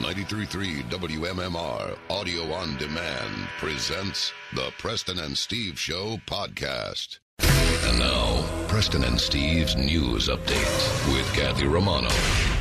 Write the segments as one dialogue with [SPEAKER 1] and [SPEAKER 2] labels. [SPEAKER 1] 933 WMMR Audio on Demand presents the Preston and Steve Show podcast. And now, Preston and Steve's news update with Kathy Romano.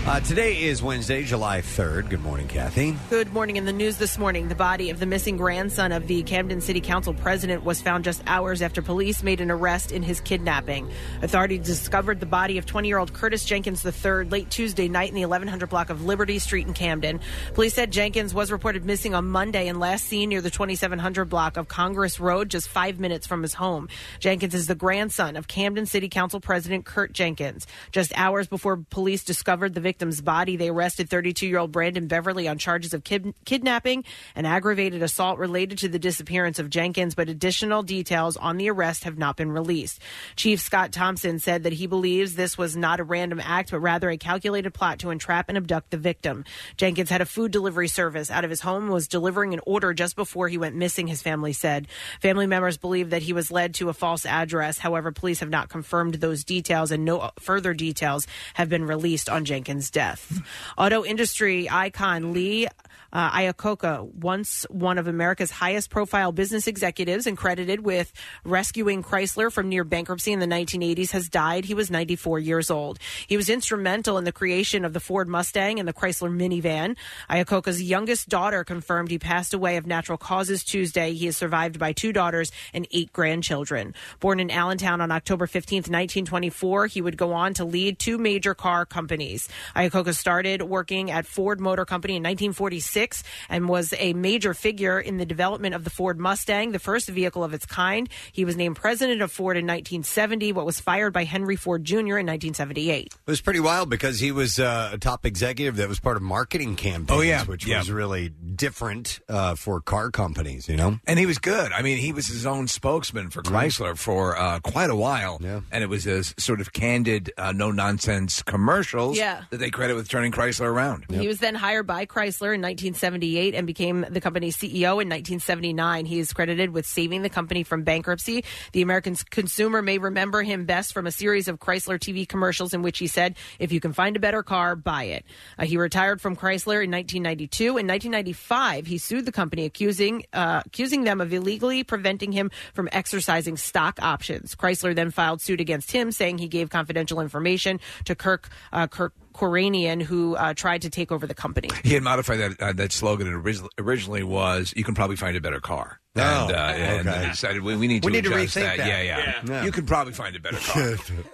[SPEAKER 2] Uh, today is Wednesday, July 3rd. Good morning, Kathy.
[SPEAKER 3] Good morning. In the news this morning, the body of the missing grandson of the Camden City Council president was found just hours after police made an arrest in his kidnapping. Authorities discovered the body of 20 year old Curtis Jenkins III late Tuesday night in the 1100 block of Liberty Street in Camden. Police said Jenkins was reported missing on Monday and last seen near the 2700 block of Congress Road, just five minutes from his home. Jenkins is the grandson of Camden City Council president Kurt Jenkins. Just hours before police discovered the victim's body, they arrested 32 year old Brandon Beverly on charges of kid- kidnapping and aggravated assault related to the disappearance of Jenkins, but additional details on the arrest have not been released. Chief Scott Thompson said that he believes this was not a random act, but rather a calculated plot to entrap and abduct the victim. Jenkins had a food delivery service out of his home and was delivering an order just before he went missing, his family said. Family members believe that he was led to a false address. However, police have not confirmed those details and no further details have been released on Jenkins' death. Auto industry icon Lee uh, Iacocca, once one of America's highest profile business executives and credited with rescuing Chrysler from near bankruptcy in the 1980s, has died. He was 94 years old. He was instrumental in the creation of the Ford Mustang and the Chrysler minivan. Iacocca's youngest daughter confirmed he passed away of natural causes Tuesday. He is survived by two daughters and eight grandchildren. Born in Allentown on October 15th, 1924, he would go on to lead two major car companies. Iacocca started working at Ford Motor Company in 1946 and was a major figure in the development of the Ford Mustang, the first vehicle of its kind. He was named president of Ford in 1970, but was fired by Henry Ford Jr. in 1978.
[SPEAKER 2] It was pretty wild because he was uh, a top executive that was part of marketing campaigns,
[SPEAKER 4] Oh, yeah.
[SPEAKER 2] which
[SPEAKER 4] Yeah.
[SPEAKER 2] was really different uh, for car companies, you know?
[SPEAKER 4] And he was good. I mean, he was his own spokesman for Chrysler for uh, quite a while. Yeah. And it was a s- sort of candid, uh, no nonsense commercials
[SPEAKER 3] Yeah.
[SPEAKER 4] that they credit with turning Chrysler around.
[SPEAKER 3] He was then hired by Chrysler in 1978 and became the company's CEO in 1979. He is credited with saving the company from bankruptcy. The American s- consumer may remember him best from a series of Chrysler TV commercials in which he said, If you can find a better car, buy it. Uh, he retired from Chrysler in 1992. In 1995, he sued the company, accusing, uh, accusing them of illegally preventing him from exercising stock options. Chrysler then filed suit against him, saying he gave confidential information to Kirk, uh, Kirk Koranian, who uh, tried to take over the company.
[SPEAKER 4] He had modified that uh, that slogan. It oris- originally was, "You can probably find a better car."
[SPEAKER 2] Oh,
[SPEAKER 4] and, uh, and
[SPEAKER 2] okay.
[SPEAKER 4] they decided we, we need to
[SPEAKER 2] We need to
[SPEAKER 4] adjust
[SPEAKER 2] rethink that.
[SPEAKER 4] Yeah, yeah,
[SPEAKER 2] Yeah.
[SPEAKER 4] You can probably find a better car.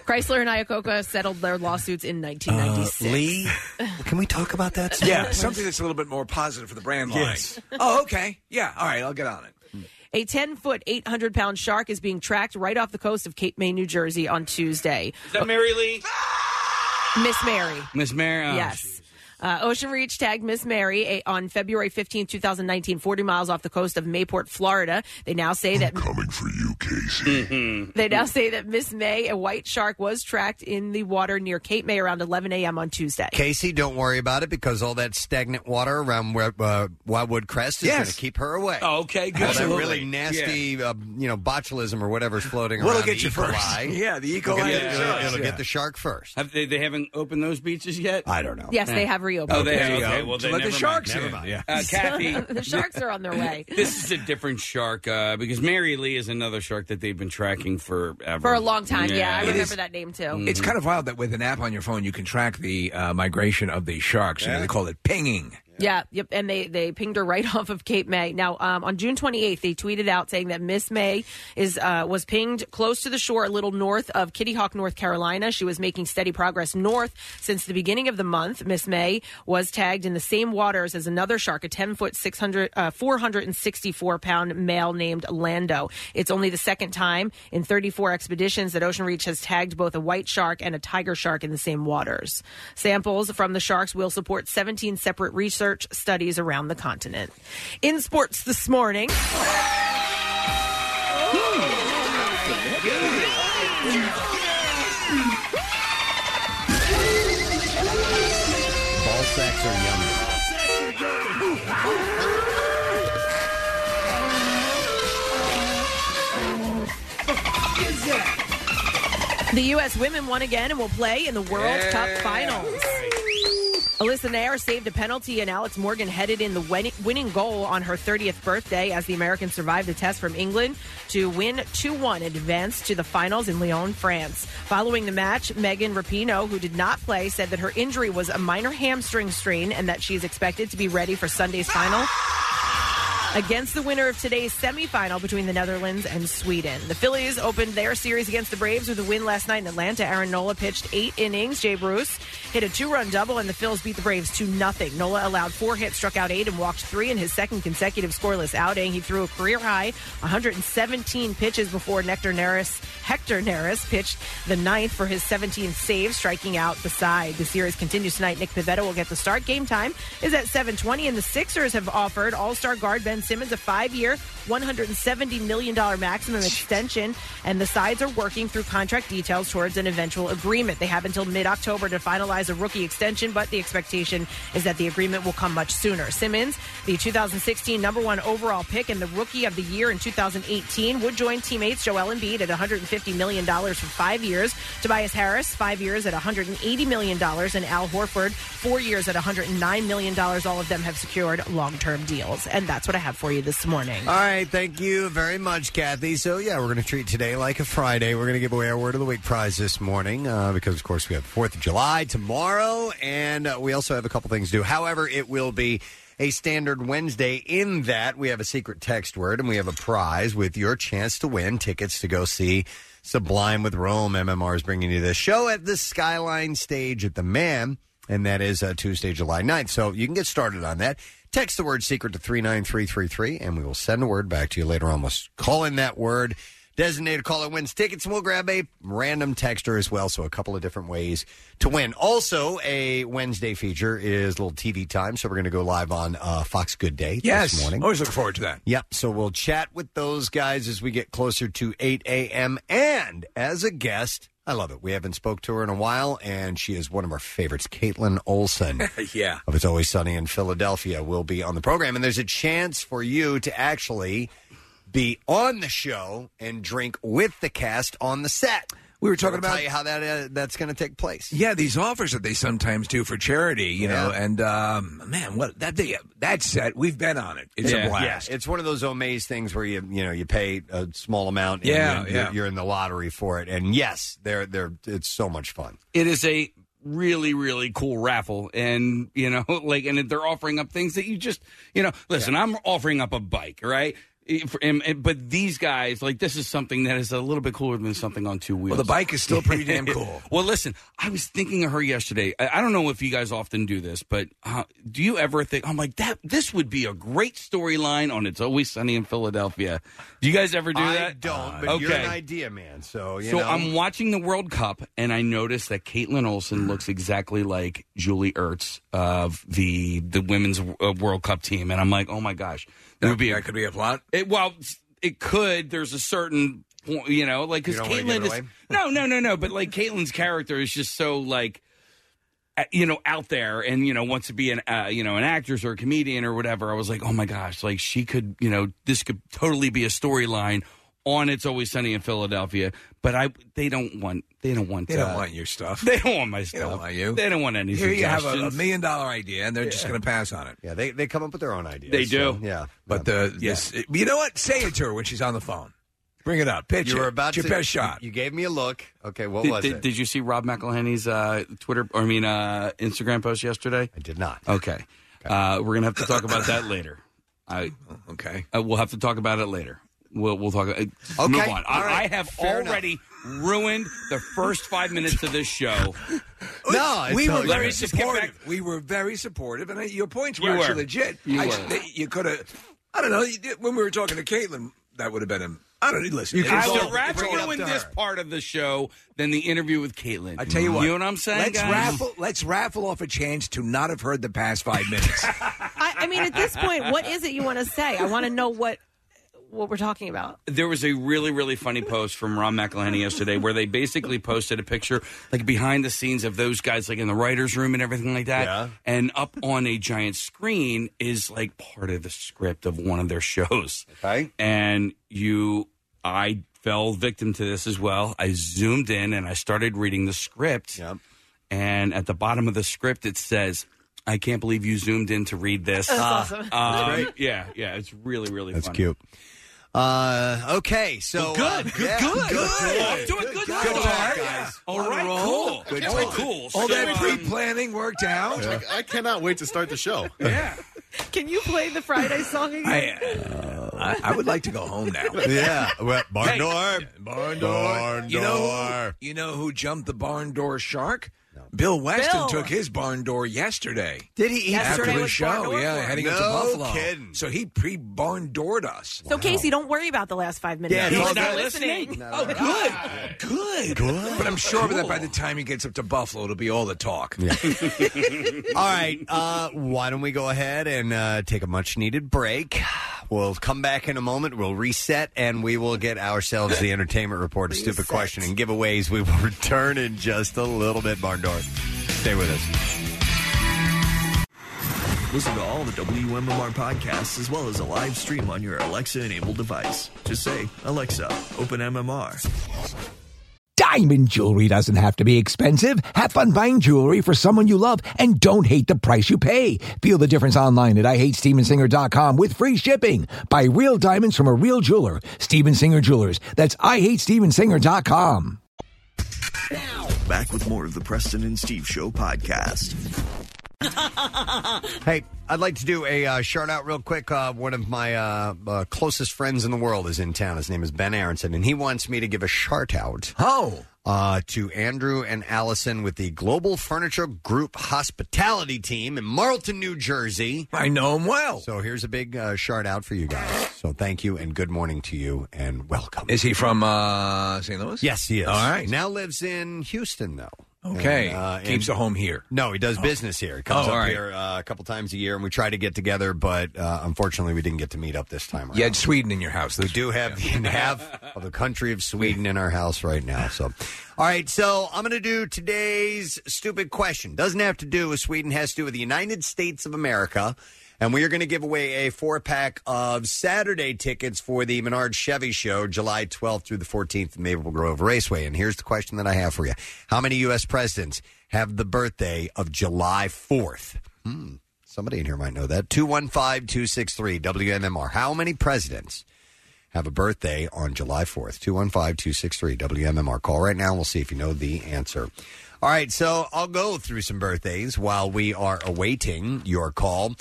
[SPEAKER 3] Chrysler and Iacocca settled their lawsuits in 1996.
[SPEAKER 4] Uh,
[SPEAKER 2] Lee, can we talk about that? some
[SPEAKER 4] yeah,
[SPEAKER 2] more?
[SPEAKER 4] something that's a little bit more positive for the brand line.
[SPEAKER 2] Yes.
[SPEAKER 4] Oh, okay. Yeah. All right. I'll get on it.
[SPEAKER 3] A 10 foot, 800 pound shark is being tracked right off the coast of Cape May, New Jersey on Tuesday.
[SPEAKER 5] Is that Mary Lee?
[SPEAKER 3] Miss Mary.
[SPEAKER 5] Miss Mary. oh,
[SPEAKER 3] yes. Uh, Ocean Reach tagged Miss Mary eh, on February 15, 2019, 40 miles off the coast of Mayport, Florida. They now say that
[SPEAKER 1] Coming for you, Casey.
[SPEAKER 6] Mm-hmm.
[SPEAKER 3] They now say that Miss May, a white shark, was tracked in the water near Cape May around 11 a.m. on Tuesday.
[SPEAKER 2] Casey, don't worry about it because all that stagnant water around where, uh, Wildwood Crest is
[SPEAKER 4] Yes.
[SPEAKER 2] going to keep her away.
[SPEAKER 5] Oh, okay, good.
[SPEAKER 2] All that
[SPEAKER 4] absolutely.
[SPEAKER 2] really nasty, uh, you know, botulism or whatever's floating
[SPEAKER 4] What'll
[SPEAKER 2] around.
[SPEAKER 4] get
[SPEAKER 2] the
[SPEAKER 4] you
[SPEAKER 2] E.
[SPEAKER 4] first?
[SPEAKER 2] coli.
[SPEAKER 4] Yeah, the E.
[SPEAKER 2] It'll
[SPEAKER 4] coli
[SPEAKER 2] get
[SPEAKER 4] gets
[SPEAKER 2] the-
[SPEAKER 4] us,
[SPEAKER 2] It'll
[SPEAKER 4] yeah.
[SPEAKER 2] get the shark first.
[SPEAKER 5] Have they, they haven't opened those beaches yet?
[SPEAKER 2] I don't know.
[SPEAKER 3] Yes, they have reopened.
[SPEAKER 5] Oh, they have.
[SPEAKER 4] you
[SPEAKER 5] Okay,
[SPEAKER 4] go.
[SPEAKER 5] well, then
[SPEAKER 4] Let the
[SPEAKER 5] never
[SPEAKER 4] sharks
[SPEAKER 5] mind.
[SPEAKER 4] in.
[SPEAKER 5] Never mind.
[SPEAKER 4] Yeah.
[SPEAKER 5] Uh, Kathy,
[SPEAKER 3] the sharks are on their way.
[SPEAKER 5] this is a different shark uh, because Mary Lee is another shark that they've been tracking forever.
[SPEAKER 3] For a long time, yeah, I
[SPEAKER 5] It
[SPEAKER 3] remember
[SPEAKER 5] is- Mm-hmm.
[SPEAKER 3] that name too.
[SPEAKER 2] Mm-hmm.
[SPEAKER 4] It's kind of wild that with an app on your phone, you can track the uh, migration of the sharks. You know, they call it pinging.
[SPEAKER 3] Yeah, yep. And they they pinged her right off of Cape May. Now, um, on June 28th, they tweeted out saying that Miss May is uh, was pinged close to the shore, a little north of Kitty Hawk, North Carolina. She was making steady progress north since the beginning of the month. Miss May was tagged in the same waters as another shark, a 10 foot 600 uh, 464 pound male named Lando. It's only the second time in 34 expeditions that Ocean Reach has tagged both a white shark and a tiger shark in the same waters. Samples from the sharks will support 17 separate research studies around the continent. In sports this morning.
[SPEAKER 2] Ball sacks are yummy.
[SPEAKER 3] The U.S. women won again and will play in the World Cup finals. Alyssa Nair saved a penalty, and Alex Morgan headed in the win- winning goal on her 30th birthday as the American survived the test from England to win 2 1 and advance to the finals in Lyon, France. Following the match, Megan Rapinoe, who did not play, said that her injury was a minor hamstring strain and that she is expected to be ready for Sunday's final against the winner of today's semifinal between the Netherlands and Sweden. The Phillies opened their series against the Braves with a win last night in Atlanta. Aaron Nola pitched eight innings. Jay Bruce hit a two-run double, and the Phillies beat the Braves two nothing. Nola allowed four hits, struck out eight, and walked three in his second consecutive scoreless outing. He threw a career high 117 pitches before Nectar Neris, Hector Neris pitched the ninth for his 17th save, striking out the side. The series continues tonight. Nick Pivetta will get the start. Game time is at 7:20, and the Sixers have offered All-Star guard Ben Simmons a five-year, 170 million dollar maximum extension, and the sides are working through contract details towards an eventual agreement. They have until mid-October to finalize a rookie extension, but the expectation is that the agreement will come much sooner. Simmons, the 2016 number one overall pick and the rookie of the year in 2018, would join teammates Joel Embiid at 150 million dollars for five years, Tobias Harris five years at 180 million dollars, and Al Horford four years at 109 million dollars. All of them have secured long-term deals, and that's what I have for you this morning.
[SPEAKER 2] All right, thank you very much, Kathy. So yeah, we're going to treat today like a Friday. We're going to give away our Word of the Week prize this morning uh, because, of course, we have Fourth of July tomorrow, and uh, we also have a couple things to do. However, it will be a standard Wednesday in that we have a secret text word and we have a prize with your chance to win tickets to go see. Sublime with Rome. MMR is bringing you this show at the Skyline Stage at the Man, and that is uh, Tuesday, July 9th. So you can get started on that. Text the word secret to 39333, and we will send a word back to you later on. We'll s- call in that word. Designated caller wins tickets, and we'll grab a random texter as well. So, a couple of different ways to win. Also, a Wednesday feature is little TV time. So, we're going to go live on uh, Fox Good Day
[SPEAKER 4] Yes. Oh,
[SPEAKER 2] this morning.
[SPEAKER 4] Always look forward to that.
[SPEAKER 2] Yep. So we'll chat with those guys as we get closer to 8 a.m. And as a guest, I love it. We haven't spoke to her in a while, and she is one of our favorites, Caitlin Olson
[SPEAKER 4] yeah.
[SPEAKER 2] of It's Always Sunny in Philadelphia, will be on the program. And there's a chance for you to actually be on the show and drink with the cast on the set.
[SPEAKER 4] We were talking
[SPEAKER 2] We'll
[SPEAKER 4] about-
[SPEAKER 2] tell you how that uh, that's going to take place.
[SPEAKER 4] Yeah, these offers that they sometimes do for charity, you know, and um, man, what that they, that set we've been on it. It's a blast.
[SPEAKER 2] Yeah, it's one of those Omaze things where you you know you pay a small amount. And
[SPEAKER 4] Yeah,
[SPEAKER 2] you're,
[SPEAKER 4] yeah.
[SPEAKER 2] You're, you're in the lottery for it, and yes, they're they're it's so much fun.
[SPEAKER 5] It is a really really cool raffle and you know like and they're offering up things that you just you know listen i'm offering up a bike right If- and- and- but these guys like this is something that is a little bit cooler than something on two wheels
[SPEAKER 4] Well, the bike is still pretty damn cool.
[SPEAKER 5] well listen i was thinking of her yesterday i, I don't know if you guys often do this but uh, do you ever think i'm like that this would be a great storyline on it's always sunny in philadelphia do you guys ever do
[SPEAKER 2] I
[SPEAKER 5] that Uh,
[SPEAKER 2] don't, but you're an idea man, so you
[SPEAKER 5] so
[SPEAKER 2] know.
[SPEAKER 5] I'm watching the World Cup, and I notice that Caitlin Olsen looks exactly like Julie Ertz of the the women's uh, World Cup team, and I'm like, oh my gosh, that would be
[SPEAKER 4] that could be a plot.
[SPEAKER 5] It, well, it could. There's a certain point, you know, like because
[SPEAKER 4] You don't wanna give
[SPEAKER 5] Caitlin
[SPEAKER 4] it
[SPEAKER 5] is
[SPEAKER 4] away?
[SPEAKER 5] no, no, no, no, but like Caitlin's character is just so like. uh, You know, out there, and you know, wants to be an uh, you know an actress or a comedian or whatever. I was like, oh my gosh, like she could, you know, this could totally be a storyline on It's Always Sunny in Philadelphia. But I, they don't want, they don't want,
[SPEAKER 4] They don't
[SPEAKER 5] uh,
[SPEAKER 4] want your stuff.
[SPEAKER 5] They don't want my
[SPEAKER 4] They
[SPEAKER 5] stuff.
[SPEAKER 4] don't want you.
[SPEAKER 5] They don't want any
[SPEAKER 4] Here you have a- a,
[SPEAKER 5] suggestions.
[SPEAKER 4] million dollar idea, and they're just going to pass on it.
[SPEAKER 2] Yeah, they they come up with their own ideas.
[SPEAKER 5] They do.
[SPEAKER 2] yeah,
[SPEAKER 4] but the this, you know what? Say it to her when she's on the phone. Bring it up. Pitch
[SPEAKER 2] you
[SPEAKER 4] it.
[SPEAKER 2] were about
[SPEAKER 4] It's your
[SPEAKER 2] to
[SPEAKER 4] best shot.
[SPEAKER 2] You, you gave me a look. Okay, what
[SPEAKER 5] did,
[SPEAKER 2] was
[SPEAKER 5] did-
[SPEAKER 2] it?
[SPEAKER 5] did you see Rob McElhenney's uh, Twitter, or I mean, uh, Instagram post yesterday?
[SPEAKER 2] I did not.
[SPEAKER 5] Okay. Uh, we're going to have to talk about that later. I,
[SPEAKER 4] okay.
[SPEAKER 5] Uh, we'll have to talk about it later. We'll, we'll talk. Uh,
[SPEAKER 4] Okay.
[SPEAKER 5] Move on. I,
[SPEAKER 4] All right.
[SPEAKER 5] I have
[SPEAKER 4] Fair enough.
[SPEAKER 5] already ruined the first five minutes of this show.
[SPEAKER 4] It's- we were
[SPEAKER 5] Let
[SPEAKER 4] very
[SPEAKER 5] me just get back-
[SPEAKER 4] supportive. We were very supportive, and uh, your points were
[SPEAKER 5] You were.
[SPEAKER 4] actually legit.
[SPEAKER 5] You
[SPEAKER 4] I-
[SPEAKER 5] were.
[SPEAKER 4] they- you could have. I don't know. You did, when we were talking to Caitlin, that would have been him. I don't listen. it's
[SPEAKER 5] I
[SPEAKER 4] all-
[SPEAKER 5] would
[SPEAKER 4] it's
[SPEAKER 5] rather
[SPEAKER 4] all up
[SPEAKER 5] ruin
[SPEAKER 4] to
[SPEAKER 5] this
[SPEAKER 4] her.
[SPEAKER 5] part of the show than the interview with Caitlin.
[SPEAKER 4] I tell you what.
[SPEAKER 5] Mm-hmm. You know what I'm saying?
[SPEAKER 4] Let's
[SPEAKER 5] guys?
[SPEAKER 4] raffle. Let's raffle off a chance to not have heard the past five minutes.
[SPEAKER 3] I, I mean, at this point, what is it you want to say? I want to know what what we're talking about.
[SPEAKER 5] There was a really, really funny post from Ron McElhenney yesterday where they basically posted a picture, like behind the scenes of those guys, like in the writer's room and everything like that. And up on a giant screen is like part of the script of one of their shows.
[SPEAKER 2] Okay.
[SPEAKER 5] And you, I fell victim to this as well. I zoomed in and I started reading the script. And at the bottom of the script, it says, I can't believe you zoomed in to read this.
[SPEAKER 2] That's awesome.
[SPEAKER 5] Um,
[SPEAKER 2] That's great.
[SPEAKER 5] Yeah, yeah, it's really, really.
[SPEAKER 2] That's
[SPEAKER 5] funny.
[SPEAKER 2] cute. Uh, okay, so
[SPEAKER 5] Well, good,
[SPEAKER 2] uh,
[SPEAKER 5] good,
[SPEAKER 2] yeah,
[SPEAKER 5] good,
[SPEAKER 2] good.
[SPEAKER 5] I'm doing good.
[SPEAKER 2] Good
[SPEAKER 5] so
[SPEAKER 2] talk,
[SPEAKER 5] far.
[SPEAKER 2] guys.
[SPEAKER 5] All right,
[SPEAKER 2] roll.
[SPEAKER 5] cool.
[SPEAKER 2] Good
[SPEAKER 5] All right,
[SPEAKER 2] talk.
[SPEAKER 5] cool. So,
[SPEAKER 4] All that
[SPEAKER 5] um,
[SPEAKER 4] pre-planning worked out.
[SPEAKER 7] I, I cannot wait to start the show.
[SPEAKER 8] Can you play the Friday song again?
[SPEAKER 4] I, I would like to go home now.
[SPEAKER 2] Yeah, well, barn
[SPEAKER 4] Hey.
[SPEAKER 2] door.
[SPEAKER 4] Barn door.
[SPEAKER 2] Barn
[SPEAKER 4] You know,
[SPEAKER 2] door.
[SPEAKER 4] who, you know who jumped the barn door shark? Bill Weston
[SPEAKER 2] Bill.
[SPEAKER 4] took his barn door yesterday.
[SPEAKER 2] Did he eat
[SPEAKER 4] After
[SPEAKER 2] yesterday was
[SPEAKER 4] the
[SPEAKER 2] barn
[SPEAKER 4] show,
[SPEAKER 2] door?
[SPEAKER 4] yeah, heading up to
[SPEAKER 2] No
[SPEAKER 4] Buffalo.
[SPEAKER 2] kidding.
[SPEAKER 4] So he pre barn doored us.
[SPEAKER 8] So Casey, don't worry about the last five minutes.
[SPEAKER 4] Yeah,
[SPEAKER 8] He's not
[SPEAKER 4] he's not
[SPEAKER 8] listening.
[SPEAKER 4] Oh, good, good, good. But I'm sure that by the time he gets up to Buffalo, it'll be all the talk.
[SPEAKER 2] All right, uh, why don't we go ahead and uh, take a much needed break? We'll come back in a moment. We'll reset and we will get ourselves the entertainment report, a stupid question, and giveaways. We will return in just a little bit, barn door. Stay with us.
[SPEAKER 9] Listen to all the WMMR podcasts as well as a live stream on your Alexa enabled device. Just say, Alexa, open MMR.
[SPEAKER 10] Diamond jewelry doesn't have to be expensive. Have fun buying jewelry for someone you love and don't hate the price you pay. Feel the difference online at IHateStevensinger.com with free shipping. Buy real diamonds from a real jeweler. Steven Singer Jewelers. That's IHateStevensinger.com.
[SPEAKER 9] Back with more of the Preston and Steve Show podcast.
[SPEAKER 2] Hey, I'd like to do a uh, shout out real quick. Uh, one of my uh, uh, closest friends in the world is in town. His name is Ben Aronson, and he wants me to give a shout out.
[SPEAKER 4] Oh.
[SPEAKER 2] Uh, to Andrew and Allison with the Global Furniture Group Hospitality Team in Marlton, New Jersey.
[SPEAKER 4] I know him well.
[SPEAKER 2] So here's a big uh, shout out for you guys. So thank you and good morning to you and welcome.
[SPEAKER 4] Is he from uh, St. Louis?
[SPEAKER 2] Yes, he is.
[SPEAKER 4] All right.
[SPEAKER 2] Now lives in Houston, though.
[SPEAKER 4] Okay.
[SPEAKER 2] And, uh,
[SPEAKER 4] Keeps
[SPEAKER 2] and-
[SPEAKER 4] a home here.
[SPEAKER 2] No, he does business here. He comes
[SPEAKER 4] Oh, all
[SPEAKER 2] up
[SPEAKER 4] right.
[SPEAKER 2] here uh, a couple times a year, and we try to get together, but uh, unfortunately, we didn't get to meet up this time. Around.
[SPEAKER 4] You had Sweden in your house.
[SPEAKER 2] We do have the half of the country of Sweden in our house right now. So, all right. So I'm going to do today's stupid question. Doesn't have to do with Sweden. Has to do with the United States of America. And we are going to give away a four pack of Saturday tickets for the Menard Chevy Show, July 12th through the 14th at Maple Grove Raceway. And here's the question that I have for you How many U.S. presidents have the birthday of July 4th? Hmm. Somebody in here might know that. 215 263 WMMR. How many presidents have a birthday on July 4th. 215 263 WMMR. Call right now and we'll see if you know the answer. All right, so I'll go through some birthdays while we are awaiting your call.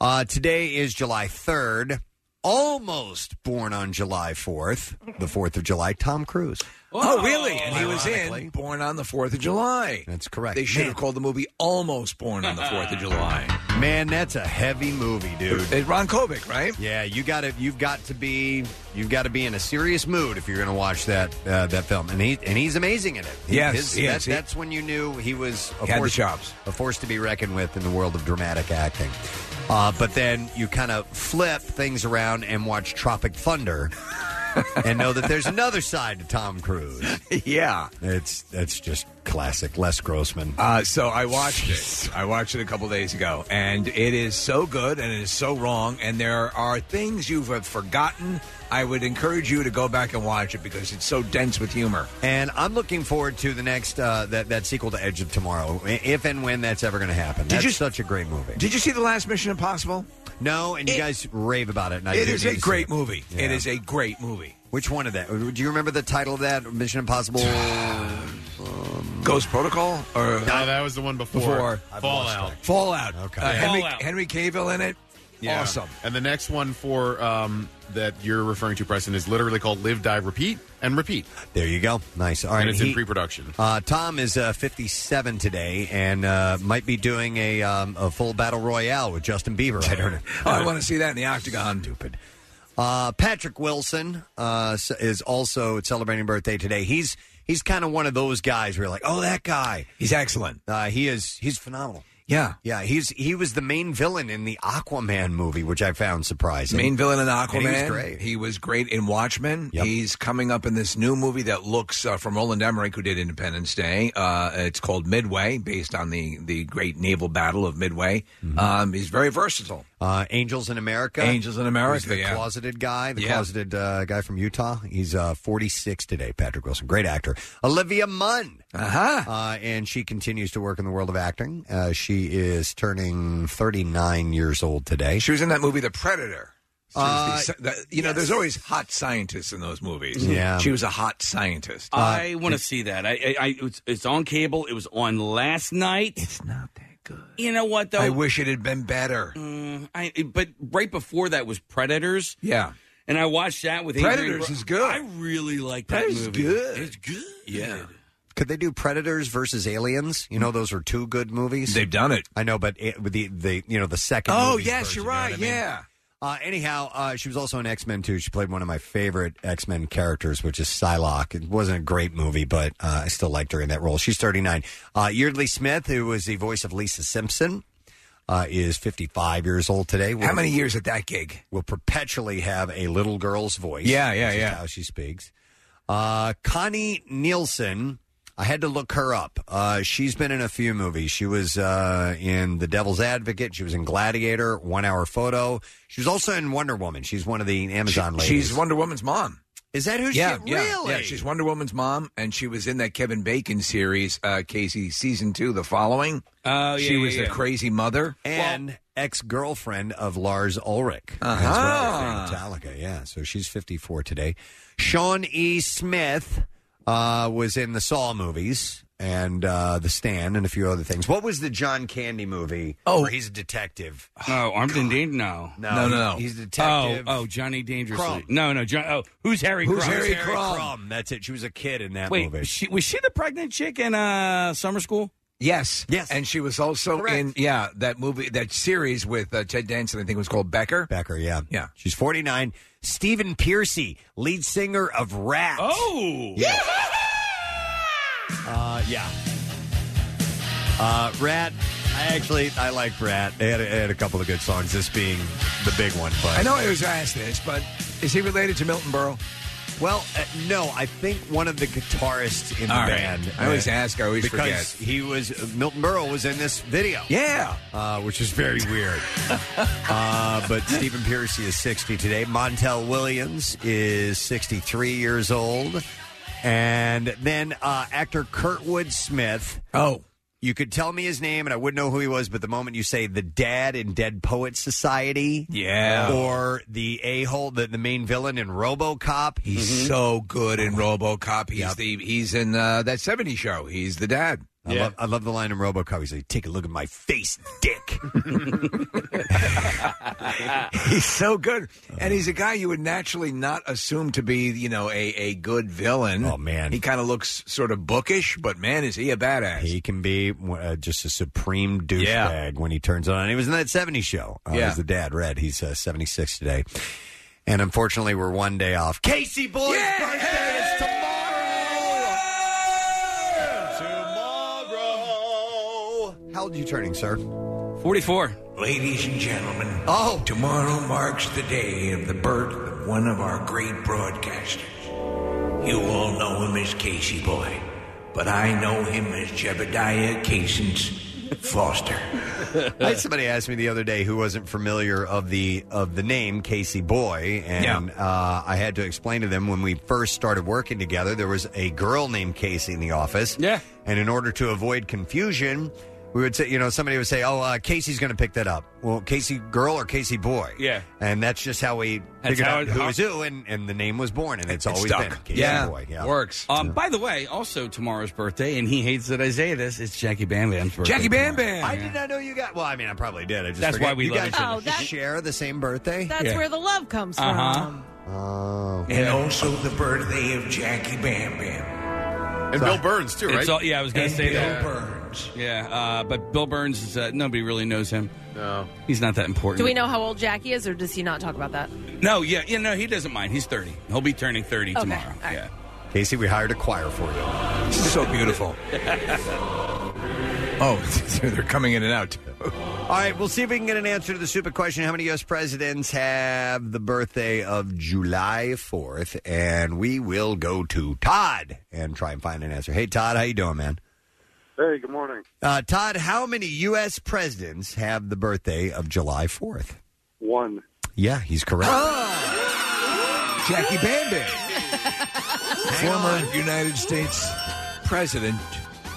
[SPEAKER 2] Uh, today is July 3rd. Almost born on July 4th, the 4th of July, Tom Cruise.
[SPEAKER 4] Oh, really? And he was in Born on the Fourth of July.
[SPEAKER 2] That's correct.
[SPEAKER 4] They should have called the movie Almost Born on the Fourth of July.
[SPEAKER 2] Man, that's a heavy movie, dude.
[SPEAKER 4] It's Ron Kovic, right?
[SPEAKER 2] Yeah, you got to you've got to be you've got to be in a serious mood if you're going to watch that uh, that film, and he and he's amazing in it. He-
[SPEAKER 4] Yes,
[SPEAKER 2] his-
[SPEAKER 4] he
[SPEAKER 2] that-
[SPEAKER 4] is. He-
[SPEAKER 2] that's when you knew he was a
[SPEAKER 4] He had the
[SPEAKER 2] force,
[SPEAKER 4] chops.
[SPEAKER 2] a force to be reckoned with in the world of dramatic acting. Uh, but then you kind of flip things around and watch Tropic Thunder, and know that there's another side to Tom Cruise.
[SPEAKER 4] yeah.
[SPEAKER 2] It's that's just classic Les Grossman.
[SPEAKER 4] Uh, so I watched it. I watched it a couple days ago, and it is so good and it is so wrong. And there are things you've have forgotten. I would encourage you to go back and watch it because it's so dense with humor.
[SPEAKER 2] And I'm looking forward to the next uh, that that sequel to Edge of Tomorrow, i- if and when that's ever going to happen.
[SPEAKER 4] Did
[SPEAKER 2] that's
[SPEAKER 4] you-
[SPEAKER 2] such a great movie.
[SPEAKER 4] Did you see the last Mission Impossible?
[SPEAKER 2] No, and you guys rave about it. And I
[SPEAKER 4] it
[SPEAKER 2] do
[SPEAKER 4] is
[SPEAKER 2] need
[SPEAKER 4] a
[SPEAKER 2] to see
[SPEAKER 4] great
[SPEAKER 2] it.
[SPEAKER 4] movie.
[SPEAKER 2] Yeah.
[SPEAKER 4] It is a great movie.
[SPEAKER 2] Which one of that? Do you remember the title of that? Mission Impossible.
[SPEAKER 4] Ghost Protocol or
[SPEAKER 7] No, that was the one before.
[SPEAKER 4] Before. I've lost
[SPEAKER 7] Fallout.
[SPEAKER 4] Fallout. Okay. Henry,
[SPEAKER 5] Fallout.
[SPEAKER 4] Henry Cavill in it. Awesome.
[SPEAKER 7] And the next one for um, that you're referring to, Preston, is literally called Live, Die, Repeat, and Repeat.
[SPEAKER 2] There you go. Nice. All right.
[SPEAKER 7] and it's
[SPEAKER 2] he-
[SPEAKER 7] in pre production.
[SPEAKER 2] uh, Tom is uh, 57 today and uh, might be doing a, um, a full battle royale with Justin Bieber. I don't know.
[SPEAKER 4] Oh, I want to see that in the Octagon. Stupid.
[SPEAKER 2] Uh, Patrick Wilson uh, s- is also celebrating birthday today. He's he's kind of one of those guys where you're like, oh, that guy.
[SPEAKER 4] He's excellent.
[SPEAKER 2] Uh, he is. He's phenomenal.
[SPEAKER 4] Yeah.
[SPEAKER 2] Yeah, he's he was the main villain in the Aquaman movie, which I found surprising.
[SPEAKER 4] Main villain in
[SPEAKER 2] And
[SPEAKER 4] Aquaman.
[SPEAKER 2] he was great.
[SPEAKER 4] He was great in Watchmen. He's coming up in this new movie that looks uh, from Roland Emmerich, who did Independence Day. Uh, it's called Midway, based on the the great naval battle of Midway. Um, he's very versatile.
[SPEAKER 2] Mm-hmm. Uh, Angels in America.
[SPEAKER 4] Angels in America,
[SPEAKER 2] Who's the
[SPEAKER 4] yeah.
[SPEAKER 2] closeted guy, the
[SPEAKER 4] Yeah.
[SPEAKER 2] closeted uh, guy from Utah. He's uh, 46 today, Patrick Wilson. Great actor. Olivia Munn.
[SPEAKER 4] Uh-huh.
[SPEAKER 2] Uh, and she continues to work in the world of acting. Uh, she She is turning 39 years old today.
[SPEAKER 4] She was in that movie, The Predator. She
[SPEAKER 2] Uh,
[SPEAKER 4] was the- the- you know, there's always hot scientists in those movies.
[SPEAKER 5] Yeah.
[SPEAKER 4] She was a hot
[SPEAKER 2] Uh,
[SPEAKER 4] scientist.
[SPEAKER 5] I want to see that. I, I, I it's, it's on cable. It was on last night. It's not that good. You know what though?
[SPEAKER 4] I wish it had been better.
[SPEAKER 5] Mm, I, but right before that was Predators.
[SPEAKER 4] Yeah.
[SPEAKER 5] And I watched that with Adrian
[SPEAKER 4] Predators
[SPEAKER 5] Bro-
[SPEAKER 4] is good.
[SPEAKER 5] I really like that
[SPEAKER 4] Predators is
[SPEAKER 5] movie.
[SPEAKER 4] good.
[SPEAKER 5] It's good.
[SPEAKER 4] Yeah.
[SPEAKER 2] Could they do Predators versus Aliens? You know, those are two good movies.
[SPEAKER 4] They've done it.
[SPEAKER 2] I know, but it, with the the you know the second.
[SPEAKER 4] Oh,
[SPEAKER 2] movie's
[SPEAKER 4] yes,
[SPEAKER 2] version,
[SPEAKER 4] you're
[SPEAKER 2] you know what
[SPEAKER 4] right.
[SPEAKER 2] I mean?
[SPEAKER 4] Yeah.
[SPEAKER 2] Uh, anyhow, uh, she was also in X Men too. She played one of my favorite X Men characters, which is Psylocke. It wasn't a great movie, but uh, I still liked her in that role. She's 39. Uh, Yeardley Smith, who was the voice of Lisa Simpson, uh, is 55 years old today.
[SPEAKER 4] How many years at that gig?
[SPEAKER 2] Will perpetually have a little girl's voice.
[SPEAKER 4] Yeah, yeah,
[SPEAKER 2] This is
[SPEAKER 4] yeah.
[SPEAKER 2] How she speaks. Uh, Connie Nielsen. I had to look her up. Uh, she's been in a few movies. She was uh, in The Devil's Advocate. She was in Gladiator, One Hour Photo. She was also in Wonder Woman. She's one of the Amazon ladies.
[SPEAKER 4] She's Wonder Woman's mom.
[SPEAKER 2] Is that who she-
[SPEAKER 4] yeah, yeah,
[SPEAKER 2] really?
[SPEAKER 4] Yeah, she's Wonder Woman's mom, and she was in that Kevin Bacon series, uh, Casey, season two, the following.
[SPEAKER 5] Oh,
[SPEAKER 4] She was the crazy mother.
[SPEAKER 2] and ex girlfriend of Lars Ulrich as
[SPEAKER 4] Uh-huh.
[SPEAKER 2] well from Metallica. Yeah, so she's 54 today. Sean E. Smith uh, was in the Saw movies and uh, The Stand and a few other things. What was the John Candy movie?
[SPEAKER 5] Oh.
[SPEAKER 2] where he's a detective.
[SPEAKER 5] No, Oh, Armed and Dangerous. No,
[SPEAKER 2] No, No, no, he- no. he's a detective.
[SPEAKER 5] Oh, oh, Johnny Dangerously.
[SPEAKER 2] Crumb.
[SPEAKER 5] No, no, John. Oh, who's Harry?
[SPEAKER 2] Who's
[SPEAKER 5] Crumb?
[SPEAKER 2] Harry Crumb? That's it. She was a kid in that
[SPEAKER 5] Wait,
[SPEAKER 2] movie.
[SPEAKER 5] she, was she the pregnant chick in uh, summer school?
[SPEAKER 4] Yes.
[SPEAKER 2] Yes.
[SPEAKER 4] And she was also in, yeah, that movie, that series with uh, Ted Danson, I think it was called Becker.
[SPEAKER 2] Becker, yeah.
[SPEAKER 4] Yeah.
[SPEAKER 2] She's 49. Stephen Piercy, lead singer of Rat.
[SPEAKER 5] Oh,
[SPEAKER 2] yeah. Uh, yeah. Uh, Rat. I actually I liked Rat. They had, they had a couple of good songs. This being the big one, but
[SPEAKER 4] I know I was asked this, but is he related to Milton Berle?
[SPEAKER 2] Well, uh, no. I think one of the guitarists in the
[SPEAKER 4] All right.
[SPEAKER 2] band.
[SPEAKER 4] I always ask, I always
[SPEAKER 2] because
[SPEAKER 4] forget.
[SPEAKER 2] he was uh, Milton Berle was in this video.
[SPEAKER 4] Yeah.
[SPEAKER 2] uh, which is very weird. uh, but Stephen Piercy is 60 today. Montel Williams is 63 years old. And then uh, actor Kurtwood Smith.
[SPEAKER 4] Oh.
[SPEAKER 2] You could tell me his name and I wouldn't know who he was, but the moment you say the dad in Dead Poets Society.
[SPEAKER 4] Yeah.
[SPEAKER 2] Or the a hole, the, the main villain in Robocop.
[SPEAKER 4] He's so good in RoboCop. He's the he's in uh, that 70 show. He's the dad.
[SPEAKER 2] I, love, I love the line in Robocop. He's like, take a look at my face, dick.
[SPEAKER 4] He's so good, and he's a guy you would naturally not assume to be, you know, a, a good villain.
[SPEAKER 2] Oh, man.
[SPEAKER 4] he kind of looks sort of bookish, but man, is he a badass!
[SPEAKER 2] He can be uh, just a supreme douchebag when he turns on. He was in that 70s show. Uh,
[SPEAKER 4] Yeah.
[SPEAKER 2] He's the dad, Red. He's uh, 76 today. And unfortunately, we're one day off. Casey Boy's birthday is tomorrow. Tomorrow. How old are you turning, sir?
[SPEAKER 5] forty-four.
[SPEAKER 4] Ladies and gentlemen,
[SPEAKER 2] Oh.
[SPEAKER 4] tomorrow marks the day of the birth of one of our great broadcasters. You all know him as Casey Boy, but I know him as Jebediah Cason's Foster.
[SPEAKER 2] I had somebody asked me the other day who wasn't familiar of the of the name Casey Boy, and uh, I had to explain to them when we first started working together, there was a girl named Casey in the office.
[SPEAKER 5] Yeah.
[SPEAKER 2] and in order to avoid confusion, we would say, you know, somebody would say, "Oh, uh, Casey's going to pick that up." Well, Casey girl or Casey boy?
[SPEAKER 5] Yeah.
[SPEAKER 2] and that's just how we
[SPEAKER 5] That's
[SPEAKER 2] figured
[SPEAKER 5] how
[SPEAKER 2] out
[SPEAKER 5] it-
[SPEAKER 2] who
[SPEAKER 5] how-
[SPEAKER 2] was who, and, and the name was born, and it's always
[SPEAKER 4] stuck.
[SPEAKER 2] been Casey
[SPEAKER 4] Yeah.
[SPEAKER 2] Boy.
[SPEAKER 4] Works.
[SPEAKER 5] Um, by the way, also tomorrow's birthday, and he hates that I say this. It's Jackie Bam Bam's birthday.
[SPEAKER 4] Jackie Bam
[SPEAKER 5] tomorrow.
[SPEAKER 4] Bam!
[SPEAKER 2] I did not know you got. Well, I mean, I probably did. I just
[SPEAKER 5] That's
[SPEAKER 2] forgot.
[SPEAKER 5] why we
[SPEAKER 2] you
[SPEAKER 5] love
[SPEAKER 2] guys
[SPEAKER 5] each other.
[SPEAKER 8] Oh, that-
[SPEAKER 2] share the same birthday.
[SPEAKER 8] That's
[SPEAKER 5] Yeah.
[SPEAKER 8] where the love comes from.
[SPEAKER 5] Uh-huh.
[SPEAKER 2] oh.
[SPEAKER 4] Um, And also the birthday of Jackie Bam Bam.
[SPEAKER 7] And Bill Burns, too, right?
[SPEAKER 5] It's all, yeah, I was going to
[SPEAKER 4] and
[SPEAKER 5] say
[SPEAKER 4] Bill
[SPEAKER 5] that.
[SPEAKER 2] Oh.
[SPEAKER 4] Burns.
[SPEAKER 5] Yeah, uh, but Bill Burns is uh, nobody really knows him.
[SPEAKER 7] no.
[SPEAKER 5] He's not that important.
[SPEAKER 8] Do we know how old Jackie is, or does he not talk about that?
[SPEAKER 5] No, yeah, yeah, no, he doesn't mind. He's thirty. He'll be turning thirty
[SPEAKER 8] Okay,
[SPEAKER 5] tomorrow.
[SPEAKER 8] all right.
[SPEAKER 5] Yeah.
[SPEAKER 2] Casey, we hired a choir for you.
[SPEAKER 4] So beautiful. oh, they're coming in and out.
[SPEAKER 2] All right, we'll see if we can get an answer to the stupid question. How many U.S. presidents have the birthday of July 4th? And we will go to Todd and try and find an answer. Hey, Todd, how you doing, man?
[SPEAKER 11] Hey, good morning.
[SPEAKER 2] Uh, Todd, how many U.S. presidents have the birthday of July 4th?
[SPEAKER 11] One.
[SPEAKER 2] Yeah, he's correct.
[SPEAKER 4] Oh, Jackie Bam Bam. Former United States President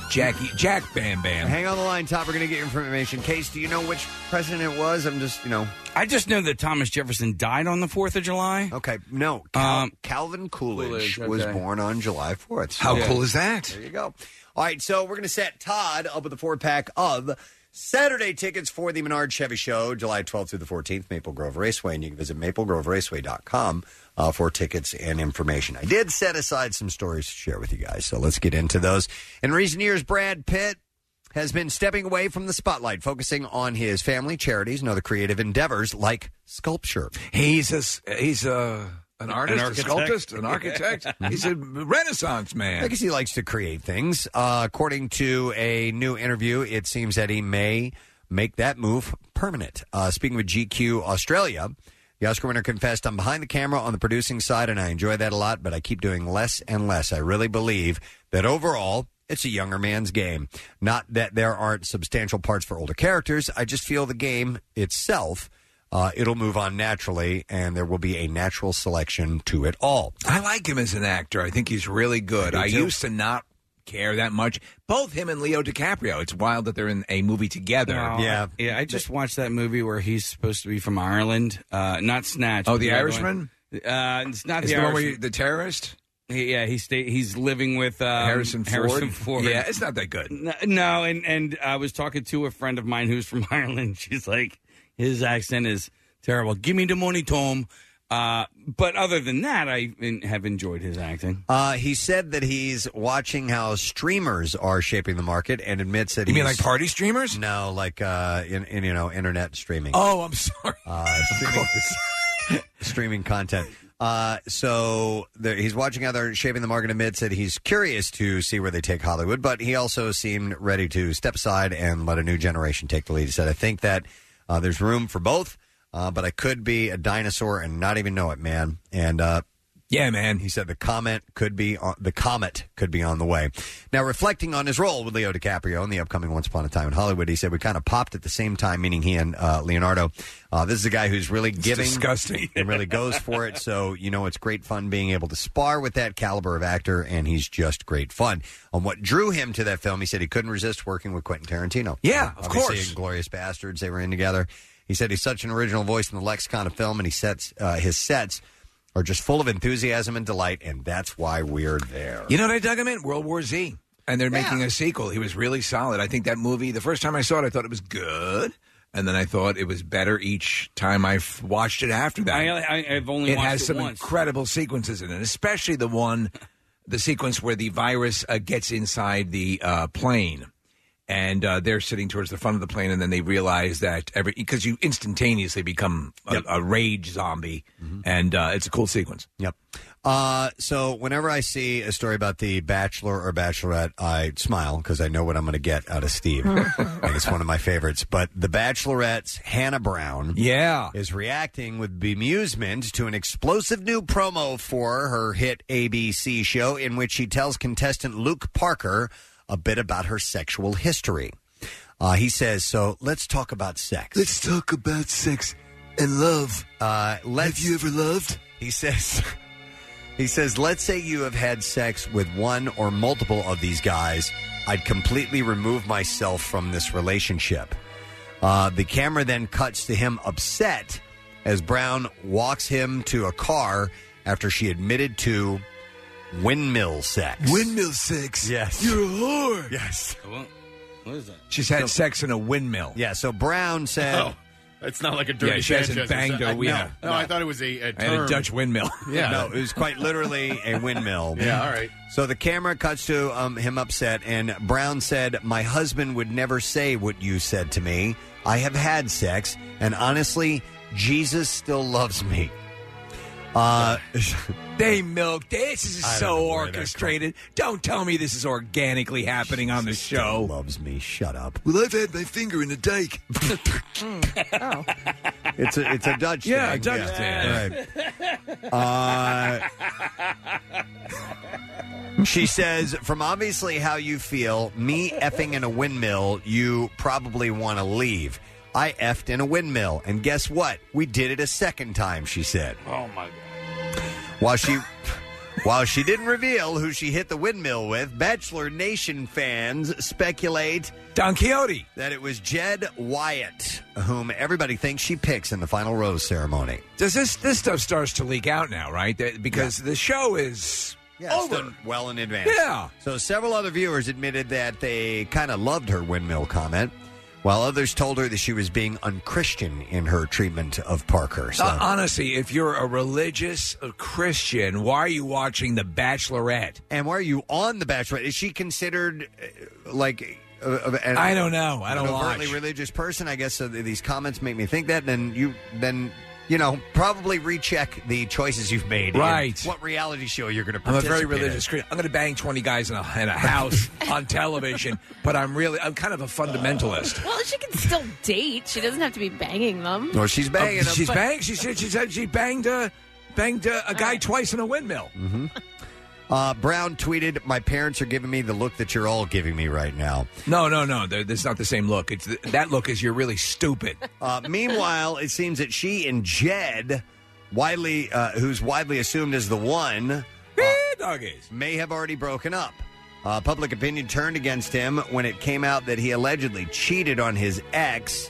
[SPEAKER 4] Jackie Jack Bam Bam.
[SPEAKER 2] Hang on the line, Top. We're going to get your information. Case, do you know which president it was? I'm just, you know.
[SPEAKER 5] I just know that Thomas Jefferson died on the 4th of July. Um,
[SPEAKER 2] Okay, no. Cal- Calvin Coolidge was born on July 4th.
[SPEAKER 5] How cool is
[SPEAKER 4] that?
[SPEAKER 2] There you go. All right, so we're going to set Todd up with a four pack of Saturday tickets for the Menard Chevy Show, July 12th through the 14th, Maple Grove Raceway. And you can visit maplegroveraceway.com uh, for tickets and information. I did set aside some stories to share with you guys, so let's get into those. In recent years, Brad Pitt has been stepping away from the spotlight, focusing on his family, charities, and other creative endeavors like sculpture.
[SPEAKER 4] He's a s- he's a an artist, a
[SPEAKER 2] architect.
[SPEAKER 4] sculptor, an architect. he's a Renaissance man.
[SPEAKER 2] I guess he likes to create things. Uh, according to a new interview, it seems that he may make that move permanent. Uh, speaking with GQ Australia, the Oscar winner confessed, I'm behind the camera on the producing side, and I enjoy that a lot, but I keep doing less and less. I really believe that overall, it's a younger man's game. Not that there aren't substantial parts for older characters. I just feel the game itself, uh, it'll move on naturally, and there will be a natural selection to it all.
[SPEAKER 4] I like him as an actor. I think he's really good.
[SPEAKER 2] I
[SPEAKER 4] I,
[SPEAKER 2] do, too.
[SPEAKER 4] used to not care that much. Both him and Leo DiCaprio. It's wild that they're in a movie together.
[SPEAKER 5] No, I- yeah. I just watched that movie where he's supposed to be from Ireland, uh, not Snatch.
[SPEAKER 4] Oh,
[SPEAKER 5] but
[SPEAKER 4] The
[SPEAKER 5] other
[SPEAKER 4] Irishman?
[SPEAKER 5] one. Uh, it's not
[SPEAKER 4] It's
[SPEAKER 5] the
[SPEAKER 4] the one where
[SPEAKER 5] Irishman.
[SPEAKER 4] you- the terrorist.
[SPEAKER 5] He, yeah, he stay, he's living with um,
[SPEAKER 4] Harrison Ford?
[SPEAKER 5] Harrison Ford.
[SPEAKER 4] Yeah, it's not that good.
[SPEAKER 5] No, no, and and I was talking to a friend of mine who's from Ireland. She's like, his accent is terrible. Give me the money, Tom. Uh, but other than that, I en- have enjoyed his acting.
[SPEAKER 2] Uh, he said that he's watching how streamers are shaping the market and admits that
[SPEAKER 4] You mean
[SPEAKER 2] he's-
[SPEAKER 4] like party streamers?
[SPEAKER 2] No, like uh, in, in you know internet streaming.
[SPEAKER 4] Oh, I'm sorry.
[SPEAKER 2] Uh, streaming, streaming content. Uh, so there, he's watching how they're shaping the market. Admits that he's curious to see where they take Hollywood, but he also seemed ready to step aside and let a new generation take the lead. He said, "I think that uh, there's room for both, uh, but I could be a dinosaur and not even know it, man." And uh,
[SPEAKER 4] yeah, man,
[SPEAKER 2] he said the comment could be on, the comet could be on the way. Now, reflecting on his role with Leo DiCaprio in the upcoming Once Upon a Time in Hollywood, he said we kind of popped at the same time, meaning he and uh, Leonardo. Uh, this is a guy who's really giving,
[SPEAKER 4] disgusting.
[SPEAKER 2] and really goes for it. So you know, it's great fun being able to spar with that caliber of actor, and he's just great fun. On what drew him to that film, he said he couldn't resist working with Quentin Tarantino.
[SPEAKER 4] Yeah, of
[SPEAKER 2] Obviously,
[SPEAKER 4] course.
[SPEAKER 2] in Glorious Bastards, they were in together. He said he's such an original voice in the lexicon of film, and he sets uh, his sets are just full of enthusiasm and delight, and that's why we're there.
[SPEAKER 4] You know what I dug him in? World War Z. And they're making a sequel. He was really solid. I think that movie, the first time I saw it, I thought it was good. And then I thought it was better each time I f- watched it after that.
[SPEAKER 5] I, I, I've only
[SPEAKER 4] it
[SPEAKER 5] watched
[SPEAKER 4] has
[SPEAKER 5] it
[SPEAKER 4] some
[SPEAKER 5] once.
[SPEAKER 4] incredible sequences in it, especially the one, the sequence where the virus uh, gets inside the uh, plane, and uh, they're sitting towards the front of the plane, and then they realize that every because you instantaneously become a, a rage zombie, and uh, it's a cool sequence.
[SPEAKER 2] Mm-hmm. Yep. Uh, so whenever I see a story about the Bachelor or Bachelorette, I smile because I know what I'm going to get out of Steve. and it's one of my favorites. But the Bachelorette's Hannah Brown,
[SPEAKER 4] yeah,
[SPEAKER 2] is reacting with bemusement to an explosive new promo for her hit ABC show, in which she tells contestant Luke Parker a bit about her sexual history. Uh, he says, "So let's talk about sex. Let's
[SPEAKER 6] talk about sex and love.
[SPEAKER 2] Uh, let's,
[SPEAKER 6] Have you ever loved?
[SPEAKER 2] He says. He says, let's say you have had sex with one or multiple of these guys. I'd completely remove myself from this relationship. Uh, the camera then cuts to him upset as Brown walks him to a car after she admitted to windmill sex.
[SPEAKER 6] Windmill sex.
[SPEAKER 2] Yes.
[SPEAKER 6] You're a whore.
[SPEAKER 2] Yes.
[SPEAKER 5] What, what is that?
[SPEAKER 4] She's had sex in a windmill.
[SPEAKER 2] Yeah, so Brown said.
[SPEAKER 7] Oh, it's not like a dirty
[SPEAKER 4] Yeah, she hasn't
[SPEAKER 7] Sanchez.
[SPEAKER 4] banged
[SPEAKER 7] It's- I-
[SPEAKER 4] a-
[SPEAKER 7] no,
[SPEAKER 4] yeah.
[SPEAKER 7] No, I thought it was a, a
[SPEAKER 4] I had a
[SPEAKER 7] term.
[SPEAKER 4] Dutch windmill.
[SPEAKER 7] Yeah.
[SPEAKER 2] No, it was quite literally a windmill.
[SPEAKER 7] Yeah, all right.
[SPEAKER 2] So the camera cuts to um, him upset, and Brown said, My husband would never say what you said to me. I have had sex, and honestly, Jesus still loves me. Uh,
[SPEAKER 4] They milk. This is
[SPEAKER 2] I don't know
[SPEAKER 4] so
[SPEAKER 2] where that
[SPEAKER 4] orchestrated. Don't tell me this is organically happening on the show.
[SPEAKER 2] Loves me. Shut up.
[SPEAKER 6] Well, I've had my finger in a dike.
[SPEAKER 2] It's a, it's a Dutch
[SPEAKER 4] Yeah,
[SPEAKER 2] thing.
[SPEAKER 4] a Dutch
[SPEAKER 2] thing. Right. Uh, she says, from obviously how you feel, me effing in a windmill, you probably want to leave. I effed in a windmill, and guess what? We did it a second time, she said.
[SPEAKER 5] Oh my god!
[SPEAKER 2] While she While she didn't reveal who she hit the windmill with, Bachelor Nation fans speculate
[SPEAKER 4] Don Quixote
[SPEAKER 2] that it was Jed Wyatt, whom everybody thinks she picks in the final rose ceremony.
[SPEAKER 4] Does this this stuff starts to leak out now, right? That- Because the show is
[SPEAKER 2] over well in advance.
[SPEAKER 4] Yeah.
[SPEAKER 2] So several other viewers admitted that they kind of loved her windmill comment, while others told her that she was being unchristian in her treatment of Parker. So
[SPEAKER 4] Uh, honestly, if you're a religious uh, Christian, why are you watching The Bachelorette?
[SPEAKER 2] And why are you on The Bachelorette? Is she considered uh, like? Uh, uh, an-
[SPEAKER 4] I don't know. I
[SPEAKER 2] an
[SPEAKER 4] don't
[SPEAKER 2] overtly
[SPEAKER 4] watch.
[SPEAKER 2] religious person, I guess. So th- these comments make me think that. Then you then. You know, probably recheck the choices you've made. in
[SPEAKER 4] Right.
[SPEAKER 2] What reality show you're going to
[SPEAKER 4] I'm a
[SPEAKER 2] participate
[SPEAKER 4] very religious Christian. I'm going to bang 20 guys in a, in a house on television, but I'm really, I'm kind of a fundamentalist.
[SPEAKER 3] Well, she can still date. She doesn't have to be banging them.
[SPEAKER 2] Or she's banging
[SPEAKER 4] Uh,
[SPEAKER 2] them.
[SPEAKER 4] She's banged. She said she said she banged a banged a, a
[SPEAKER 2] Ah.
[SPEAKER 4] guy twice in a windmill.
[SPEAKER 2] hmm Uh, Brown tweeted, "My parents are giving me the look that you're all giving me right now."
[SPEAKER 4] No, no, no. th- That's not the same look. It's th- that look is you're really stupid.
[SPEAKER 2] Uh, meanwhile, it seems that she and Jed, widely uh, who's widely assumed as the one, uh, may have already broken up. Uh, public opinion turned against him when it came out that he allegedly cheated on his ex.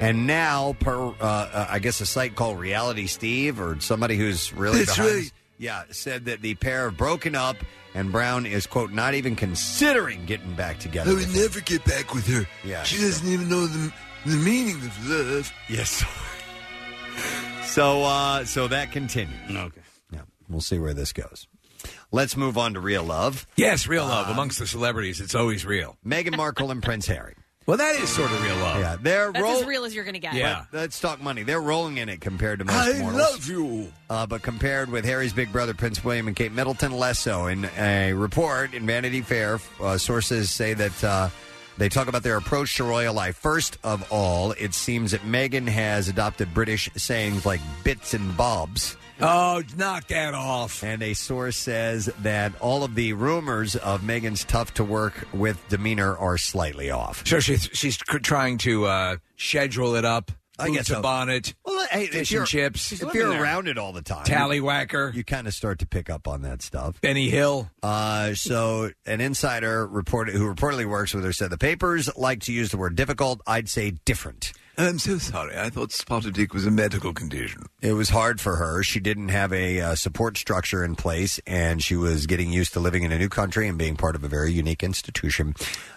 [SPEAKER 2] And now, per uh, uh, I guess a site called Reality Steve or somebody who's really
[SPEAKER 6] That's
[SPEAKER 2] behind,
[SPEAKER 6] right.
[SPEAKER 2] yeah, said that the pair have broken up, and Brown is quote not even considering getting back together.
[SPEAKER 6] I
[SPEAKER 2] with
[SPEAKER 6] would never get back with her.
[SPEAKER 2] Yeah.
[SPEAKER 6] She doesn't even know the, the meaning of love.
[SPEAKER 2] Yes. So uh so that continues. Okay. Yeah. We'll see where this goes. Let's move on to real love. Um,
[SPEAKER 4] Yes, real love amongst the celebrities. It's always real.
[SPEAKER 2] Meghan Markle and Prince Harry.
[SPEAKER 4] Well, that is sort of real love.
[SPEAKER 2] Yeah, they're
[SPEAKER 3] That's
[SPEAKER 2] roll-
[SPEAKER 3] as real as you're going to get.
[SPEAKER 2] But let's talk money. They're rolling in it compared to most
[SPEAKER 3] I
[SPEAKER 2] mortals.
[SPEAKER 3] love
[SPEAKER 6] you.
[SPEAKER 2] Uh, but compared with Harry's big brother, Prince William and Kate Middleton, less so. In a report in Vanity Fair, uh, sources say that uh, they talk about their approach to royal life. First of all, it seems that Meghan has adopted British sayings like bits and bobs.
[SPEAKER 4] Oh, knock that off.
[SPEAKER 2] And a source says that all of the rumors of Megan's tough to work with demeanor are slightly off.
[SPEAKER 4] So she's she's c- trying to uh, schedule it up.
[SPEAKER 2] I
[SPEAKER 4] Boots
[SPEAKER 2] guess
[SPEAKER 4] a
[SPEAKER 2] so.
[SPEAKER 4] bonnet.
[SPEAKER 2] Well, hey, if
[SPEAKER 4] fish
[SPEAKER 2] you're-
[SPEAKER 4] and chips.
[SPEAKER 2] if you're around it all the time,
[SPEAKER 4] Tallywhacker.
[SPEAKER 2] You kind of start to pick up on that stuff.
[SPEAKER 4] Benny Hill.
[SPEAKER 2] Uh, so an insider reported who reportedly works with her said the papers like to use the word difficult. I'd say different.
[SPEAKER 6] I'm so sorry. I thought spotted dick was a medical condition.
[SPEAKER 2] It was hard for her. She didn't have a uh, support structure in place, and she was getting used to living in a new country and being part of a very unique institution.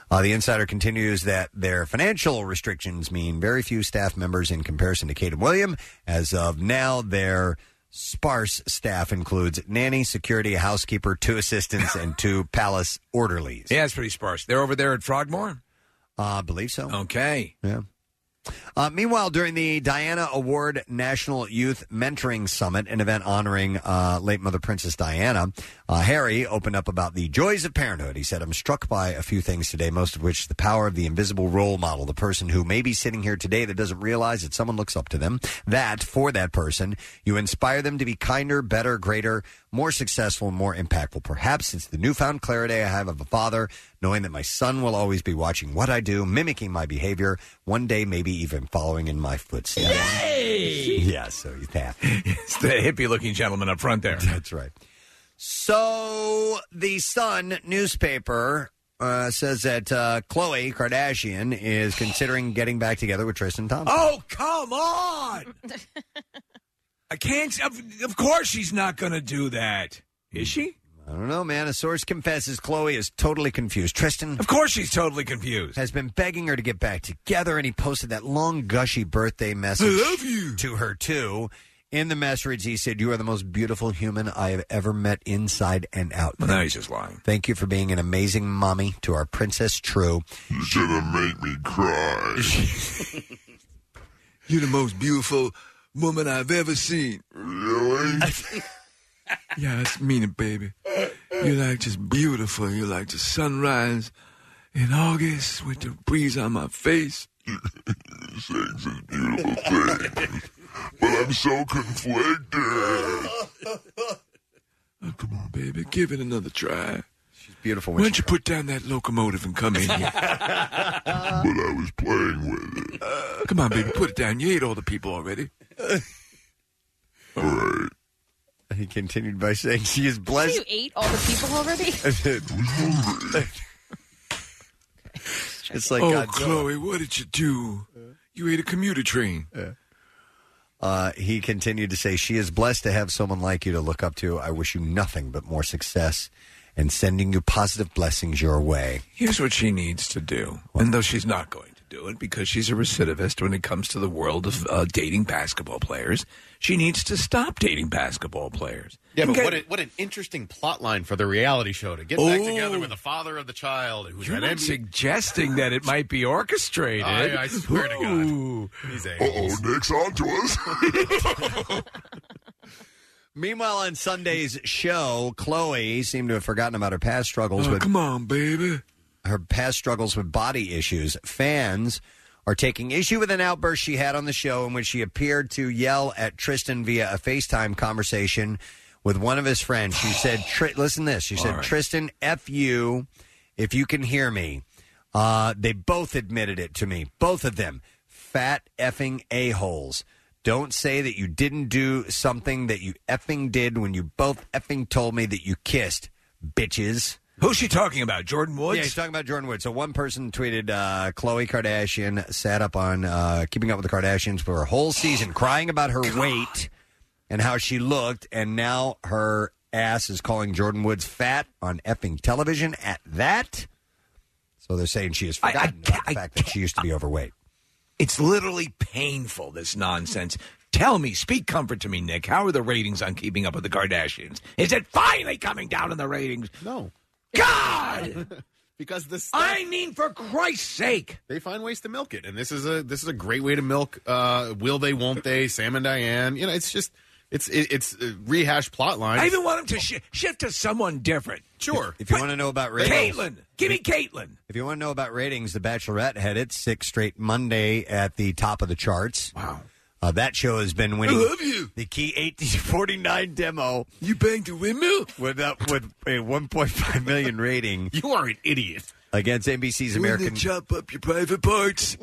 [SPEAKER 2] Uh, the insider continues that their financial restrictions mean very few staff members in comparison to Kate and William. As of now, their sparse staff includes nanny, security, a housekeeper, two assistants, and two palace orderlies.
[SPEAKER 4] Yeah, it's pretty sparse. They're over there at Frogmore.
[SPEAKER 2] I uh, believe so.
[SPEAKER 4] Okay.
[SPEAKER 2] Yeah. Uh, meanwhile, during the Diana Award National Youth Mentoring Summit, an event honoring uh, late Mother Princess Diana, uh, Harry opened up about the joys of parenthood. He said, I'm struck by a few things today, most of which is the power of the invisible role model, the person who may be sitting here today that doesn't realize that someone looks up to them. That, for that person, you inspire them to be kinder, better, greater, more successful, and more impactful. Perhaps it's the newfound clarity I have of a father, knowing that my son will always be watching what I do, mimicking my behavior, one day maybe even following in my footsteps. Yeah, so you tap.
[SPEAKER 4] It's the hippie looking gentleman up front there.
[SPEAKER 2] That's right. So the Sun newspaper uh, says that uh, Khloe Kardashian is considering getting back together with Tristan Thompson.
[SPEAKER 4] Oh, come on. I can't. Of, of course, she's not going to do that. Is she?
[SPEAKER 2] I don't know, man. A source confesses Chloe is totally confused. Tristan,
[SPEAKER 4] of course, she's totally confused.
[SPEAKER 2] Has been begging her to get back together, and he posted that long, gushy birthday message to her too. In the message, he said, "You are the most beautiful human I have ever met, inside and out."
[SPEAKER 4] Well, now he's just lying.
[SPEAKER 2] Thank you for being an amazing mommy to our princess. True.
[SPEAKER 6] You're gonna make me cry. You're the most beautiful woman I've ever seen. Really? yeah, I mean it, baby. You're like just beautiful. You're like the sunrise in August with the breeze on my face.
[SPEAKER 11] Sex is beautiful thing. but I'm so conflicted.
[SPEAKER 6] Oh, Come on, baby, give it another try. She's
[SPEAKER 2] beautiful.
[SPEAKER 6] Why don't you put down that locomotive and come in here?
[SPEAKER 11] but I was playing with it.
[SPEAKER 6] Come on, baby, put it down. You ate all the people already. all right.
[SPEAKER 2] He continued by saying she is
[SPEAKER 3] Have you
[SPEAKER 2] blessed.
[SPEAKER 3] ate all the people already?
[SPEAKER 2] it's like
[SPEAKER 6] oh,
[SPEAKER 2] Godzilla.
[SPEAKER 6] Chloe, what did you do? You ate a commuter train.
[SPEAKER 2] Uh, he continued to say, She is blessed to have someone like you to look up to. I wish you nothing but more success and sending you positive blessings your way.
[SPEAKER 4] Here's what she needs to do, and though she's not going to do it because she's a recidivist when it comes to the world of uh, dating basketball players, she needs to stop dating basketball players.
[SPEAKER 7] Yeah, but
[SPEAKER 4] Okay.
[SPEAKER 7] what, a, what an interesting plot line for the reality show to get back together with the father of the child who's
[SPEAKER 4] Oh, You're
[SPEAKER 7] at
[SPEAKER 4] not
[SPEAKER 7] NBA.
[SPEAKER 4] suggesting that it might be orchestrated.
[SPEAKER 7] I, I swear to God. He's a
[SPEAKER 11] Oh, Nick's on to us.
[SPEAKER 2] Meanwhile, on Sunday's show, Chloe seemed to have forgotten about her past struggles
[SPEAKER 6] Oh,
[SPEAKER 2] with
[SPEAKER 6] come on, baby.
[SPEAKER 2] her past struggles with body issues. Fans are taking issue with an outburst she had on the show in which she appeared to yell at Tristan via a FaceTime conversation with one of his friends. She said, Tri- "Listen to this." She said, "Tristan, f you, if you can hear me." Uh, they both admitted it to me. Both of them, fat effing a holes. Don't say that you didn't do something that you effing did when you both effing told me that you kissed, bitches.
[SPEAKER 4] Who's she talking about? Jordan Woods?
[SPEAKER 2] Yeah, he's talking about Jordan Woods. So one person tweeted, uh, Khloe Kardashian sat up on uh, Keeping Up with the Kardashians for a whole season, crying about her weight and how she looked, and now her ass is calling Jordan Woods fat on effing television at that. So they're saying she has forgotten about the fact that she used to be overweight.
[SPEAKER 4] It's literally painful, this nonsense. Tell me, speak comfort to me, Nick. How are the ratings on Keeping Up with the Kardashians? Is it finally coming down in the ratings?
[SPEAKER 7] No.
[SPEAKER 4] God!
[SPEAKER 7] because this
[SPEAKER 4] I mean for Christ's sake.
[SPEAKER 7] They find ways to milk it. And this is a this is a great way to milk uh will they won't they Sam and Diane. You know, it's just it's it, it's uh, rehashed plot lines.
[SPEAKER 4] I even want him to sh- shift to someone different.
[SPEAKER 7] Sure.
[SPEAKER 2] If you want to know about ratings,
[SPEAKER 4] Caitlin! Give me Caitlin!
[SPEAKER 2] If you want to know about ratings, The Bachelorette had its sixth straight Monday at the top of the charts.
[SPEAKER 4] Wow.
[SPEAKER 2] Uh, that show has been winning.
[SPEAKER 6] I love you.
[SPEAKER 2] The Key 1849 demo.
[SPEAKER 6] You banged a windmill?
[SPEAKER 2] With, uh, with a 1.5 million rating.
[SPEAKER 7] you are an idiot.
[SPEAKER 2] Against NBC's
[SPEAKER 6] Wouldn't
[SPEAKER 2] American.
[SPEAKER 6] it chop up your private parts?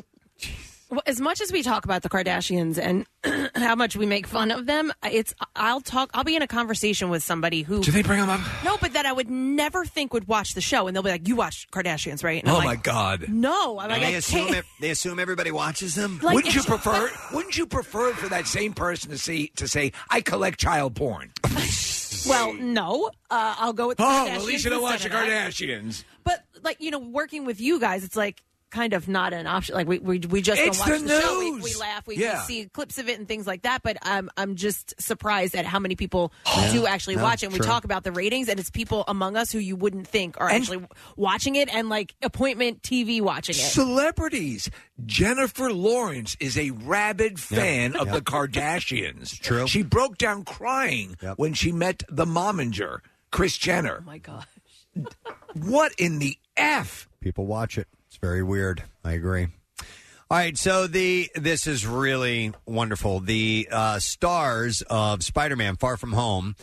[SPEAKER 3] Well, as much as we talk about the Kardashians and how much we make fun of them, it's I'll talk. I'll be in a conversation with somebody who
[SPEAKER 4] do they bring them up?
[SPEAKER 3] No, but that I would never think would watch the show, and they'll be like, "You watch Kardashians, right?" And
[SPEAKER 4] oh
[SPEAKER 3] I'm
[SPEAKER 4] my
[SPEAKER 3] like,
[SPEAKER 4] God!
[SPEAKER 3] No, I'm like,
[SPEAKER 2] they,
[SPEAKER 3] I
[SPEAKER 2] assume
[SPEAKER 3] can't.
[SPEAKER 2] ev- they assume everybody watches them.
[SPEAKER 3] Like,
[SPEAKER 4] wouldn't you
[SPEAKER 3] it's-
[SPEAKER 4] prefer? wouldn't you prefer for that same person to see to say, "I collect child porn"?
[SPEAKER 3] Well, no, uh, I'll go with. the
[SPEAKER 4] Oh,
[SPEAKER 3] Kardashians
[SPEAKER 4] at least you don't watch the
[SPEAKER 3] instead of that.
[SPEAKER 4] Kardashians.
[SPEAKER 3] But like you know, working with you guys, it's like kind of not an option. Like we we, we just
[SPEAKER 4] It's
[SPEAKER 3] don't watch
[SPEAKER 4] the
[SPEAKER 3] the, show. We,
[SPEAKER 4] news.
[SPEAKER 3] we laugh. We,
[SPEAKER 4] Yeah.
[SPEAKER 3] we see clips of it and things like that. But I'm I'm just surprised at how many people do actually
[SPEAKER 4] No,
[SPEAKER 3] watch it. And we
[SPEAKER 4] Oh, true.
[SPEAKER 3] talk about the ratings, and it's people among us who you wouldn't think are actually watching it and like appointment TV watching it.
[SPEAKER 4] Celebrities. Jennifer Lawrence is a rabid fan of the Kardashians. True. She broke down crying when she met the momager, Chris Jenner. Oh
[SPEAKER 3] my God.
[SPEAKER 4] What in the f?
[SPEAKER 2] People watch it. It's very weird. I agree. All right, so the this is really wonderful. The uh, stars of Spider-Man: Far From Home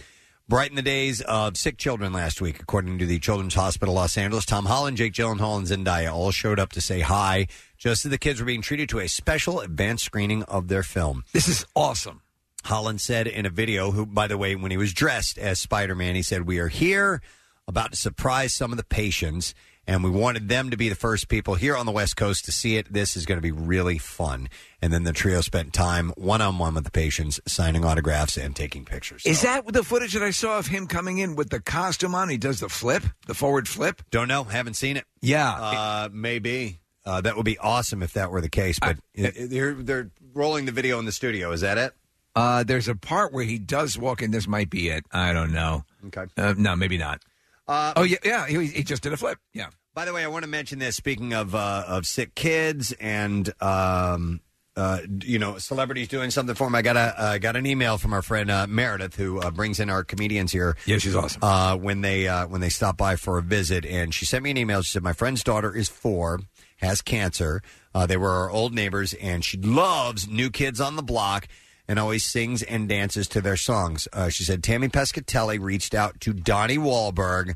[SPEAKER 2] brightened the days of sick children last week, according to the Children's Hospital Los Angeles. Tom Holland, Jake Gyllenhaal, and Zendaya all showed up to say hi, just as the kids were being treated to a special advanced screening of their film.
[SPEAKER 4] This is awesome.
[SPEAKER 2] Holland said in a video, who, by the way, when he was dressed as Spider Man, he said, We are here about to surprise some of the patients, and we wanted them to be the first people here on the West Coast to see it. This is going to be really fun. And then the trio spent time one on one with the patients, signing autographs and taking pictures.
[SPEAKER 4] Is that the footage that I saw of him coming in with the costume on? He does the flip, the forward flip.
[SPEAKER 2] Don't know. Haven't seen it.
[SPEAKER 4] Yeah.
[SPEAKER 2] Uh, maybe. Uh, that would be awesome if that were the case, but they're, they're rolling the video in the studio. Is that it?
[SPEAKER 4] Uh, there's a part where he does walk in. This might be it. I don't know.
[SPEAKER 2] Okay.
[SPEAKER 4] Uh, no, maybe not.
[SPEAKER 2] Uh,
[SPEAKER 4] oh yeah, yeah. He, he just did a flip. Yeah.
[SPEAKER 2] By the way, I want to mention this. Speaking of uh, of sick kids and um, uh, you know celebrities doing something for them, I got a uh, got an email from our friend uh, Meredith who uh, brings in our comedians here.
[SPEAKER 4] Yeah, she's awesome.
[SPEAKER 2] Uh, when they uh, when they stop by for a visit, and she sent me an email. She said my friend's daughter is four, has cancer. Uh, they were our old neighbors, and she loves New Kids on the Block. And always sings and dances to their songs. Uh, she said Tammy Pescatelli reached out to Donnie Wahlberg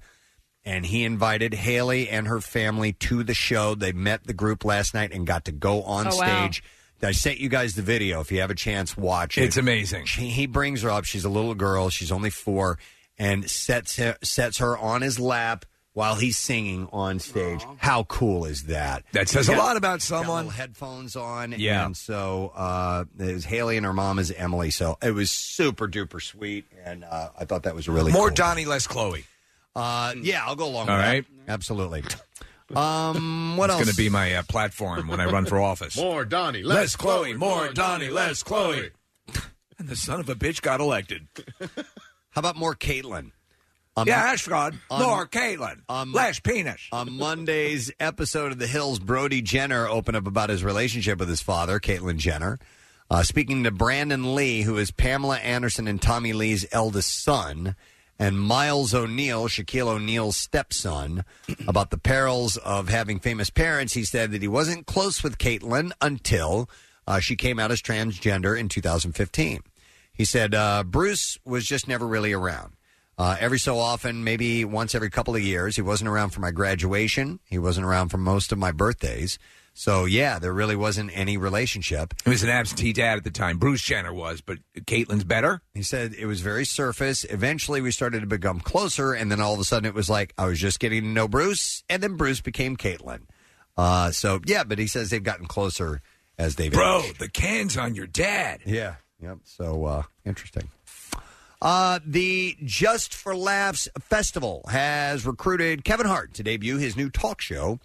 [SPEAKER 2] and he invited Haley and her family to the show. They met the group last night and got to go on
[SPEAKER 12] Oh, wow.
[SPEAKER 2] stage I sent you guys the video. If you have a chance, watch it.
[SPEAKER 4] It's amazing.
[SPEAKER 2] She, he brings her up. She's a little girl. She's only four, and sets her, sets her on his lap while he's singing on stage. How cool is that?
[SPEAKER 4] That says a
[SPEAKER 2] Yeah.
[SPEAKER 4] lot about someone.
[SPEAKER 2] headphones on.
[SPEAKER 4] Yeah.
[SPEAKER 2] And so uh, it was Haley and her mom is Emily. So it was super duper sweet, and uh, I thought that was really
[SPEAKER 4] More
[SPEAKER 2] cool.
[SPEAKER 4] Donnie, less Chloe.
[SPEAKER 2] Uh, yeah, I'll go along.
[SPEAKER 4] All
[SPEAKER 2] with
[SPEAKER 4] right.
[SPEAKER 2] that. absolutely. Um, what
[SPEAKER 4] It's
[SPEAKER 2] else?
[SPEAKER 4] going to be my uh, platform when I run for office.
[SPEAKER 7] More Donnie,
[SPEAKER 4] less, Chloe. More Donnie, less Chloe. And the son of a bitch got elected.
[SPEAKER 2] How about more Caitlin?
[SPEAKER 4] yeah, that's good.
[SPEAKER 2] on-
[SPEAKER 4] More Caitlin. less penis.
[SPEAKER 2] On Monday's episode of The Hills, Brody Jenner opened up about his relationship with his father, Caitlyn Jenner. Uh, speaking to Brandon Lee, who is Pamela Anderson and Tommy Lee's eldest son, and Miles O'Neill, Shaquille O'Neal's stepson, about the perils of having famous parents, he said that he wasn't close with Caitlyn until uh, she came out as transgender in 2015. He said, uh, Bruce was just never really around. Uh, every so often, maybe once every couple of years. He wasn't around for my graduation. He wasn't around for most of my birthdays. So, yeah, there really wasn't any relationship.
[SPEAKER 4] He was an absentee dad at the time. Bruce Jenner was, but Caitlin's better.
[SPEAKER 2] He said it was very surface. Eventually, we started to become closer, and then all of a sudden, it was like I was just getting to know Bruce, and then Bruce became Caitlin. Uh, so, yeah, but he says they've gotten closer as they've
[SPEAKER 4] Bro,
[SPEAKER 2] aged.
[SPEAKER 4] the can's on your dad.
[SPEAKER 2] Yeah. Yep. So uh, interesting. Uh, the Just for Laughs Festival has recruited Kevin Hart to debut his new talk show,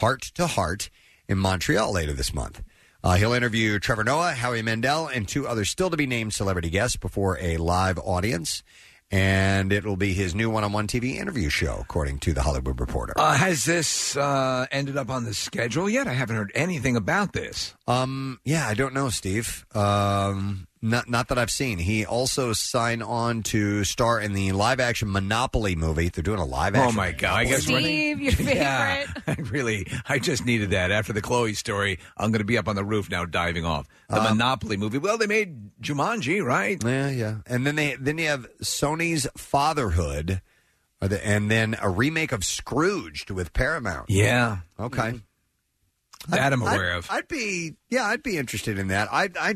[SPEAKER 2] Heart to Heart, in Montreal later this month. Uh, he'll interview Trevor Noah, Howie Mandel, and two other still to be named celebrity guests before a live audience. And it will be his new one on one TV interview show, according to The Hollywood Reporter.
[SPEAKER 4] Uh, has this uh, ended up on the schedule yet? I haven't heard anything about this.
[SPEAKER 2] Um, yeah, I don't know, Steve. Um, not not that I've seen. He also signed on to star in the live action Monopoly movie. They're doing a live
[SPEAKER 4] Oh,
[SPEAKER 2] action.
[SPEAKER 4] my God, I guess we're-
[SPEAKER 3] Steve, your favorite.
[SPEAKER 4] Yeah, I really, I just needed that. After the Chloe story, I'm going to be up on the roof now diving off. The Monopoly movie. Well, they made Jumanji, right?
[SPEAKER 2] Uh, Yeah, yeah. And then they then you have Sony's Fatherhood, or the- and then a remake of Scrooged with Paramount.
[SPEAKER 4] Yeah. Mm-hmm.
[SPEAKER 2] Okay.
[SPEAKER 4] That I'm
[SPEAKER 2] I'd-
[SPEAKER 4] aware of.
[SPEAKER 2] I'd be yeah, I'd be interested in that. I I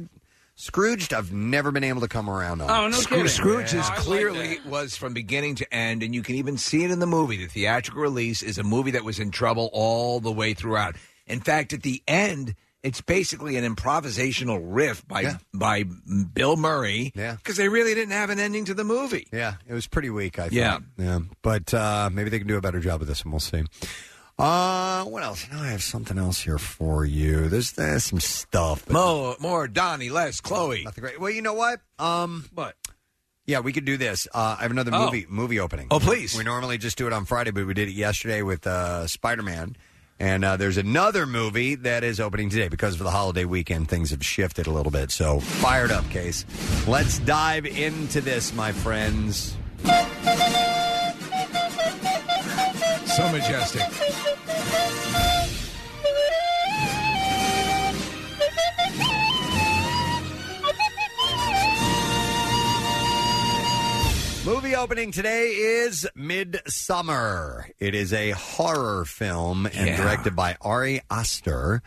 [SPEAKER 2] Scrooged. I've never been able to come around on.
[SPEAKER 4] Oh, Scroo- Scrooge is clearly was from beginning to end, and you can even see it in the movie. The theatrical release is a movie that was in trouble all the way throughout. In fact, at the end, it's basically an improvisational riff by by Bill Murray. Yeah, because they really didn't have an ending to the movie.
[SPEAKER 2] Yeah, it was pretty weak. I thought.
[SPEAKER 4] Yeah.
[SPEAKER 2] yeah. But uh, maybe they can do a better job of this, and we'll see. Uh, what else? Now I have something else here for you. There's, there's some stuff. but-
[SPEAKER 4] More, more Donnie, less Chloe.
[SPEAKER 2] Nothing great. Well, you know what? Um,
[SPEAKER 4] but
[SPEAKER 2] yeah, we could do this. Uh, I have another
[SPEAKER 4] Oh.
[SPEAKER 2] movie movie opening.
[SPEAKER 4] Oh, please.
[SPEAKER 2] We normally just do it on Friday, but we did it yesterday with uh, Spider Man. And uh, there's another movie that is opening today because of the holiday weekend. Things have shifted a little bit. So fired up, case. Let's dive into this, my friends.
[SPEAKER 4] so majestic.
[SPEAKER 2] Movie opening today is Midsummer. It is a horror film and directed by Ari Aster.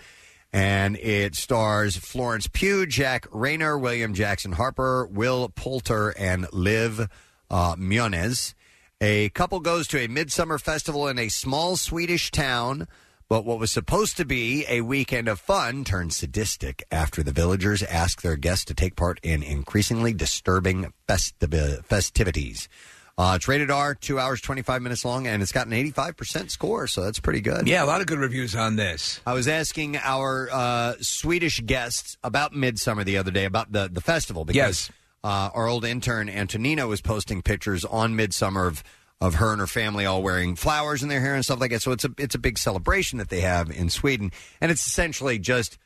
[SPEAKER 2] And it stars Florence Pugh, Jack Rayner, William Jackson Harper, Will Poulter, and Liv uh, Munoz. A couple goes to a midsummer festival in a small Swedish town, but what was supposed to be a weekend of fun turns sadistic after the villagers ask their guests to take part in increasingly disturbing festi- festivities. Uh, it's rated R, two hours, 25 minutes long, and it's got an 85% score, so that's pretty good.
[SPEAKER 4] Yeah, a lot of good reviews on this.
[SPEAKER 2] I was asking our uh, Swedish guests about Midsummer the other day about the, the festival because uh, our old intern Antonina was posting pictures on Midsummer of of her and her family all wearing flowers in their hair and stuff like that. So it's a it's a big celebration that they have in Sweden, and it's essentially just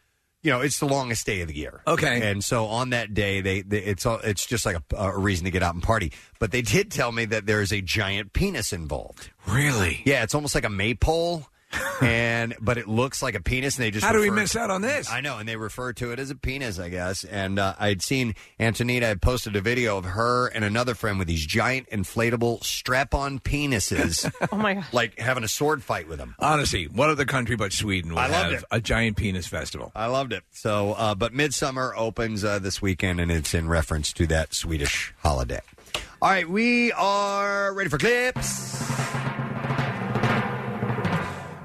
[SPEAKER 2] you know it's the longest day of the year.
[SPEAKER 4] Okay.
[SPEAKER 2] and so on that day they, they it's all, it's just like a, a reason to get out and party. But they did tell me that there is a giant penis involved.
[SPEAKER 4] Really?
[SPEAKER 2] Yeah, it's almost like a maypole. and but it looks like a penis. And they just
[SPEAKER 4] How do we
[SPEAKER 2] refer-
[SPEAKER 4] miss out on this?
[SPEAKER 2] I know, and they refer to it as a penis, I guess. And uh, I'd seen Antonita had posted a video of her and another friend with these giant inflatable strap-on penises.
[SPEAKER 3] oh my god!
[SPEAKER 2] Like having a sword fight with them.
[SPEAKER 4] Honestly, what other country but Sweden would
[SPEAKER 2] I loved
[SPEAKER 4] have
[SPEAKER 2] it.
[SPEAKER 4] a giant penis festival?
[SPEAKER 2] I loved it. So, uh, but Midsummer opens uh, this weekend, and it's in reference to that Swedish holiday. All right, we are ready for clips.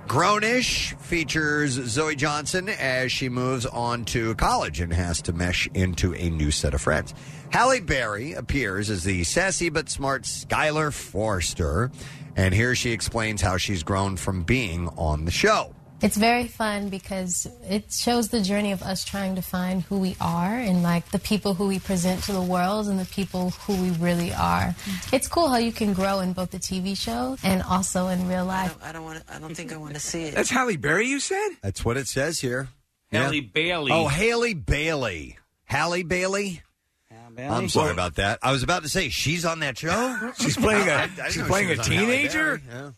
[SPEAKER 2] Grownish features Zoe Johnson as she moves on to college and has to mesh into a new set of friends. Halle Berry appears as the sassy but smart Skylar Forster, and here she explains how she's grown from being on the show.
[SPEAKER 12] It's very fun because it shows the journey of us trying to find who we are and like the people who we present to the world and the people who we really are. It's cool how you can grow in both the TV show and also in real life.
[SPEAKER 13] I don't want. to. I don't think I want to see it.
[SPEAKER 4] That's Halle Berry, you said?
[SPEAKER 2] That's what it says here.
[SPEAKER 5] Hallie
[SPEAKER 2] Yeah.
[SPEAKER 5] Bailey.
[SPEAKER 2] Oh, Haley Bailey. Hallie Bailey? I'm sorry about that. I was about to say she's on that show.
[SPEAKER 4] She's playing a-
[SPEAKER 2] I- I didn't
[SPEAKER 4] she's
[SPEAKER 2] know
[SPEAKER 4] playing
[SPEAKER 2] she
[SPEAKER 4] a
[SPEAKER 2] was on Halle
[SPEAKER 4] teenager?
[SPEAKER 2] Berry. Yeah.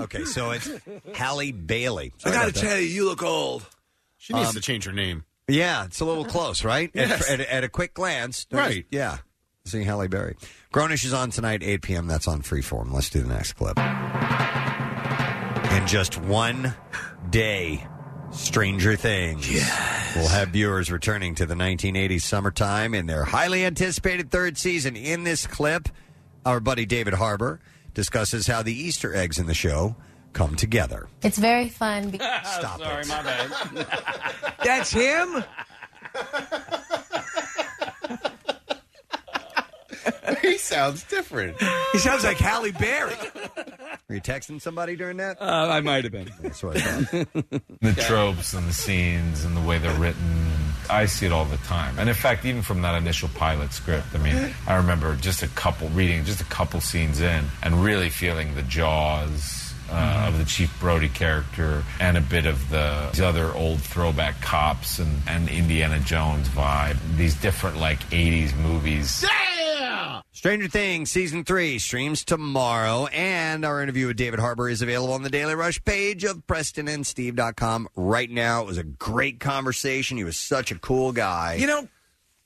[SPEAKER 2] Okay, so it's Hallie Bailey.
[SPEAKER 4] I
[SPEAKER 2] Sorry
[SPEAKER 4] got to
[SPEAKER 2] about that.
[SPEAKER 4] tell you, you look old.
[SPEAKER 7] She needs to change her name.
[SPEAKER 2] Um, Yeah, it's a little close, right? At-
[SPEAKER 7] Yes.
[SPEAKER 2] At, at a quick glance, don't
[SPEAKER 7] Right.
[SPEAKER 2] you- yeah. Seeing Halle Berry. Grownish is on tonight, 8 p.m. That's on Freeform. Let's do the next clip. In just one day, Stranger Things will have viewers returning to the 1980s summertime in their highly anticipated third season. In this clip, our buddy David Harbour discusses how the Easter eggs in the show come together.
[SPEAKER 12] It's very fun. Be-
[SPEAKER 2] Stop
[SPEAKER 5] Sorry, my bad.
[SPEAKER 4] That's him?
[SPEAKER 7] he sounds different.
[SPEAKER 4] He sounds like Halle Berry.
[SPEAKER 2] Were you texting somebody during that?
[SPEAKER 5] Uh, I might have been.
[SPEAKER 2] That's what I thought.
[SPEAKER 14] the tropes and the scenes and the way they're written. I see it all the time. And in fact, even from that initial pilot script, I mean, I remember just a couple reading just a couple scenes in and really feeling the jaws uh,
[SPEAKER 2] Mm-hmm.
[SPEAKER 14] of the Chief Brody character and a bit of the, the other old throwback cops and, and Indiana Jones vibe. These different, like, 80s movies.
[SPEAKER 2] Yeah! Stranger Things season three streams tomorrow, and our interview with David Harbour is available on the Daily Rush page of PrestonandSteve.com right now. It was a great conversation. He was such a cool guy.
[SPEAKER 4] You know,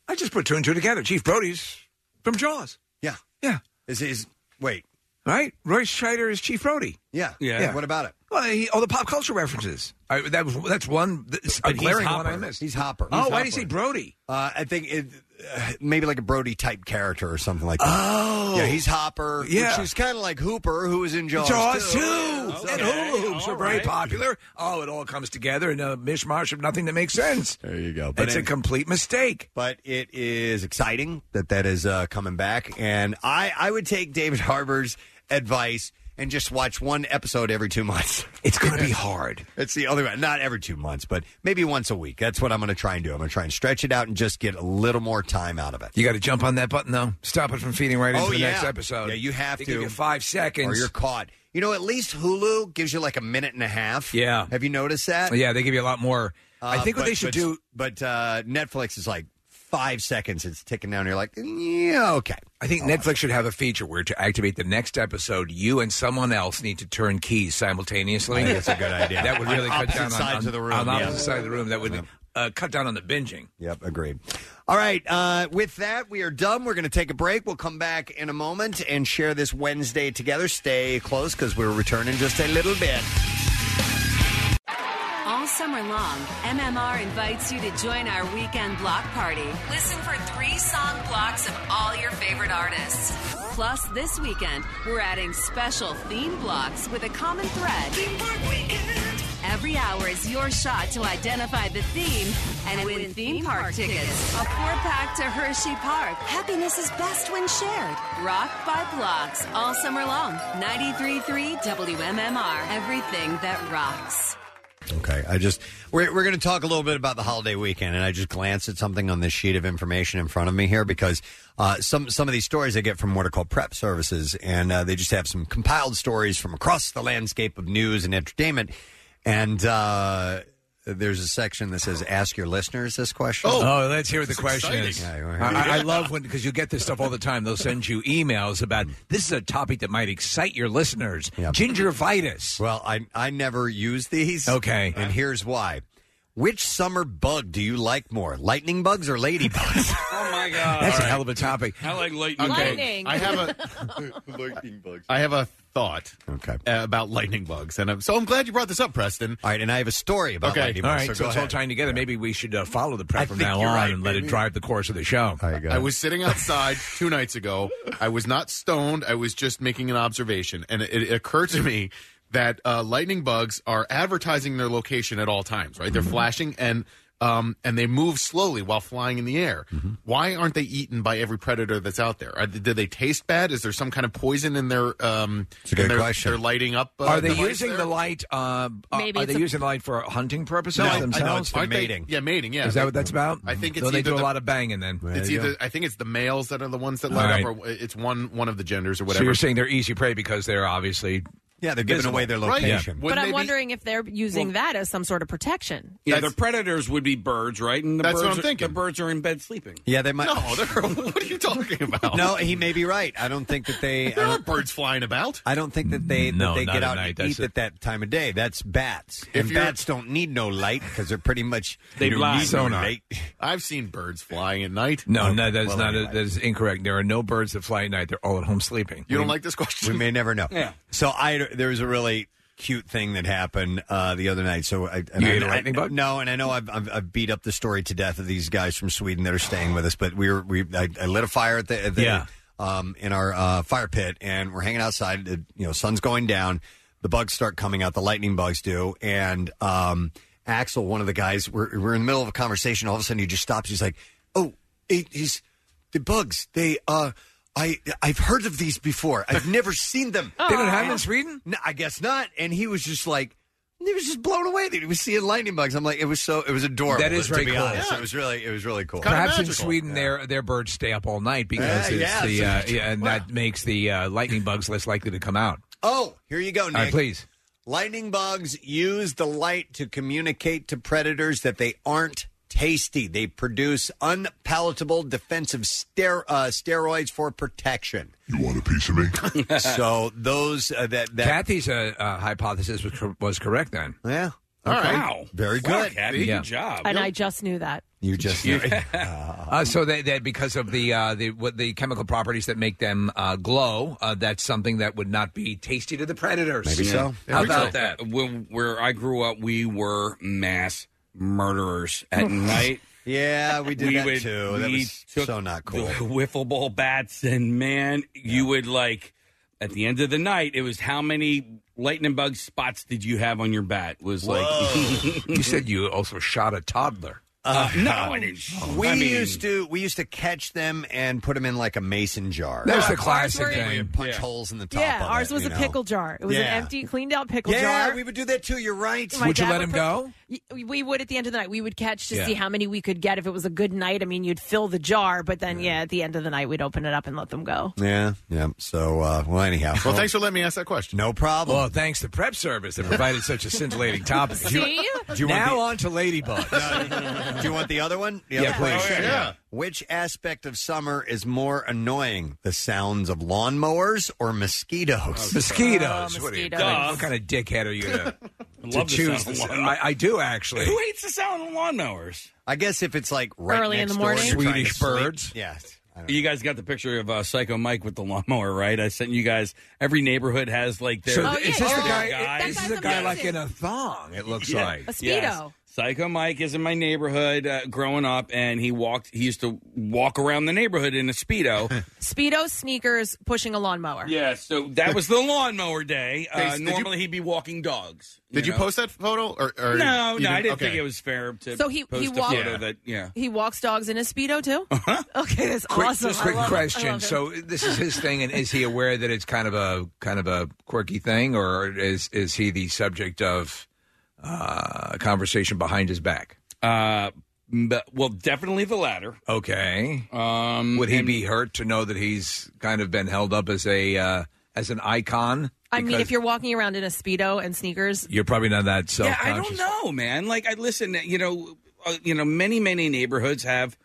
[SPEAKER 4] I just put two and two together. Chief Brody's from Jaws.
[SPEAKER 2] Yeah.
[SPEAKER 4] Yeah.
[SPEAKER 2] Is is wait.
[SPEAKER 4] Right? Roy Scheider is Chief Brody.
[SPEAKER 2] Yeah.
[SPEAKER 4] Yeah.
[SPEAKER 2] What about it?
[SPEAKER 4] Well, he, all the pop culture references. I, that was that's one that's a
[SPEAKER 2] But he's
[SPEAKER 4] glaring one
[SPEAKER 2] Hopper.
[SPEAKER 4] I missed.
[SPEAKER 2] He's Hopper.
[SPEAKER 4] Oh,
[SPEAKER 2] He's
[SPEAKER 4] why do you
[SPEAKER 2] Hopper.
[SPEAKER 4] say Brody?
[SPEAKER 2] Uh, I think it, uh, maybe like a Brody type character or something like that.
[SPEAKER 4] Oh.
[SPEAKER 2] yeah, he's Hopper.
[SPEAKER 4] Yeah.
[SPEAKER 2] which is kind of like Hooper, who was in Jaws.
[SPEAKER 4] Jaws
[SPEAKER 2] too.
[SPEAKER 4] too, and hula hoops are very popular. Oh, it all comes together in a mishmash of nothing that makes sense.
[SPEAKER 2] There you go.
[SPEAKER 4] it's a complete mistake.
[SPEAKER 2] But it is exciting that that is uh, coming back, and I I would take David Harbour's advice and just watch one episode every two months.
[SPEAKER 4] It's going to be hard.
[SPEAKER 2] It's the only way. Not every two months, but maybe once a week. That's what I'm going to try and do. I'm going to try and stretch it out and just get a little more time out of it.
[SPEAKER 4] You got to jump on that button though. Stop it from feeding right into
[SPEAKER 2] Oh,
[SPEAKER 4] the
[SPEAKER 2] yeah.
[SPEAKER 4] next episode.
[SPEAKER 2] Yeah, you have
[SPEAKER 4] They
[SPEAKER 2] to.
[SPEAKER 4] give you five seconds,
[SPEAKER 2] Or you're caught. You know, at least Hulu gives you like a minute and a half.
[SPEAKER 4] Yeah.
[SPEAKER 2] Have you noticed that?
[SPEAKER 4] Yeah, they give you a lot more. I
[SPEAKER 2] Uh,
[SPEAKER 4] think what
[SPEAKER 2] but-
[SPEAKER 4] they should
[SPEAKER 2] but-
[SPEAKER 4] do.
[SPEAKER 2] But uh, Netflix is like five seconds. It's ticking down. You're like, yeah, okay.
[SPEAKER 4] I think Netflix should have a feature where to activate the next episode, you and someone else need to turn keys simultaneously.
[SPEAKER 2] I think that's a good idea.
[SPEAKER 4] That would really
[SPEAKER 2] On
[SPEAKER 4] cut down
[SPEAKER 2] opposite
[SPEAKER 4] on,
[SPEAKER 2] sides
[SPEAKER 4] on,
[SPEAKER 2] of the room,
[SPEAKER 4] On
[SPEAKER 2] yeah.
[SPEAKER 4] opposite side of the room, that would uh, cut down on the binging.
[SPEAKER 2] Yep, agreed. All right. Uh, with that, we are done. We're going to take a break. We'll come back in a moment and share this Wednesday together. Stay close because we're returning just a little bit.
[SPEAKER 15] All summer long, MMR invites you to join our weekend block party. Listen for three song blocks of all your favorite artists. Plus, this weekend, we're adding special theme blocks with a common thread. Every hour is your shot to identify the theme and win theme park tickets. A four pack to Hershey Park. Happiness is best when shared. Rock by blocks all summer long. 93.3 WMMR. Everything that rocks.
[SPEAKER 2] Okay, I just we're we're going to talk a little bit about the holiday weekend, and I just glanced at something on this sheet of information in front of me here because uh, some some of these stories I get from what are called prep services, and uh, they just have some compiled stories from across the landscape of news and entertainment, and uh, there's a section that says "Ask your listeners this question."
[SPEAKER 4] Oh, let's hear what the question is.
[SPEAKER 2] Yeah, you wanna hear it?
[SPEAKER 4] I, I love when because you get this stuff all the time. They'll send you emails about
[SPEAKER 2] Mm.
[SPEAKER 4] this is a topic that might excite your listeners. Gingivitis.
[SPEAKER 2] Well, I I never use these.
[SPEAKER 4] Okay,
[SPEAKER 2] and here's why. Which summer bug do you like more, lightning bugs or ladybugs?
[SPEAKER 5] Oh my god!
[SPEAKER 4] That's a hell of a topic.
[SPEAKER 5] I like
[SPEAKER 7] lightning
[SPEAKER 5] bugs.
[SPEAKER 7] Lightning. I have
[SPEAKER 5] a
[SPEAKER 7] lightning bugs. I have a thought uh, about lightning bugs, and I'm, so I'm glad you brought this up, Preston.
[SPEAKER 2] All right, and I have a story about
[SPEAKER 7] okay.
[SPEAKER 4] All right, so, it's all tying together. Maybe we should uh, follow the prep
[SPEAKER 7] I
[SPEAKER 4] from
[SPEAKER 7] think
[SPEAKER 4] now on
[SPEAKER 7] you're right,
[SPEAKER 4] and let it
[SPEAKER 7] maybe.
[SPEAKER 4] drive the course of the show.
[SPEAKER 7] I was sitting outside two nights ago. I was not stoned. I was just making an observation, and it, it occurred to me that uh, lightning bugs are advertising their location at all times. Right,
[SPEAKER 4] Mm-hmm.
[SPEAKER 7] they're flashing and. Um, and they move slowly while flying in the air.
[SPEAKER 4] Mm-hmm.
[SPEAKER 7] Why aren't they eaten by every predator that's out there? Are, do they taste bad? Is there some kind of poison in their um?
[SPEAKER 4] a good
[SPEAKER 7] in their,
[SPEAKER 4] question.
[SPEAKER 7] They're lighting up. Uh,
[SPEAKER 4] are they
[SPEAKER 7] device
[SPEAKER 4] using
[SPEAKER 7] there?
[SPEAKER 4] the light? Uh, uh,
[SPEAKER 7] Maybe
[SPEAKER 4] are
[SPEAKER 7] it's
[SPEAKER 4] they
[SPEAKER 7] a-
[SPEAKER 4] using the light for hunting purposes
[SPEAKER 7] No, I- I know it's
[SPEAKER 4] themselves?
[SPEAKER 7] for Aren't they- mating. yeah, mating, yeah.
[SPEAKER 4] Is that what that's about?
[SPEAKER 7] I think it's
[SPEAKER 4] Though they
[SPEAKER 7] either
[SPEAKER 4] do a
[SPEAKER 7] the-
[SPEAKER 4] lot of banging. Then
[SPEAKER 7] It's either I think it's the males that are the ones that light
[SPEAKER 4] All
[SPEAKER 7] up, or it's one one of the genders or
[SPEAKER 4] So
[SPEAKER 7] whatever.
[SPEAKER 4] you're saying they're easy prey because they're obviously
[SPEAKER 2] yeah
[SPEAKER 7] they're giving away their location.
[SPEAKER 3] but I'm wondering if they're using that as some sort of protection.
[SPEAKER 5] Yeah, their predators would be birds, right? And the
[SPEAKER 2] That's what
[SPEAKER 5] birds
[SPEAKER 2] I'm
[SPEAKER 5] are,
[SPEAKER 2] thinking.
[SPEAKER 5] The birds are in bed sleeping.
[SPEAKER 2] Yeah, they might.
[SPEAKER 5] No,
[SPEAKER 7] what are you talking about?
[SPEAKER 2] No, he may be right. I don't think that they. There are
[SPEAKER 7] birds flying about.
[SPEAKER 2] I don't think that they
[SPEAKER 4] No,
[SPEAKER 2] that they
[SPEAKER 4] not
[SPEAKER 2] get
[SPEAKER 4] at
[SPEAKER 2] out
[SPEAKER 4] night.
[SPEAKER 2] and
[SPEAKER 4] That's
[SPEAKER 2] eat
[SPEAKER 4] it.
[SPEAKER 2] at that time of day. That's bats.
[SPEAKER 7] If
[SPEAKER 2] and
[SPEAKER 7] you're-
[SPEAKER 2] bats don't need no light because they're pretty much
[SPEAKER 7] They
[SPEAKER 2] don't
[SPEAKER 7] fly.
[SPEAKER 2] need no
[SPEAKER 7] Sonar.
[SPEAKER 2] light.
[SPEAKER 7] I've seen birds flying at night. Oh,
[SPEAKER 4] No, no, that's
[SPEAKER 7] well,
[SPEAKER 4] not.
[SPEAKER 7] anyway.
[SPEAKER 4] that is incorrect. There are no birds that fly at night. They're all at home sleeping.
[SPEAKER 2] We-
[SPEAKER 7] this question?
[SPEAKER 2] We may never know.
[SPEAKER 4] Yeah.
[SPEAKER 2] So I there was a really cute thing that happened uh, the other night. So I, and
[SPEAKER 4] You
[SPEAKER 2] I,
[SPEAKER 4] ate a
[SPEAKER 2] I-
[SPEAKER 4] lightning bug?
[SPEAKER 2] No, and I know I've, I've, I've beat up the story to death of these guys from Sweden that are staying with us. But we were we I, I lit a fire at the, at the
[SPEAKER 4] Yeah.
[SPEAKER 2] um, in our uh, fire pit, and we're hanging outside. The, you know, sun's going down. The bugs start coming out. The lightning bugs do, and um, Axel, one of the guys, we're we're in the middle of a conversation. All of a sudden, he just stops. He's like, "Oh, it, he's the bugs. They uh." I I've heard of these before. I've never seen them.
[SPEAKER 4] They don't have them in Sweden.
[SPEAKER 2] No, I guess not. And he was just like, he was just blown away that he was seeing lightning bugs. I'm like, it was so, it was adorable.
[SPEAKER 4] That is
[SPEAKER 2] to
[SPEAKER 4] very
[SPEAKER 2] be
[SPEAKER 4] cool.
[SPEAKER 2] honest.
[SPEAKER 4] Yeah.
[SPEAKER 2] It was really, it was really cool.
[SPEAKER 4] Perhaps in Sweden, their their birds stay up all night because
[SPEAKER 2] Yeah,
[SPEAKER 4] it's
[SPEAKER 2] yeah,
[SPEAKER 4] the uh,
[SPEAKER 2] so-
[SPEAKER 4] yeah, and that makes the uh, lightning bugs less likely to come out.
[SPEAKER 2] Oh, here you go, Nick.
[SPEAKER 4] All right, please.
[SPEAKER 2] Lightning bugs use the light to communicate to predators that they aren't tasty. They produce unpalatable defensive ster- uh, steroids for protection.
[SPEAKER 11] You want a piece of me?
[SPEAKER 2] so those uh, that, that
[SPEAKER 4] Kathy's uh, uh, hypothesis was, cor- was correct then.
[SPEAKER 2] Yeah.
[SPEAKER 3] All right.
[SPEAKER 2] Wow. Very
[SPEAKER 3] Wow,
[SPEAKER 2] good.
[SPEAKER 3] Kathy, good
[SPEAKER 4] job.
[SPEAKER 3] And I just knew that.
[SPEAKER 2] You just
[SPEAKER 4] Uh, so that, that because of the uh, the what the chemical properties that make them uh, glow, uh, that's something that would not be tasty to the predators. How about that?
[SPEAKER 5] When, where I grew up, we were mass murderers at night.
[SPEAKER 2] Yeah, we did that
[SPEAKER 5] would-
[SPEAKER 2] too. That
[SPEAKER 5] we
[SPEAKER 2] was
[SPEAKER 5] took
[SPEAKER 2] so not cool.
[SPEAKER 5] The wiffle ball bats, and man, you would like at the end of the night, it was how many lightning bug spots did you have on your bat? Was like
[SPEAKER 4] you said you also shot a toddler.
[SPEAKER 5] Uh, no, I didn't.
[SPEAKER 2] We
[SPEAKER 5] I mean-
[SPEAKER 2] used to we used to catch them and put them in like a mason jar.
[SPEAKER 4] That was the
[SPEAKER 2] Ours
[SPEAKER 4] classic
[SPEAKER 2] were-
[SPEAKER 4] thing.
[SPEAKER 2] We would punch holes in the top.
[SPEAKER 3] yeah,
[SPEAKER 2] of
[SPEAKER 3] ours
[SPEAKER 2] it,
[SPEAKER 3] was
[SPEAKER 2] you
[SPEAKER 3] a
[SPEAKER 2] know?
[SPEAKER 3] pickle jar. It was
[SPEAKER 2] Yeah.
[SPEAKER 3] an empty, cleaned out pickle
[SPEAKER 2] yeah,
[SPEAKER 3] jar.
[SPEAKER 2] we would do that too. You're right.
[SPEAKER 3] My dad put- Y- We would at the end of the night. We would catch to
[SPEAKER 2] Yeah.
[SPEAKER 3] see how many we could get. If it was a good night, I mean, you'd fill the jar, but then, yeah, at the end of the night, we'd open it up and let them go.
[SPEAKER 2] Yeah, yeah. So, uh, well, anyhow.
[SPEAKER 7] Well, thanks for letting me ask that question.
[SPEAKER 2] No problem.
[SPEAKER 4] Well, thanks to prep service that provided such a scintillating topic.
[SPEAKER 2] Do you- See? do you want
[SPEAKER 4] now
[SPEAKER 2] the-
[SPEAKER 4] on to ladybugs.
[SPEAKER 2] Do you want the other one? The
[SPEAKER 4] Yeah,
[SPEAKER 2] other
[SPEAKER 4] please.
[SPEAKER 2] question?
[SPEAKER 4] Oh, yeah, yeah.
[SPEAKER 2] Which aspect of summer is more annoying? The sounds of lawnmowers or mosquitoes?
[SPEAKER 4] Oh, Mosquitoes. What, are you,
[SPEAKER 2] mosquitoes.
[SPEAKER 4] what kind of dickhead are you to,
[SPEAKER 2] I
[SPEAKER 4] to
[SPEAKER 2] love the
[SPEAKER 4] choose?
[SPEAKER 2] sound of
[SPEAKER 4] this?
[SPEAKER 2] lawnmower.
[SPEAKER 4] I, I do actually.
[SPEAKER 5] Who hates the sound of lawnmowers?
[SPEAKER 2] I guess if it's like right
[SPEAKER 5] Early in
[SPEAKER 2] next
[SPEAKER 5] the
[SPEAKER 2] door,
[SPEAKER 5] morning?
[SPEAKER 2] you're trying to
[SPEAKER 5] Swedish
[SPEAKER 2] sleep.
[SPEAKER 5] birds.
[SPEAKER 2] Yeah.
[SPEAKER 5] You guys got the picture of uh, Psycho Mike with the lawnmower, right? I sent you guys. Every neighborhood has like their.
[SPEAKER 4] So th- is this the
[SPEAKER 5] their
[SPEAKER 4] guy?
[SPEAKER 5] guy.
[SPEAKER 4] This is the guy like in a thong. It looks
[SPEAKER 5] Yeah.
[SPEAKER 4] like
[SPEAKER 5] Yes. Psycho Mike is in my neighborhood uh, growing up, and he walked. He used to walk around the neighborhood in a speedo.
[SPEAKER 3] Speedo sneakers pushing a lawnmower.
[SPEAKER 5] yeah, so that was the lawnmower day.
[SPEAKER 7] Hey,
[SPEAKER 5] Uh,
[SPEAKER 7] did you-
[SPEAKER 5] normally, he'd be walking dogs.
[SPEAKER 7] Did you
[SPEAKER 5] know?
[SPEAKER 7] post that photo? Or, or
[SPEAKER 5] No,
[SPEAKER 7] you
[SPEAKER 5] no, I didn't
[SPEAKER 7] okay.
[SPEAKER 5] think it was fair to
[SPEAKER 3] So he-
[SPEAKER 5] post
[SPEAKER 3] he
[SPEAKER 5] a
[SPEAKER 3] walked-
[SPEAKER 5] photo
[SPEAKER 3] Yeah.
[SPEAKER 5] that. Yeah,
[SPEAKER 3] He walks dogs in a Speedo, too?
[SPEAKER 2] Uh-huh.
[SPEAKER 3] Okay, that's
[SPEAKER 4] Quick,
[SPEAKER 3] awesome.
[SPEAKER 4] Just
[SPEAKER 3] I
[SPEAKER 4] quick
[SPEAKER 3] love it. I
[SPEAKER 4] question.
[SPEAKER 3] love it.
[SPEAKER 4] So this is his thing, and is he aware that it's kind of a kind of a quirky thing, or is is he the subject of uh, conversation behind his back?
[SPEAKER 5] Uh, but, well, definitely the latter.
[SPEAKER 4] Okay.
[SPEAKER 5] Um,
[SPEAKER 4] Would he
[SPEAKER 5] and-
[SPEAKER 4] be hurt to know that he's kind of been held up as a uh, as an icon?
[SPEAKER 3] I mean,
[SPEAKER 5] Because-
[SPEAKER 3] if you're walking around in a speedo and sneakers,
[SPEAKER 4] You're probably not that
[SPEAKER 5] yeah,
[SPEAKER 4] self
[SPEAKER 5] I don't
[SPEAKER 4] conscious.
[SPEAKER 5] know, man. Like I listen, you know, uh, you know, many many neighborhoods have,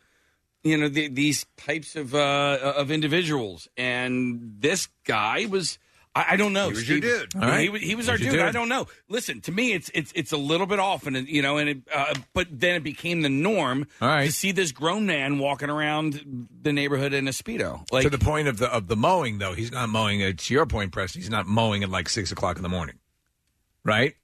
[SPEAKER 5] you know, the, these types of uh, of individuals, and this guy was. I, I don't know.
[SPEAKER 4] He was your
[SPEAKER 5] Steve.
[SPEAKER 4] dude. All right.
[SPEAKER 5] He, was- he was
[SPEAKER 4] He
[SPEAKER 5] our
[SPEAKER 4] was your
[SPEAKER 5] dude. I
[SPEAKER 4] dude.
[SPEAKER 5] don't know. Listen, to me, it's it's it's a little bit off, and you know, and it, uh, but then it became the norm to see this grown man walking around the neighborhood in a speedo. Like
[SPEAKER 4] to the point of the of the mowing, though, he's not mowing. uh, To your point, Preston, he's not mowing at like six o'clock in the morning, right?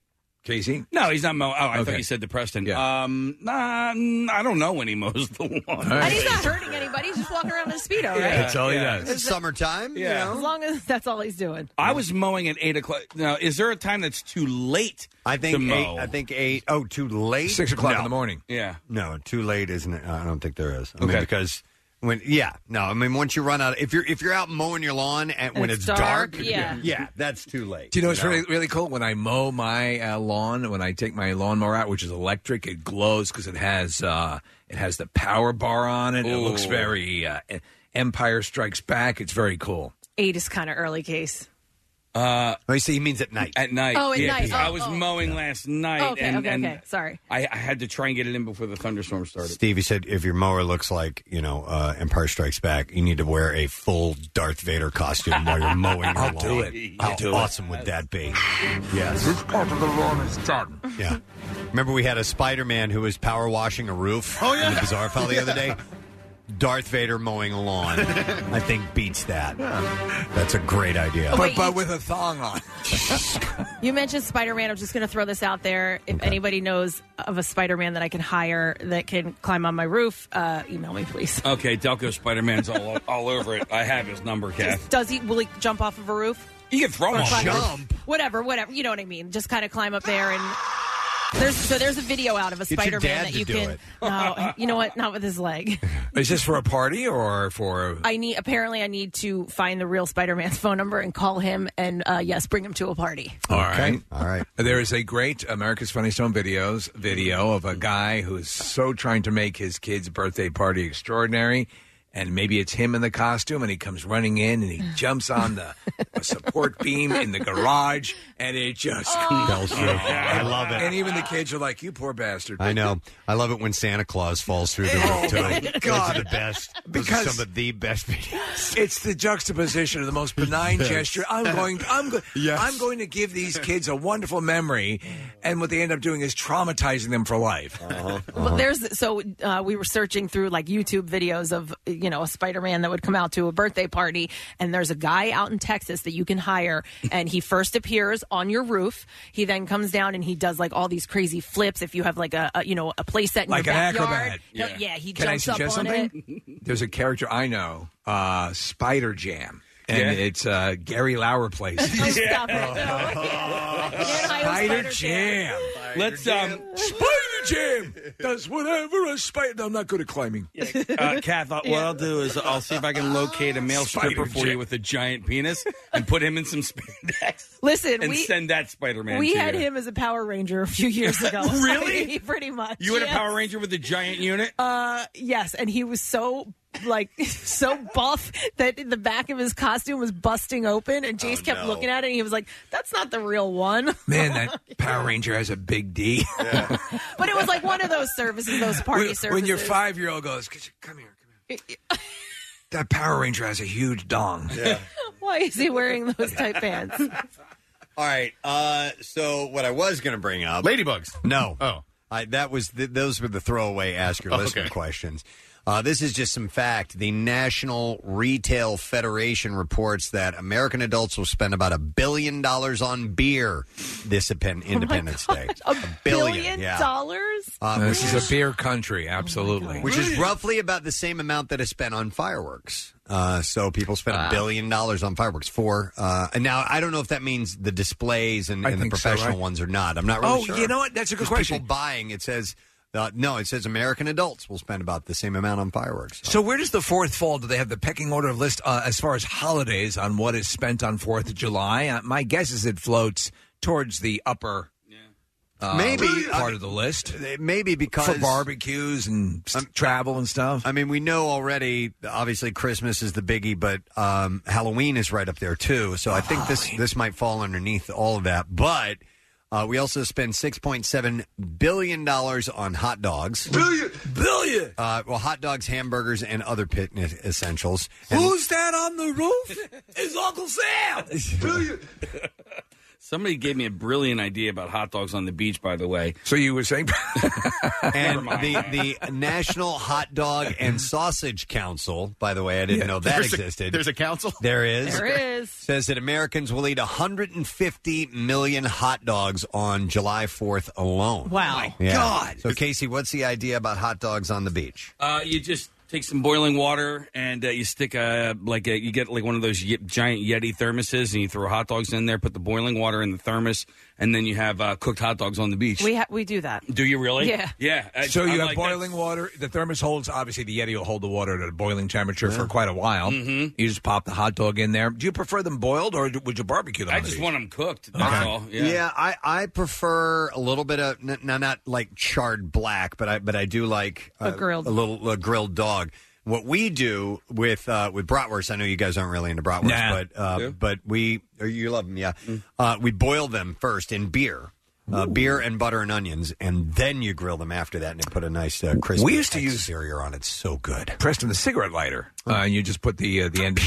[SPEAKER 4] Casey,
[SPEAKER 5] No, he's not mowing. Oh, I
[SPEAKER 4] Okay.
[SPEAKER 5] thought you said the Preston. Um, nah, mm, I don't know when he mows the lawn.
[SPEAKER 3] and he's not hurting anybody. He's just walking around in a speedo, right?
[SPEAKER 5] Yeah, That's all he yeah. does.
[SPEAKER 2] It's summertime.
[SPEAKER 5] Yeah.
[SPEAKER 3] As long as that's all he's doing.
[SPEAKER 5] I was mowing at eight o'clock. Now, is there a time that's too late?
[SPEAKER 2] I
[SPEAKER 5] to
[SPEAKER 2] think
[SPEAKER 5] mow?
[SPEAKER 2] eight, I think eight. Oh, too late.
[SPEAKER 5] Six o'clock
[SPEAKER 2] No.
[SPEAKER 5] in the morning. Yeah.
[SPEAKER 2] No, too late isn't it? I don't think there is. I mean,
[SPEAKER 5] Okay.
[SPEAKER 2] because when yeah, no, I mean once you run out, if you're if you're out mowing your lawn and,
[SPEAKER 4] And
[SPEAKER 2] when it's
[SPEAKER 4] it's dark,
[SPEAKER 2] dark,
[SPEAKER 4] yeah.
[SPEAKER 2] yeah, that's too late.
[SPEAKER 4] Do you know what's really really cool? When I mow my uh, lawn, when I take my lawnmower out, which is electric, it glows because it has uh, it has the power bar on it. It looks
[SPEAKER 3] Ooh.
[SPEAKER 4] very uh, Empire Strikes Back. It's very cool.
[SPEAKER 3] Eight is kind of early case.
[SPEAKER 5] Uh,
[SPEAKER 2] oh, so he means at night.
[SPEAKER 5] At night.
[SPEAKER 3] Oh, at
[SPEAKER 5] yeah,
[SPEAKER 3] night.
[SPEAKER 5] 'cause I
[SPEAKER 3] Oh,
[SPEAKER 5] was
[SPEAKER 3] oh.
[SPEAKER 5] mowing last night,
[SPEAKER 3] Oh, okay,
[SPEAKER 5] and,
[SPEAKER 3] okay,
[SPEAKER 5] and
[SPEAKER 3] okay. Sorry.
[SPEAKER 5] I, I had to try and get it in before the thunderstorm started.
[SPEAKER 2] Stevie said if your mower looks like you know uh, Empire Strikes Back, you need to wear a full Darth Vader costume while you're mowing your
[SPEAKER 4] I'll
[SPEAKER 2] lawn.
[SPEAKER 4] do it.
[SPEAKER 2] How
[SPEAKER 4] I'll do it.
[SPEAKER 2] awesome would that be? Yes.
[SPEAKER 4] This part of the lawn is done.
[SPEAKER 2] Yeah. Remember we had a Spider-Man who was power washing a roof oh, yeah. in the Bizarre File the other day? Darth Vader mowing a lawn, I think, beats that. That's a great idea.
[SPEAKER 5] Oh,
[SPEAKER 4] but but with a thong on.
[SPEAKER 3] You mentioned Spider Man. I'm just going to throw this out there. If anybody knows of a Spider Man that I can hire that can climb on my roof, uh, email me, please.
[SPEAKER 5] Okay, Delco Spider Man's all all over it. I have his number, Kath.
[SPEAKER 3] Does he will he jump off of a roof?
[SPEAKER 5] You can
[SPEAKER 4] Oh,
[SPEAKER 5] throw him off a roof.
[SPEAKER 3] Whatever, whatever. You know what I mean. Just kind of climb up there and. There's, so there's a video out of a
[SPEAKER 4] Get your
[SPEAKER 3] Spider Man
[SPEAKER 4] dad
[SPEAKER 3] that
[SPEAKER 4] to
[SPEAKER 3] you
[SPEAKER 4] do
[SPEAKER 3] can.
[SPEAKER 4] it.
[SPEAKER 3] No, you know what? Not with his leg.
[SPEAKER 4] Is this for a party or for?
[SPEAKER 3] I need. Apparently, I need to find the real Spider Man's phone number and call him, and uh, yes, bring him to a party.
[SPEAKER 4] All right.
[SPEAKER 2] All right.
[SPEAKER 4] There is a great America's Funniest Home Videos video of a guy who is so trying to make his kid's birthday party extraordinary. And maybe it's him in the costume, and he comes running in and he jumps on the a support beam in the garage, and it just
[SPEAKER 2] Tells you. Oh. I love it.
[SPEAKER 4] And even the kids are like, "You poor bastard!"
[SPEAKER 2] I know. I love it when Santa Claus falls through the
[SPEAKER 4] Oh,
[SPEAKER 2] roof, too.
[SPEAKER 4] my God.
[SPEAKER 2] Those are the best. Those are
[SPEAKER 4] Because-
[SPEAKER 2] some of the best videos.
[SPEAKER 4] It's the juxtaposition of the most benign
[SPEAKER 2] Yes.
[SPEAKER 4] gesture. I'm going. I'm going.
[SPEAKER 2] Yes.
[SPEAKER 4] I'm going to give these kids a wonderful memory, and what they end up doing is traumatizing them for life.
[SPEAKER 2] Uh-huh.
[SPEAKER 5] Uh-huh.
[SPEAKER 3] Well, there's so uh, we were searching through like YouTube videos of you know a Spider-Man that would come out to a birthday party, and there's a guy out in Texas that you can hire, and he first appears on your roof. He then comes down and he does like all these crazy flips. If you have like a, a you know a play set in
[SPEAKER 4] like
[SPEAKER 3] your
[SPEAKER 4] an
[SPEAKER 3] backyard,
[SPEAKER 4] acrobat.
[SPEAKER 3] He'll- yeah. he
[SPEAKER 4] Can
[SPEAKER 3] jumps
[SPEAKER 4] I
[SPEAKER 3] up on
[SPEAKER 4] suggest something?
[SPEAKER 3] it.
[SPEAKER 4] There's a character I know, uh, Spider Jam, and it's uh, Gary Lauer plays.
[SPEAKER 3] Oh, stop it.
[SPEAKER 4] Spider Jam.
[SPEAKER 5] Let's um
[SPEAKER 4] Spider Jam does whatever a spider. I'm not good at climbing.
[SPEAKER 5] Uh, Kath, I- what I'll do is I'll see if I can locate a male stripper for you with a giant penis and put him in some spandex.
[SPEAKER 3] Listen,
[SPEAKER 5] and
[SPEAKER 3] we-
[SPEAKER 5] send that Spider Man.
[SPEAKER 3] We
[SPEAKER 5] to
[SPEAKER 3] had
[SPEAKER 5] you.
[SPEAKER 3] him as a Power Ranger a few years ago.
[SPEAKER 5] Really?
[SPEAKER 3] pretty much.
[SPEAKER 5] You had a
[SPEAKER 3] yes.
[SPEAKER 5] Power Ranger with a giant unit.
[SPEAKER 3] Uh, yes, and he was so like so buff that the back of his costume was busting open, and
[SPEAKER 2] Oh,
[SPEAKER 3] Jace kept looking at it, and he was like, "That's not the real one."
[SPEAKER 4] Man, that Power Ranger has a big D.
[SPEAKER 3] but it was like one of those services, those party
[SPEAKER 4] when,
[SPEAKER 3] services.
[SPEAKER 4] when your five year old goes, "Come here, come here," that Power Ranger has a huge dong.
[SPEAKER 3] Why is he wearing those tight pants?
[SPEAKER 2] All right. Uh, so what I was going to bring up,
[SPEAKER 7] ladybugs.
[SPEAKER 2] No. Oh, I, that was th- those were the throwaway ask your
[SPEAKER 7] Oh,
[SPEAKER 2] listener
[SPEAKER 7] okay.
[SPEAKER 2] questions. Uh, this is just some fact. The National Retail Federation reports that American adults will spend about a billion dollars on beer this apen- Independence Day.
[SPEAKER 3] A
[SPEAKER 2] billion, yeah.
[SPEAKER 3] dollars?
[SPEAKER 2] Uh,
[SPEAKER 4] this
[SPEAKER 2] which
[SPEAKER 4] is a beer country, absolutely.
[SPEAKER 2] Which is roughly about the same amount that is spent on fireworks. Uh, so people spend a billion dollars on fireworks for. Uh, and now I don't know if that means the displays and,
[SPEAKER 4] I
[SPEAKER 2] and the
[SPEAKER 4] think so,
[SPEAKER 2] professional
[SPEAKER 4] right?
[SPEAKER 2] ones or not. I'm not really
[SPEAKER 4] Oh,
[SPEAKER 2] sure.
[SPEAKER 4] you know what? That's a good
[SPEAKER 2] Just
[SPEAKER 4] question.
[SPEAKER 2] People buying it says uh, no. It says American adults will spend about the same amount on fireworks.
[SPEAKER 4] So where does the fourth fall? Do they have the pecking order of list uh, as far as holidays on what is spent on Fourth of July? Uh, my guess is it floats towards the upper. uh,
[SPEAKER 2] Maybe.
[SPEAKER 4] part of the list.
[SPEAKER 2] Maybe because
[SPEAKER 4] for barbecues and s- travel and stuff.
[SPEAKER 2] I mean, we know already. Obviously, Christmas is the biggie, but um, Halloween is right up there too. So I think this this might fall underneath all of that. But uh, we also spend six point seven billion dollars on hot dogs. Billion, billion. Uh, well, hot dogs, hamburgers, and other picnic essentials. And
[SPEAKER 6] Who's that on the roof? It's Uncle Sam.
[SPEAKER 5] Somebody gave me a brilliant idea about hot dogs on the beach. By the way,
[SPEAKER 4] so you were saying,
[SPEAKER 2] and the the National Hot Dog and Sausage Council. By the way, I didn't know that
[SPEAKER 7] There's a-
[SPEAKER 2] existed.
[SPEAKER 7] there's a council.
[SPEAKER 2] There is.
[SPEAKER 3] There is.
[SPEAKER 2] Says that Americans will eat 150 million hot dogs on July 4th alone.
[SPEAKER 7] Oh
[SPEAKER 3] Wow. my
[SPEAKER 2] Yeah.
[SPEAKER 3] God.
[SPEAKER 2] So, Casey, what's the idea about hot dogs on the beach?
[SPEAKER 5] Uh, you just take some boiling water and uh, you stick a like a, you get like one of those ye- giant Yeti thermoses and you throw hot dogs in there. Put the boiling water in the thermos, and then you have uh, cooked hot dogs on the beach.
[SPEAKER 3] We ha- we do that.
[SPEAKER 5] Do you really?
[SPEAKER 3] Yeah.
[SPEAKER 5] Yeah. Uh, I-
[SPEAKER 4] so you
[SPEAKER 5] I'm
[SPEAKER 4] have
[SPEAKER 5] like,
[SPEAKER 4] boiling water. The thermos holds. Obviously, the Yeti will hold the water at a boiling temperature for quite a while. Mm-hmm. You just pop the hot dog in there. Do you prefer them boiled or would you barbecue them?
[SPEAKER 5] I
[SPEAKER 4] on the
[SPEAKER 5] just
[SPEAKER 4] beach?
[SPEAKER 5] want them cooked. That's all. Yeah.
[SPEAKER 2] I, I prefer a little bit of n- now not like charred black, but I but I do like uh,
[SPEAKER 3] A grilled-
[SPEAKER 2] a little a grilled dog. What we do with uh, with bratwurst, I know you guys aren't really into bratwurst,
[SPEAKER 16] Nah.
[SPEAKER 2] but uh,
[SPEAKER 16] Yeah.
[SPEAKER 2] but we or you love them, yeah.
[SPEAKER 4] Mm.
[SPEAKER 2] Uh, we boil them first in beer. Uh, beer and butter and onions, and then you grill them after that, and then put a nice uh, crispy
[SPEAKER 4] We used to
[SPEAKER 2] Texas
[SPEAKER 4] use-
[SPEAKER 2] Terrier on it. It's So good. Mm.
[SPEAKER 4] Preston, the cigarette lighter, uh, and you just put the uh, the end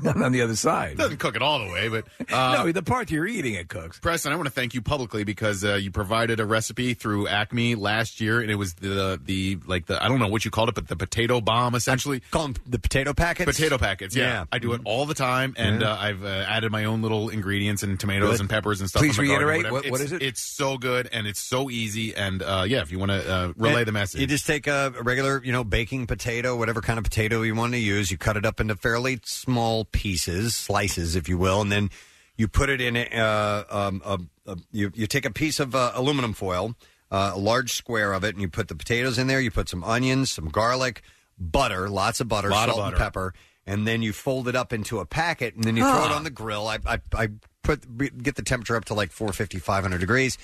[SPEAKER 4] not on the other side.
[SPEAKER 7] Doesn't cook it all the way, but
[SPEAKER 5] Uh,
[SPEAKER 4] no, the part you're eating it cooks.
[SPEAKER 7] Uh, Preston, I want to thank you publicly because uh, you provided a recipe through Acme last year, and it was the the like the I don't know what you called it, but the potato bomb essentially.
[SPEAKER 2] call them the potato packets.
[SPEAKER 7] Potato packets. Yeah,
[SPEAKER 2] Yeah.
[SPEAKER 7] I do it all the time, and
[SPEAKER 2] Yeah.
[SPEAKER 7] uh, I've uh, added my own little ingredients and tomatoes
[SPEAKER 2] Good.
[SPEAKER 7] and peppers and stuff.
[SPEAKER 2] Please
[SPEAKER 7] in my garden,
[SPEAKER 2] reiterate,
[SPEAKER 7] whatever.
[SPEAKER 2] what- what
[SPEAKER 7] It's-
[SPEAKER 2] is it?
[SPEAKER 7] It's so good and it's so easy, and uh, yeah, if you want to uh, relay
[SPEAKER 2] And
[SPEAKER 7] the message,
[SPEAKER 2] You just take a a regular, you know, baking potato, whatever kind of potato you want to use. You cut it up into fairly small pieces, slices, if you will, and then you put it in a, uh, um, a, a you you take a piece of uh, aluminum foil, uh, a large square of it, and you put the potatoes in there. You put some onions, some garlic, butter, lots of butter,
[SPEAKER 7] Lot of
[SPEAKER 2] salt and
[SPEAKER 7] butter.
[SPEAKER 2] pepper, and then you fold it up into a packet, and then you throw it
[SPEAKER 7] Ah.
[SPEAKER 2] on the grill. I I, I put get the temperature up to like 450, 500 degrees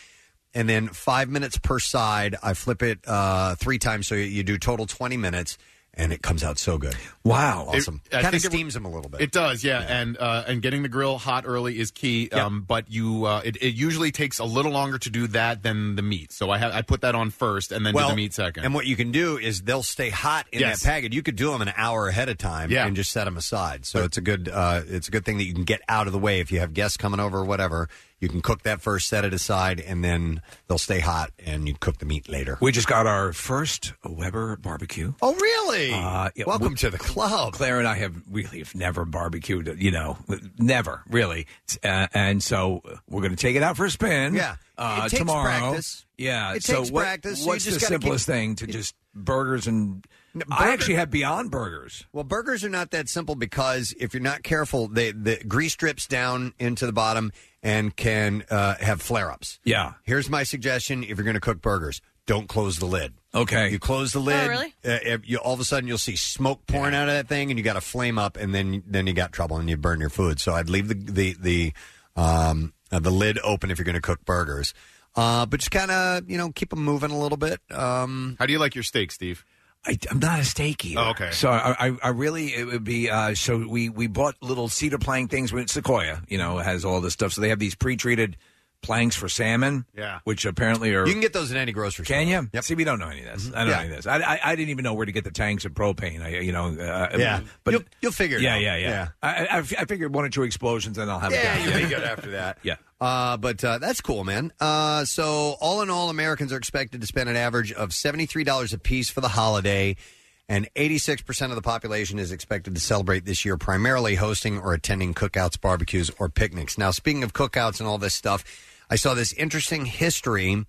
[SPEAKER 2] and then five minutes per side. I flip it uh, three times, so you- you do total twenty minutes, and it comes out so good.
[SPEAKER 4] Wow,
[SPEAKER 2] awesome!
[SPEAKER 7] It- I
[SPEAKER 2] Kind of
[SPEAKER 7] think it-
[SPEAKER 2] steams them a little bit.
[SPEAKER 7] It does, yeah. And uh, and getting the grill hot early is key. Um, but you, uh, it, it usually takes a little longer to do that than the meat. So I have I put that on first and then do the meat second.
[SPEAKER 2] And what you can do is they'll stay hot in
[SPEAKER 7] Yes.
[SPEAKER 2] that packet. You could do them an hour ahead of time
[SPEAKER 7] Yeah.
[SPEAKER 2] and just set them aside. So it's a good uh, it's a good thing that you can get out of the way if you have guests coming over or whatever. You can cook that first, set it aside, and then they'll stay hot, and you cook the meat later.
[SPEAKER 4] We just got our first Weber barbecue.
[SPEAKER 2] Oh, really?
[SPEAKER 4] Uh, yeah,
[SPEAKER 2] Welcome
[SPEAKER 4] we-
[SPEAKER 2] to the club.
[SPEAKER 4] Claire and I have really have never barbecued, you know, never really, uh, and so we're going to take it out for a spin.
[SPEAKER 2] Yeah.
[SPEAKER 4] uh,
[SPEAKER 2] It takes
[SPEAKER 4] tomorrow.
[SPEAKER 2] practice.
[SPEAKER 4] Yeah,
[SPEAKER 2] It
[SPEAKER 4] so
[SPEAKER 2] takes
[SPEAKER 4] what-
[SPEAKER 2] practice, so you
[SPEAKER 4] What's
[SPEAKER 2] just
[SPEAKER 4] the
[SPEAKER 2] gotta
[SPEAKER 4] simplest
[SPEAKER 2] keep-
[SPEAKER 4] thing to just burgers and? I
[SPEAKER 2] burger-
[SPEAKER 4] actually have Beyond Burgers.
[SPEAKER 2] Well, burgers are not that simple because if you're not careful, they, the grease drips down into the bottom and can uh, have flare ups.
[SPEAKER 4] Yeah.
[SPEAKER 2] Here's my suggestion: if you're going to cook burgers, don't close the lid.
[SPEAKER 4] Okay.
[SPEAKER 2] You close the lid.
[SPEAKER 4] really?
[SPEAKER 2] uh, if you, all of a sudden, you'll see smoke pouring out of that thing, and you got a flame up, and then then you got trouble, and you burn your food. So I'd leave the the the um, uh, the lid open if you're going to cook burgers, uh, but just kind of you know keep them moving a little bit. Um,
[SPEAKER 7] How do you like your steak, Steve?
[SPEAKER 4] I, I'm not a steak eater.
[SPEAKER 7] Oh, okay.
[SPEAKER 4] So I, I, I really it would be uh, so we we bought little cedar plank things. We Sequoia, you know, has all this stuff. So they have these pre-treated planks for salmon.
[SPEAKER 7] Yeah.
[SPEAKER 4] which apparently are
[SPEAKER 2] You can get those in any grocery
[SPEAKER 4] can you? See, we don't know any of this. I don't
[SPEAKER 2] Yeah.
[SPEAKER 4] know any of this. I, I, I didn't even know where to get the tanks of propane. I, you know, uh,
[SPEAKER 2] Yeah.
[SPEAKER 4] but
[SPEAKER 2] You'll- you'll figure it
[SPEAKER 4] yeah,
[SPEAKER 2] out.
[SPEAKER 4] Yeah, yeah,
[SPEAKER 2] Yeah.
[SPEAKER 4] I, I, I figured one or two explosions, and I'll have
[SPEAKER 2] Yeah,
[SPEAKER 4] it.
[SPEAKER 2] you'll be good after that.
[SPEAKER 4] Yeah.
[SPEAKER 2] Uh, but uh, that's cool, man. Uh, so, all in all, Americans are expected to spend an average of $73 apiece for the holiday, and 86% of the population is expected to celebrate this year, primarily hosting or attending cookouts, barbecues, or picnics. Now, speaking of cookouts and all this stuff, I saw this interesting history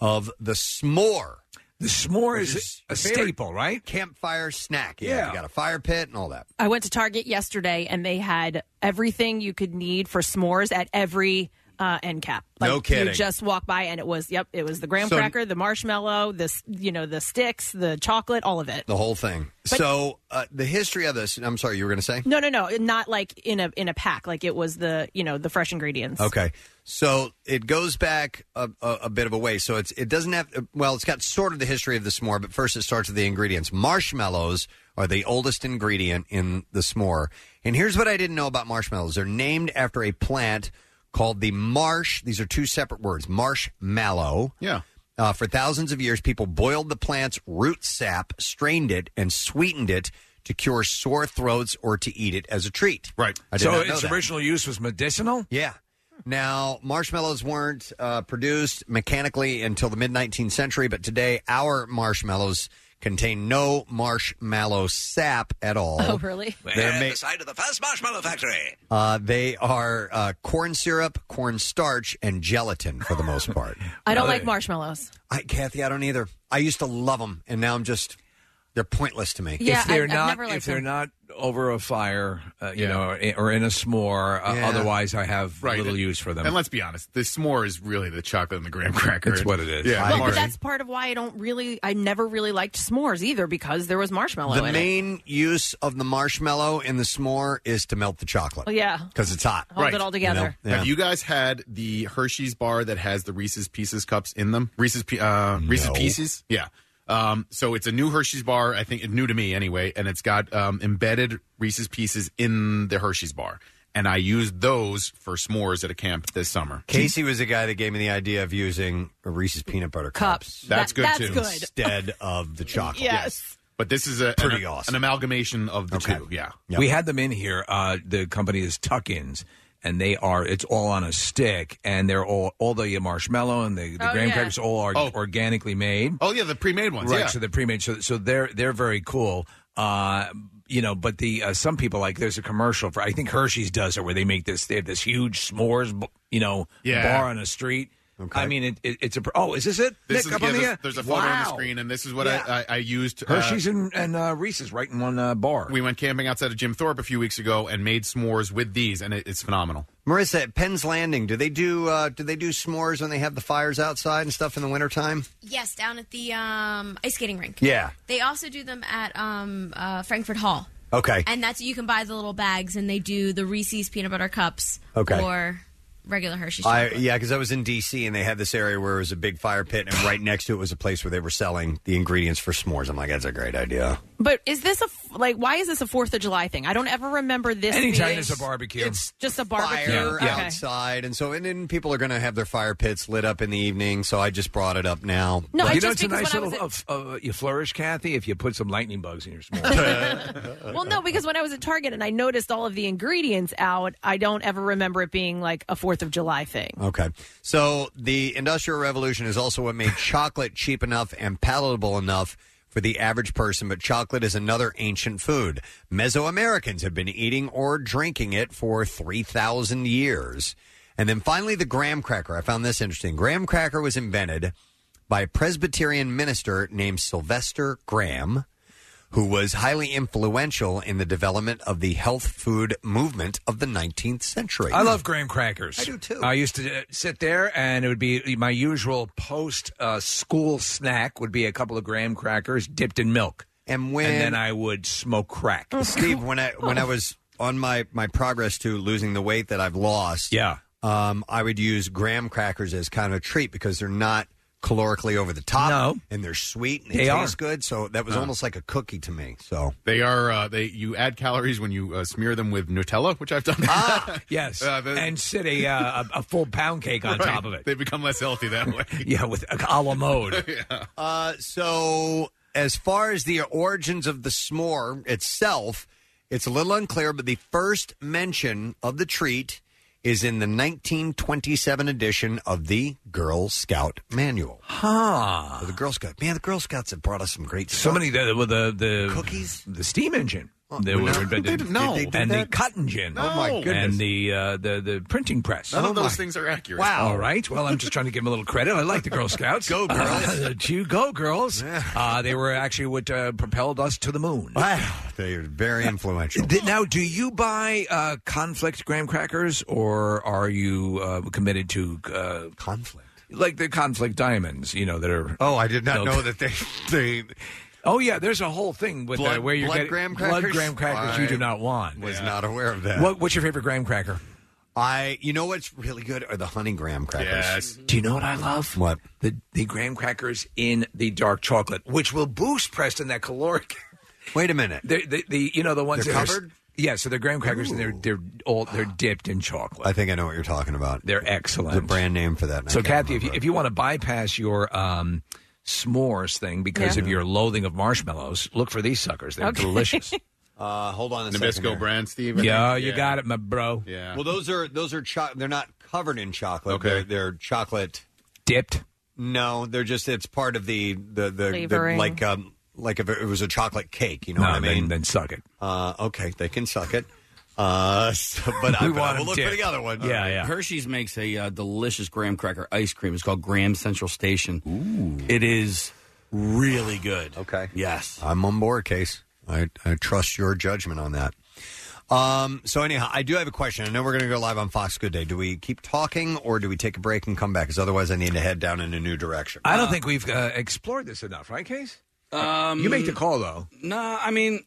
[SPEAKER 2] of the s'more.
[SPEAKER 4] The s'more is a staple, right?
[SPEAKER 2] Campfire snack. Yeah, You got a fire pit and all that.
[SPEAKER 3] I went to Target yesterday and they had everything you could need for s'mores at every uh, end cap.
[SPEAKER 2] No
[SPEAKER 3] You
[SPEAKER 2] kidding.
[SPEAKER 3] just walk by and it was yep, it was the graham
[SPEAKER 2] So-
[SPEAKER 3] cracker, the marshmallow, the s- you know the sticks, the chocolate, all of it.
[SPEAKER 2] The whole thing.
[SPEAKER 3] But-
[SPEAKER 2] so uh, the history of this. I'm sorry, you were going to say.
[SPEAKER 3] No, no, no, not like in a in a pack. Like it was the you know the fresh ingredients.
[SPEAKER 2] Okay, so it goes back a, a, a bit of a way. So it's it doesn't have well, it's got sort of the history of the s'more, but first it starts with the ingredients. Marshmallows are the oldest ingredient in the s'more, and here's what I didn't know about marshmallows: they're named after a plant called the marsh. These are two separate words: marshmallow.
[SPEAKER 7] Yeah.
[SPEAKER 2] Uh, for thousands of years, people boiled the plant's root sap, strained it, and sweetened it to cure sore throats or to eat it as a treat. Right. I did
[SPEAKER 4] so
[SPEAKER 2] not know
[SPEAKER 4] its
[SPEAKER 2] that.
[SPEAKER 4] original use was medicinal.
[SPEAKER 2] Yeah. Now, marshmallows weren't uh, produced mechanically until the mid 19th century, but today our marshmallows contain no marshmallow sap at all.
[SPEAKER 3] Oh, really?
[SPEAKER 2] They're ma-
[SPEAKER 16] side of the first marshmallow factory.
[SPEAKER 2] uh, they are uh, corn syrup, corn starch, and gelatin for the most part.
[SPEAKER 3] I don't like marshmallows.
[SPEAKER 2] I, Kathy, I don't either. I used to love them, and now I'm just, they're pointless to me.
[SPEAKER 4] if they're not if they're not over a fire, uh, you
[SPEAKER 7] Yeah.
[SPEAKER 4] know, or in, or in a s'more. Uh,
[SPEAKER 7] Yeah.
[SPEAKER 4] Otherwise, I have
[SPEAKER 7] Right.
[SPEAKER 4] little use for them.
[SPEAKER 7] And let's be honest, the s'more is really the chocolate and the graham cracker.
[SPEAKER 4] It's what it is.
[SPEAKER 7] Yeah,
[SPEAKER 3] Well, but that's part of why I don't really, I never really liked s'mores either because there was marshmallow
[SPEAKER 2] The
[SPEAKER 3] in it.
[SPEAKER 2] main use of the marshmallow in the s'more is to melt the chocolate.
[SPEAKER 3] Well, Oh, yeah.
[SPEAKER 2] Because it's hot.
[SPEAKER 3] Hold it all together.
[SPEAKER 2] You know?
[SPEAKER 7] Have you guys had the Hershey's bar that has the Reese's Pieces cups in them? Reese's Pe- uh, Reese's Pieces, yeah. Um, so it's a new Hershey's bar, I think new to me anyway, and it's got um, embedded Reese's Pieces in the Hershey's bar. And I used those for s'mores at a camp this summer.
[SPEAKER 2] Casey was the guy that gave me the idea of using a Reese's peanut butter cups.
[SPEAKER 7] Cups. That's That- good, that's too. good.
[SPEAKER 2] Instead of the chocolate.
[SPEAKER 7] Yes. But this is a
[SPEAKER 2] Pretty
[SPEAKER 7] an,
[SPEAKER 2] awesome.
[SPEAKER 7] an amalgamation of the two. Yeah.
[SPEAKER 4] We had them in here. Uh, the company is Tuckins, and they are. It's all on a stick, and they're all all the marshmallow and the, the
[SPEAKER 7] Oh,
[SPEAKER 4] graham
[SPEAKER 7] yeah.
[SPEAKER 4] crackers all are organically made.
[SPEAKER 7] Oh yeah, the pre-made ones.
[SPEAKER 4] Right,
[SPEAKER 7] yeah.
[SPEAKER 4] so they're pre-made. So so they're they're very cool. Uh, you know, but the uh, some people like there's a commercial for I think Hershey's does it where they make this they have this huge s'mores b- you know
[SPEAKER 7] Yeah.
[SPEAKER 4] bar on a street. I mean it, it, it's a pr- oh is this it?
[SPEAKER 7] This
[SPEAKER 4] Nick,
[SPEAKER 7] is,
[SPEAKER 4] up
[SPEAKER 7] yeah,
[SPEAKER 4] on the
[SPEAKER 7] there's,
[SPEAKER 4] air?
[SPEAKER 7] there's a photo on the
[SPEAKER 4] Wow.
[SPEAKER 7] screen, and this is what
[SPEAKER 4] Yeah.
[SPEAKER 7] I, I, I used.
[SPEAKER 4] Hershey's and, and uh, Reese's right in one uh, bar.
[SPEAKER 7] We went camping outside of Jim Thorpe a few weeks ago and made s'mores with these, and it, it's phenomenal.
[SPEAKER 2] Marissa, at Penn's Landing, do they do uh, do they do s'mores when they have the fires outside and stuff in the wintertime?
[SPEAKER 17] Yes, down at the um, ice skating rink.
[SPEAKER 2] Yeah.
[SPEAKER 17] They also do them at um, uh, Frankfurt Hall.
[SPEAKER 2] Okay.
[SPEAKER 17] And that's you can buy the little bags, and they do the Reese's peanut butter cups.
[SPEAKER 2] Okay.
[SPEAKER 17] Or regular Hershey's.
[SPEAKER 2] I,
[SPEAKER 17] chocolate.
[SPEAKER 2] yeah, because I was in D.C. and they had this area where it was a big fire pit, and right next to it was a place where they were selling the ingredients for s'mores. I'm like, that's a great idea.
[SPEAKER 3] But is this a, f- like, why is this a 4th of July thing? I don't ever remember this. being
[SPEAKER 4] barbecue,
[SPEAKER 2] it's
[SPEAKER 3] Just a barbecue.
[SPEAKER 2] fire
[SPEAKER 3] Okay.
[SPEAKER 2] outside, and so and then people are going to have their fire pits lit up in the evening. So I just brought it up now.
[SPEAKER 3] No, I
[SPEAKER 4] you know it's
[SPEAKER 3] just
[SPEAKER 4] a
[SPEAKER 3] because
[SPEAKER 4] nice
[SPEAKER 3] when I
[SPEAKER 4] little uh, uh, you flourish, Kathy, if you put some lightning bugs in your s'more.
[SPEAKER 3] Well, no, because when I was at Target and I noticed all of the ingredients out, I don't ever remember it being like a 4th of July thing.
[SPEAKER 2] Okay. So the Industrial Revolution is also what made chocolate cheap enough and palatable enough for the average person, but chocolate is another ancient food. Mesoamericans have been eating or drinking it for 3,000 years. And then finally, the graham cracker. I found this interesting. Graham cracker was invented by a Presbyterian minister named Sylvester Graham, who was highly influential in the development of the health food movement of the 19th century.
[SPEAKER 4] I love graham crackers.
[SPEAKER 2] I do, too.
[SPEAKER 4] I used to uh, sit there, and it would be my usual post uh, school snack would be a couple of graham crackers dipped in milk,
[SPEAKER 2] and when
[SPEAKER 4] and then I would smoke crack.
[SPEAKER 2] Steve, when I
[SPEAKER 4] Oh.
[SPEAKER 2] when I was on my my progress to losing the weight that I've lost,
[SPEAKER 4] yeah,
[SPEAKER 2] um, I would use graham crackers as kind of a treat because they're not calorically over the top,
[SPEAKER 7] No.
[SPEAKER 2] and they're sweet and they,
[SPEAKER 7] They are.
[SPEAKER 2] taste good. So that was
[SPEAKER 7] Uh.
[SPEAKER 2] almost like a cookie to me. So
[SPEAKER 7] They are uh, they. You add calories when you uh, smear them with Nutella, which I've done.
[SPEAKER 4] Ah, yes, and sit a, uh, a a full pound cake on
[SPEAKER 7] Right.
[SPEAKER 4] top of it.
[SPEAKER 7] They become less healthy that way.
[SPEAKER 4] yeah, with a a la mode.
[SPEAKER 2] Uh, so as far as the origins of the s'more itself, it's a little unclear, but the first mention of the treat is in the 1927 edition of the Girl Scout Manual.
[SPEAKER 4] Huh.
[SPEAKER 2] the Girl Scout. Man, the Girl Scouts have brought us some great
[SPEAKER 4] So
[SPEAKER 2] stuff.
[SPEAKER 4] many the, with the the
[SPEAKER 2] cookies,
[SPEAKER 4] the steam engine. They
[SPEAKER 7] Oh, no.
[SPEAKER 4] were
[SPEAKER 7] Did
[SPEAKER 4] invented.
[SPEAKER 7] they- no. Did they do
[SPEAKER 4] and the
[SPEAKER 7] that?
[SPEAKER 4] cotton gin.
[SPEAKER 7] Oh, my No. goodness.
[SPEAKER 4] And the uh, the the printing press.
[SPEAKER 7] None of
[SPEAKER 4] Oh,
[SPEAKER 7] those
[SPEAKER 4] my.
[SPEAKER 7] things are accurate.
[SPEAKER 4] All right. Well, I'm just trying to give them a little credit. I like the Girl Scouts. go girls. you go girls. Uh, they were actually what uh, propelled us to the moon.
[SPEAKER 2] Wow. They're very influential.
[SPEAKER 4] Now, do you buy uh, conflict graham crackers, or are you uh, committed to uh,
[SPEAKER 2] conflict,
[SPEAKER 4] like the conflict diamonds? You know that are.
[SPEAKER 2] Oh, I did not know that they. they
[SPEAKER 4] Oh yeah, there's a whole thing with
[SPEAKER 2] Blood-
[SPEAKER 4] that where you're
[SPEAKER 2] blood
[SPEAKER 4] getting
[SPEAKER 2] graham
[SPEAKER 4] blood
[SPEAKER 2] crackers?
[SPEAKER 4] graham crackers you
[SPEAKER 2] I
[SPEAKER 4] do not want.
[SPEAKER 2] was not aware of that.
[SPEAKER 4] What, what's your favorite graham cracker?
[SPEAKER 2] I, you know what's really good are the honey graham crackers.
[SPEAKER 4] Yes. Do you know what I love?
[SPEAKER 2] What
[SPEAKER 4] the the graham crackers in the dark chocolate, which will boost Preston that caloric.
[SPEAKER 2] Wait a minute.
[SPEAKER 4] The, the, the you know the ones
[SPEAKER 2] They're
[SPEAKER 4] that are s-
[SPEAKER 2] covered?
[SPEAKER 4] yeah, so they're graham crackers and they're they're all they're dipped in chocolate.
[SPEAKER 2] I think I know what you're talking about.
[SPEAKER 4] They're excellent.
[SPEAKER 2] The brand name for that. and I
[SPEAKER 4] So
[SPEAKER 2] can't
[SPEAKER 4] Kathy, if
[SPEAKER 2] remember
[SPEAKER 4] you,
[SPEAKER 2] it.
[SPEAKER 4] if you want to bypass your um, s'mores thing because
[SPEAKER 2] Yeah.
[SPEAKER 4] of your loathing of marshmallows, look for these suckers. They're delicious.
[SPEAKER 2] Uh, hold on a second.
[SPEAKER 7] Nabisco
[SPEAKER 2] there.
[SPEAKER 7] brand, Steve. I
[SPEAKER 4] Yeah,
[SPEAKER 7] think?
[SPEAKER 4] you got it, my bro.
[SPEAKER 7] Yeah.
[SPEAKER 2] Well, those are those are cho- they're not covered in chocolate.
[SPEAKER 7] Okay.
[SPEAKER 2] They're, they're chocolate
[SPEAKER 4] dipped.
[SPEAKER 2] No, they're just it's part of the the the, the
[SPEAKER 18] Flavoring.
[SPEAKER 2] like um like if it was a chocolate cake. You know
[SPEAKER 4] No,
[SPEAKER 2] what I
[SPEAKER 4] then-
[SPEAKER 2] mean?
[SPEAKER 4] then suck it.
[SPEAKER 2] Uh, okay, they can suck it. Uh, so- but I,
[SPEAKER 5] We
[SPEAKER 2] but
[SPEAKER 5] want
[SPEAKER 2] I will
[SPEAKER 5] them
[SPEAKER 2] look for
[SPEAKER 5] dipped.
[SPEAKER 2] the other one.
[SPEAKER 5] Uh, Hershey's makes a uh, delicious graham cracker ice cream. It's called Graham Central Station. Ooh. It is really good.
[SPEAKER 2] Okay.
[SPEAKER 5] Yes.
[SPEAKER 2] I'm on board, Case. I, I trust your judgment on that. Um, so anyhow, I do have a question. I know we're going to go live on Fox Good Day. Do we keep talking or do we take a break and come back? Because otherwise, I need to head down in a new direction.
[SPEAKER 4] I don't think we've uh, explored this enough, right, Case?
[SPEAKER 5] Um,
[SPEAKER 4] you make the call though.
[SPEAKER 5] No, I mean,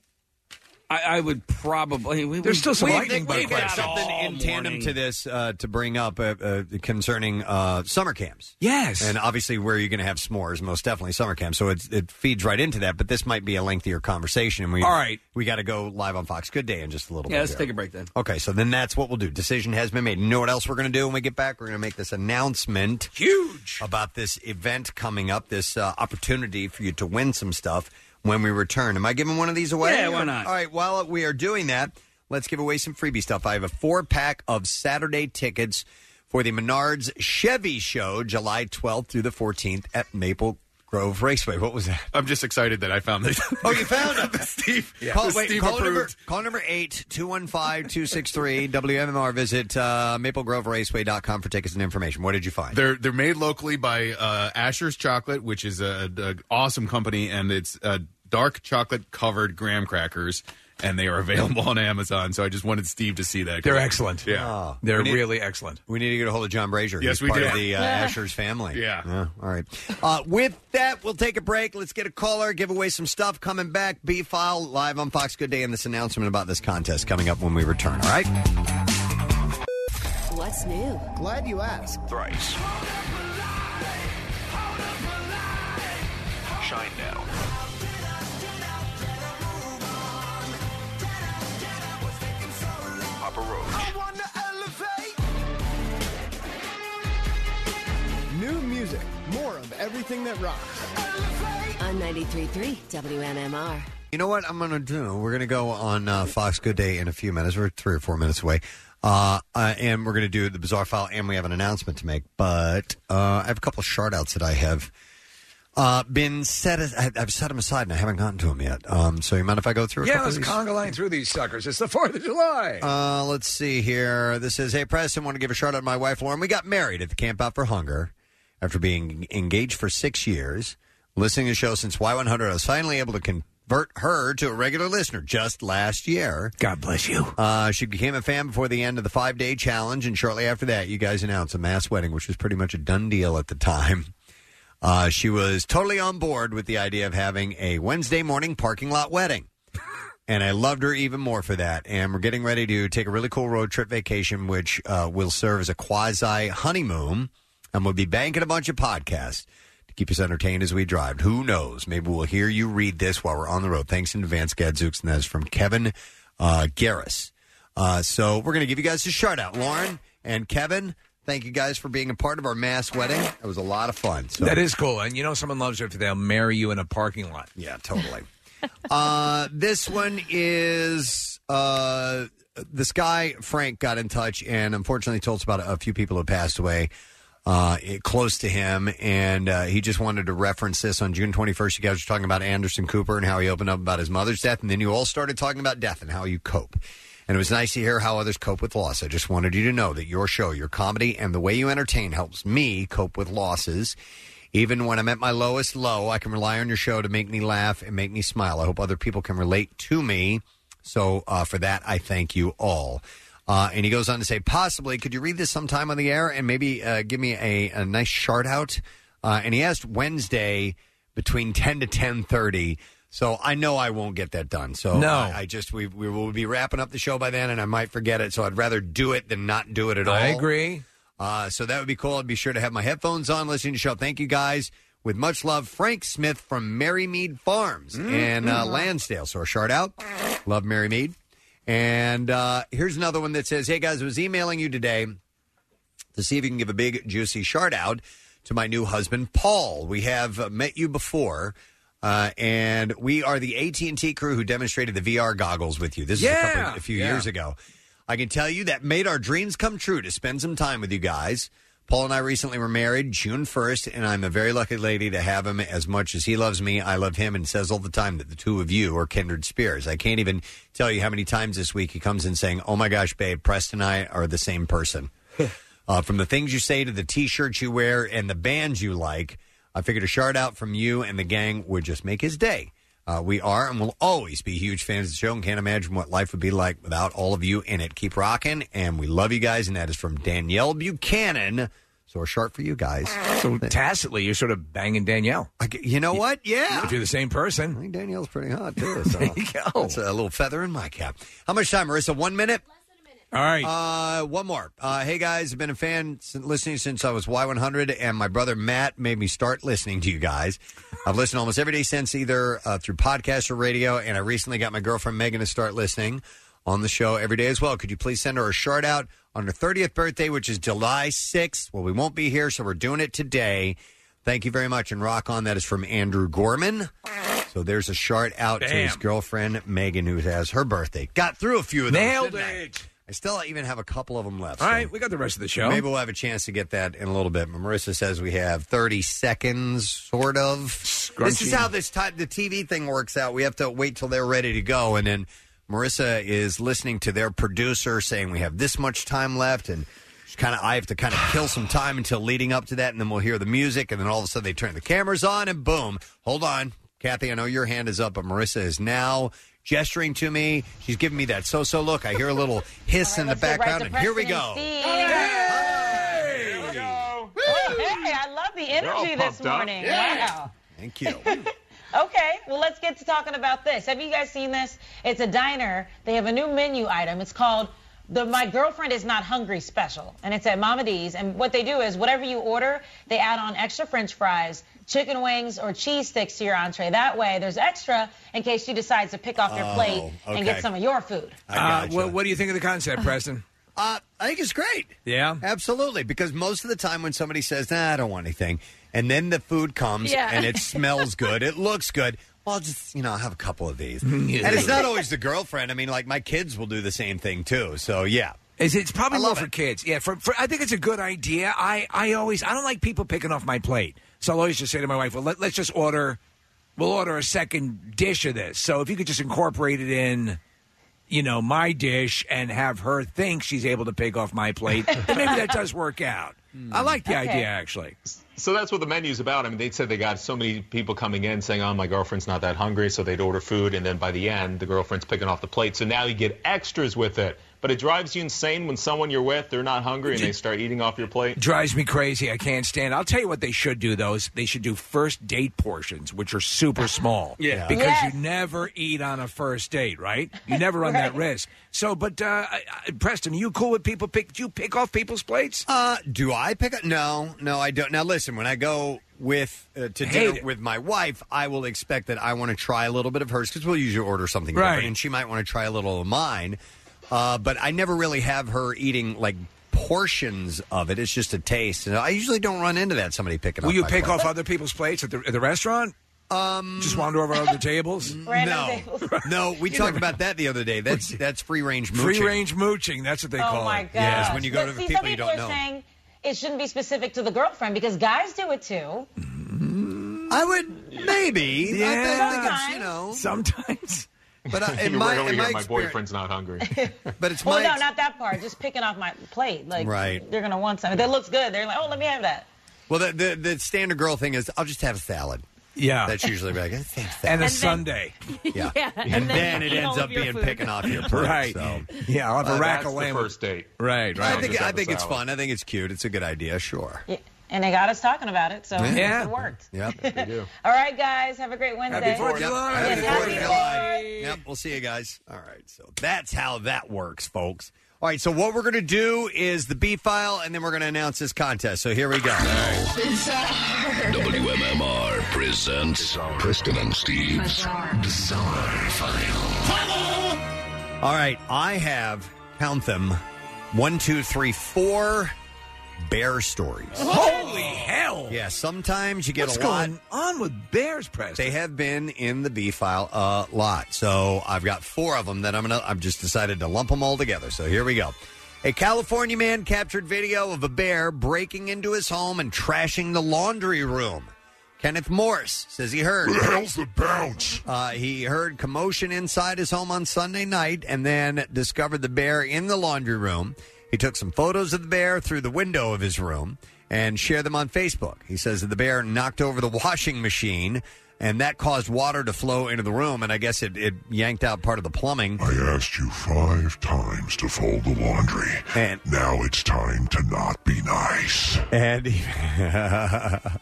[SPEAKER 5] I, I would probably. We,
[SPEAKER 4] There's still some
[SPEAKER 5] we,
[SPEAKER 4] lightning
[SPEAKER 5] we-
[SPEAKER 4] bug
[SPEAKER 5] we've got
[SPEAKER 4] questions.
[SPEAKER 5] all
[SPEAKER 2] something in tandem
[SPEAKER 5] morning.
[SPEAKER 2] to this uh, to bring up uh, uh, concerning uh, summer camps.
[SPEAKER 4] Yes,
[SPEAKER 2] and obviously where you're going to have s'mores, most definitely summer camp. So it, it feeds right into that. But this might be a lengthier conversation. And we
[SPEAKER 5] All right.
[SPEAKER 2] we got to go live on Fox Good Day in just a little
[SPEAKER 5] Yeah,
[SPEAKER 2] bit.
[SPEAKER 5] let's
[SPEAKER 2] here.
[SPEAKER 5] take a break then.
[SPEAKER 2] Okay, so then that's what we'll do. Decision has been made. You know what else we're going to do when we get back? We're going to make this announcement.
[SPEAKER 4] Huge!
[SPEAKER 2] About this event coming up, this uh, opportunity for you to win some stuff when we return. Am I giving one of these away?
[SPEAKER 5] Yeah, why not?
[SPEAKER 2] All right, while we are doing that, let's give away some freebie stuff. I have a four pack of Saturday tickets for the Menards Chevy Show, July 12th through the 14th at Maple Grove Raceway. What was that?
[SPEAKER 7] I'm just excited that I found this.
[SPEAKER 2] Oh, you found it.
[SPEAKER 7] Steve.
[SPEAKER 2] Call,
[SPEAKER 7] the
[SPEAKER 2] wait,
[SPEAKER 7] Steve
[SPEAKER 2] call, number,
[SPEAKER 7] approved.
[SPEAKER 2] call number 8 215 263 WMMR. Visit uh, maplegroveraceway.com for tickets and information. What did you find?
[SPEAKER 7] They're they're made locally by uh, Asher's Chocolate, which is a, a awesome company, and it's uh, dark chocolate covered graham crackers, and they are available on Amazon. So I just wanted Steve to see that.
[SPEAKER 4] They're excellent. Ah.
[SPEAKER 7] Yeah,
[SPEAKER 2] Oh.
[SPEAKER 4] They're
[SPEAKER 2] We need-
[SPEAKER 4] really excellent.
[SPEAKER 2] We need to get a hold of John Brazier.
[SPEAKER 7] Yes,
[SPEAKER 2] He's
[SPEAKER 7] we
[SPEAKER 2] part
[SPEAKER 7] do.
[SPEAKER 2] of the uh,
[SPEAKER 7] Yeah.
[SPEAKER 2] Asher's family.
[SPEAKER 7] Yeah.
[SPEAKER 2] All right. Uh, with that, we'll take a break. Let's get a caller, give away some stuff. Coming back, B File live on Fox Good Day, and this announcement about this contest coming up when we return. All right.
[SPEAKER 15] What's new?
[SPEAKER 19] Glad you asked.
[SPEAKER 16] Thrice. Shine now. Papa Roach.
[SPEAKER 19] New music, more of everything that rocks.
[SPEAKER 15] On 93.3 WMMR.
[SPEAKER 2] You know what I'm going to do? We're going to go on uh, Fox Good Day in a few minutes. We're three or four minutes away. Uh, uh, and we're going to do the bizarre file, and we have an announcement to make. But uh, I have a couple of shout outs that I have uh, been set. As, I- I've set them aside, and I haven't gotten to them yet. Um, so you mind if I go through? A
[SPEAKER 4] Yeah,
[SPEAKER 2] couple
[SPEAKER 4] let's
[SPEAKER 2] of these?
[SPEAKER 4] conga line through these suckers. It's the Fourth of July.
[SPEAKER 2] Uh, let's see here. This is Hey Preston. Want to give a shout out to my wife Lauren. We got married at the Camp Out for Hunger after being engaged for six years. Listening to the show since Y100, I was finally able to convert her to a regular listener just last year.
[SPEAKER 4] God bless you.
[SPEAKER 2] Uh, she became a fan before the end of the five day challenge, and shortly after that, you guys announced a mass wedding, which was pretty much a done deal at the time. Uh, she was totally on board with the idea of having a Wednesday morning parking lot wedding and I loved her even more for that. And we're getting ready to take a really cool road trip vacation, which uh, will serve as a quasi honeymoon, and we'll be banking a bunch of podcasts to keep us entertained as we drive. Who knows? Maybe we'll hear you read this while we're on the road. Thanks in advance, Gadzooks, and that is from Kevin uh, Garris. Uh, so we're going to give you guys a shout out, Lauren and Kevin. Thank you guys for being a part of our mass wedding. It was a lot of fun. So.
[SPEAKER 4] That is cool, and you know someone loves it if they'll marry you in a parking lot.
[SPEAKER 2] Yeah, totally. uh, this one is uh, this guy Frank got in touch and unfortunately told us about a few people who passed away. uh, it- close to him, and uh, he just wanted to reference this on June 21st. You guys were talking about Anderson Cooper and how he opened up about his mother's death, and then you all started talking about death and how you cope. And it was nice to hear how others cope with loss. I just wanted you to know that your show, your comedy, and the way you entertain helps me cope with losses. Even when I'm at my lowest low, I can rely on your show to make me laugh and make me smile. I hope other people can relate to me. So uh, for that, I thank you all. Uh, and he goes on to say, possibly, could you read this sometime on the air and maybe uh, give me a, a nice shout out? Uh, and he asked Wednesday between 10 to 10.30. So I know I won't get that done. So
[SPEAKER 4] No.
[SPEAKER 2] I, I just, we, we will be wrapping up the show by then and I might forget it. So I'd rather do it than not do it at all.
[SPEAKER 4] I agree.
[SPEAKER 2] Uh, so that would be cool. I'd be sure to have my headphones on listening to the show. Thank you guys. With much love, Frank Smith from Marymead Farms
[SPEAKER 4] Mm-hmm.
[SPEAKER 2] in uh, Lansdale. So a shout out. Love Marymead. And uh, here's another one that says, Hey guys, I was emailing you today to see if you can give a big, juicy shout out to my new husband, Paul. We have uh, met you before. Uh, and we are the AT&T crew who demonstrated the VR goggles with you. This is a, couple,
[SPEAKER 4] Yeah.
[SPEAKER 2] a few
[SPEAKER 4] Yeah.
[SPEAKER 2] years ago. I can tell you that made our dreams come true to spend some time with you guys. Paul and I recently were married June 1st, and I'm a very lucky lady to have him as much as he loves me. I love him and says all the time that the two of you are kindred spirits. I can't even tell you how many times this week he comes in saying, Oh my gosh, babe, Preston and I are the same person. uh, from the things you say to the t shirts you wear and the bands you like, I figured a shout out from you and the gang would just make his day. Uh, we are and will always be huge fans of the show and can't imagine what life would be like without all of you in it. Keep rocking, and we love you guys. And that is from Danielle Buchanan. So a sharp for you guys.
[SPEAKER 4] So tacitly, you're sort of banging Danielle.
[SPEAKER 2] you know what? Yeah.
[SPEAKER 4] If you're the same person. I
[SPEAKER 2] think Danielle's pretty hot, too. So It's a little feather in my cap. How much time, Marissa? One minute?
[SPEAKER 4] All right.
[SPEAKER 2] Uh, one more. Uh, hey, guys, I've been a fan, sin- listening since I was Y100, and my brother Matt made me start listening to you guys. I've listened almost every day since, either uh, through podcast or radio, and I recently got my girlfriend Megan to start listening on the show every day as well. Could you please send her a shout out on her 30th birthday, which is July 6th? Well, we won't be here, so we're doing it today. Thank you very much, and rock on. That is from Andrew Gorman. So there's a shout out to his
[SPEAKER 4] Bam.
[SPEAKER 2] girlfriend Megan, who has her birthday. Got through a few of those.
[SPEAKER 4] Nailed
[SPEAKER 2] didn't I?
[SPEAKER 4] it.
[SPEAKER 2] I still even have a couple of them left.
[SPEAKER 4] All right, we got the rest of the show.
[SPEAKER 2] Maybe we'll have a chance to get that in a little bit. Marissa says we have 30 seconds, sort of. This is how this ti- the TV thing works out. We have to wait till they're ready to go, and then Marissa is listening to their producer saying we have this much time left, and kind of I have to kind of kill some time until leading up to that, and then we'll hear the music, and then all of a sudden they turn the cameras on, and boom! Hold on, Kathy, I know your hand is up, but Marissa is now. Gesturing to me, she's giving me that so-so look. I hear a little hiss in the background, and here we go.
[SPEAKER 18] Hey, I love the
[SPEAKER 2] They're all
[SPEAKER 18] energy this
[SPEAKER 2] pumped up.
[SPEAKER 18] morning.
[SPEAKER 2] Yeah.
[SPEAKER 18] Wow.
[SPEAKER 2] Thank you.
[SPEAKER 18] Okay, well, let's get to talking about this. Have you guys seen this? It's a diner. They have a new menu item. It's called the My Girlfriend Is Not Hungry Special, and it's at Mama D's. And what they do is whatever you order, they add on extra french fries, chicken wings, or cheese sticks to your entree. That way, there's extra in case she decides to pick off your
[SPEAKER 4] Oh,
[SPEAKER 18] plate and
[SPEAKER 4] okay.
[SPEAKER 18] get some of your food.
[SPEAKER 4] Uh, what, what do you think of the concept, Preston?
[SPEAKER 2] Uh, I think it's great.
[SPEAKER 4] Yeah.
[SPEAKER 2] Absolutely. Because most of the time when somebody says, nah, I don't want anything, and then the food comes
[SPEAKER 4] Yeah.
[SPEAKER 2] and it smells good, it looks good. Well, I'll just, you know, I'll have a couple of these. and it's not always the girlfriend. I mean, like, my kids will do the same thing, too. So, yeah.
[SPEAKER 4] Is it's probably
[SPEAKER 2] I
[SPEAKER 4] more
[SPEAKER 2] love
[SPEAKER 4] for kids. Yeah, for, for I think it's a good idea. I, I always I don't like people picking off my plate, so I'll always just say to my wife, "Well, let, let's just order, we'll order a second dish of this." So if you could just incorporate it in, you know, my dish and have her think she's able to pick off my plate, then maybe that does work out. I
[SPEAKER 2] Hmm.
[SPEAKER 4] like the
[SPEAKER 20] Okay.
[SPEAKER 4] idea actually.
[SPEAKER 20] So that's what the menu's about. I mean, they said they got so many people coming in saying, "Oh, my girlfriend's not that hungry," so they'd order food, and then by the end, the girlfriend's picking off the plate. So now you get extras with it. But it drives you insane when someone you're with they're not hungry and they start eating off your plate.
[SPEAKER 4] Drives me crazy. I can't stand. it. I'll tell you what they should do though is they should do first date portions, which are super small.
[SPEAKER 5] Yeah.
[SPEAKER 4] because
[SPEAKER 5] Yes.
[SPEAKER 4] you never eat on a first date, right? You never run that risk. So, but uh, I, I, Preston, you cool with people pick? Do you pick off people's plates?
[SPEAKER 2] Uh, do I pick up? No, no, I don't. Now, listen, when I go with uh, to
[SPEAKER 4] Hate
[SPEAKER 2] dinner
[SPEAKER 4] it.
[SPEAKER 2] with my wife, I will expect that I want to try a little bit of hers because we'll usually order something
[SPEAKER 4] Right.
[SPEAKER 2] different, and she might want to try a little of mine. Uh, but I never really have her eating like portions of it. It's just a taste, and I usually don't run into that somebody picking.
[SPEAKER 4] Will
[SPEAKER 2] up
[SPEAKER 4] you
[SPEAKER 2] my
[SPEAKER 4] pick
[SPEAKER 2] plate.
[SPEAKER 4] off other people's plates at the, at the restaurant? Um, just wander over other tables.
[SPEAKER 2] No, no, we talked about that the other day. That's that's free range mooching.
[SPEAKER 4] Free range mooching. That's what they
[SPEAKER 18] oh
[SPEAKER 4] call
[SPEAKER 18] my
[SPEAKER 4] it.
[SPEAKER 18] God. but see, some people are saying it shouldn't be specific to the girlfriend because guys do it too.
[SPEAKER 2] I would maybe. I think it's, you know,
[SPEAKER 4] sometimes.
[SPEAKER 2] But I, in
[SPEAKER 20] you
[SPEAKER 2] my,
[SPEAKER 20] rarely
[SPEAKER 2] in
[SPEAKER 20] hear
[SPEAKER 2] my,
[SPEAKER 20] my
[SPEAKER 2] experience,
[SPEAKER 20] boyfriend's not hungry.
[SPEAKER 2] but it's
[SPEAKER 18] well,
[SPEAKER 2] my
[SPEAKER 18] no, not that part. Just picking off my plate. Like,
[SPEAKER 2] Right.
[SPEAKER 18] They're gonna want something. That looks good. They're like, oh, let me have that.
[SPEAKER 2] well, the, the the standard girl thing is I'll just have a salad.
[SPEAKER 4] Yeah,
[SPEAKER 2] that's usually like I think salad.
[SPEAKER 4] And a Sunday.
[SPEAKER 2] Yeah. And,
[SPEAKER 4] And
[SPEAKER 2] then,
[SPEAKER 4] then
[SPEAKER 2] it
[SPEAKER 4] eat
[SPEAKER 2] ends
[SPEAKER 4] all
[SPEAKER 2] up
[SPEAKER 4] of your
[SPEAKER 2] being
[SPEAKER 4] food.
[SPEAKER 2] picking off your plate.
[SPEAKER 4] Right.
[SPEAKER 2] So.
[SPEAKER 4] Yeah,
[SPEAKER 20] Uh,
[SPEAKER 4] I'll have
[SPEAKER 2] Uh,
[SPEAKER 4] a rack of lamb.
[SPEAKER 20] date.
[SPEAKER 4] Right, right.
[SPEAKER 2] I think I think it's
[SPEAKER 4] fun.
[SPEAKER 2] fun. I think it's cute. It's a good idea. Sure.
[SPEAKER 18] Yeah. And they got us talking about it, so
[SPEAKER 2] Yeah.
[SPEAKER 18] it worked.
[SPEAKER 2] Yep.
[SPEAKER 18] All right, guys, have a great Wednesday.
[SPEAKER 2] Fourth of July. Happy
[SPEAKER 18] Yes,
[SPEAKER 2] Fourth of July. Yep. We'll see you guys. All right. So that's how that works, folks. All right. So what we're gonna do is the B file, and then we're gonna announce this contest. So here we go.
[SPEAKER 1] WMMR presents Preston and Steve's Bizarre, File.
[SPEAKER 2] All right, I have count them one, two, three, four bear stories.
[SPEAKER 4] Holy hell!
[SPEAKER 2] Yeah, sometimes you get
[SPEAKER 4] What's
[SPEAKER 2] a lot.
[SPEAKER 4] going on with bears, Preston?
[SPEAKER 2] They have been in the B file a lot, so I've got four of them that I'm gonna. I've just decided to lump them all together. So here we go. A California man captured video of a bear breaking into his home and trashing the laundry room. Kenneth Morse says he heard.
[SPEAKER 11] Where the hell's the bounce?
[SPEAKER 2] Uh, he heard commotion inside his home on Sunday night and then discovered the bear in the laundry room. He took some photos of the bear through the window of his room and shared them on Facebook. He says that the bear knocked over the washing machine and that caused water to flow into the room, and I guess it, it yanked out part of the plumbing.
[SPEAKER 11] I asked you five times to fold the laundry.
[SPEAKER 2] And
[SPEAKER 11] now it's time to not be nice.
[SPEAKER 2] And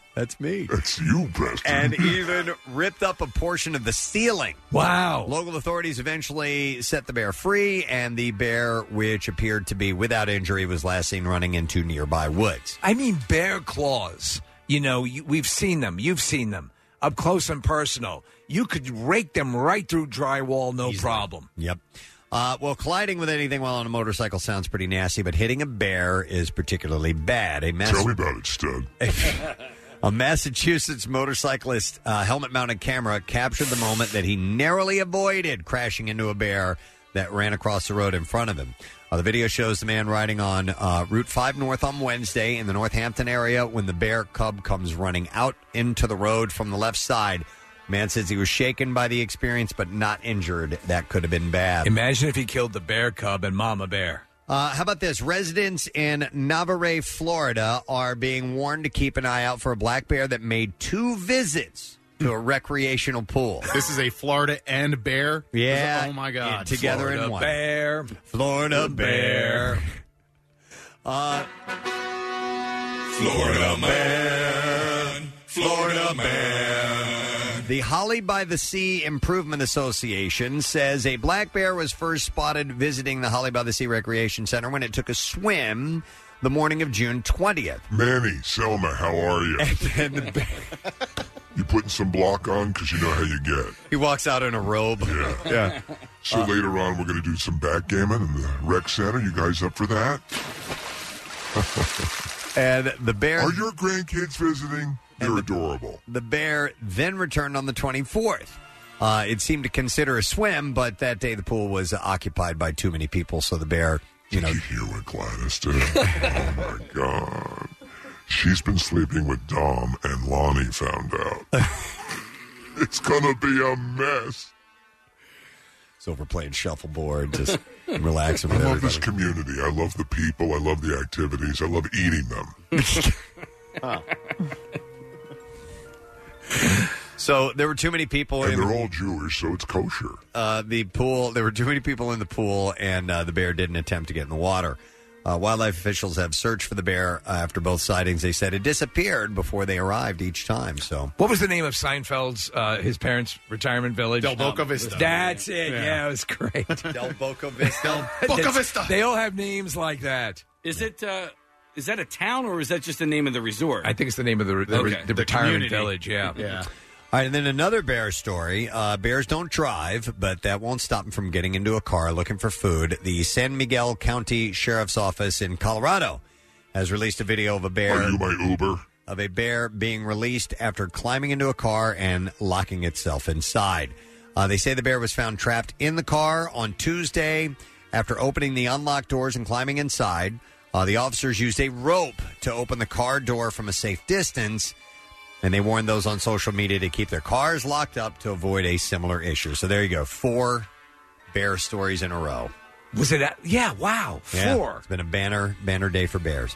[SPEAKER 2] that's me.
[SPEAKER 11] That's you, Preston.
[SPEAKER 2] and even ripped up a portion of the ceiling. Wow. Local authorities eventually set the bear free, and the bear, which appeared to be without injury, was last seen running into nearby woods.
[SPEAKER 4] I mean, bear claws. You know, you, we've seen them. You've seen them up close and personal. You could rake them right through drywall, no problem.
[SPEAKER 2] Yep. Uh, well, colliding with anything while on a motorcycle sounds pretty nasty, but hitting a bear is particularly bad. A mass-
[SPEAKER 11] Tell me about it, Stug.
[SPEAKER 2] A Massachusetts motorcyclist uh, helmet mounted camera captured the moment that he narrowly avoided crashing into a bear that ran across the road in front of him. Uh, the video shows the man riding on uh, Route 5 North on Wednesday in the Northampton area when the bear cub comes running out into the road from the left side. Man says he was shaken by the experience but not injured. That could have been bad.
[SPEAKER 4] Imagine if he killed the bear cub and mama bear.
[SPEAKER 2] Uh, how about this? Residents in Navarre, Florida, are being warned to keep an eye out for a black bear that made two visits to a recreational pool.
[SPEAKER 7] This is a Florida and bear.
[SPEAKER 2] Yeah.
[SPEAKER 7] Oh my God.
[SPEAKER 2] Yeah, together in Florida one.
[SPEAKER 4] Bear.
[SPEAKER 2] Florida bear. Uh,
[SPEAKER 11] Florida man. Florida man.
[SPEAKER 2] the Holly by the Sea Improvement Association says a black bear was first spotted visiting the Holly by the Sea Recreation Center when it took a swim the morning of June 20th.
[SPEAKER 11] Manny, Selma, how are you? you putting some block on because you know how you get.
[SPEAKER 2] He walks out in a robe. Uh,
[SPEAKER 11] Yeah. So later on, we're going to do some backgammon in the rec center. You guys up for that?
[SPEAKER 2] And the bear.
[SPEAKER 11] Are your grandkids visiting? They're adorable.
[SPEAKER 2] The bear then returned on the 24th. Uh, it seemed to consider a swim, but that day the pool was occupied by too many people, so the bear, you know.
[SPEAKER 11] hear what Gladys did? oh my god. She's been sleeping with Dom and Lonnie found out. it's gonna be a mess.
[SPEAKER 2] So we're playing shuffleboard, just relaxing
[SPEAKER 11] I
[SPEAKER 2] with
[SPEAKER 11] love this
[SPEAKER 2] everybody.
[SPEAKER 11] community. I love the people. I love the activities. I love eating them.
[SPEAKER 2] So there were too many people
[SPEAKER 11] And
[SPEAKER 2] in
[SPEAKER 11] they're all Jewish, so it's kosher.
[SPEAKER 2] uh, the pool. There were too many people in the pool, and uh, the bear didn't attempt to get in the water. Uh, wildlife officials have searched for the bear uh, after both sightings. They said it disappeared before they arrived each time. So
[SPEAKER 4] What was the name of Seinfeld's, uh, his parents' retirement village?
[SPEAKER 2] Del Boca Vista.
[SPEAKER 4] That's it. Yeah,
[SPEAKER 5] Yeah.
[SPEAKER 4] it was great.
[SPEAKER 2] Del Boca Vista.
[SPEAKER 5] Boca Vista.
[SPEAKER 4] They all have names like that.
[SPEAKER 5] Is it? Uh, is that a town or is that just the name of the resort?
[SPEAKER 4] I think it's the name of the, the,
[SPEAKER 5] Okay. The
[SPEAKER 4] the retirement
[SPEAKER 5] community.
[SPEAKER 4] village. Yeah.
[SPEAKER 5] Yeah.
[SPEAKER 2] All right, and then another bear story. Uh, bears don't drive, but that won't stop them from getting into a car looking for food. The San Miguel County Sheriff's Office in Colorado has released a video of a bear.
[SPEAKER 11] Are you my Uber?
[SPEAKER 2] Of a bear being released after climbing into a car and locking itself inside. Uh, they say the bear was found trapped in the car on Tuesday after opening the unlocked doors and climbing inside. Uh, the officers used a rope to open the car door from a safe distance, and they warned those on social media to keep their cars locked up to avoid a similar issue. So there you go, four bear stories in a row.
[SPEAKER 4] Was it? At, yeah. Wow.
[SPEAKER 2] Yeah,
[SPEAKER 4] Four.
[SPEAKER 2] it's been a banner banner day for bears.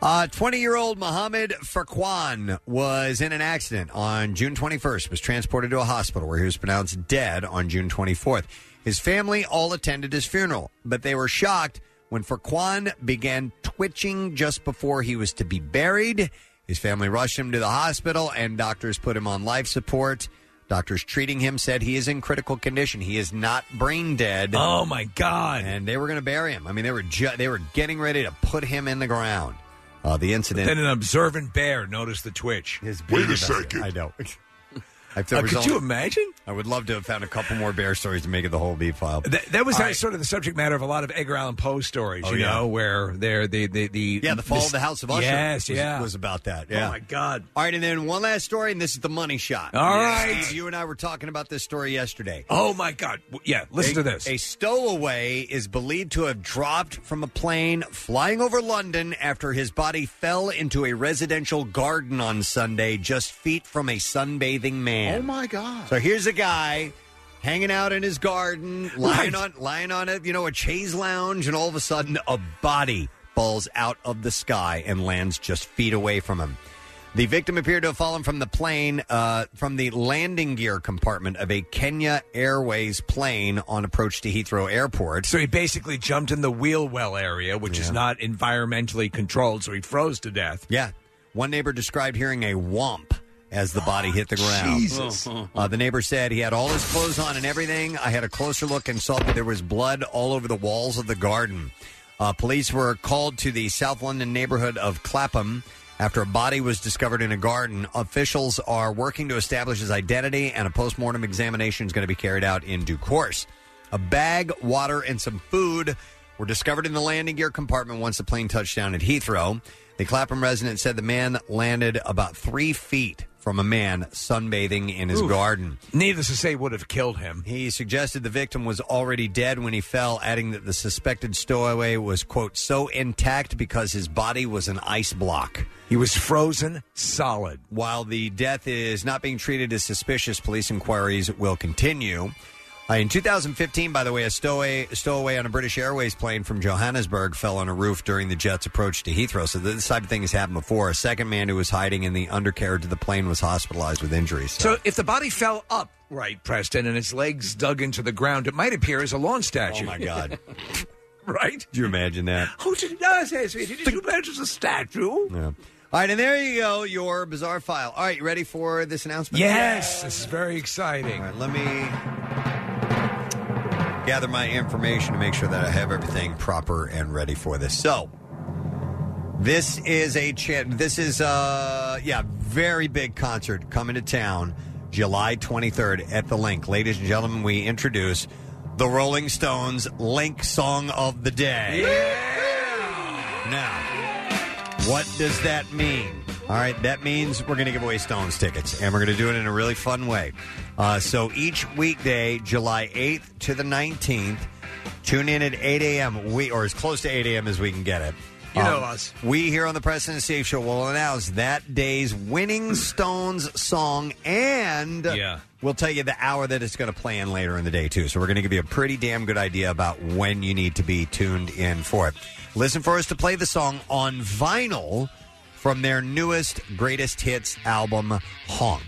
[SPEAKER 2] Uh, Twenty-year-old Mohammed Farquan was in an accident on June 21st. Was transported to a hospital where he was pronounced dead on June 24th. His family all attended his funeral, but they were shocked when Farquan began twitching just before he was to be buried. His family rushed him to the hospital, and doctors put him on life support. Doctors treating him said he is in critical condition. He is not brain dead.
[SPEAKER 4] Oh, my God!
[SPEAKER 2] And they were going to bury him. I mean, they were ju- they were getting ready to put him in the ground. Uh, the incident.
[SPEAKER 4] Then an observant bear noticed the twitch.
[SPEAKER 2] Wait a second. I know. If there
[SPEAKER 4] Uh,
[SPEAKER 2] was
[SPEAKER 4] could
[SPEAKER 2] only-
[SPEAKER 4] you imagine?
[SPEAKER 2] I would love to have found a couple more bear stories to make it the whole beat file.
[SPEAKER 4] That, that was
[SPEAKER 2] All
[SPEAKER 4] how-
[SPEAKER 2] right.
[SPEAKER 4] sort of the subject matter of a lot of Edgar Allan Poe stories,
[SPEAKER 2] Oh,
[SPEAKER 4] you
[SPEAKER 2] yeah.
[SPEAKER 4] know, where they're the the, the
[SPEAKER 2] Yeah, the fall of the House of Usher.
[SPEAKER 4] Yes,
[SPEAKER 2] was,
[SPEAKER 4] yeah,
[SPEAKER 2] was about that. Yeah.
[SPEAKER 4] Oh my God!
[SPEAKER 2] All right, and then one last story, and this is the money shot.
[SPEAKER 4] All
[SPEAKER 2] Yeah.
[SPEAKER 4] right.
[SPEAKER 2] Steve, you and I were talking about this story yesterday.
[SPEAKER 4] Oh my God! W- Yeah, listen
[SPEAKER 2] A-
[SPEAKER 4] to this.
[SPEAKER 2] A stowaway is believed to have dropped from a plane flying over London after his body fell into a residential garden on Sunday, just feet from a sunbathing man.
[SPEAKER 7] Oh my god!
[SPEAKER 2] So here's a guy hanging out in his garden, lying
[SPEAKER 7] Right.
[SPEAKER 2] on lying on a you know a chaise lounge, and all of a sudden a body falls out of the sky and lands just feet away from him. The victim appeared to have fallen from the plane uh, from the landing gear compartment of a Kenya Airways plane on approach to Heathrow Airport.
[SPEAKER 4] So he basically jumped in the wheel well area, which is not environmentally controlled, so he froze to death.
[SPEAKER 2] Yeah. One neighbor described hearing a whomp as the body hit the ground.
[SPEAKER 4] Jesus.
[SPEAKER 3] Oh,
[SPEAKER 2] Uh, the neighbor said he had all his clothes on and everything. I had a closer look and saw that there was blood all over the walls of the garden. Uh, police were called to the South London neighborhood of Clapham after a body was discovered in a garden. Officials are working to establish his identity, and a postmortem examination is going to be carried out in due course. A bag, water, and some food were discovered in the landing gear compartment once the plane touched down at Heathrow. The Clapham resident said the man landed about three feet from a man sunbathing in his
[SPEAKER 4] Oof.
[SPEAKER 2] garden.
[SPEAKER 4] Needless to say, would have killed him.
[SPEAKER 2] He suggested the victim was already dead when he fell, adding that the suspected stowaway was, quote, so intact because his body was an ice block.
[SPEAKER 4] He was frozen solid.
[SPEAKER 2] While the death is not being treated as suspicious, police inquiries will continue. Uh, in 2015, by the way, a stowaway, stowaway on a British Airways plane from Johannesburg fell on a roof during the jet's approach to Heathrow. So this type of thing has happened before. A second man who was hiding in the undercarriage of the plane was hospitalized with injuries.
[SPEAKER 4] So if the body fell up, right, Preston, and its legs dug into the ground, it might appear as a lawn statue.
[SPEAKER 2] Oh, my God.
[SPEAKER 4] right?
[SPEAKER 2] Do you imagine that?
[SPEAKER 4] Oh, did, did you imagine a statue?
[SPEAKER 2] Yeah. All right, and there you go, your bizarre file. All right, you ready for this announcement?
[SPEAKER 4] Yes, this is very exciting.
[SPEAKER 2] All right, let me gather my information to make sure that I have everything proper and ready for this. So, this is a chan- this is uh yeah, very big concert coming to town July 23rd at the Link. Ladies and gentlemen, we introduce the Rolling Stones Link Song of the Day. Now, what does that mean? All right, that means we're going to give away Stones tickets, and we're going to do it in a really fun way. Uh, so each weekday, July 8th to the 19th, tune in at 8 a.m. We or as close to 8 a.m. as we can get it. Um,
[SPEAKER 4] You know us.
[SPEAKER 2] We here on the President Steve Show will announce that day's winning Stones song, and
[SPEAKER 4] Yeah.
[SPEAKER 2] we'll tell you the hour that it's going to play in later in the day too. So we're going to give you a pretty damn good idea about when you need to be tuned in for it. Listen for us to play the song on vinyl from their newest greatest hits album, Honk.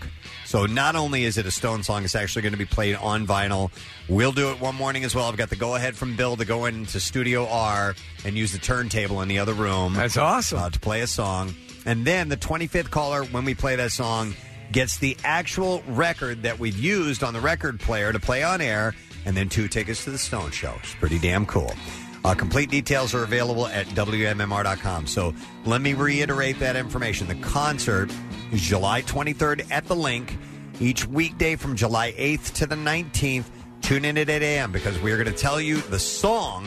[SPEAKER 2] So not only is it a Stone song, it's actually going to be played on vinyl. We'll do it one morning as well. I've got the go ahead from Bill to go into Studio R and use the turntable in the other room. That's
[SPEAKER 4] awesome.
[SPEAKER 2] to play a song. And then the 25th caller, when we play that song, gets the actual record that we've used on the record player to play on air, and then two tickets to the Stone Show. It's pretty damn cool. Uh, complete details are available at WMMR.com. So let me reiterate that information. The concert is July 23rd at the link each weekday from July 8th to the 19th. Tune in at 8 a.m. because we are going to tell you the song,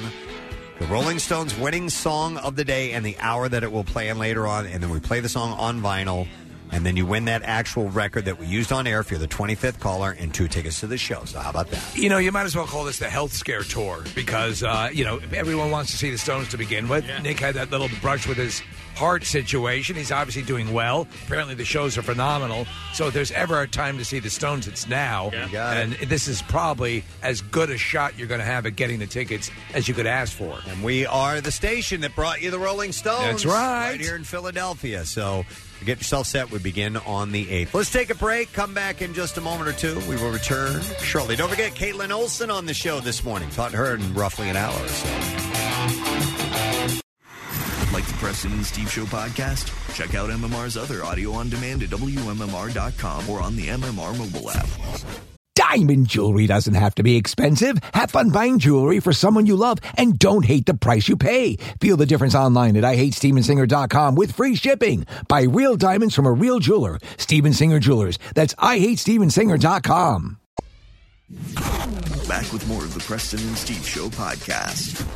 [SPEAKER 2] the Rolling Stones winning song of the day, and the hour that it will play in later on. And then we play the song on vinyl And then you win that actual record that we used on air if you're the 25th caller and two tickets to the show. So how about that?
[SPEAKER 4] You know, you might as well call this the health scare tour because uh, you know everyone wants to see the Stones to begin with. Nick had that little brush with his heart situation. He's obviously doing well. Apparently, the shows are phenomenal. So if there's ever a time to see the Stones, it's now. And this is probably as good a shot you're going to have at getting the tickets as you could ask for.
[SPEAKER 2] And we are the station that brought you the Rolling Stones.
[SPEAKER 4] That's right.
[SPEAKER 2] Right here in Philadelphia. So get yourself set. We begin on the 8th. Let's take a break. Come back in just a moment or two. We will return shortly. Don't forget Caitlin Olson on the show this morning. Talk to her in roughly an hour or so.
[SPEAKER 9] Like the Preston and Steve Show podcast? Check out MMR's other audio on demand at WMMR.com or on the MMR mobile app.
[SPEAKER 10] Diamond jewelry doesn't have to be expensive. Have fun buying jewelry for someone you love and don't hate the price you pay. Feel the difference online at IHateStevensinger.com with free shipping. Buy real diamonds from a real jeweler. Steven Singer Jewelers. That's IHateStevensinger.com.
[SPEAKER 9] Back with more of the Preston and Steve Show podcast.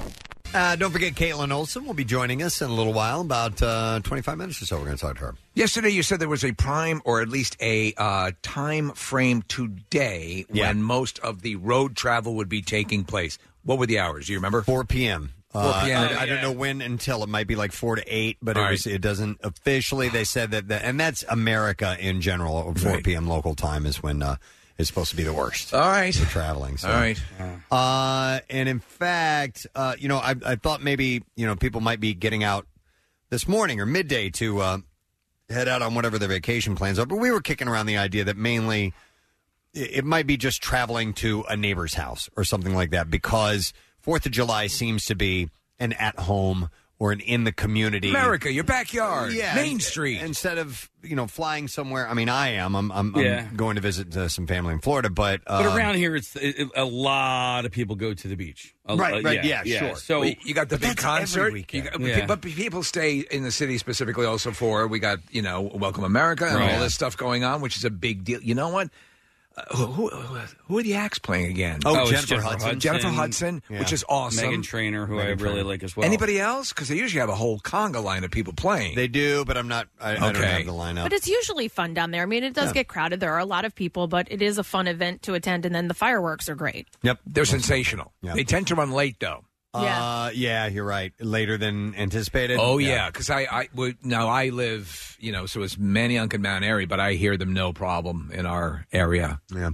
[SPEAKER 2] Uh, don't forget Caitlin Olson will be joining us in a little while, about uh, 25 minutes or so. We're going to talk to her.
[SPEAKER 4] Yesterday, you said there was a prime or at least a uh, time frame today when most of the road travel would be taking place. What were the hours? Do you remember?
[SPEAKER 2] 4 p.m.
[SPEAKER 4] 4
[SPEAKER 2] Uh,
[SPEAKER 4] p.m.
[SPEAKER 2] I, I don't know when until it might be like four to eight, but it,
[SPEAKER 4] All
[SPEAKER 2] was, it doesn't officially. They said that, the, and that's America in general. Four p.m. local time is when uh, it's supposed to be the worst.
[SPEAKER 4] All right,
[SPEAKER 2] for traveling. So.
[SPEAKER 4] All right.
[SPEAKER 2] Uh, and in fact, uh, you know, I, I thought maybe you know people might be getting out this morning or midday to uh, head out on whatever their vacation plans are. But we were kicking around the idea that mainly it it might be just traveling to a neighbor's house or something like that because Fourth of July seems to be an at-home or an in the community
[SPEAKER 4] America, your backyard,
[SPEAKER 2] Yeah.
[SPEAKER 4] Main Street.
[SPEAKER 2] Instead of you know flying somewhere, I mean, I am. I'm I'm, I'm
[SPEAKER 5] Yeah.
[SPEAKER 2] going to visit uh, some family in Florida, but uh,
[SPEAKER 5] But
[SPEAKER 4] Um,
[SPEAKER 5] around here, it's it, it- a lot of people go to the beach. A-
[SPEAKER 2] Right,
[SPEAKER 5] uh,
[SPEAKER 2] right, yeah, sure.
[SPEAKER 5] So
[SPEAKER 4] Well, you got the big concert. You got-
[SPEAKER 5] Yeah.
[SPEAKER 4] But people stay in the city specifically also for we got you know Welcome America and
[SPEAKER 5] Right.
[SPEAKER 4] all this stuff going on, which is a big deal. You know what? Uh, who, who, who are the acts playing again?
[SPEAKER 5] Oh, Oh, it's Jennifer Jennifer Hudson. Hudson.
[SPEAKER 4] Jennifer Hudson,
[SPEAKER 5] Yeah.
[SPEAKER 4] which is awesome.
[SPEAKER 5] Meghan Trainor, who I
[SPEAKER 4] Meghan
[SPEAKER 5] really
[SPEAKER 4] Trainor.
[SPEAKER 5] like as well.
[SPEAKER 4] Anybody else? Because they usually have a whole conga line of people playing. They
[SPEAKER 2] do, but I'm not. I, I don't have the lineup.
[SPEAKER 3] But it's usually fun down there. I mean, it does
[SPEAKER 4] Yeah.
[SPEAKER 3] get crowded. There are a lot of people, but it is a fun event to attend. And then the fireworks are great.
[SPEAKER 2] Yep,
[SPEAKER 4] they're sensational. They tend to run late though.
[SPEAKER 2] Uh, yeah, you're right. Later than anticipated.
[SPEAKER 4] Oh yeah, because I I would now I live you know so it's Manayunk and Mount Airy, but I hear them no problem in our area.
[SPEAKER 2] Yeah.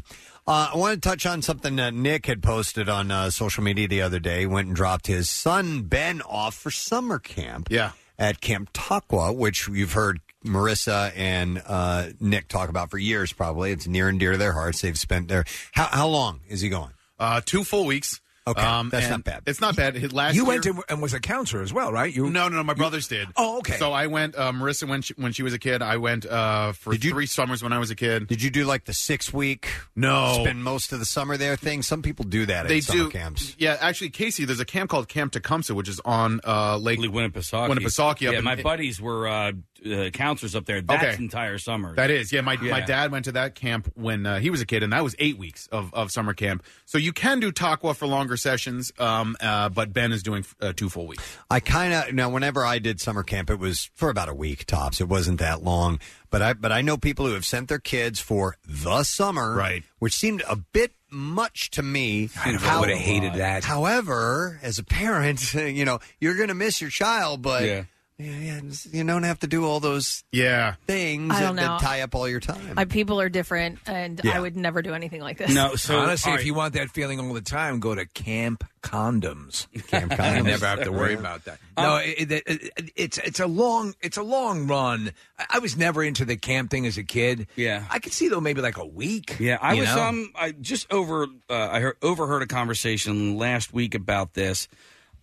[SPEAKER 2] Uh, I want to touch on something that Nick had posted on uh, social media the other day. Went and dropped his son Ben off for summer camp. Yeah. At Camp Takwa, which you've heard Marissa and uh, Nick talk about for years, probably it's near and dear to their hearts. They've spent their how, how long is he going?
[SPEAKER 7] Uh, two full weeks.
[SPEAKER 2] Okay, that's
[SPEAKER 7] Um, and
[SPEAKER 2] not bad.
[SPEAKER 7] It's not bad. His last
[SPEAKER 4] you
[SPEAKER 7] year,
[SPEAKER 4] went in and was a counselor as well, right? You
[SPEAKER 7] no, no, no. My brothers did.
[SPEAKER 4] Oh, okay.
[SPEAKER 7] So I went. Uh, Marissa when she, when she was a kid, I went uh, for three summers when I was a kid.
[SPEAKER 2] Did you do like the six week?
[SPEAKER 7] No,
[SPEAKER 2] spend most of the summer there thing. Some people do that.
[SPEAKER 7] they
[SPEAKER 2] at summer
[SPEAKER 7] do
[SPEAKER 2] camps.
[SPEAKER 7] Yeah, actually, Casey, there's a camp called Camp Tecumseh, which is on uh, Lake
[SPEAKER 5] Winnipesaukee.
[SPEAKER 7] Winnipesaukee. up
[SPEAKER 5] Yeah,
[SPEAKER 7] in-
[SPEAKER 5] my buddies were uh, uh, counselors up there that
[SPEAKER 7] Okay.
[SPEAKER 5] entire summer.
[SPEAKER 7] That is, yeah. My my
[SPEAKER 5] Yeah.
[SPEAKER 7] dad went to that camp when uh, he was a kid, and that was eight weeks of, of summer camp. So you can do Takwa for longer sessions, um, uh, but Ben is doing uh, two full weeks.
[SPEAKER 2] I kind of now. Whenever I did summer camp, it was for about a week tops. It wasn't that long, but I but I know people who have sent their kids for the summer, right? Which seemed a bit much to me.
[SPEAKER 4] I would have hated that.
[SPEAKER 2] However, as a parent, you know you're going to miss your child, but
[SPEAKER 4] Yeah.
[SPEAKER 2] yeah, yeah, it's- you don't have to do all those
[SPEAKER 7] yeah
[SPEAKER 2] things
[SPEAKER 3] I
[SPEAKER 2] that,
[SPEAKER 3] don't
[SPEAKER 2] that
[SPEAKER 3] know.
[SPEAKER 2] tie up all your time.
[SPEAKER 3] My people are different, and
[SPEAKER 2] Yeah.
[SPEAKER 3] I would never do anything like this.
[SPEAKER 4] honestly, if you want that feeling all the time, go to Camp Condoms.
[SPEAKER 2] Camp
[SPEAKER 4] You
[SPEAKER 5] condoms.
[SPEAKER 4] never have to worry
[SPEAKER 5] Yeah. Um,
[SPEAKER 4] about that. No, it, it, it- it's it's a long it's a long run. I, I was never into the camp thing as a kid.
[SPEAKER 5] Yeah.
[SPEAKER 4] I could see though maybe like a week.
[SPEAKER 5] Yeah, I
[SPEAKER 4] you
[SPEAKER 5] was
[SPEAKER 4] know?
[SPEAKER 5] um I just over uh, I heard, overheard a conversation last week about this,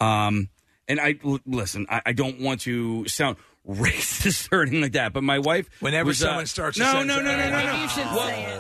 [SPEAKER 5] um and I l- listen I, I don't want to sound racist or anything like that, but my wife
[SPEAKER 4] Whenever
[SPEAKER 5] was, uh,
[SPEAKER 4] someone starts to
[SPEAKER 5] no
[SPEAKER 4] say
[SPEAKER 5] no no no no no
[SPEAKER 4] Maybe you should say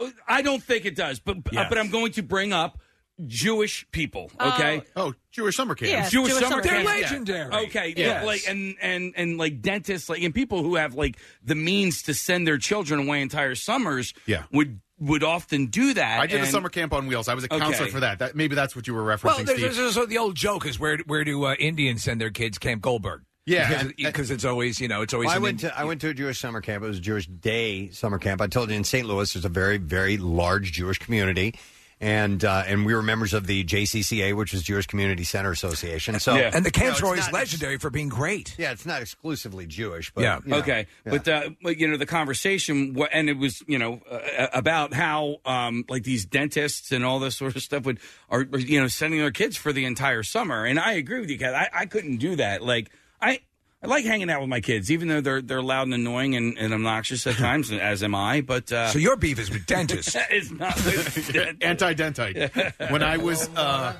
[SPEAKER 5] it. I don't think it does, but uh,
[SPEAKER 4] Yeah.
[SPEAKER 5] but I'm going to bring up. Jewish people,
[SPEAKER 4] Oh.
[SPEAKER 5] okay?
[SPEAKER 7] oh, Jewish summer
[SPEAKER 4] camps. Yes,
[SPEAKER 5] Jewish,
[SPEAKER 4] Jewish
[SPEAKER 5] summer
[SPEAKER 4] summer camps.
[SPEAKER 5] camps,
[SPEAKER 4] They're
[SPEAKER 5] yeah.
[SPEAKER 4] legendary.
[SPEAKER 5] Okay,
[SPEAKER 4] Yes.
[SPEAKER 5] like and and and like dentists, like and people who have like the means to send their children away entire summers,
[SPEAKER 7] Yeah.
[SPEAKER 5] would would often do that.
[SPEAKER 7] I did
[SPEAKER 5] and-
[SPEAKER 7] a summer camp on wheels. I was a counselor
[SPEAKER 5] Okay.
[SPEAKER 7] for that. That maybe that's what you were referencing.
[SPEAKER 4] Well, there's,
[SPEAKER 7] Steve.
[SPEAKER 4] there's also the old joke is where where do uh, Indians send their kids? Camp Goldberg. Yeah, because it's always you know it's always
[SPEAKER 2] Well, I
[SPEAKER 4] an
[SPEAKER 2] went to I went to a Jewish summer camp. It was a Jewish day summer camp. I told you in St. Louis, there's a very very large Jewish community, and uh, and we were members of the JCCA, which is Jewish Community Center Association. So
[SPEAKER 4] and the
[SPEAKER 2] you know,
[SPEAKER 4] camps
[SPEAKER 2] it's
[SPEAKER 4] are always
[SPEAKER 2] not-
[SPEAKER 4] legendary for being great.
[SPEAKER 2] Yeah, it's not exclusively Jewish, but
[SPEAKER 4] Yeah.
[SPEAKER 2] you know,
[SPEAKER 5] okay.
[SPEAKER 2] yeah.
[SPEAKER 5] But, uh, but, you know, the conversation, wa- and it was, you know, uh, about how, um, like, these dentists and all this sort of stuff would, are, are, you know, sending their kids for the entire summer. And I agree with you, Kat. I, I couldn't do that. Like, I. I like hanging out with my kids, even though they're they're loud and annoying and, and obnoxious at times, as am I. But uh,
[SPEAKER 4] So your beef is with dentists.
[SPEAKER 5] it's not with
[SPEAKER 7] Anti-dentite. When I was, uh,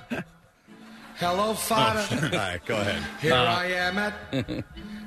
[SPEAKER 21] Hello, Father.
[SPEAKER 7] all right, go ahead.
[SPEAKER 21] Here
[SPEAKER 5] Uh,
[SPEAKER 21] I am at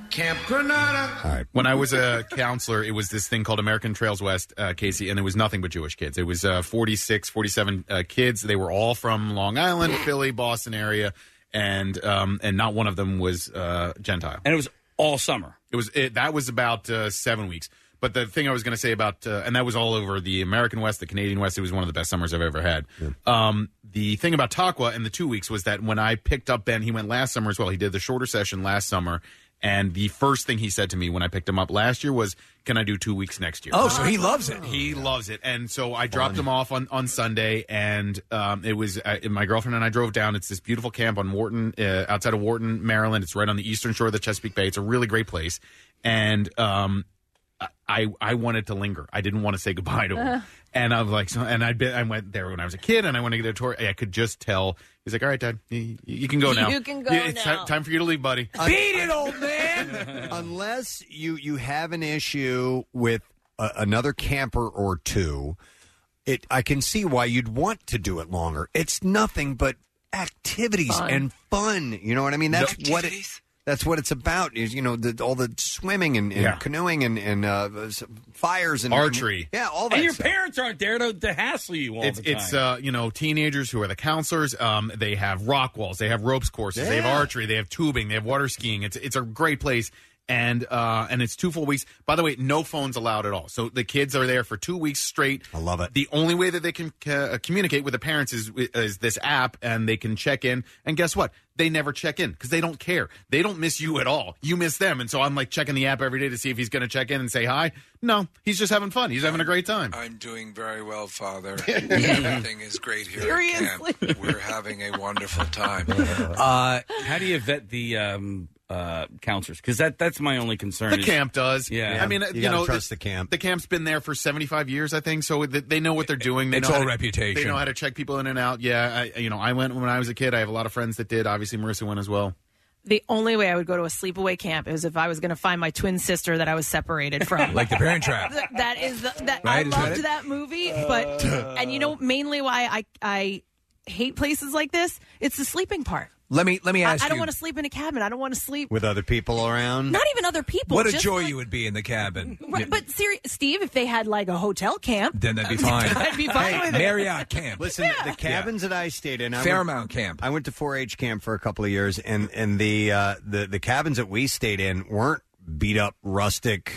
[SPEAKER 21] Camp Granada.
[SPEAKER 7] When I was a counselor, it was this thing called American Trails West, uh, Casey, and it was nothing but Jewish kids. It was uh, 46, 47 uh, kids. They were all from Long Island, Philly, Boston area, and um, and not one of them was uh, Gentile.
[SPEAKER 5] And it was all summer.
[SPEAKER 7] It was it, that was about uh, seven weeks. But the thing I was going to say about, uh, and that was all over the American West, the Canadian West. It was one of the best summers I've ever had. Um, the thing about Taqua and the two weeks was that when I picked up Ben, he went last summer as well. He did the shorter session last summer. And the first thing he said to me when I picked him up last year was, Can I do two weeks next year?
[SPEAKER 4] Oh, so he loves it.
[SPEAKER 7] He loves it. And so I dropped him off on, on Sunday, and um, it was uh, my girlfriend and I drove down. It's this beautiful camp on Wharton, uh, outside of Wharton, Maryland. It's right on the eastern shore of the Chesapeake Bay. It's a really great place. And um, I I wanted to linger. I didn't want to say goodbye to him.
[SPEAKER 21] Uh.
[SPEAKER 7] And I was like, so, and I'd been, I went there when I was a kid, and I went to get a tour. I could just tell. He's like, all right, Dad, you, you can go now.
[SPEAKER 2] You can go
[SPEAKER 7] Yeah, It's ti-
[SPEAKER 2] now."
[SPEAKER 7] Time, for you to leave, buddy.
[SPEAKER 4] it, old man.
[SPEAKER 2] Unless you you have an issue with a, another camper or two, it I can see why you'd want to do it longer. It's nothing but activities
[SPEAKER 22] Fun.
[SPEAKER 2] and fun. You know what I mean? That's
[SPEAKER 22] Yep.
[SPEAKER 2] what it. That's what it's about. Is you know the, all the swimming and, and
[SPEAKER 5] Yeah.
[SPEAKER 2] canoeing and and uh, s- fires and
[SPEAKER 7] Archery.
[SPEAKER 2] yeah, all that.
[SPEAKER 5] and your
[SPEAKER 2] stuff.
[SPEAKER 5] parents aren't there to, to hassle you all
[SPEAKER 7] It's,
[SPEAKER 5] the time.
[SPEAKER 7] it's uh, you know teenagers who are the counselors. Um, they have rock walls, they have ropes courses, they have
[SPEAKER 5] Yeah.
[SPEAKER 7] archery, they have tubing, they have water skiing. It's it's a great place, and uh, and it's two full weeks. By the way, no phones allowed at all. So the kids are there for two weeks straight. I
[SPEAKER 2] love it.
[SPEAKER 7] The only way that they can uh, communicate with the parents is is this app, and they can check in. And guess what? They never check in because they don't care. They don't miss you at all. You miss them, and so I'm like checking the app every day to see if he's going to check in and say hi. No, he's just having fun. He's having a great time.
[SPEAKER 6] I'm doing very well, Father. Everything is great here at camp. We're having a wonderful time.
[SPEAKER 5] Uh, how do you vet the um, uh, counselors? Because that that's my only concern.
[SPEAKER 7] The
[SPEAKER 5] is-
[SPEAKER 7] camp does.
[SPEAKER 5] Yeah,
[SPEAKER 7] I mean, you, know, The camp's been there for seventy-five years, I think. So th- they know what they're doing. They
[SPEAKER 4] It's
[SPEAKER 7] know
[SPEAKER 4] all
[SPEAKER 7] how to-
[SPEAKER 4] reputation.
[SPEAKER 7] They know how to check people in and out. Yeah, I, you know, I went when I was a kid. I have a lot of friends that did. Obviously, Marissa went as well.
[SPEAKER 3] The only way I would go to a sleepaway camp is if I was going to find my twin sister that I was separated from.
[SPEAKER 4] Like the Parent Trap.
[SPEAKER 3] Th- that is the, that
[SPEAKER 4] Right,
[SPEAKER 3] I
[SPEAKER 4] is that
[SPEAKER 3] loved
[SPEAKER 4] it? Uh.
[SPEAKER 3] that, movie, but and you know mainly why I I hate places like this. It's the sleeping part.
[SPEAKER 4] Let me let me
[SPEAKER 3] I,
[SPEAKER 4] ask
[SPEAKER 3] I don't
[SPEAKER 4] you. Mm.
[SPEAKER 3] want to sleep in a cabin. I don't want to sleep.
[SPEAKER 2] with other people around.
[SPEAKER 3] Not even other people.
[SPEAKER 4] What a
[SPEAKER 3] just
[SPEAKER 4] joy
[SPEAKER 3] like-
[SPEAKER 4] you would be in the cabin.
[SPEAKER 3] Right, but seri- Steve, if they had like a hotel camp,
[SPEAKER 4] Then that'd be fine.
[SPEAKER 3] I'd be fine
[SPEAKER 4] Hey,
[SPEAKER 3] with it.
[SPEAKER 4] Marriott camp.
[SPEAKER 2] Listen, the cabins that I stayed in, I
[SPEAKER 4] Fairmount
[SPEAKER 2] went,
[SPEAKER 4] camp.
[SPEAKER 2] I went to 4-H camp for a couple of years, and and the uh, the the cabins that we stayed in weren't beat up, rustic,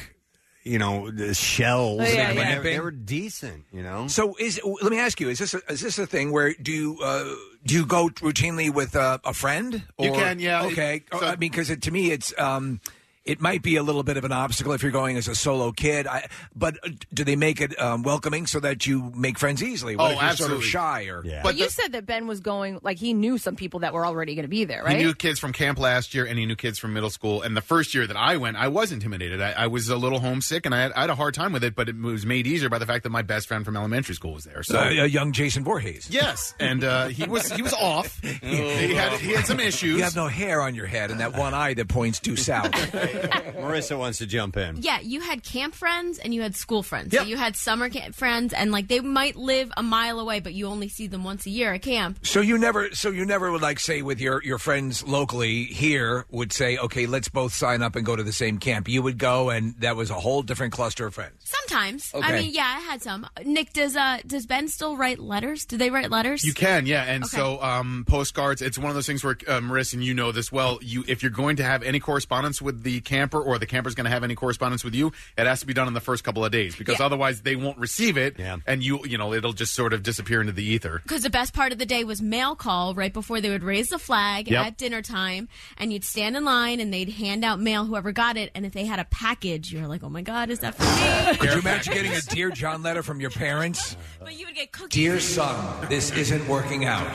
[SPEAKER 2] you know, the
[SPEAKER 4] Oh,
[SPEAKER 2] shells. I mean, they- they were decent, you know.
[SPEAKER 4] So is let me ask you: Is this a, is this a thing where do you uh, do you go routinely with uh, a friend?
[SPEAKER 7] You can, yeah.
[SPEAKER 4] Okay,
[SPEAKER 7] So-
[SPEAKER 4] I mean, because to me, it's um, it might be a little bit of an obstacle if you're going as a solo kid. I, but uh, do they make it um, welcoming so that you make friends easily? What
[SPEAKER 7] Oh,
[SPEAKER 4] if you're Sort of
[SPEAKER 7] absolutely.
[SPEAKER 4] shy or
[SPEAKER 7] Yeah.
[SPEAKER 3] But you said that Ben was going like he knew some people that were already going to be there, right?
[SPEAKER 7] He knew kids from camp last year, and he knew kids from middle school. And the first year that I went, I was intimidated. I, I was a little homesick, and I had, I had a hard time with it. But it was made easier by the fact that my best friend from elementary school was there. So
[SPEAKER 4] Uh, a young Jason Voorhees.
[SPEAKER 7] Yes, and uh, he was he was off. he had he had some issues.
[SPEAKER 4] You have no hair on your head and that one eye that points due south.
[SPEAKER 2] Marissa wants to jump in.
[SPEAKER 17] Yeah, you had camp friends and you had school friends.
[SPEAKER 4] Yep.
[SPEAKER 17] So you had summer camp friends, and like they might live a mile away, but you only see them once a year at camp.
[SPEAKER 4] So you never, so you never would like say with your your friends locally here would say, okay, let's both sign up and go to the same camp. You would go, and that was a whole different cluster of friends.
[SPEAKER 17] Sometimes. I
[SPEAKER 7] Okay.
[SPEAKER 17] mean, yeah, I had some. Nick, does uh does Ben still write letters? Do they write letters?
[SPEAKER 7] You can, yeah. And
[SPEAKER 17] Okay.
[SPEAKER 7] so um, postcards. It's one of those things where, uh, Marissa, and you know this well. You, if you're going to have any correspondence with the camper, or the camper's going to have any correspondence with you, it has to be done in the first couple of days because
[SPEAKER 17] Yeah.
[SPEAKER 7] otherwise they won't receive it, and you, you know, it'll just sort of disappear into the ether.
[SPEAKER 17] Because the best part of the day was mail call right before they would raise the flag
[SPEAKER 7] Yep.
[SPEAKER 17] at dinner time, and you'd stand in line and they'd hand out mail, whoever got it, and if they had a package, you're like, oh my god, is that for me?
[SPEAKER 4] Could you imagine getting a Dear John letter from your parents?
[SPEAKER 17] But you would get cookies.
[SPEAKER 4] Dear son, this isn't working out.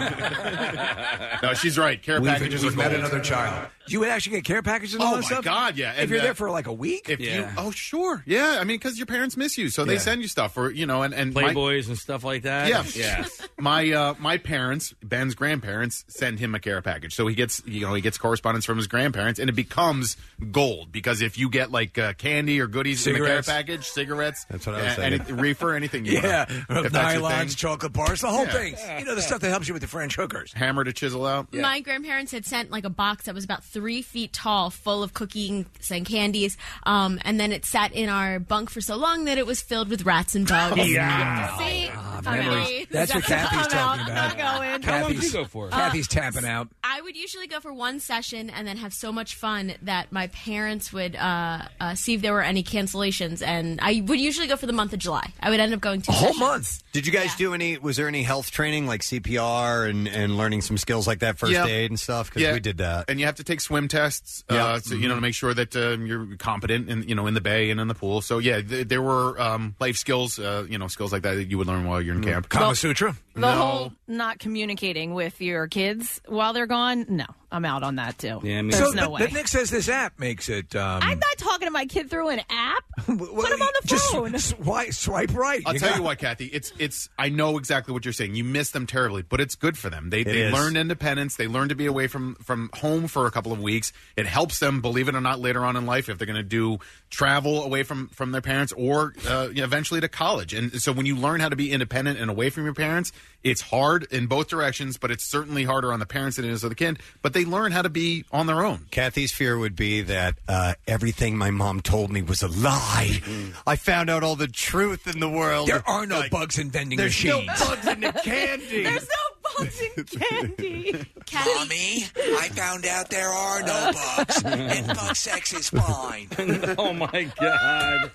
[SPEAKER 7] no, she's right. Care
[SPEAKER 4] we've,
[SPEAKER 7] packages are
[SPEAKER 4] We've met
[SPEAKER 7] gold.
[SPEAKER 4] another child. You would actually get care packages and
[SPEAKER 7] Oh
[SPEAKER 4] all that
[SPEAKER 7] my
[SPEAKER 4] stuff?
[SPEAKER 7] God, yeah.
[SPEAKER 4] If
[SPEAKER 7] And,
[SPEAKER 4] you're
[SPEAKER 7] uh,
[SPEAKER 4] there for like a week?
[SPEAKER 7] If you, oh sure, yeah. I mean, because your parents miss you, so they
[SPEAKER 5] Yeah.
[SPEAKER 7] send you stuff, or you know, and and my-
[SPEAKER 5] Playboys and stuff like that.
[SPEAKER 7] Yeah,
[SPEAKER 5] yeah.
[SPEAKER 7] My uh, my parents, Ben's grandparents, send him a care package, so he gets you know he gets correspondence from his grandparents, and it becomes gold because if you get like uh, candy or goodies
[SPEAKER 4] Cigarettes.
[SPEAKER 7] in the care package, cigarettes, uh, that's what
[SPEAKER 4] I was
[SPEAKER 7] any,
[SPEAKER 4] thinking.
[SPEAKER 7] reefer, anything, you
[SPEAKER 4] Yeah,
[SPEAKER 7] want,
[SPEAKER 4] nylons, chocolate bars, the whole thing. You know, the stuff that helps you with the French hookers.
[SPEAKER 7] hammer to chisel out.
[SPEAKER 17] My grandparents had sent like a box that was about three feet tall, full of cookies and candies, um, and then it sat in our bunk for so long that it was filled with rats and bugs.
[SPEAKER 4] Yeah.
[SPEAKER 17] See,
[SPEAKER 4] Ah, memories. That's what
[SPEAKER 17] That's-
[SPEAKER 4] Kathy's
[SPEAKER 17] I'm
[SPEAKER 4] talking
[SPEAKER 17] out. Not
[SPEAKER 4] about.
[SPEAKER 17] going.
[SPEAKER 4] Kathy's, Kathy's tapping out.
[SPEAKER 17] I would usually go for one session and then have so much fun that my parents would uh, uh, see if there were any cancellations, and I would usually go for the month of July. I would end up going two sessions.
[SPEAKER 2] Did you guys do any? Was there any health training like CPR and and learning some skills like that, first
[SPEAKER 7] Yeah.
[SPEAKER 2] aid and stuff? Because
[SPEAKER 7] Yeah.
[SPEAKER 2] we did that.
[SPEAKER 7] And you have to take swim tests, uh,
[SPEAKER 2] Yeah.
[SPEAKER 7] so
[SPEAKER 4] Mm-hmm.
[SPEAKER 7] you know to make sure that um, you're competent, in you know in the bay and in the pool. So yeah, th- there were um, life skills, uh, you know, skills like that that you would learn while you're in camp.
[SPEAKER 4] Mm. Kama Sutra.
[SPEAKER 3] The whole not communicating with your kids while they're gone. No, I'm out on that too.
[SPEAKER 4] Yeah,
[SPEAKER 3] There's
[SPEAKER 4] so
[SPEAKER 3] no
[SPEAKER 4] but,
[SPEAKER 3] way.
[SPEAKER 4] but Nick says this app makes it. Um,
[SPEAKER 3] I'm not talking to my kid through an app. Put him on the phone.
[SPEAKER 4] swipe, swipe right.
[SPEAKER 7] I'll
[SPEAKER 4] You
[SPEAKER 7] tell
[SPEAKER 4] got-
[SPEAKER 7] you what, Kathy. It's it's. I know exactly what you're saying. You miss them terribly, but it's good for them. They they
[SPEAKER 2] is.
[SPEAKER 7] learn independence. They learn to be away from from home for a couple of weeks. It helps them, believe it or not, later on in life if they're going to do travel away from from their parents or uh, you know, eventually to college. And so when you learn how to be independent and away from your parents, it's hard in both directions, but it's certainly harder on the parents than it is on the kid. But they learn how to be on their own.
[SPEAKER 2] Kathy's fear would be that uh, everything my mom told me was a lie.
[SPEAKER 7] Mm-hmm.
[SPEAKER 2] I found out all the truth in the world.
[SPEAKER 4] There are no bugs in vending
[SPEAKER 2] there's
[SPEAKER 4] machines.
[SPEAKER 2] no bugs in the candy.
[SPEAKER 3] There's no bugs in candy.
[SPEAKER 16] Mommy, I found out there are no bugs, and bug sex is fine.
[SPEAKER 5] oh my god.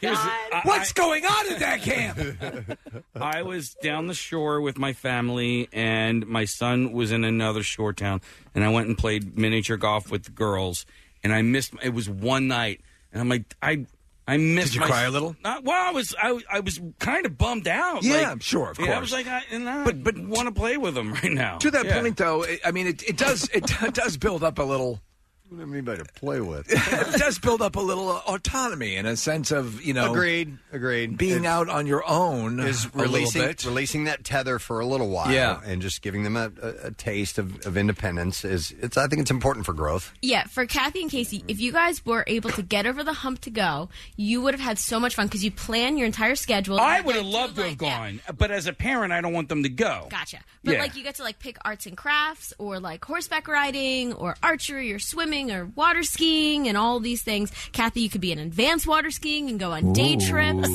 [SPEAKER 5] Here's- I-
[SPEAKER 4] What's
[SPEAKER 5] I-
[SPEAKER 4] going on at that camp?
[SPEAKER 5] I was down the shore with my family, and my son was in another shore town, and I went and played miniature golf with the girls, and I missed. It was one night, and I'm like, I, I missed.
[SPEAKER 4] Did you
[SPEAKER 5] my-
[SPEAKER 4] cry a little?
[SPEAKER 5] Not, Uh, well, I was, I, I was kind of bummed out.
[SPEAKER 4] Yeah,
[SPEAKER 5] like,
[SPEAKER 4] sure, of
[SPEAKER 5] yeah, I was
[SPEAKER 4] course.
[SPEAKER 5] like, I, and I but but want to play with them right now.
[SPEAKER 4] To that
[SPEAKER 5] Yeah.
[SPEAKER 4] point, though, it- I mean, it, it does it d- does build up a little.
[SPEAKER 2] What do I mean by to play with?
[SPEAKER 4] it does build up a little uh, autonomy and a sense of you know.
[SPEAKER 2] Agreed, agreed.
[SPEAKER 4] Being
[SPEAKER 2] It's-
[SPEAKER 4] out on your own
[SPEAKER 2] is
[SPEAKER 4] a little
[SPEAKER 2] releasing
[SPEAKER 4] bit.
[SPEAKER 2] releasing that tether for a little while,
[SPEAKER 4] Yeah.
[SPEAKER 2] and just giving them a, a, a taste of, of independence is. It's I think it's important for growth.
[SPEAKER 17] Yeah, for Kathy and Casey, if you guys were able to get over the hump to go, you would have had so much fun because you plan your entire schedule.
[SPEAKER 5] I would have loved to have gone, but as a parent, I don't want them to go.
[SPEAKER 17] Gotcha. But
[SPEAKER 5] Yeah.
[SPEAKER 17] like you get to like pick arts and crafts or like horseback riding or archery or swimming or water skiing and all these things. Kathy, you could be in advanced water skiing and go on day
[SPEAKER 2] Ooh.
[SPEAKER 17] trips.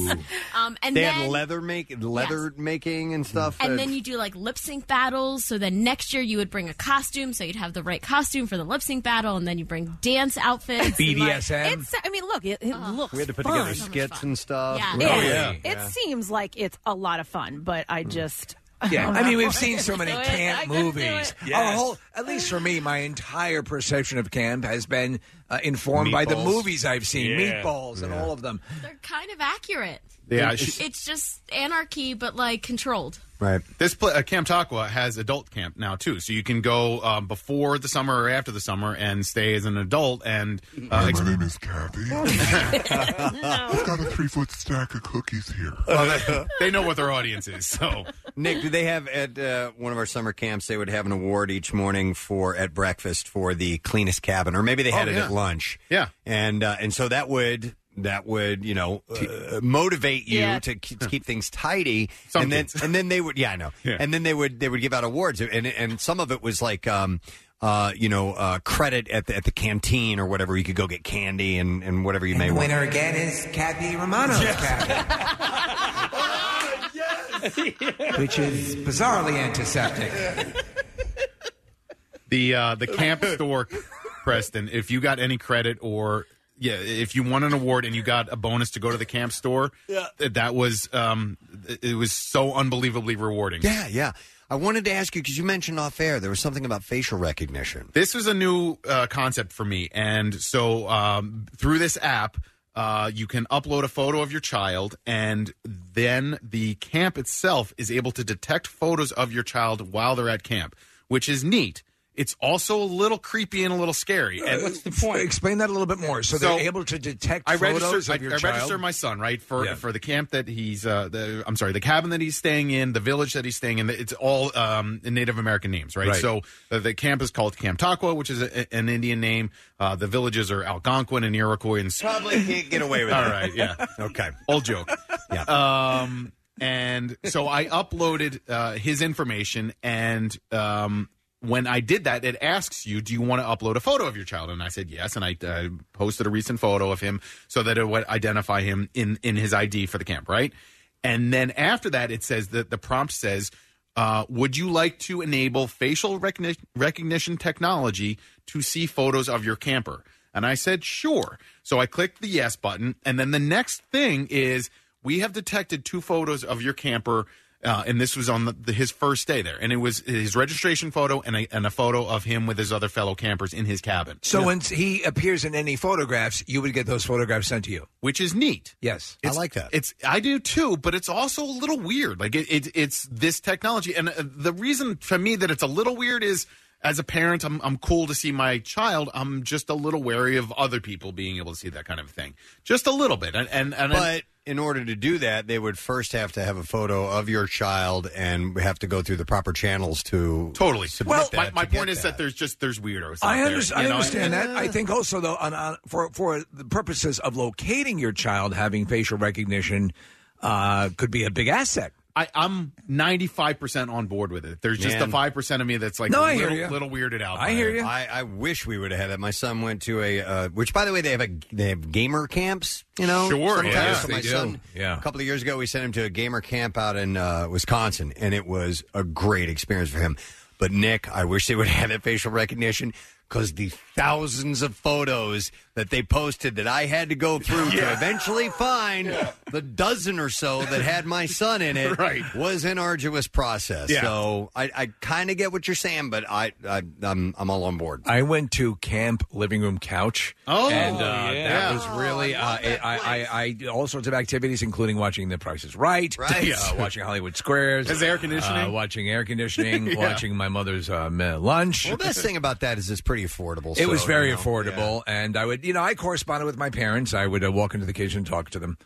[SPEAKER 17] Um, and
[SPEAKER 2] they
[SPEAKER 17] then
[SPEAKER 2] had leather make leather making and stuff.
[SPEAKER 17] and
[SPEAKER 2] that-
[SPEAKER 17] then you do like lip sync battles. So then next year you would bring a costume, so you'd have the right costume for the lip sync battle, and then you bring dance outfits. and, like-
[SPEAKER 4] BDSM?
[SPEAKER 3] I mean, look, it, it looks.
[SPEAKER 2] Uh-huh. we had to put
[SPEAKER 3] fun.
[SPEAKER 2] together skits and stuff.
[SPEAKER 3] Yeah.
[SPEAKER 2] Oh
[SPEAKER 3] It-
[SPEAKER 2] yeah,
[SPEAKER 3] It seems like it's a lot of fun, but
[SPEAKER 7] Mm.
[SPEAKER 3] I just.
[SPEAKER 4] Yeah,
[SPEAKER 3] I'm
[SPEAKER 4] I mean
[SPEAKER 3] not
[SPEAKER 4] we've
[SPEAKER 3] for
[SPEAKER 4] seen
[SPEAKER 3] it.
[SPEAKER 4] so many
[SPEAKER 3] Do it. I
[SPEAKER 4] camp
[SPEAKER 3] couldn't do
[SPEAKER 4] movies.
[SPEAKER 3] it.
[SPEAKER 7] Oh,
[SPEAKER 4] Our whole, at least for me, my entire perception of camp has been uh, informed by the
[SPEAKER 7] Meatballs.
[SPEAKER 4] movies I've seen,
[SPEAKER 7] Yeah.
[SPEAKER 4] meatballs and
[SPEAKER 7] Yeah.
[SPEAKER 4] all of them.
[SPEAKER 17] They're kind of accurate.
[SPEAKER 7] Yeah,
[SPEAKER 17] it's,
[SPEAKER 7] she-
[SPEAKER 17] it's just anarchy, but like controlled.
[SPEAKER 2] Right.
[SPEAKER 7] This pla uh, Camp Taqua has adult camp now too, so you can go um, before the summer or after the summer and stay as an adult. And uh,
[SPEAKER 11] Hi, my name is Kathy. I've got a three foot stack of cookies here.
[SPEAKER 7] Well, they know what their audience is. So,
[SPEAKER 2] Nick, do they have at uh, one of our summer camps? They would have an award each morning for at breakfast for the cleanest cabin, or maybe they had
[SPEAKER 7] Oh,
[SPEAKER 2] it
[SPEAKER 7] yeah.
[SPEAKER 2] at lunch.
[SPEAKER 7] Yeah.
[SPEAKER 2] and uh, and so that would that would you know uh, motivate you
[SPEAKER 7] Yeah.
[SPEAKER 2] to keep, to keep things tidy,
[SPEAKER 7] Some
[SPEAKER 2] and then
[SPEAKER 7] kids.
[SPEAKER 2] and then they would yeah I know,
[SPEAKER 7] Yeah.
[SPEAKER 2] and then they would they would give out awards, and and some of it was like. Um, uh, you know, uh, credit at the, at the canteen or whatever. You could go get candy and, and whatever you may
[SPEAKER 16] The
[SPEAKER 2] want.
[SPEAKER 16] winner again is Kathy Romano's Kathy.
[SPEAKER 9] Which is
[SPEAKER 16] bizarrely antiseptic.
[SPEAKER 7] The uh, the camp store, Preston. If you got any credit or yeah, if you won an award and you got a bonus to go to the camp store,
[SPEAKER 2] Yeah.
[SPEAKER 7] th- that was um, it- it was so unbelievably rewarding.
[SPEAKER 2] Yeah, yeah. I wanted to ask you because you mentioned off air there was something about facial recognition.
[SPEAKER 7] This was a new uh, concept for me, and so um, through this app, uh, you can upload a photo of your child, and then the camp itself is able to detect photos of your child while they're at camp, which is neat. It's also a little creepy and a little scary. And
[SPEAKER 4] What's the point? Explain that a little bit more. So, they're able to detect
[SPEAKER 7] I
[SPEAKER 4] photos
[SPEAKER 7] register,
[SPEAKER 4] of
[SPEAKER 7] I,
[SPEAKER 4] your
[SPEAKER 7] I
[SPEAKER 4] child.
[SPEAKER 7] register my son right for
[SPEAKER 4] Yeah.
[SPEAKER 7] for the camp that he's uh the I'm sorry the cabin that he's staying in the village that he's staying in it's all um Native American names right,
[SPEAKER 8] Right.
[SPEAKER 7] so uh, the camp is called Camp Taqua which is a, an Indian name uh the villages are Algonquin and Iroquois and
[SPEAKER 2] probably can't get away with
[SPEAKER 7] all
[SPEAKER 2] it.
[SPEAKER 7] right yeah
[SPEAKER 2] okay
[SPEAKER 7] old joke yeah um and so I uploaded uh his information and um. When I did that, it asks you, "Do you want to upload a photo of your child?" And I said yes, and I uh, posted a recent photo of him so that it would identify him in in his ID for the camp, right? And then after that, it says that the prompt says, uh, "Would you like to enable facial recogni- recognition technology to see photos of your camper?" And I said, "Sure." So I clicked the yes button, and then the next thing is we have detected two photos of your camper. Uh, and this was on the, the, his first day there, and it was his registration photo and a, and a photo of him with his other fellow campers in his cabin.
[SPEAKER 4] So when he appears in any photographs, you would get those photographs sent to you,
[SPEAKER 7] which is neat.
[SPEAKER 4] Yes,
[SPEAKER 7] It's-
[SPEAKER 4] that.
[SPEAKER 7] It's I do too, but it's also a little weird. Like it, it it's this technology, and uh, the reason for me that it's a little weird is as a parent, I'm I'm cool to see my child. I'm just a little wary of other people being able to see that kind of thing, just a little bit. And and, and
[SPEAKER 2] But in order to do that, they would first have to have a photo of your child and we have to go through the proper channels to
[SPEAKER 7] totally.
[SPEAKER 2] submit
[SPEAKER 7] Well,
[SPEAKER 2] that
[SPEAKER 7] my, my
[SPEAKER 2] to get
[SPEAKER 7] point is that. there's just there's weirdos. out
[SPEAKER 4] I,
[SPEAKER 7] there,
[SPEAKER 4] under-
[SPEAKER 7] you
[SPEAKER 4] I
[SPEAKER 7] know? And-
[SPEAKER 4] understand that. I think also though, on, on, for for the purposes of locating your child, having facial recognition uh, could be a big asset.
[SPEAKER 7] I, I'm 95% on board with it. There's just
[SPEAKER 2] Man.
[SPEAKER 7] the 5% of me that's like
[SPEAKER 2] No,
[SPEAKER 7] a
[SPEAKER 2] I hear
[SPEAKER 7] little,
[SPEAKER 2] ya.
[SPEAKER 7] little weirded out. by
[SPEAKER 2] I hear
[SPEAKER 7] it.
[SPEAKER 2] you. I, I wish we would have had that. My son went to a, uh, which by the way, they have a they have gamer camps. You know,
[SPEAKER 7] Sure,
[SPEAKER 2] sometimes.
[SPEAKER 7] yeah,
[SPEAKER 2] So
[SPEAKER 7] they
[SPEAKER 2] my
[SPEAKER 7] do.
[SPEAKER 2] son,
[SPEAKER 7] Yeah.
[SPEAKER 2] a couple of years ago, we sent him to a gamer camp out in uh, Wisconsin, and it was a great experience for him. But Nick, I wish they would have that facial recognition because the thousands of photos that they posted that I had to go through to eventually find the dozen or so that had my son in it
[SPEAKER 7] Right.
[SPEAKER 2] was an arduous process.
[SPEAKER 4] Yeah.
[SPEAKER 2] So I, I kind of get what you're saying, but I, I I'm I'm all on board.
[SPEAKER 4] I went to camp living room couch.
[SPEAKER 2] Oh,
[SPEAKER 4] and uh,
[SPEAKER 2] yeah.
[SPEAKER 4] that was really uh, I, I, I, I did all sorts of activities, including watching The Price is Right,
[SPEAKER 7] Right.
[SPEAKER 4] Uh, watching Hollywood Squares,
[SPEAKER 7] Is air
[SPEAKER 4] uh,
[SPEAKER 7] conditioning?
[SPEAKER 4] watching air conditioning,
[SPEAKER 7] Yeah.
[SPEAKER 4] watching my mother's uh, ma- lunch.
[SPEAKER 2] Well, the best thing about that is it's pretty affordable.
[SPEAKER 4] It
[SPEAKER 2] so,
[SPEAKER 4] was very
[SPEAKER 2] you know,
[SPEAKER 4] affordable, and I would, you know, I corresponded with my parents. I would uh, walk into the kitchen and talk to them.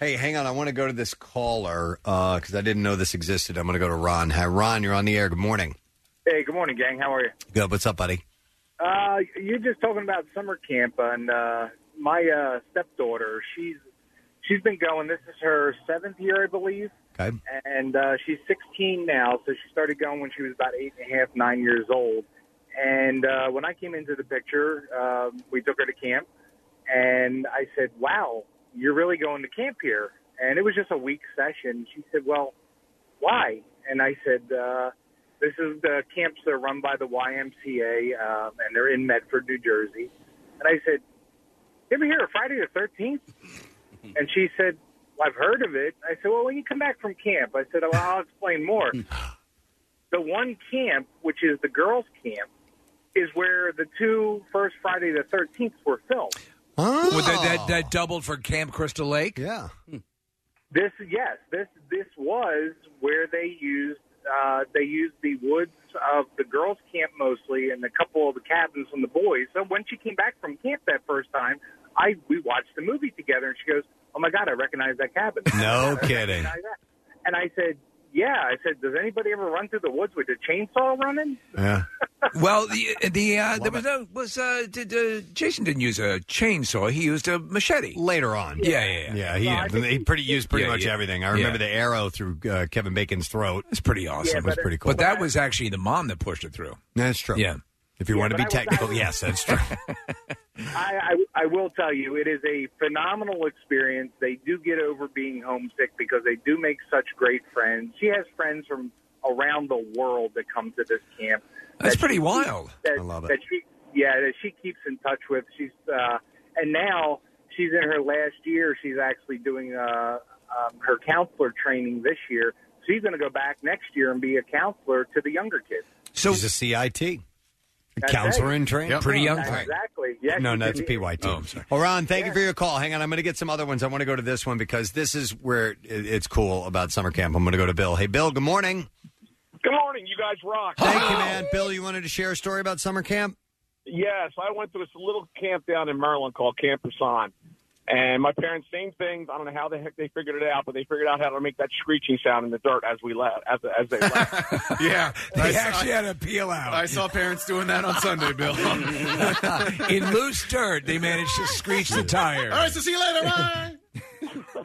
[SPEAKER 2] Hey, hang on. I want to go to this caller because I didn't know this existed. I'm going to go to Ron. Hi, Ron. You're on the air. Good morning.
[SPEAKER 22] Hey, good morning, gang. How are you?
[SPEAKER 2] Good. What's up, buddy?
[SPEAKER 22] Uh, you're just talking about summer camp, and uh, my uh, stepdaughter, she's she's been going. This is her seventh year, I believe,
[SPEAKER 2] Okay.
[SPEAKER 22] and uh, she's 16 now. So she started going when she was about eight and a half, nine years old. And uh, when I came into the picture, um, we took her to camp, and I said, "Wow, you're really going to camp here." And it was just a week session. She said, "Well, why?" And I said, uh, "This is the camps that are run by the YMCA, um, and they're in Medford, New Jersey." And I said, "You ever hear of Friday the 13th?" And she said, well, "I've heard of it." I said, "Well, when you come back from camp," I said, well, "I'll explain more." the one camp, which is the girls' camp, is where the two first Friday the 13th were filmed.
[SPEAKER 4] Well, that, that, that doubled for Camp Crystal Lake.
[SPEAKER 2] Oh. Yeah.
[SPEAKER 22] This yes, this this was where they used uh, they used the woods of the girls' camp mostly, and a couple of the cabins from the boys. So when she came back from camp that first time, I we watched the movie together, and she goes, "Oh my god, I recognize that cabin."
[SPEAKER 2] No
[SPEAKER 22] I
[SPEAKER 2] kidding.
[SPEAKER 22] recognize that. And I said, "Yeah." I said, "Does anybody ever run through the woods with a chainsaw running?"
[SPEAKER 2] Yeah.
[SPEAKER 4] well, the the uh, there was no was uh, did, uh, Jason didn't use a chainsaw. He used a machete
[SPEAKER 2] later on.
[SPEAKER 4] Yeah, yeah, yeah.
[SPEAKER 2] Yeah, he, he pretty used pretty
[SPEAKER 4] Yeah,
[SPEAKER 2] much
[SPEAKER 4] yeah.
[SPEAKER 2] everything. I remember
[SPEAKER 4] Yeah.
[SPEAKER 2] the arrow through uh, Kevin Bacon's throat.
[SPEAKER 4] It's pretty awesome.
[SPEAKER 2] it was pretty cool.
[SPEAKER 4] But that was actually the mom that pushed it through.
[SPEAKER 2] That's true.
[SPEAKER 4] Yeah.
[SPEAKER 2] If you
[SPEAKER 22] Yeah,
[SPEAKER 2] want to be
[SPEAKER 22] but I was-
[SPEAKER 2] technical, yes, that's true.
[SPEAKER 22] I, I, I will tell you, it is a phenomenal experience. They do get over being homesick because they do make such great friends. She has friends from around the world that come to this camp.
[SPEAKER 4] That's
[SPEAKER 22] that
[SPEAKER 4] pretty
[SPEAKER 22] she-
[SPEAKER 4] wild.
[SPEAKER 22] That,
[SPEAKER 4] I love it.
[SPEAKER 22] That she, yeah, that she keeps in touch with. She's uh, and now she's in her last year. She's actually doing uh, um, her counselor training this year. She's going to go back next year and be a counselor to the younger kids.
[SPEAKER 2] So she's a CIT,
[SPEAKER 22] That's
[SPEAKER 2] counselor
[SPEAKER 22] right.
[SPEAKER 2] in training,
[SPEAKER 22] Yep.
[SPEAKER 2] pretty young.
[SPEAKER 22] Exactly. Yes,
[SPEAKER 2] no,
[SPEAKER 22] you
[SPEAKER 2] no,
[SPEAKER 22] can
[SPEAKER 2] it's
[SPEAKER 22] be-
[SPEAKER 2] PYT.
[SPEAKER 4] Oh,
[SPEAKER 2] Well, Ron, thank you for your call. Hang on, I'm going to get some other ones. I want to go to this one because this is where it- it's cool about summer camp. I'm going to go to Bill. Hey, Bill. Good morning.
[SPEAKER 8] Good morning. You guys rock.
[SPEAKER 2] Thank you, man. Bill, you wanted to share a story about summer camp?
[SPEAKER 8] Yes, I went to this little camp down in Maryland called Camp Rasan. And my parents, same things. I don't know how the heck they figured it out, but they figured out how to make that screeching sound in the dirt as we left, as, as they left.
[SPEAKER 7] yeah,
[SPEAKER 4] They actually had a peel out.
[SPEAKER 7] I saw parents doing that on Sunday, Bill.
[SPEAKER 4] In loose dirt, they managed to screech the tire.
[SPEAKER 7] All right, so see you later. Bye.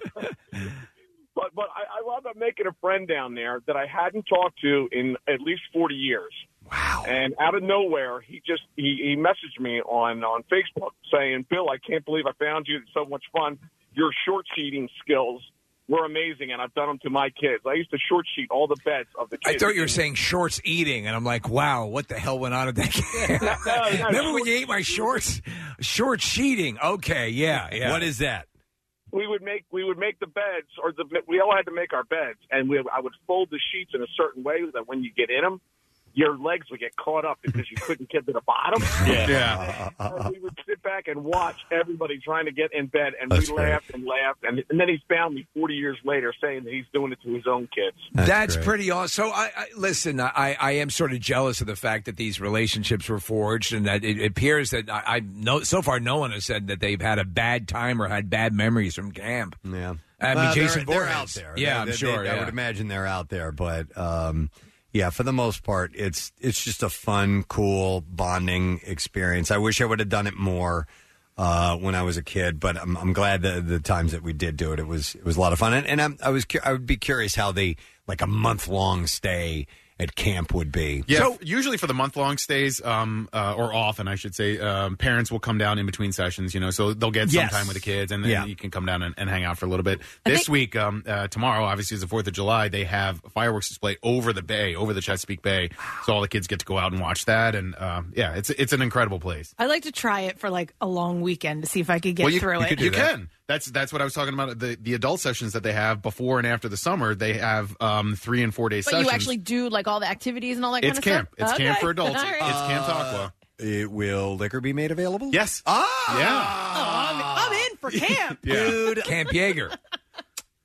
[SPEAKER 8] but but I, I wound up making a friend down there that I hadn't talked to in at least forty years. Wow! And out of nowhere, he just he, he messaged me on on Facebook saying, "Bill, I can't believe I found you. It's so much fun. Your short sheeting skills were amazing, and I've done them to my kids. I used to short sheet all the bets of the kids."
[SPEAKER 4] I thought you were saying shorts eating, and I'm like, wow, what the hell went on at that camp? Remember when you ate my shorts? Short sheeting. Okay, yeah, yeah.
[SPEAKER 8] What
[SPEAKER 2] is that?
[SPEAKER 8] we would make we would make the beds or the we all had to make our beds and we I would fold the sheets in a certain way that when you get in them your legs would get caught up because you couldn't get to the bottom.
[SPEAKER 2] Yeah.
[SPEAKER 8] And we would sit back and watch everybody trying to get in bed, and
[SPEAKER 2] That's
[SPEAKER 8] we
[SPEAKER 2] great.
[SPEAKER 8] laughed and laughed, and, and then he's found me 40 years later saying that he's doing it to his own kids.
[SPEAKER 4] That's, pretty awesome. So I, I listen. I, I am sort of jealous of the fact that these relationships were forged, and that it appears that I, I know so far no one has said that they've had a bad time or had bad memories from camp.
[SPEAKER 2] Yeah,
[SPEAKER 4] I mean
[SPEAKER 2] Well, they're-
[SPEAKER 4] Jason
[SPEAKER 2] they're,
[SPEAKER 4] Voorhees.
[SPEAKER 2] out there.
[SPEAKER 4] Yeah,
[SPEAKER 2] They-
[SPEAKER 4] I'm
[SPEAKER 2] they- they-
[SPEAKER 4] sure.
[SPEAKER 2] I
[SPEAKER 4] yeah.
[SPEAKER 2] would imagine they're out there, but um, yeah, for the most part, it's it's just a fun, cool bonding experience. I wish I would have done it more uh, when I was a kid, but I'm, I'm glad that the times that we did do it, it was it was a lot of fun. And, and I'm, I was cu- I would be curious how the like a month long stay at camp would be.
[SPEAKER 7] Yeah, f- usually for the month long stays, um, uh, or often I should say, um, parents will come down in between sessions, you know, so they'll get
[SPEAKER 2] Yes.
[SPEAKER 7] some time with the kids, and then
[SPEAKER 2] Yeah.
[SPEAKER 7] you can come down and, and hang out for a little bit. This week, um, uh, tomorrow, obviously, is the Fourth of July. They have a fireworks display over the bay, over the Chesapeake Bay, so all the kids get to go out and watch that. And uh, yeah, it's it's an incredible place.
[SPEAKER 3] I'd like to try it for like a long weekend to see if I could get
[SPEAKER 7] well, you,
[SPEAKER 3] through
[SPEAKER 7] you
[SPEAKER 3] it.
[SPEAKER 7] could do that. That's that's what I was talking about. The the adult sessions that they have before and after the summer, they have um, three and four day
[SPEAKER 3] But
[SPEAKER 7] sessions.
[SPEAKER 3] you actually do like all the activities and all that
[SPEAKER 7] it's
[SPEAKER 3] kind of
[SPEAKER 7] camp.
[SPEAKER 3] stuff.
[SPEAKER 7] It's camp
[SPEAKER 3] Okay.
[SPEAKER 7] for adults.
[SPEAKER 3] All right.
[SPEAKER 7] It's
[SPEAKER 2] Uh,
[SPEAKER 7] camp aqua.
[SPEAKER 2] It will liquor be made available?
[SPEAKER 7] Yes.
[SPEAKER 2] Ah,
[SPEAKER 7] yeah.
[SPEAKER 3] I'm, I'm in for camp.
[SPEAKER 2] dude,
[SPEAKER 4] Camp Jaeger.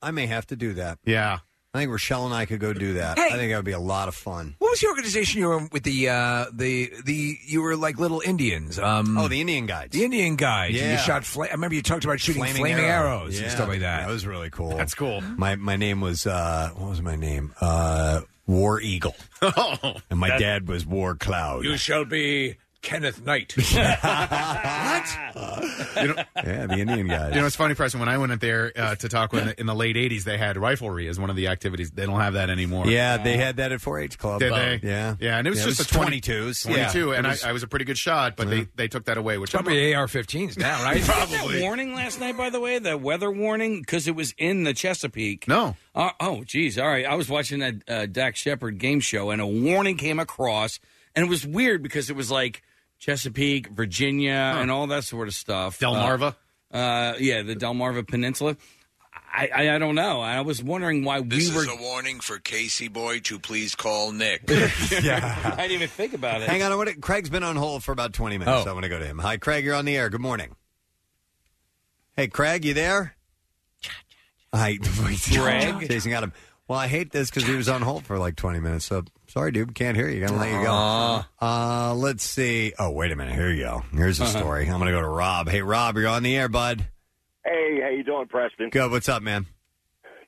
[SPEAKER 2] I may have to do that.
[SPEAKER 7] Yeah,
[SPEAKER 2] I think Rochelle and I could go do that.
[SPEAKER 4] Hey.
[SPEAKER 2] I think that would be a lot of fun.
[SPEAKER 4] What was the organization you were in with the uh, the the you were like little Indians? Um,
[SPEAKER 2] oh, the Indian Guides.
[SPEAKER 4] The Indian Guides. And
[SPEAKER 2] Yeah.
[SPEAKER 4] you shot. Fla- I remember you talked about shooting flaming,
[SPEAKER 2] arrow.
[SPEAKER 4] arrows
[SPEAKER 2] Yeah.
[SPEAKER 4] and stuff like that.
[SPEAKER 2] That was really cool. That's
[SPEAKER 7] cool.
[SPEAKER 2] My my name was uh, what was my name? Uh, War Eagle.
[SPEAKER 7] Oh,
[SPEAKER 2] and my
[SPEAKER 4] That-
[SPEAKER 2] dad was War Cloud.
[SPEAKER 4] You shall be Kenneth Knight.
[SPEAKER 2] yeah, the Indian guys.
[SPEAKER 7] You know, it's funny, Preston. When I went up there uh, to talk in the, in the late '80s, they had riflery as one of the activities. They don't have that anymore.
[SPEAKER 2] Yeah, they had that at 4-H club.
[SPEAKER 7] Did
[SPEAKER 2] Uh,
[SPEAKER 7] they?
[SPEAKER 2] Yeah,
[SPEAKER 7] yeah, and it was just a 20,
[SPEAKER 2] 22s. Yeah.
[SPEAKER 7] 22, and
[SPEAKER 2] It was-
[SPEAKER 7] I, I was a pretty good shot, but they, they took that away. Which
[SPEAKER 4] probably AR-15s now, right?
[SPEAKER 5] Wasn't that warning last night, by the way, the weather warning, because it was in the Chesapeake.
[SPEAKER 7] No.
[SPEAKER 5] Uh, oh, geez. All right. I was watching a uh, Dak Shepard game show, and a warning came across, and it was weird because it was like Chesapeake, Virginia, and all that sort of stuff.
[SPEAKER 7] Delmarva?
[SPEAKER 5] Uh, uh, yeah, the Delmarva Peninsula. I, I, I don't know. I was wondering why
[SPEAKER 13] This
[SPEAKER 5] we were.
[SPEAKER 13] is a warning for Casey Boy to please call Nick.
[SPEAKER 5] I didn't even think about it.
[SPEAKER 2] Hang on, I want to, Craig's been on hold for about 20 minutes.
[SPEAKER 5] Oh.
[SPEAKER 2] so I want to go to him. Hi, Craig, you're on the air. Good morning. Hey, Craig, you there? Hi,
[SPEAKER 5] Craig?
[SPEAKER 2] Chasing at him. Well, I hate this because he was on hold for like 20 minutes. So sorry, dude. Can't hear you. Gotta let you go.
[SPEAKER 13] Aw.
[SPEAKER 2] Uh, let's see. Oh, wait a minute. Here you go. Here's the
[SPEAKER 13] Uh-huh.
[SPEAKER 2] story. I'm gonna go to Rob. Hey, Rob, you're on the air, bud.
[SPEAKER 23] Hey, how you doing, Preston?
[SPEAKER 2] Good. What's up, man?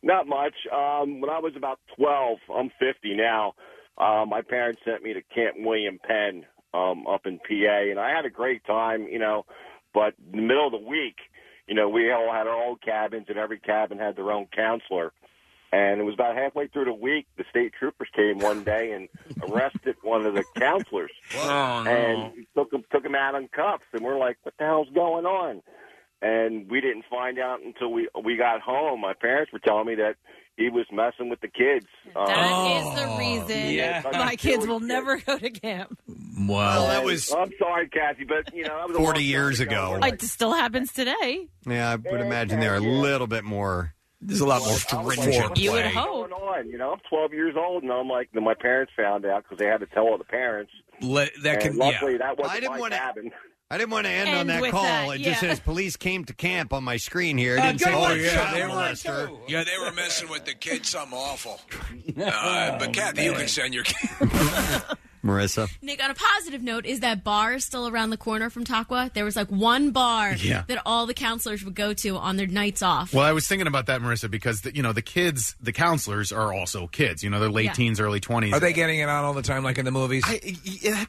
[SPEAKER 23] Not much. Um, when I was about 12, I'm 50 now. Uh, my parents sent me to Camp William Penn um, up in PA, and I had a great time, you know. But in the middle of the week, you know, we all had our own cabins, and every cabin had their own counselor. And it was about halfway through the week, the state troopers came one day and arrested one of the counselors.
[SPEAKER 5] Oh, no.
[SPEAKER 23] And took him, took him out on cuffs. And we're like, what the hell's going on? And we didn't find out until we we got home. My parents were telling me that he was messing with the kids. Um,
[SPEAKER 3] That is
[SPEAKER 7] Oh.
[SPEAKER 3] the reason
[SPEAKER 23] yeah.
[SPEAKER 3] my kids will never go to camp.
[SPEAKER 23] Wow. that was. I'm sorry, Kathy, but you know that was a long
[SPEAKER 2] 40
[SPEAKER 23] time
[SPEAKER 2] years ago.
[SPEAKER 3] It still happens today.
[SPEAKER 2] Yeah, I would imagine they're a little bit more. There's a lot more stringent.
[SPEAKER 3] You would
[SPEAKER 2] play.
[SPEAKER 3] hope.
[SPEAKER 23] What's going on? You know, I'm 12 years old, and I'm like, then my parents found out because they had to tell all the parents.
[SPEAKER 4] Let, that
[SPEAKER 23] and
[SPEAKER 4] can
[SPEAKER 23] luckily,
[SPEAKER 4] yeah.
[SPEAKER 23] that wasn't
[SPEAKER 4] I didn't
[SPEAKER 23] my
[SPEAKER 4] wanna-
[SPEAKER 23] cabin.
[SPEAKER 2] I didn't want to end, on
[SPEAKER 23] End
[SPEAKER 2] that
[SPEAKER 23] with
[SPEAKER 2] call.
[SPEAKER 23] that,
[SPEAKER 2] it just
[SPEAKER 23] yeah.
[SPEAKER 2] says police came to camp on my screen here. It
[SPEAKER 4] Oh,
[SPEAKER 13] Uh,
[SPEAKER 2] didn't say "Oh,
[SPEAKER 13] good one,
[SPEAKER 2] police
[SPEAKER 13] too.
[SPEAKER 2] shot
[SPEAKER 13] Good one,
[SPEAKER 2] molester.
[SPEAKER 13] Yeah, they were messing with the kids, something awful. Uh, but Kathy, you can send your kid.
[SPEAKER 2] Marissa.
[SPEAKER 17] Nick, on a positive note, is that bar still around the corner from Takwa? There was like one bar
[SPEAKER 7] Yeah.
[SPEAKER 17] that all the counselors would go to on their nights off.
[SPEAKER 7] Well, I was thinking about that, Marissa, because the, you know the kids, the counselors are also kids. You know, they're late
[SPEAKER 4] Yeah.
[SPEAKER 7] teens, early twenties.
[SPEAKER 4] Are they getting it on all the time, like in the movies?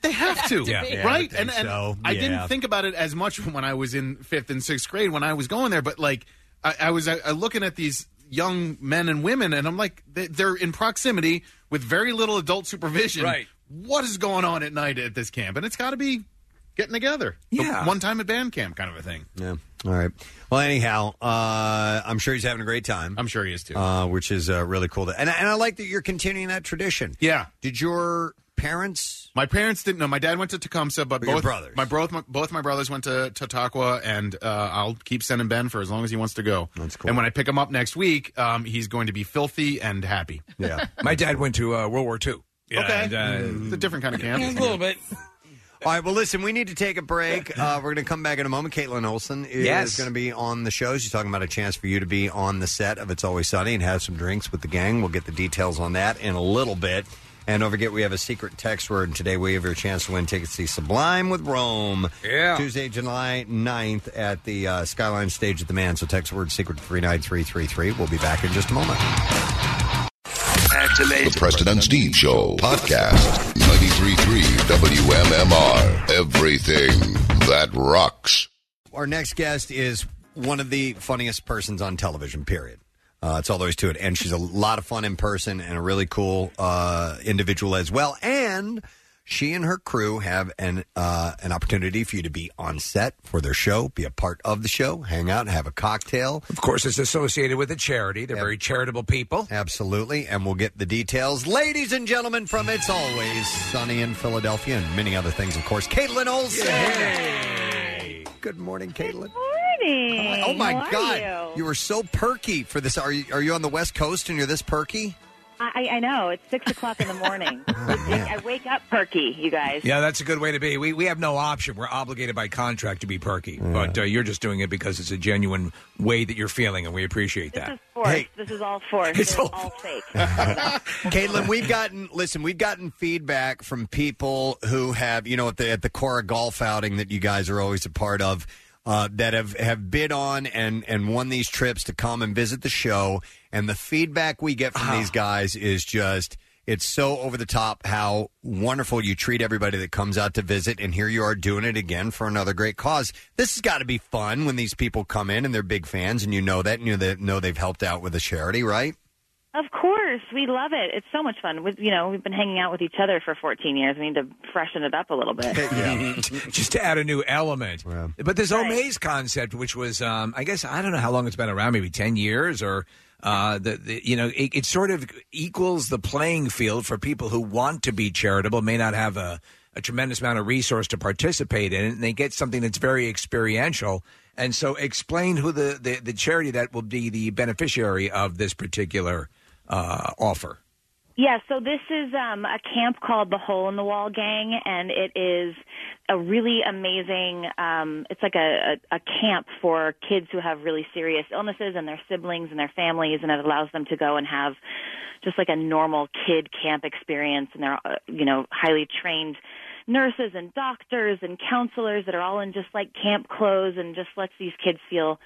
[SPEAKER 7] they have to,
[SPEAKER 4] Yeah. Yeah, I
[SPEAKER 7] right?
[SPEAKER 4] think
[SPEAKER 7] and and
[SPEAKER 4] so.
[SPEAKER 7] I
[SPEAKER 4] Yeah.
[SPEAKER 7] didn't think about it as much when I was in fifth and sixth grade when I was going there, but like I, I was I, I looking at these young men and women, and I'm like, they, they're in proximity with very little adult supervision.
[SPEAKER 4] Right.
[SPEAKER 7] What is going on at night at this camp? And it's got to be getting together.
[SPEAKER 2] Yeah.
[SPEAKER 7] One time at band camp, kind of a thing.
[SPEAKER 2] Yeah. All right. Well, anyhow, uh, I'm sure he's having a great time. I'm
[SPEAKER 7] sure he is too.
[SPEAKER 2] Uh, which is uh, really cool. To, and, I- and I like that you're continuing that tradition.
[SPEAKER 7] Yeah.
[SPEAKER 2] Did your parents?
[SPEAKER 7] My parents didn't know. My dad went to Tecumseh, but
[SPEAKER 2] But your
[SPEAKER 7] both
[SPEAKER 2] brothers.
[SPEAKER 7] my both my, both my brothers went to Chautauqua, and uh, I'll keep sending Ben for as long as he wants to go. That's cool. And when I pick him up next week, um, he's going to be filthy and happy.
[SPEAKER 2] Yeah.
[SPEAKER 4] My dad went to uh, World War II.
[SPEAKER 7] okay,
[SPEAKER 4] and, uh,
[SPEAKER 7] it's a different kind of camp.
[SPEAKER 5] bit.
[SPEAKER 2] All right. Well, listen, we need to take a break. Uh, we're going to come back in a moment. Caitlin Olson is
[SPEAKER 4] Yes.
[SPEAKER 2] going to be on the show. She's talking about a chance for you to be on the set of It's Always Sunny and have some drinks with the gang. We'll get the details on that in a little bit. And don't forget, we have a secret text word. And today we have your chance to win tickets to see Sublime with Rome.
[SPEAKER 4] Yeah.
[SPEAKER 2] Tuesday, July 9th at the uh, Skyline Stage at the Man. So text word secret to 39333. We'll be back in just a moment.
[SPEAKER 1] The Preston and Steve Show podcast. 93.3 WMMR. Everything that rocks.
[SPEAKER 2] Our next guest is one of the funniest persons on television, period. Uh, it's all there is to it. And she's a lot of fun in person and a really cool uh, individual as well. And she and her crew have an uh, an opportunity for you to be on set for their show, be a part of the show, hang out, have a cocktail.
[SPEAKER 4] Of course, it's associated with a charity. They're very charitable people.
[SPEAKER 2] Absolutely. And we'll get the details, ladies and gentlemen, from It's Always Sunny in Philadelphia and many other things, of course. Caitlin Olsen. Good morning, Caitlin.
[SPEAKER 12] morning.
[SPEAKER 2] Oh my
[SPEAKER 12] How are
[SPEAKER 2] God!
[SPEAKER 12] You?
[SPEAKER 2] were so perky for this. Are you are you on the West Coast and you're this perky?
[SPEAKER 12] I, I know it's six o'clock in the morning. I wake up perky, you guys.
[SPEAKER 4] Yeah, that's a good way to be. We, we have no option. We're obligated by contract to be perky, but uh, you're just doing it because it's a genuine way that you're feeling, and we appreciate that.
[SPEAKER 12] Forced. This is all forced. It's all, fake.
[SPEAKER 2] Caitlin, we've gotten listen, we've gotten feedback from people who have you know at the at the Cora golf outing that you guys are always a part of. Uh, that have, have bid on and, and won these trips to come and visit the show. And the feedback we get from these guys is just, it's so over the top how wonderful you treat everybody that comes out to visit. And here you are doing it again for another great cause. This has got to be fun when these people come in and they're big fans and you know that and you know they've helped out with a charity, right?
[SPEAKER 12] Of course, we love it. It's so much fun. We, you know, we've been hanging out with each other for 14 years. We need to freshen it up a little bit.
[SPEAKER 4] just to add a new element. But this Omaze concept, which was, um, I guess, I don't know how long it's been around, maybe 10 years or. Uh, the, the, you know, it, it sort of equals the playing field for people who want to be charitable, may not have a, a tremendous amount of resource to participate in it, and they get something that's very experiential. And so, explain who the, the, the charity that will be the beneficiary of this particular uh, offer.
[SPEAKER 12] Yeah, so this is um, a camp called the Hole in the Wall Gang, and it is a really amazing. Um, it's like a, a, a camp for kids who have really serious illnesses and their siblings and their families, and it allows them to go and have just like a normal kid camp experience. And they're uh, you know highly trained nurses and doctors and counselors that are all in just like camp clothes, and just lets these kids feel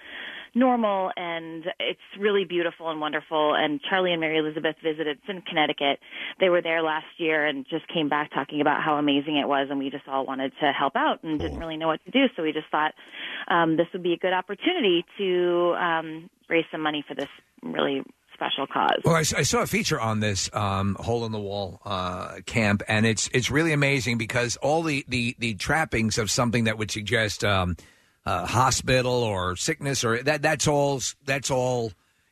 [SPEAKER 12] normal and it's really beautiful and wonderful and charlie and mary elizabeth visited it's in connecticut they were there last year and just came back talking about how amazing it was and we just all wanted to help out and didn't really know what to do so we just thought um, this would be a good opportunity to um, raise some money for this really special cause.
[SPEAKER 4] Well, I, s- I saw a feature on this um, hole in the wall uh, camp, and it's it's really amazing because all the the, the trappings of something that would suggest um, uh, hospital or sickness or that that's all s- that's all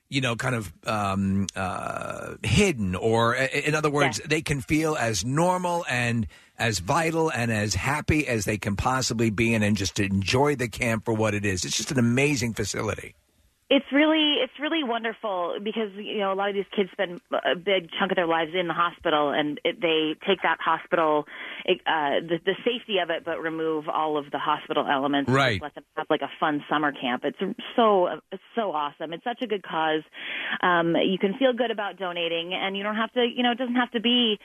[SPEAKER 4] you know kind of um, uh, hidden or i- in other words they can feel as normal and as vital and as happy as they can possibly be and, and just to enjoy the camp for what it is it's just an amazing facility
[SPEAKER 12] It's really it's really wonderful because you know a lot of these kids spend a big chunk of their lives in the hospital and it, they take that hospital it, uh, the, the safety of it but remove all of the hospital elements and
[SPEAKER 14] Right.
[SPEAKER 12] just let them have like a fun summer camp it's so it's so awesome it's such a good cause um, you can feel good about donating and you don't have to you know it doesn't have to be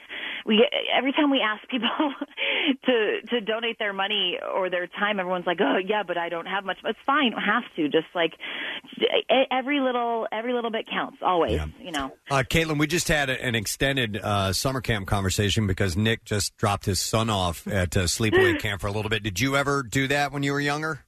[SPEAKER 12] we every time we ask people to to donate their money or their time everyone's like oh yeah but I don't have much it's fine you don't have to just like e- every little every little bit counts always you know
[SPEAKER 2] Uh, Caitlin, we just had a- an extended uh, summer camp conversation because Nick just dropped his son off at uh, sleepaway camp for a little bit. Did you ever do that when you were younger?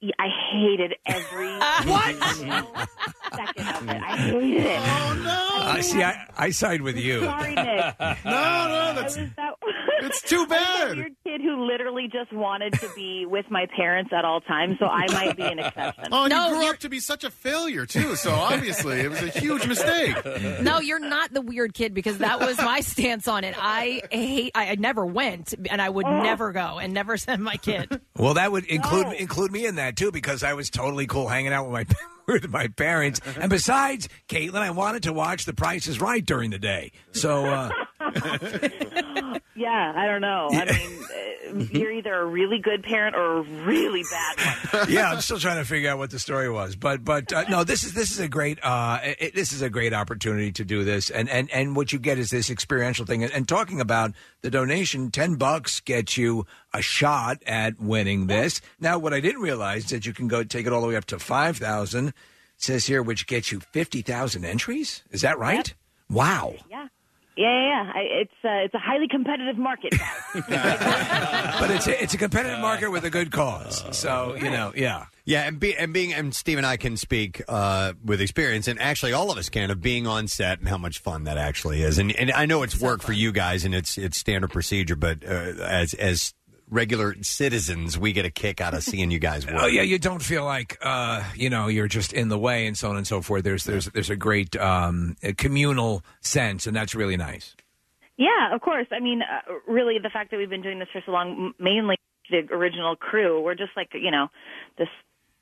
[SPEAKER 12] Yeah, I hated every what second of it. I hated it. Oh no!
[SPEAKER 4] uh, see I, I side with you
[SPEAKER 12] Sorry, Nick. I was that,
[SPEAKER 7] it's too
[SPEAKER 12] bad. a weird kid who literally just wanted to be with my parents at all times, so I might be an exception.
[SPEAKER 7] Oh, and you grew up to be such a failure too. So obviously, it was a huge mistake.
[SPEAKER 3] No, you're not the weird kid because that was my stance on it. I hate. I, I never went, and I would never go, and never send my kid.
[SPEAKER 4] Well, that would include include me in that too because I was totally cool hanging out with my with my parents. And besides, Caitlin, I wanted to watch The Price Is Right during the day. So uh,
[SPEAKER 12] yeah, I don't know. I mean, uh, you're either a really good parent or a really bad one.
[SPEAKER 4] yeah, I'm still trying to figure out what the story was. But but uh, no, this is this is a great uh, it, this is a great opportunity to do this. And and and what you get is this experiential thing. And, and talking about the donation, ten bucks gets you a shot at winning this. Now, what I didn't realize is that you can go take it all the way up to five thousand. Says here, which gets you fifty thousand entries. Is that right? Wow.
[SPEAKER 12] Yeah. Yeah, yeah, yeah. I, it's uh, it's a highly competitive market.
[SPEAKER 4] but it's a, it's a competitive market with a good cause. So you know, yeah.
[SPEAKER 2] Yeah, and be, and being and Steve and I can speak uh, with experience, and actually all of us can of being on set and how much fun that actually is. And and I know it's work for you guys, and it's it's standard procedure, but uh, as as regular citizens, we get a kick out of seeing you guys work.
[SPEAKER 4] Oh yeah, you don't feel like uh, you know you're just in the way and so on and so forth. There's there's there's a great um, a communal sense, and that's really nice.
[SPEAKER 12] Yeah, of course. I mean, uh, really, the fact that we've been doing this for so long, m- mainly the original crew, we're just like you know, this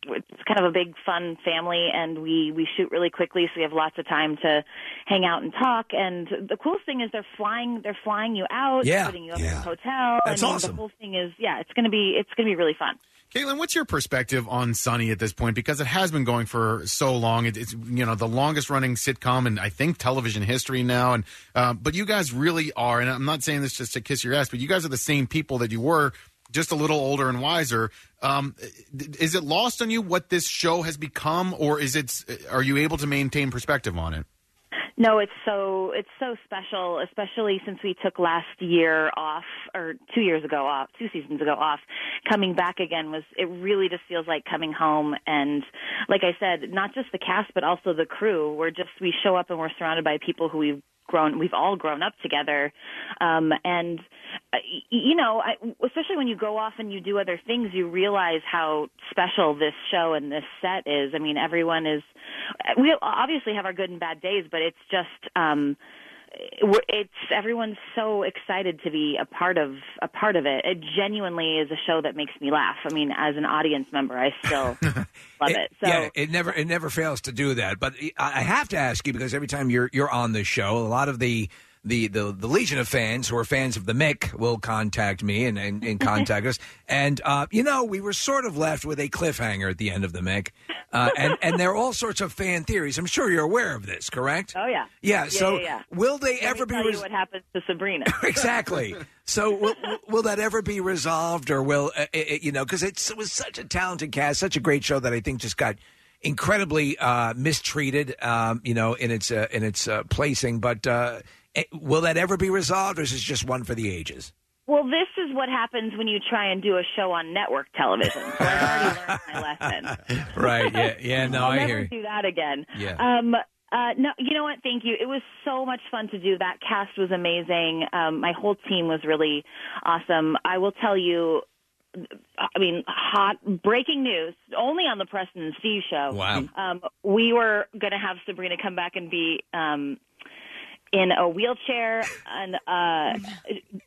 [SPEAKER 12] it's kind of a big fun family, and we we shoot really quickly, so we have lots of time to hang out and talk. And the coolest thing is they're flying they're flying you out,
[SPEAKER 7] Yeah.
[SPEAKER 12] putting you up in
[SPEAKER 7] Yeah.
[SPEAKER 12] a hotel.
[SPEAKER 7] That's
[SPEAKER 12] I mean,
[SPEAKER 7] awesome.
[SPEAKER 12] The whole thing is yeah, it's gonna be it's gonna be really fun.
[SPEAKER 7] Caitlin, what's your perspective on Sunny at this point? Because it has been going for so long. It, it's you know the longest running sitcom in I think television history now. And uh, but you guys really are, and I'm not saying this just to kiss your ass, but you guys are the same people that you were, just a little older and wiser. Um, th- is it lost on you what this show has become, or is it? Are you able to maintain perspective on it?
[SPEAKER 12] No, it's so it's so special, especially since we took last year off or two years ago off, two seasons ago off. Coming back again was it really just feels like coming home and like I said, not just the cast but also the crew. We're just we show up and we're surrounded by people who we've grown we've all grown up together um and uh, y- you know I, especially when you go off and you do other things you realize how special this show and this set is i mean everyone is we obviously have our good and bad days but it's just um we're- it's everyone's so excited to be a part of a part of it. It genuinely is a show that makes me laugh. I mean, as an audience member, I still love it. So
[SPEAKER 4] yeah, it never it never fails to do that. But I I have to ask you because every time you're you're on this show, a lot of the the, the, the legion of fans who are fans of the Mick will contact me and, and, and contact us. And, uh, you know, we were sort of left with a cliffhanger at the end of the Mick. Uh, and, and there are all sorts of fan theories. I'm sure you're aware of this, correct?
[SPEAKER 12] Oh yeah.
[SPEAKER 4] Yeah, so will they
[SPEAKER 12] Let
[SPEAKER 4] ever
[SPEAKER 12] me
[SPEAKER 4] be
[SPEAKER 12] tell you
[SPEAKER 4] res-
[SPEAKER 12] what happens to Sabrina?
[SPEAKER 4] exactly. So will, will that ever be resolved, or will uh, it, it- you know? Because it was such a talented cast, such a great show that I think just got incredibly uh, mistreated, um, you know, in its uh, in its uh, placing. But uh, it- will that ever be resolved, or is this just one for the ages?
[SPEAKER 12] Well, this is what happens when you try and do a show on network television. So I've already learned my lesson.
[SPEAKER 4] Right? Yeah. Yeah. No,
[SPEAKER 12] I'll never do that again.
[SPEAKER 4] Yeah.
[SPEAKER 12] Um, Uh, no, you know what? Thank you. It was so much fun to do. That cast was amazing. Um, my whole team was really awesome. I will tell you, I mean, hot breaking news only on the Preston and Steve show.
[SPEAKER 14] Wow.
[SPEAKER 12] Um, we were going to have Sabrina come back and be um, in a wheelchair and uh,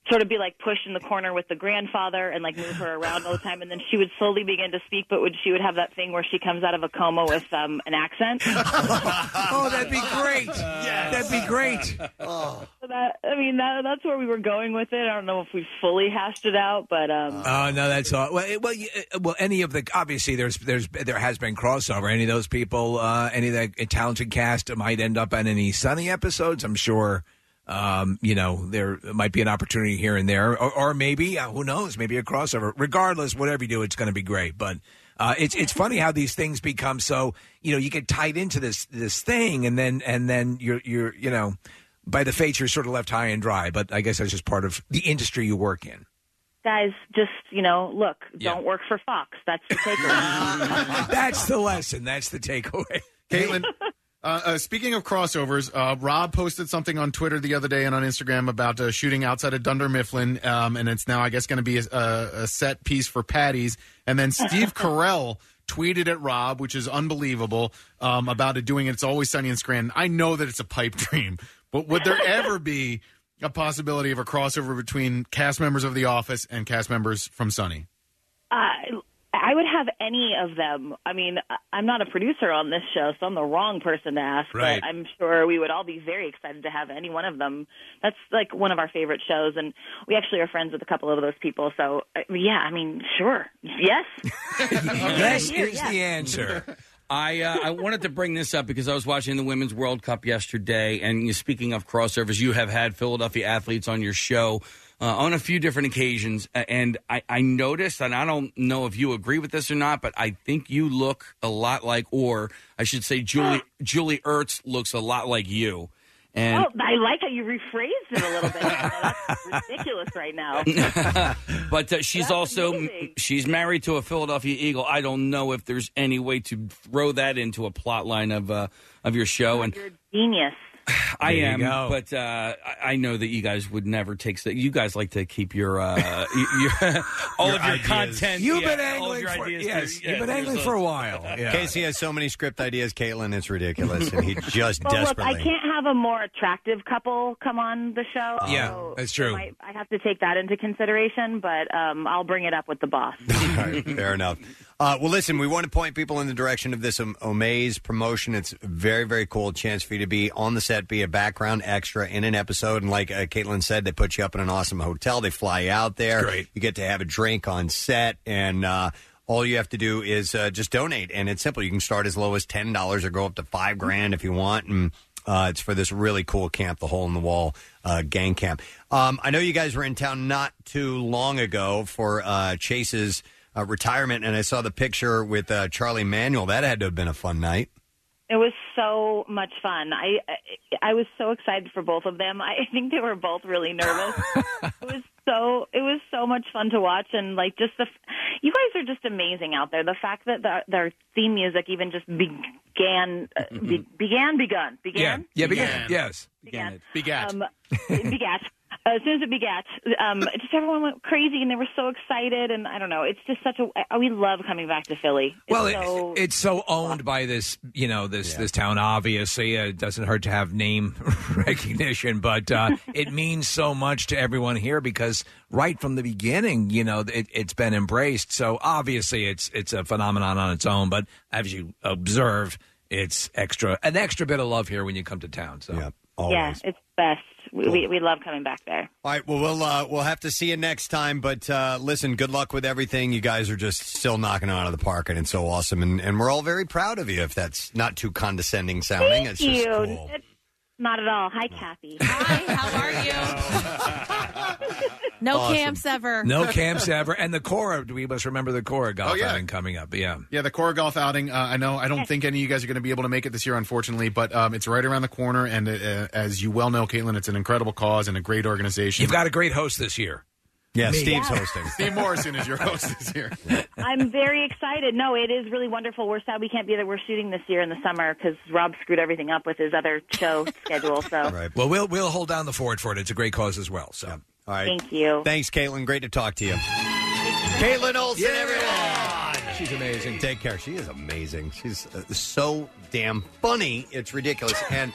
[SPEAKER 12] sort of be like pushed in the corner with the grandfather and like move her around all the time. And then she would slowly begin to speak, but would she would have that thing where she comes out of a coma with um, an accent?
[SPEAKER 4] oh, that'd be great. That'd be great.
[SPEAKER 12] So that, I mean, that, that's where we were going with it. I don't know if we fully hashed it out, but um,
[SPEAKER 4] Oh no, that's all. Well, it, well, you- uh, well. Any of the obviously there's there's there has been crossover. Any of those people, uh, any of that talented cast might end up on any Sunny episodes. I'm sure. Um, you know, there might be an opportunity here and there, or, or maybe uh, who knows, maybe a crossover. Regardless, whatever you do, it's going to be great. But uh, it's it's funny how these things become so. You know, you get tied into this this thing, and then and then you're you're you know, by the fate you're sort of left high and dry. But I guess that's just part of the industry you work in.
[SPEAKER 12] guys, just you know, look, don't work for Fox. That's the takeaway.
[SPEAKER 4] That's the lesson. That's the takeaway.
[SPEAKER 7] Caitlin, uh, uh, speaking of crossovers, uh, Rob posted something on Twitter the other day and on Instagram about uh, shooting outside of Dunder Mifflin, um, and it's now, I guess, going to be a, a, a set piece for Patty's. And then Steve Carell tweeted at Rob, which is unbelievable, um, about it doing It's Always Sunny in Scranton. I know that it's a pipe dream, but would there ever be a possibility of a crossover between cast members of The Office and cast members from Sunny?
[SPEAKER 12] Uh, I would have any of them. I mean, I- I'm not a producer on this show, so I'm the wrong person to ask.
[SPEAKER 15] Right.
[SPEAKER 12] But I'm sure we would all be very excited to have any one of them. That's like one of our favorite shows, and we actually are friends with a couple of those people. So uh, yeah, I mean, sure, yes,
[SPEAKER 4] yes
[SPEAKER 12] Here, yeah.
[SPEAKER 4] answer.
[SPEAKER 5] I uh, I wanted to bring this up because I was watching the Women's World Cup yesterday, and you- speaking of crossovers, you have had Philadelphia athletes on your show uh, on a few different occasions, a- and I, I noticed, and I don't know if you agree with this or not, but I think you look a lot like, or I should say, Julie Julie Ertz looks a lot like you, and
[SPEAKER 12] oh, I like how you rephrased it a little bit. That's ridiculous right now.
[SPEAKER 5] but uh, she's also she's married to a Philadelphia Eagle. I don't know if there's any way to throw that into a plot line of uh, of your show. And
[SPEAKER 12] Genius.
[SPEAKER 5] I
[SPEAKER 12] There you
[SPEAKER 5] am,
[SPEAKER 12] go.
[SPEAKER 5] but uh, I- I know that you guys would never take. sta- You guys like to keep your uh, y- your all
[SPEAKER 2] Your
[SPEAKER 5] of your
[SPEAKER 2] ideas.
[SPEAKER 5] content.
[SPEAKER 2] You've been
[SPEAKER 5] yeah, all of
[SPEAKER 2] angling
[SPEAKER 5] your
[SPEAKER 2] for-
[SPEAKER 5] ideas to-
[SPEAKER 2] yes,
[SPEAKER 5] yeah,
[SPEAKER 2] you've been
[SPEAKER 5] to
[SPEAKER 2] angling
[SPEAKER 5] yourself.
[SPEAKER 2] for a while. Casey has so many script ideas, Caitlin. It's ridiculous, and he just
[SPEAKER 12] Well, look,
[SPEAKER 2] desperately.
[SPEAKER 12] I can't have a more attractive couple come on the show. so
[SPEAKER 2] that's true.
[SPEAKER 12] I, I have to take that into consideration, but um, I'll bring it up with the boss.
[SPEAKER 2] All right, fair enough. Uh, well, listen, we want to point people in the direction of this um, Omaze promotion. It's very, very cool. Chance for you to be on the set, be a background extra in an episode. And like uh, Caitlin said, they put you up in an awesome hotel. They fly you out there.
[SPEAKER 4] great.
[SPEAKER 2] You get to have a drink on set. And uh, all you have to do is uh, just donate. And it's simple. You can start as low as $10 or go up to five grand if you want. And uh, it's for this really cool camp, the Hole in the Wall uh, Gang Camp. Um, I know you guys were in town not too long ago for uh, Chase's uh, retirement, and I saw the picture with uh, Charlie Manuel. That had to have been a fun night.
[SPEAKER 12] It was so much fun. I I, I was so excited for both of them. I think they were both really nervous. it was so it was so much fun to watch and like just the f- you guys are just amazing out there. The fact that the, their theme music even just began uh, be, began begun
[SPEAKER 4] Yeah,
[SPEAKER 12] began
[SPEAKER 4] yeah, began. Yes,
[SPEAKER 12] began
[SPEAKER 4] begat.
[SPEAKER 12] Um, begat. As soon as it begat, um, just everyone went crazy and they were so excited. And I don't know, it's just such a. I- We love coming back to Philly. It's
[SPEAKER 4] Well,
[SPEAKER 12] so
[SPEAKER 4] it, it's so owned by this, you know, this this town. Obviously, uh, it doesn't hurt to have name recognition, but uh, it means so much to everyone here because right from the beginning, you know, it, it's been embraced. So obviously, it's it's a phenomenon on its own. But as you observe, it's extra an extra bit of love here when you come to town. So
[SPEAKER 12] Yeah, it's best. We, we, we love coming back there.
[SPEAKER 2] All right, well, we'll uh, we'll have to see you next time. But uh, listen, good luck with everything. You guys are just still knocking it out of the park, and it's so awesome. And, and we're all very proud of you. If that's not too condescending sounding,
[SPEAKER 12] Thank
[SPEAKER 2] it's
[SPEAKER 12] you.
[SPEAKER 2] just cool.
[SPEAKER 12] It's Not at all. Hi, Kathy.
[SPEAKER 17] No
[SPEAKER 4] Awesome.
[SPEAKER 17] camps ever.
[SPEAKER 4] no camps ever, and the Cora. We must remember the Cora golf
[SPEAKER 7] Oh, yeah.
[SPEAKER 4] outing coming up. Yeah.
[SPEAKER 7] Yeah, the Cora Golf outing. Uh, I know. I don't think any of you guys are going to be able to make it this year, unfortunately. But um, it's right around the corner, and uh, as you well know, Caitlin, it's an incredible cause and a great organization.
[SPEAKER 4] You've got a great host this year.
[SPEAKER 2] Yeah,
[SPEAKER 7] Me.
[SPEAKER 2] Steve's
[SPEAKER 7] Yeah.
[SPEAKER 2] hosting.
[SPEAKER 7] Steve Morrison is your host this year.
[SPEAKER 12] I'm very excited. No, it is really wonderful. We're sad we can't be there. We're shooting this year in the summer because Rob screwed everything up with his other show schedule. So
[SPEAKER 4] Well, we'll we'll hold down the fort for it. It's a great cause as well. So.
[SPEAKER 2] All right.
[SPEAKER 12] Thank you.
[SPEAKER 2] Thanks, Caitlin. Great to talk to you. Caitlin Olsen, everyone.
[SPEAKER 4] She's amazing.
[SPEAKER 2] Take care. She is amazing. She's uh, so damn funny. It's ridiculous. and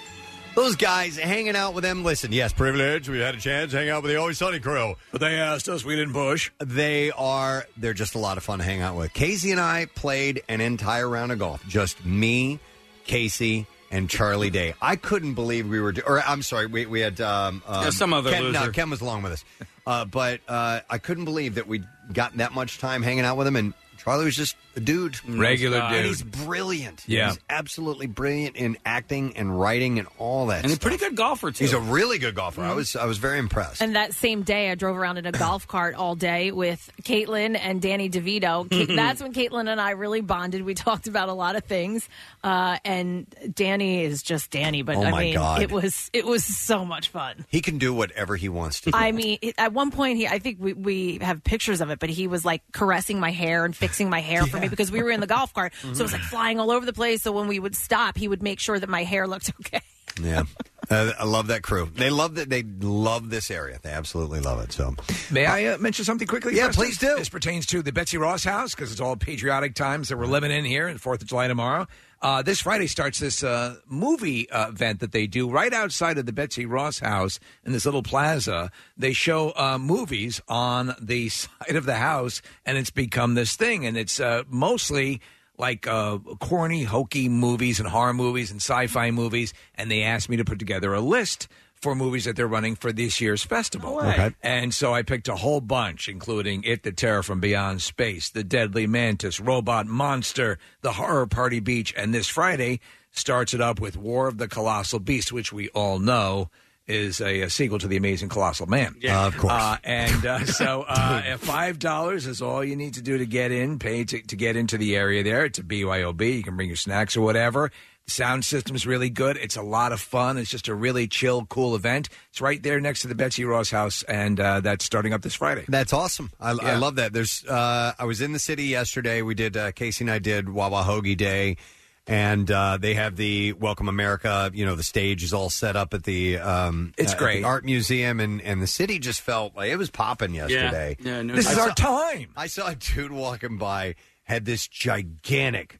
[SPEAKER 2] those guys hanging out with them. Listen, yes, privilege. We had a chance to hang out with the Always Sunny crew, but they asked us. We didn't push. They are. They're just a lot of fun to hang out with. Casey and I played an entire round of golf. Just me, Casey. And Charlie Day, I couldn't believe we were. Or I'm sorry, we we had um, um,
[SPEAKER 5] Yeah, some other
[SPEAKER 2] Ken, no,
[SPEAKER 5] loser.
[SPEAKER 2] Ken was along with us, uh, but uh, I couldn't believe that we'd gotten that much time hanging out with him. And Charlie was just a dude,
[SPEAKER 5] Mm-hmm.
[SPEAKER 4] Regular
[SPEAKER 2] And
[SPEAKER 4] dude.
[SPEAKER 2] he's brilliant.
[SPEAKER 4] Yeah.
[SPEAKER 2] he's absolutely brilliant in acting and writing and all that.
[SPEAKER 5] And a
[SPEAKER 2] stuff.
[SPEAKER 5] pretty good golfer too. Mm-hmm.
[SPEAKER 2] He's a really good golfer. I was I was very impressed.
[SPEAKER 3] And that same day, I drove around in a golf cart all day with Caitlin and Danny DeVito.
[SPEAKER 2] Mm-hmm.
[SPEAKER 3] Ca- That's when Caitlin and I really bonded. We talked about a lot of things, uh, and Danny is just Danny. But
[SPEAKER 2] Oh,
[SPEAKER 3] I
[SPEAKER 2] my
[SPEAKER 3] mean,
[SPEAKER 2] God.
[SPEAKER 3] it was it was so much fun.
[SPEAKER 2] He can do whatever he wants to. do.
[SPEAKER 3] I mean, it- at one point, he, I think we, we have pictures of it, but he was like caressing my hair and fixing my hair for me because we were in the golf cart. So it
[SPEAKER 2] Mm-hmm.
[SPEAKER 3] was like flying all over the place. So when we would stop, he would make sure that my hair looked okay.
[SPEAKER 2] Yeah, uh, I love that crew. They love that. They love this area. They absolutely love it. So
[SPEAKER 4] May I uh, mention something quickly?
[SPEAKER 2] Yeah,
[SPEAKER 4] Preston?
[SPEAKER 2] please do.
[SPEAKER 4] This pertains to the Betsy Ross house because it's all patriotic times that we're living in here, and Fourth of July tomorrow. Uh, this Friday starts this uh, movie uh, event that they do right outside of the Betsy Ross house in this little plaza. They show uh, movies on the side of the house, and it's become this thing. And it's uh, mostly like uh, corny, hokey movies and horror movies and sci-fi movies, and they asked me to put together a list for movies that they're running for this year's festival. And so I picked a whole bunch, including It the Terror from Beyond Space, The Deadly Mantis, Robot Monster, The Horror Party Beach, and this Friday starts it up with War of the Colossal Beast, which we all know is a, a sequel to The Amazing Colossal Man.
[SPEAKER 2] Yeah. Of course.
[SPEAKER 4] Uh, and uh, so uh, at $5 is all you need to do to get in, pay to, to get into the area there. It's a BYOB. You can bring your snacks or whatever. The sound system's really good. It's a lot of fun. It's just a really chill, cool event. It's right there next to the Betsy Ross house, and uh, that's starting up this Friday.
[SPEAKER 2] That's awesome. I, I love that. There's. Uh, I was in the city yesterday. We did uh, Casey and I did Wawa Hoagie Day, and uh, they have the Welcome America. You know, the stage is all set up at the. Um, uh,
[SPEAKER 4] It's
[SPEAKER 2] at the
[SPEAKER 4] great.
[SPEAKER 2] art museum, and and the city just felt like it was popping yesterday.
[SPEAKER 5] Yeah, no
[SPEAKER 2] I
[SPEAKER 4] this is
[SPEAKER 2] saw-
[SPEAKER 4] our time.
[SPEAKER 2] I saw a dude walking by had this gigantic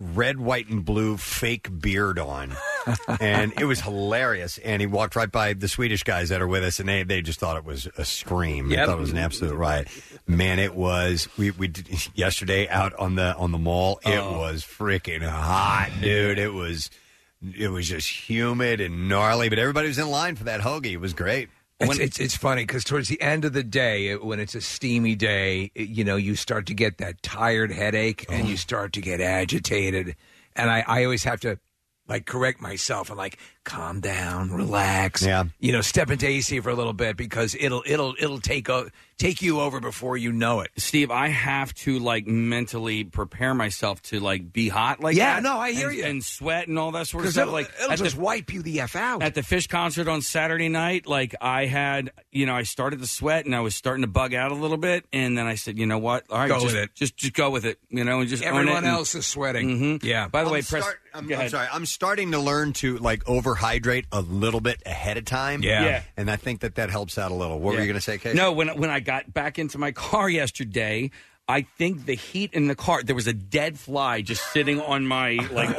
[SPEAKER 2] red, white, and blue fake beard on, and it was hilarious. And he walked right by the Swedish guys that are with us, and they they just thought it was a scream. They
[SPEAKER 14] Yep.
[SPEAKER 2] thought it was an absolute riot. Man, it was. We we did, yesterday out on the on the mall. It
[SPEAKER 5] Oh.
[SPEAKER 2] was freaking hot, dude. It was. It was just humid and gnarly, but everybody was in line for that hoagie. It was great.
[SPEAKER 4] It's, it's, it's funny because towards the end of the day, it- when it's a steamy day, it- you know, you start to get that tired headache and you start to get agitated. And I, I always have to like correct myself and like calm down, relax,
[SPEAKER 2] Yeah.
[SPEAKER 4] you know, step into AC for a little bit because it'll it'll it'll take o- take you over before you know it.
[SPEAKER 5] Steve, I have to like mentally prepare myself to like be hot like
[SPEAKER 4] Yeah,
[SPEAKER 5] that.
[SPEAKER 4] no, I hear
[SPEAKER 5] and,
[SPEAKER 4] you.
[SPEAKER 5] And sweat and all that sort of
[SPEAKER 4] 'Cause
[SPEAKER 5] stuff.
[SPEAKER 4] it'll-
[SPEAKER 5] like
[SPEAKER 4] it'll
[SPEAKER 5] at the-
[SPEAKER 4] just wipe you the f out.
[SPEAKER 5] At the Fish concert on Saturday night, like I had, you know, I started to sweat and I was starting to bug out a little bit, and then I said, you know what? All right,
[SPEAKER 4] Go
[SPEAKER 5] just,
[SPEAKER 4] with it.
[SPEAKER 5] Just just go with it, you know, and just own it
[SPEAKER 4] Everyone
[SPEAKER 5] and-
[SPEAKER 4] else is sweating.
[SPEAKER 5] Mhm.
[SPEAKER 4] Yeah.
[SPEAKER 5] By the way,
[SPEAKER 2] I'm
[SPEAKER 5] press.
[SPEAKER 2] start- I'm,
[SPEAKER 5] go
[SPEAKER 2] I'm
[SPEAKER 5] ahead.
[SPEAKER 2] sorry. I'm starting to learn to like overhydrate a little bit ahead of time.
[SPEAKER 5] Yeah. Yeah.
[SPEAKER 2] and I think that that helps out a little. What were
[SPEAKER 5] Yeah.
[SPEAKER 2] you going to say, Kate?
[SPEAKER 5] No, when when I got back into my car yesterday, I think the heat in the car. There was a dead fly just sitting on my like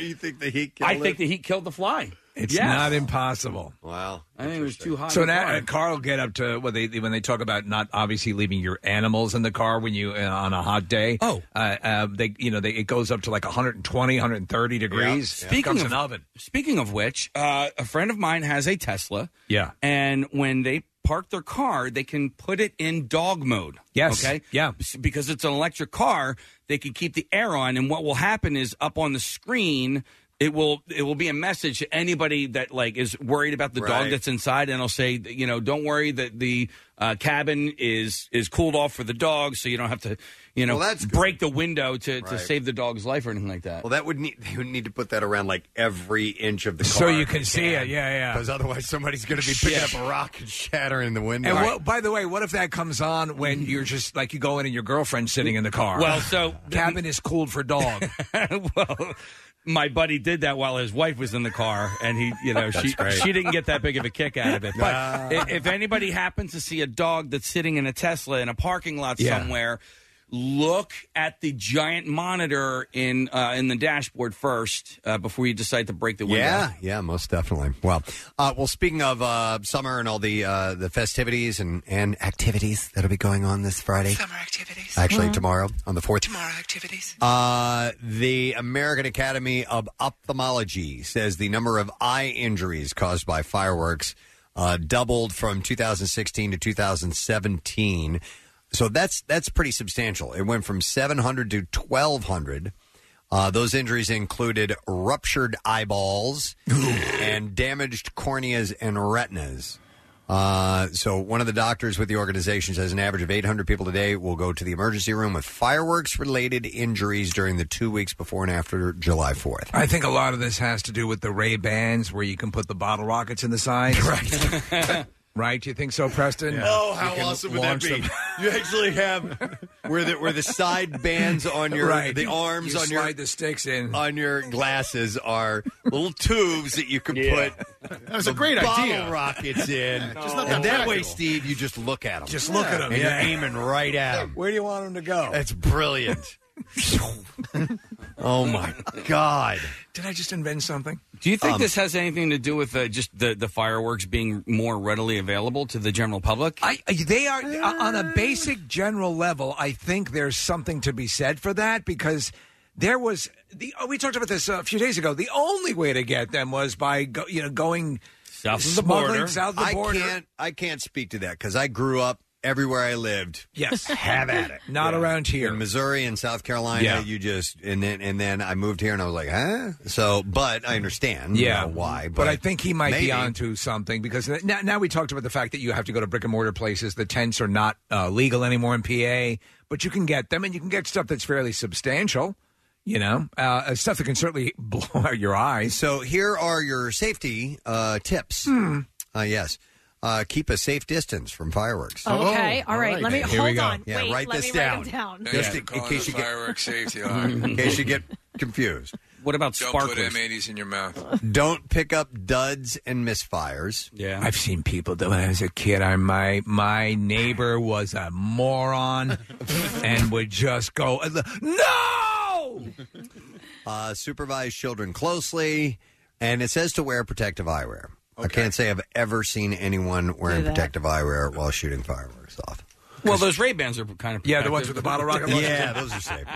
[SPEAKER 2] you think the heat?
[SPEAKER 5] I think the heat killed the fly.
[SPEAKER 4] It's
[SPEAKER 5] Yes.
[SPEAKER 4] not impossible.
[SPEAKER 2] Wow.
[SPEAKER 5] I think it was too hot.
[SPEAKER 4] So
[SPEAKER 5] in the
[SPEAKER 4] now
[SPEAKER 5] car.
[SPEAKER 4] uh, Carl get up to what they when they talk about not obviously leaving your animals in the car when you uh, on a hot day. Oh, uh, uh, they you know they, it goes up to like 120, 130 degrees.
[SPEAKER 5] Speaking
[SPEAKER 4] Becomes
[SPEAKER 5] of
[SPEAKER 4] an oven.
[SPEAKER 5] Speaking of which, uh, a friend of mine has a Tesla.
[SPEAKER 4] Yeah.
[SPEAKER 5] And when they park their car, they can put it in dog mode.
[SPEAKER 4] Yes.
[SPEAKER 5] Okay.
[SPEAKER 4] Yeah.
[SPEAKER 5] Because it's an electric car, they can keep the air on, and what will happen is up on the screen. It will it will be a message to anybody that like is worried about the
[SPEAKER 2] Right.
[SPEAKER 5] dog that's inside, and it'll say you know don't worry that the uh, cabin is is cooled off for the dog, so you don't have to you know,
[SPEAKER 2] Well, that's
[SPEAKER 5] break the window to, to
[SPEAKER 2] Right.
[SPEAKER 5] save the dog's life or anything like that.
[SPEAKER 2] Well, that would need they would need to put that around like every inch of the car,
[SPEAKER 5] So you can see it, yeah, yeah.
[SPEAKER 2] Because otherwise, somebody's going to be picking up a rock and shattering the window.
[SPEAKER 4] And what, by the way, what if that comes on when you're just like you go in and your girlfriend's sitting in the car?
[SPEAKER 5] Well, so
[SPEAKER 4] cabin is cooled for dog.
[SPEAKER 5] well, my buddy did that while his wife was in the car, and he, you know, she
[SPEAKER 4] That's great.
[SPEAKER 5] she didn't get that big of a kick out of it. But
[SPEAKER 4] Nah.
[SPEAKER 5] i- if anybody happens to see a dog that's sitting in a Tesla in a parking lot
[SPEAKER 4] Yeah.
[SPEAKER 5] somewhere, look at the giant monitor in uh, in the dashboard first uh, before you decide to break the window.
[SPEAKER 2] Yeah, yeah, most definitely. Well, uh, well, speaking of uh, summer and all the uh, the festivities and, and activities that'll be going on this Friday, summer activities. Actually,
[SPEAKER 16] Mhm.
[SPEAKER 2] tomorrow on the fourth.
[SPEAKER 16] Tomorrow activities.
[SPEAKER 2] Uh, the American Academy of Ophthalmology says the number of eye injuries caused by fireworks uh, doubled from 2016 to 2017. So that's that's pretty substantial. It went from 700 to 1200. Uh, those injuries included ruptured eyeballs and damaged corneas and retinas. Uh, so one of the doctors with the organization says an average of 800 people today will go to the emergency room with fireworks-related injuries during the two weeks before and after July 4th.
[SPEAKER 4] I think a lot of this has to do with the Ray Bans where you can put the bottle rockets in the sides. Right. right? Do you think so, Preston?
[SPEAKER 7] Oh,
[SPEAKER 4] You
[SPEAKER 7] how
[SPEAKER 4] can
[SPEAKER 7] awesome would that
[SPEAKER 4] launch
[SPEAKER 7] be?
[SPEAKER 4] them-
[SPEAKER 2] You actually have where the where the side bands on your
[SPEAKER 4] Right.
[SPEAKER 2] the arms
[SPEAKER 4] You
[SPEAKER 2] on your
[SPEAKER 4] slide the sticks in
[SPEAKER 2] on your glasses are little tubes that you can
[SPEAKER 4] Yeah.
[SPEAKER 2] put.
[SPEAKER 4] That was a
[SPEAKER 2] the
[SPEAKER 4] great
[SPEAKER 2] bottle
[SPEAKER 4] idea.
[SPEAKER 2] rockets in,
[SPEAKER 4] Just not that
[SPEAKER 2] and that way,
[SPEAKER 4] practical.
[SPEAKER 2] Steve, you just look at them.
[SPEAKER 4] Just look at 'em,
[SPEAKER 2] And
[SPEAKER 4] yeah.
[SPEAKER 2] you're aiming right at them.
[SPEAKER 4] Where do you want them to go?
[SPEAKER 2] That's brilliant. oh my God!
[SPEAKER 4] Did I just invent something?
[SPEAKER 5] Do you think
[SPEAKER 4] Um,
[SPEAKER 5] this has anything to do with uh, just the, the fireworks being more readily available to the general public?
[SPEAKER 4] I, they are uh, on
[SPEAKER 2] Ah.
[SPEAKER 4] a basic general level. I think there's something to be said for that because there was the oh, we talked about this a few days ago. The only way to get them was by go, you know going
[SPEAKER 5] south
[SPEAKER 4] south of the border.
[SPEAKER 2] I can't. I can't speak to that because I grew up everywhere I lived.
[SPEAKER 4] Yes.
[SPEAKER 2] have at it.
[SPEAKER 4] Not around here.
[SPEAKER 2] in Missouri and South Carolina.
[SPEAKER 4] Yeah.
[SPEAKER 2] You just and then and then I moved here and I was like, huh. So, but I understand. you
[SPEAKER 4] Yeah,
[SPEAKER 2] know, why?
[SPEAKER 4] But, I think he might
[SPEAKER 2] maybe.
[SPEAKER 4] be onto something because n- now, now we talked about the fact that you have to go to brick and mortar places. The tents are not uh, legal anymore in PA, but you can get them, and you can get stuff that's fairly substantial. You know, uh, uh, stuff that can certainly blow out your eyes.
[SPEAKER 2] So here are your safety uh, tips. Uh, yes. Uh, keep a safe distance from fireworks.
[SPEAKER 3] Oh, Okay, all right. Let me
[SPEAKER 2] Oh, Here we
[SPEAKER 3] hold
[SPEAKER 2] go.
[SPEAKER 3] on.
[SPEAKER 2] Yeah,
[SPEAKER 3] Wait,
[SPEAKER 2] write
[SPEAKER 3] let
[SPEAKER 2] this
[SPEAKER 3] me
[SPEAKER 2] down.
[SPEAKER 3] write it down.
[SPEAKER 2] Just
[SPEAKER 13] Yeah.
[SPEAKER 2] in, in
[SPEAKER 13] Calling
[SPEAKER 2] case
[SPEAKER 13] the
[SPEAKER 2] you get
[SPEAKER 13] firework safety alarm.
[SPEAKER 2] in case you get confused.
[SPEAKER 5] What about
[SPEAKER 13] Don't put M80s in your mouth.
[SPEAKER 2] Don't pick up duds and misfires.
[SPEAKER 5] Yeah,
[SPEAKER 4] I've seen people that when I was a kid, I my my neighbor was a moron and would just go uh, no.
[SPEAKER 2] Uh, supervise children closely, and it says to wear protective eyewear. I can't say I've ever seen anyone wearing
[SPEAKER 5] Do that.
[SPEAKER 2] protective eyewear while shooting fireworks off.
[SPEAKER 5] Well, those Ray Bans are kind of
[SPEAKER 4] Yeah, the ones with the bottle rocket launchers.
[SPEAKER 2] Yeah, those are safe.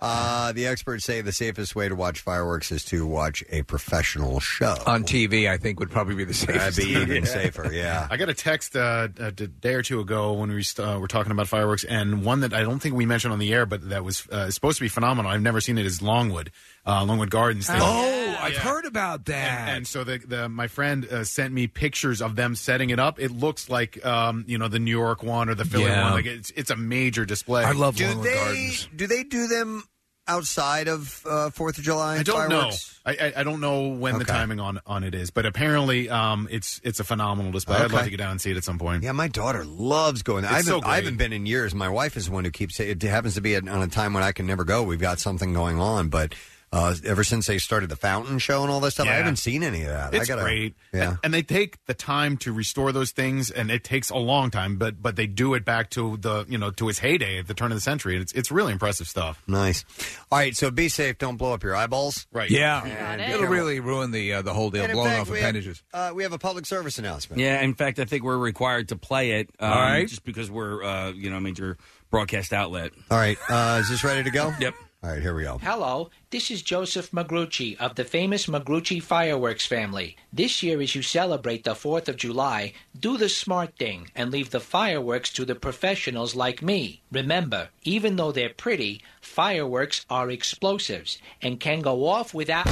[SPEAKER 2] Uh, the experts say the safest way to watch fireworks is to watch a professional show
[SPEAKER 4] on TV. I think would probably be the
[SPEAKER 2] That'd
[SPEAKER 4] safest.
[SPEAKER 2] be even safer. Yeah.
[SPEAKER 7] I got a text uh, a d- day or two ago when we st- uh, were talking about fireworks, and one that I don't think we mentioned on the air, but that was uh, supposed to be phenomenal. I've never seen it is Longwood, uh, Longwood Gardens. They-
[SPEAKER 4] Oh, I've heard about that.
[SPEAKER 7] And so the, the my friend uh, sent me pictures of them setting it up. It looks like um, you know the New York one or the Philly
[SPEAKER 4] Yeah.
[SPEAKER 7] one. Like it's it's a major display.
[SPEAKER 2] do they, Do they do them outside of uh, Fourth of July?
[SPEAKER 7] I don't
[SPEAKER 2] fireworks?
[SPEAKER 7] know. I, I, I don't know when the
[SPEAKER 2] Okay.
[SPEAKER 7] timing on, on it is, but apparently um, it's it's a phenomenal display. I'd
[SPEAKER 2] Okay.
[SPEAKER 7] love to get down and see it at some point.
[SPEAKER 2] Yeah, my daughter loves going. there. I
[SPEAKER 7] It's
[SPEAKER 2] haven't,
[SPEAKER 7] so
[SPEAKER 2] I
[SPEAKER 7] great.
[SPEAKER 2] haven't been in years. My wife is the one who keeps. It happens to be at- on a time when I can never go. We've got something going on, but uh, ever since they started the fountain show and all that stuff, I
[SPEAKER 7] Yeah.
[SPEAKER 2] haven't seen any of that. I
[SPEAKER 7] It's
[SPEAKER 2] gotta,
[SPEAKER 7] great.
[SPEAKER 2] Yeah.
[SPEAKER 7] And, and they take the time to restore those things, and it takes a long time, but but they do it back to the you know to its heyday at the turn of the century. It's it's really impressive stuff.
[SPEAKER 2] Nice. All right, so be safe. Don't blow up your eyeballs.
[SPEAKER 7] Right.
[SPEAKER 4] Yeah,
[SPEAKER 2] it.
[SPEAKER 4] it'll really ruin the uh, the whole deal,
[SPEAKER 2] And in
[SPEAKER 4] blowing
[SPEAKER 2] fact,
[SPEAKER 4] off
[SPEAKER 2] we
[SPEAKER 4] appendages.
[SPEAKER 2] Have, uh, we have a public service announcement.
[SPEAKER 5] Yeah, in fact, I think we're required to play it. Um,
[SPEAKER 2] All right.
[SPEAKER 5] Just because we're, uh, you know, a major broadcast outlet.
[SPEAKER 2] All right, uh, is this ready to go?
[SPEAKER 5] Yep.
[SPEAKER 2] All right, here we go.
[SPEAKER 14] Hello, this is Joseph Magrucci of the famous Magrucci Fireworks family. This year, as you celebrate the 4th of July, do the smart thing and leave the fireworks to the professionals like me. Remember, even though they're pretty, fireworks are explosives and can go off without.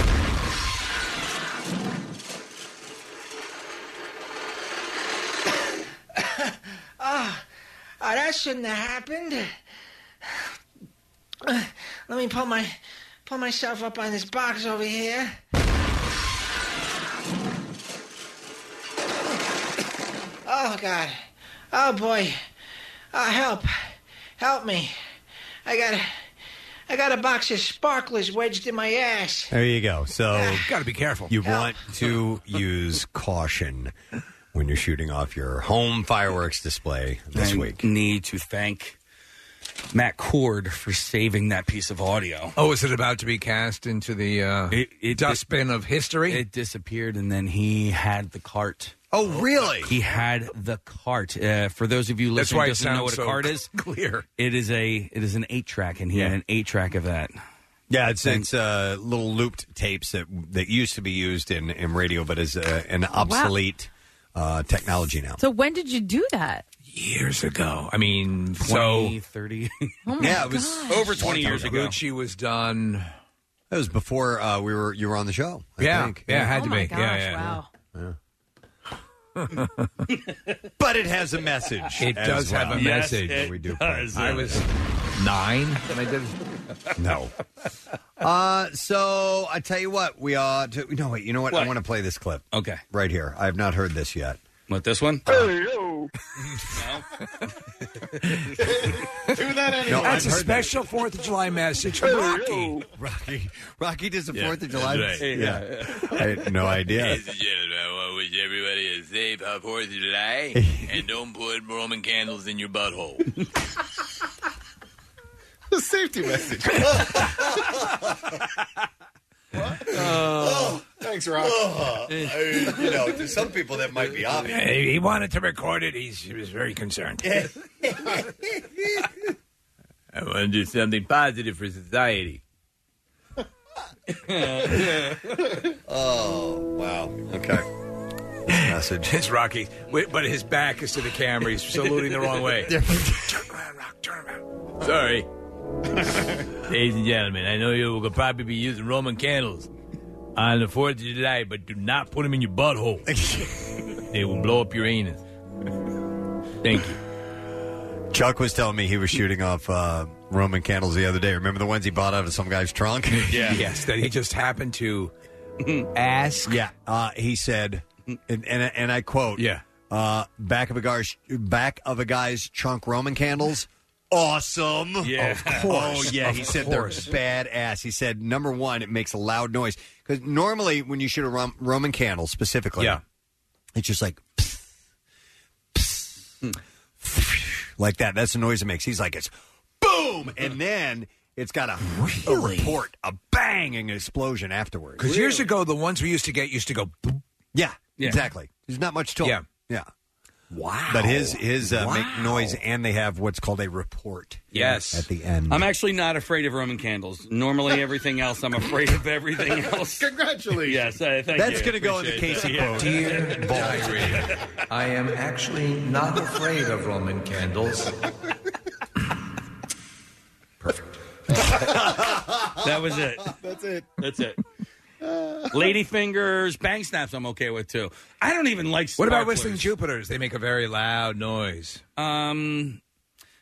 [SPEAKER 21] Ah,
[SPEAKER 15] Oh, oh, that shouldn't have happened.
[SPEAKER 21] Uh, let me pull my pull myself up on this box over here. Oh God! Oh boy! Oh, help! Help me! I got a I got a box of sparklers wedged in my ass.
[SPEAKER 2] There you go. So
[SPEAKER 4] got to be careful.
[SPEAKER 2] You want to use caution when you're shooting off your home fireworks display this
[SPEAKER 5] I
[SPEAKER 2] week.
[SPEAKER 5] Need to thank Matt Cord for saving that piece of audio.
[SPEAKER 4] Oh, is it about to be cast into the uh, dustbin of history?
[SPEAKER 5] It disappeared, and then he had the cart.
[SPEAKER 2] Oh, really?
[SPEAKER 5] He had the cart. Uh, for those of you
[SPEAKER 4] That's
[SPEAKER 5] listening
[SPEAKER 4] why
[SPEAKER 5] who
[SPEAKER 4] it
[SPEAKER 5] doesn't know
[SPEAKER 4] sounds
[SPEAKER 5] what a
[SPEAKER 4] so
[SPEAKER 5] cart is,
[SPEAKER 4] clear.
[SPEAKER 5] It is a it is an eight track, and he had an eight track of that.
[SPEAKER 2] Yeah, it's it's uh, little looped tapes that that used to be used in, in radio, but is uh, an obsolete uh, technology now.
[SPEAKER 15] So when did you do that?
[SPEAKER 4] Years ago. I mean,
[SPEAKER 5] 20,
[SPEAKER 4] so
[SPEAKER 5] 30.
[SPEAKER 15] Oh my
[SPEAKER 4] yeah, it was
[SPEAKER 15] gosh.
[SPEAKER 5] over 20 years ago.
[SPEAKER 4] Gucci was done.
[SPEAKER 2] That was before uh, we were you were on the show. I
[SPEAKER 4] yeah,
[SPEAKER 2] think.
[SPEAKER 4] yeah, it
[SPEAKER 15] Oh
[SPEAKER 4] had to be. yeah, yeah.
[SPEAKER 2] but it has a message.
[SPEAKER 4] It
[SPEAKER 2] as
[SPEAKER 4] does have
[SPEAKER 2] well.
[SPEAKER 4] a message.
[SPEAKER 2] we do. play.
[SPEAKER 4] I was nine when I did.
[SPEAKER 2] No. Uh, so I tell you what, we ought to. No, wait. You know what? I want to play this clip.
[SPEAKER 5] Okay,
[SPEAKER 2] right here. I have not heard this yet.
[SPEAKER 5] What this one?
[SPEAKER 2] Hello.
[SPEAKER 7] Do that anyway.
[SPEAKER 4] That's a
[SPEAKER 2] I've heard that.
[SPEAKER 4] special Fourth of July message from Rocky.
[SPEAKER 2] Rocky, Rocky does the
[SPEAKER 4] Yeah,
[SPEAKER 2] Fourth of July.
[SPEAKER 4] that's right.
[SPEAKER 2] Yeah. I had no idea.
[SPEAKER 19] Ladies and gentlemen, I want to wish everybody a safe uh, 4th of July and don't put Roman candles in your butthole.
[SPEAKER 7] The safety message.
[SPEAKER 4] uh,
[SPEAKER 2] Oh,
[SPEAKER 7] thanks, Rock.
[SPEAKER 19] Oh.
[SPEAKER 2] I- you know, to some people that might be
[SPEAKER 7] Oh.
[SPEAKER 2] obvious.
[SPEAKER 4] He wanted to record it. He's, he was very concerned.
[SPEAKER 19] I want to do something positive for society.
[SPEAKER 2] oh, wow. Okay. message.
[SPEAKER 4] It's Rocky, Wait, but his back is to the camera. He's saluting the wrong way.
[SPEAKER 19] Sorry. Ladies and gentlemen, I know you will probably be using Roman candles on the 4th of July, but do not put them in your butthole. they will blow up your anus. Thank you.
[SPEAKER 2] Chuck was telling me he was shooting off uh, Roman candles the other day. Remember the ones he bought out of some guy's trunk?
[SPEAKER 4] Yes, that he just happened to ask.
[SPEAKER 2] Yeah. Uh, he said, and, and and I quote. Yeah. Uh, back of a guy's back of a guy's trunk Roman candles. Awesome.
[SPEAKER 20] Yeah.
[SPEAKER 2] Of course.
[SPEAKER 20] Oh,
[SPEAKER 2] Oh yeah.
[SPEAKER 20] of
[SPEAKER 2] he said
[SPEAKER 20] course.
[SPEAKER 2] they're badass. He said number one, it makes a loud noise because normally when you shoot a rom- Roman candle specifically, yeah. it's just like. like that. That's the noise it makes. He's like, it's boom, and then it's got a, a report, a bang, and an explosion afterwards.
[SPEAKER 4] Because years ago, the ones we used to get used to go. boop.
[SPEAKER 2] Yeah, exactly. There's not much to 'em.
[SPEAKER 4] Yeah.
[SPEAKER 2] yeah.
[SPEAKER 4] Wow.
[SPEAKER 2] But his his uh, make
[SPEAKER 5] Wow.
[SPEAKER 2] noise, and they have what's called a report.
[SPEAKER 5] Yes.
[SPEAKER 2] at the end.
[SPEAKER 5] I'm actually not afraid of Roman candles. Normally, everything else, I'm afraid of everything else. Congratulations. Yes, uh, thank
[SPEAKER 4] That's
[SPEAKER 5] you.
[SPEAKER 4] gonna go in the
[SPEAKER 5] Appreciate
[SPEAKER 4] Casey
[SPEAKER 5] that.
[SPEAKER 4] quote. Dear Diary, I am actually not afraid of Roman candles.
[SPEAKER 5] that was it.
[SPEAKER 7] That's it.
[SPEAKER 5] That's it. Lady fingers, bang snaps. I'm okay with too. I don't even like.
[SPEAKER 4] What about
[SPEAKER 5] sparklers.
[SPEAKER 4] whistling Jupiters? They make a very loud noise.
[SPEAKER 5] Um,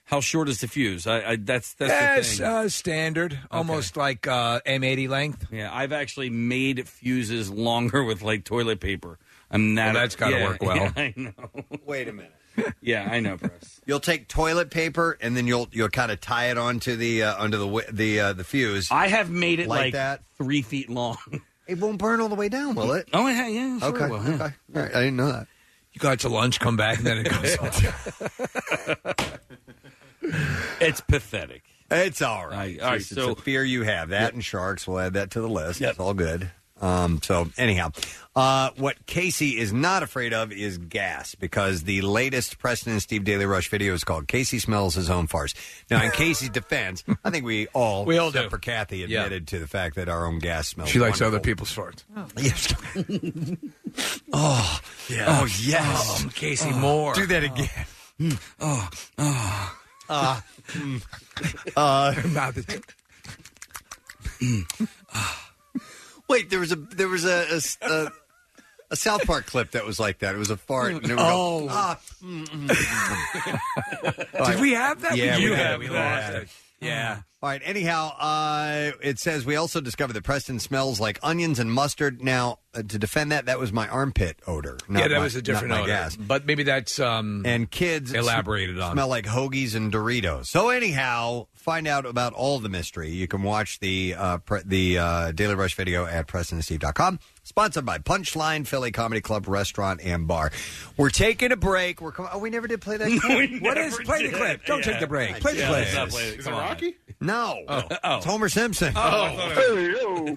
[SPEAKER 5] how short is the fuse? I, I that's that's the
[SPEAKER 4] That's
[SPEAKER 5] thing.
[SPEAKER 4] uh, standard, almost like uh, M80 length.
[SPEAKER 5] yeah, I've actually made fuses longer with like toilet paper. I'm that.
[SPEAKER 4] Well, that's gotta
[SPEAKER 5] yeah,
[SPEAKER 4] work well.
[SPEAKER 5] Yeah, I know.
[SPEAKER 2] Wait a minute.
[SPEAKER 5] Yeah, I know. Bro.
[SPEAKER 2] You'll take toilet paper and then you'll you'll kind of tie it onto the uh, onto the wi- the uh, the fuse.
[SPEAKER 5] I have made it
[SPEAKER 2] like,
[SPEAKER 5] like
[SPEAKER 2] that.
[SPEAKER 5] Three feet long.
[SPEAKER 2] It won't burn all the way down, will it?
[SPEAKER 5] Oh yeah, yeah. Sure
[SPEAKER 2] okay,
[SPEAKER 5] it will, yeah.
[SPEAKER 2] okay. All right, I didn't know that.
[SPEAKER 4] You go out to lunch, come back, and then it goes.
[SPEAKER 5] it's pathetic.
[SPEAKER 2] It's all right.
[SPEAKER 5] all right,
[SPEAKER 2] It's
[SPEAKER 5] so-
[SPEAKER 2] a fear you have that, and sharks. We'll add that to the list. It's all good. Um, so anyhow, uh, what Casey is not afraid of is gas because the latest Preston and Steve Daily Rush video is called "Casey Smells His Own Farce." Now, in Casey's defense, I think we all,
[SPEAKER 4] We all
[SPEAKER 2] except
[SPEAKER 4] do.
[SPEAKER 2] for Kathy,
[SPEAKER 4] Yeah.
[SPEAKER 2] admitted to the fact that our own gas smells.
[SPEAKER 4] She likes
[SPEAKER 2] wonderful.
[SPEAKER 4] other people's farts.
[SPEAKER 2] Yes. oh,
[SPEAKER 4] Yeah.
[SPEAKER 2] oh yes,
[SPEAKER 4] Oh, Casey Moore.
[SPEAKER 2] Do that again. Hmm.
[SPEAKER 4] Oh, oh.
[SPEAKER 2] Uh,
[SPEAKER 4] uh, mouth is-
[SPEAKER 2] Mm.
[SPEAKER 4] Mm. Ah.
[SPEAKER 2] Wait, there was a there was a a s- a- a South Park clip that was like that. It was a fart. And it would go,
[SPEAKER 4] Oh.
[SPEAKER 2] "Ah, mm, mm, mm, mm." All right.
[SPEAKER 4] Did we have that?
[SPEAKER 2] Yeah,
[SPEAKER 4] we
[SPEAKER 2] we
[SPEAKER 4] did.
[SPEAKER 2] had it.
[SPEAKER 4] We
[SPEAKER 2] We
[SPEAKER 4] lost
[SPEAKER 2] had
[SPEAKER 4] it. Yeah.
[SPEAKER 2] All right. Anyhow, uh, it says we also discovered that Preston smells like onions and mustard. Now, uh, to defend that, that was my armpit odor. not
[SPEAKER 4] yeah, that
[SPEAKER 2] my-
[SPEAKER 4] was a different
[SPEAKER 2] not my
[SPEAKER 4] odor.
[SPEAKER 2] gas.
[SPEAKER 4] But maybe that's um
[SPEAKER 2] and kids
[SPEAKER 4] elaborated
[SPEAKER 2] sm-
[SPEAKER 4] on.
[SPEAKER 2] smell like hoagies and Doritos. So anyhow, find out about all the mystery. You can watch the uh, pre- the uh, Daily Rush video at PrestonandSteve.com. Sponsored by Punchline Philly Comedy Club Restaurant and Bar. We're taking a break. We're com- oh, we never did play that. clip.
[SPEAKER 4] what is? Play the clip. Don't take the break. Play the clip.
[SPEAKER 2] Is it Rocky? No. Oh. It's Homer Simpson.
[SPEAKER 4] Oh.
[SPEAKER 2] Oh,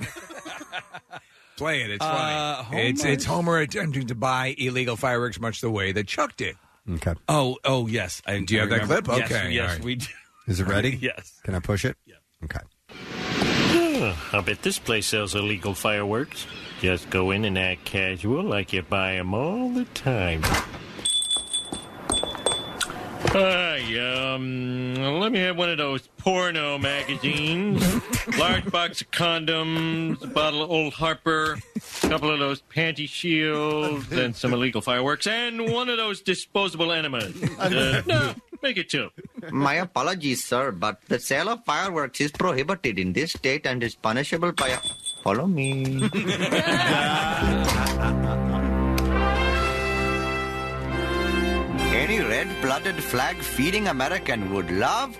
[SPEAKER 4] Play it. It's
[SPEAKER 24] Uh,
[SPEAKER 4] funny. It's
[SPEAKER 24] Homer?
[SPEAKER 4] it's Homer attempting to buy illegal fireworks, much the way that Chuck did.
[SPEAKER 2] Okay.
[SPEAKER 24] Oh, oh yes. I,
[SPEAKER 4] Do you
[SPEAKER 24] I
[SPEAKER 4] have that
[SPEAKER 24] remember.
[SPEAKER 4] clip?
[SPEAKER 24] Yes,
[SPEAKER 4] Okay,
[SPEAKER 24] Yes,
[SPEAKER 4] all right.
[SPEAKER 24] we do.
[SPEAKER 2] Is it ready?
[SPEAKER 24] yes.
[SPEAKER 2] Can I push it? Yeah. Okay.
[SPEAKER 25] Huh, I bet this place sells illegal fireworks. Just go in and act casual like you buy 'em all the time. Hi, um, let me have one of those porno magazines, large box of condoms, a bottle of Old Harper, a couple of those panty shields, and some illegal fireworks, and one of those disposable enemas. Uh, no, make it two.
[SPEAKER 26] My apologies, sir, but the sale of fireworks is prohibited in this state and is punishable by a. Follow me. Any red blooded flag feeding American would love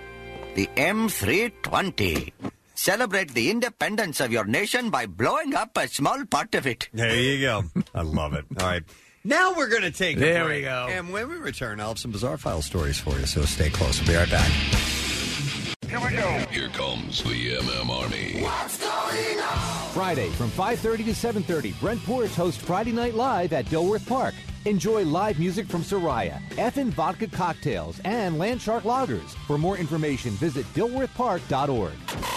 [SPEAKER 26] the M320. Celebrate the independence of your nation by blowing up a small part of it.
[SPEAKER 2] There you go. I love it. All right. Now we're going to take
[SPEAKER 26] There
[SPEAKER 2] a break.
[SPEAKER 26] we go.
[SPEAKER 2] And when we return, I'll have some bizarre file stories for you, so stay close. We'll be right back.
[SPEAKER 1] Here we go. Here comes the MM Army.
[SPEAKER 27] Friday from 5:30 to 7:30, Brent Porch hosts Friday Night Live at Dilworth Park. Enjoy live music from Soraya, effin' vodka cocktails, and Landshark lagers. For more information, visit dilworthpark.org.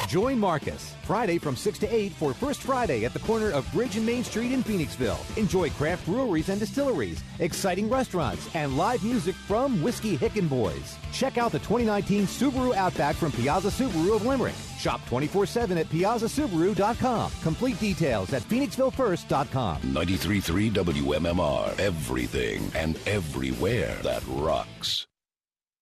[SPEAKER 27] Join Marcus Friday from 6 to 8 for First Friday at the corner of Bridge and Main Street in Phoenixville. Enjoy craft breweries and distilleries, exciting restaurants, and live music from Whiskey Hick and Boys. Check out the 2019 Subaru Outback from Piazza Subaru of Limerick. Shop 24-7 at piazzasubaru.com. Complete details at phoenixvillefirst.com.
[SPEAKER 1] 93.3 WMMR. Everything and everywhere that rocks.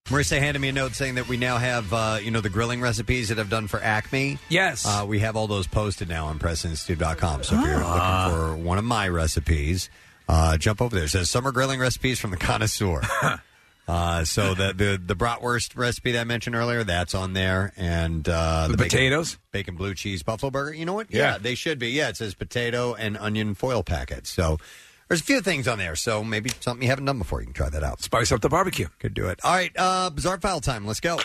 [SPEAKER 2] Marissa handed me a note saying that we now have, uh, you know, the grilling recipes that I've done for Acme.
[SPEAKER 4] Yes.
[SPEAKER 2] Uh, we have all those posted now on PresidentStube.com. So if you're
[SPEAKER 4] Ah.
[SPEAKER 2] looking for one of my recipes, uh, jump over there. It says summer grilling recipes from the connoisseur. Uh, so the, the the bratwurst recipe that I mentioned earlier, that's on there, and uh,
[SPEAKER 4] The
[SPEAKER 2] bacon-
[SPEAKER 4] potatoes?
[SPEAKER 2] bacon, blue cheese, buffalo burger. You know what?
[SPEAKER 4] Yeah.
[SPEAKER 2] they should be. Yeah, it says potato and onion foil packet. So there's a few things on there. So maybe something you haven't done before, you can try that out.
[SPEAKER 4] Spice up the barbecue.
[SPEAKER 2] Could do it. All right, uh, bizarre file time. Let's go.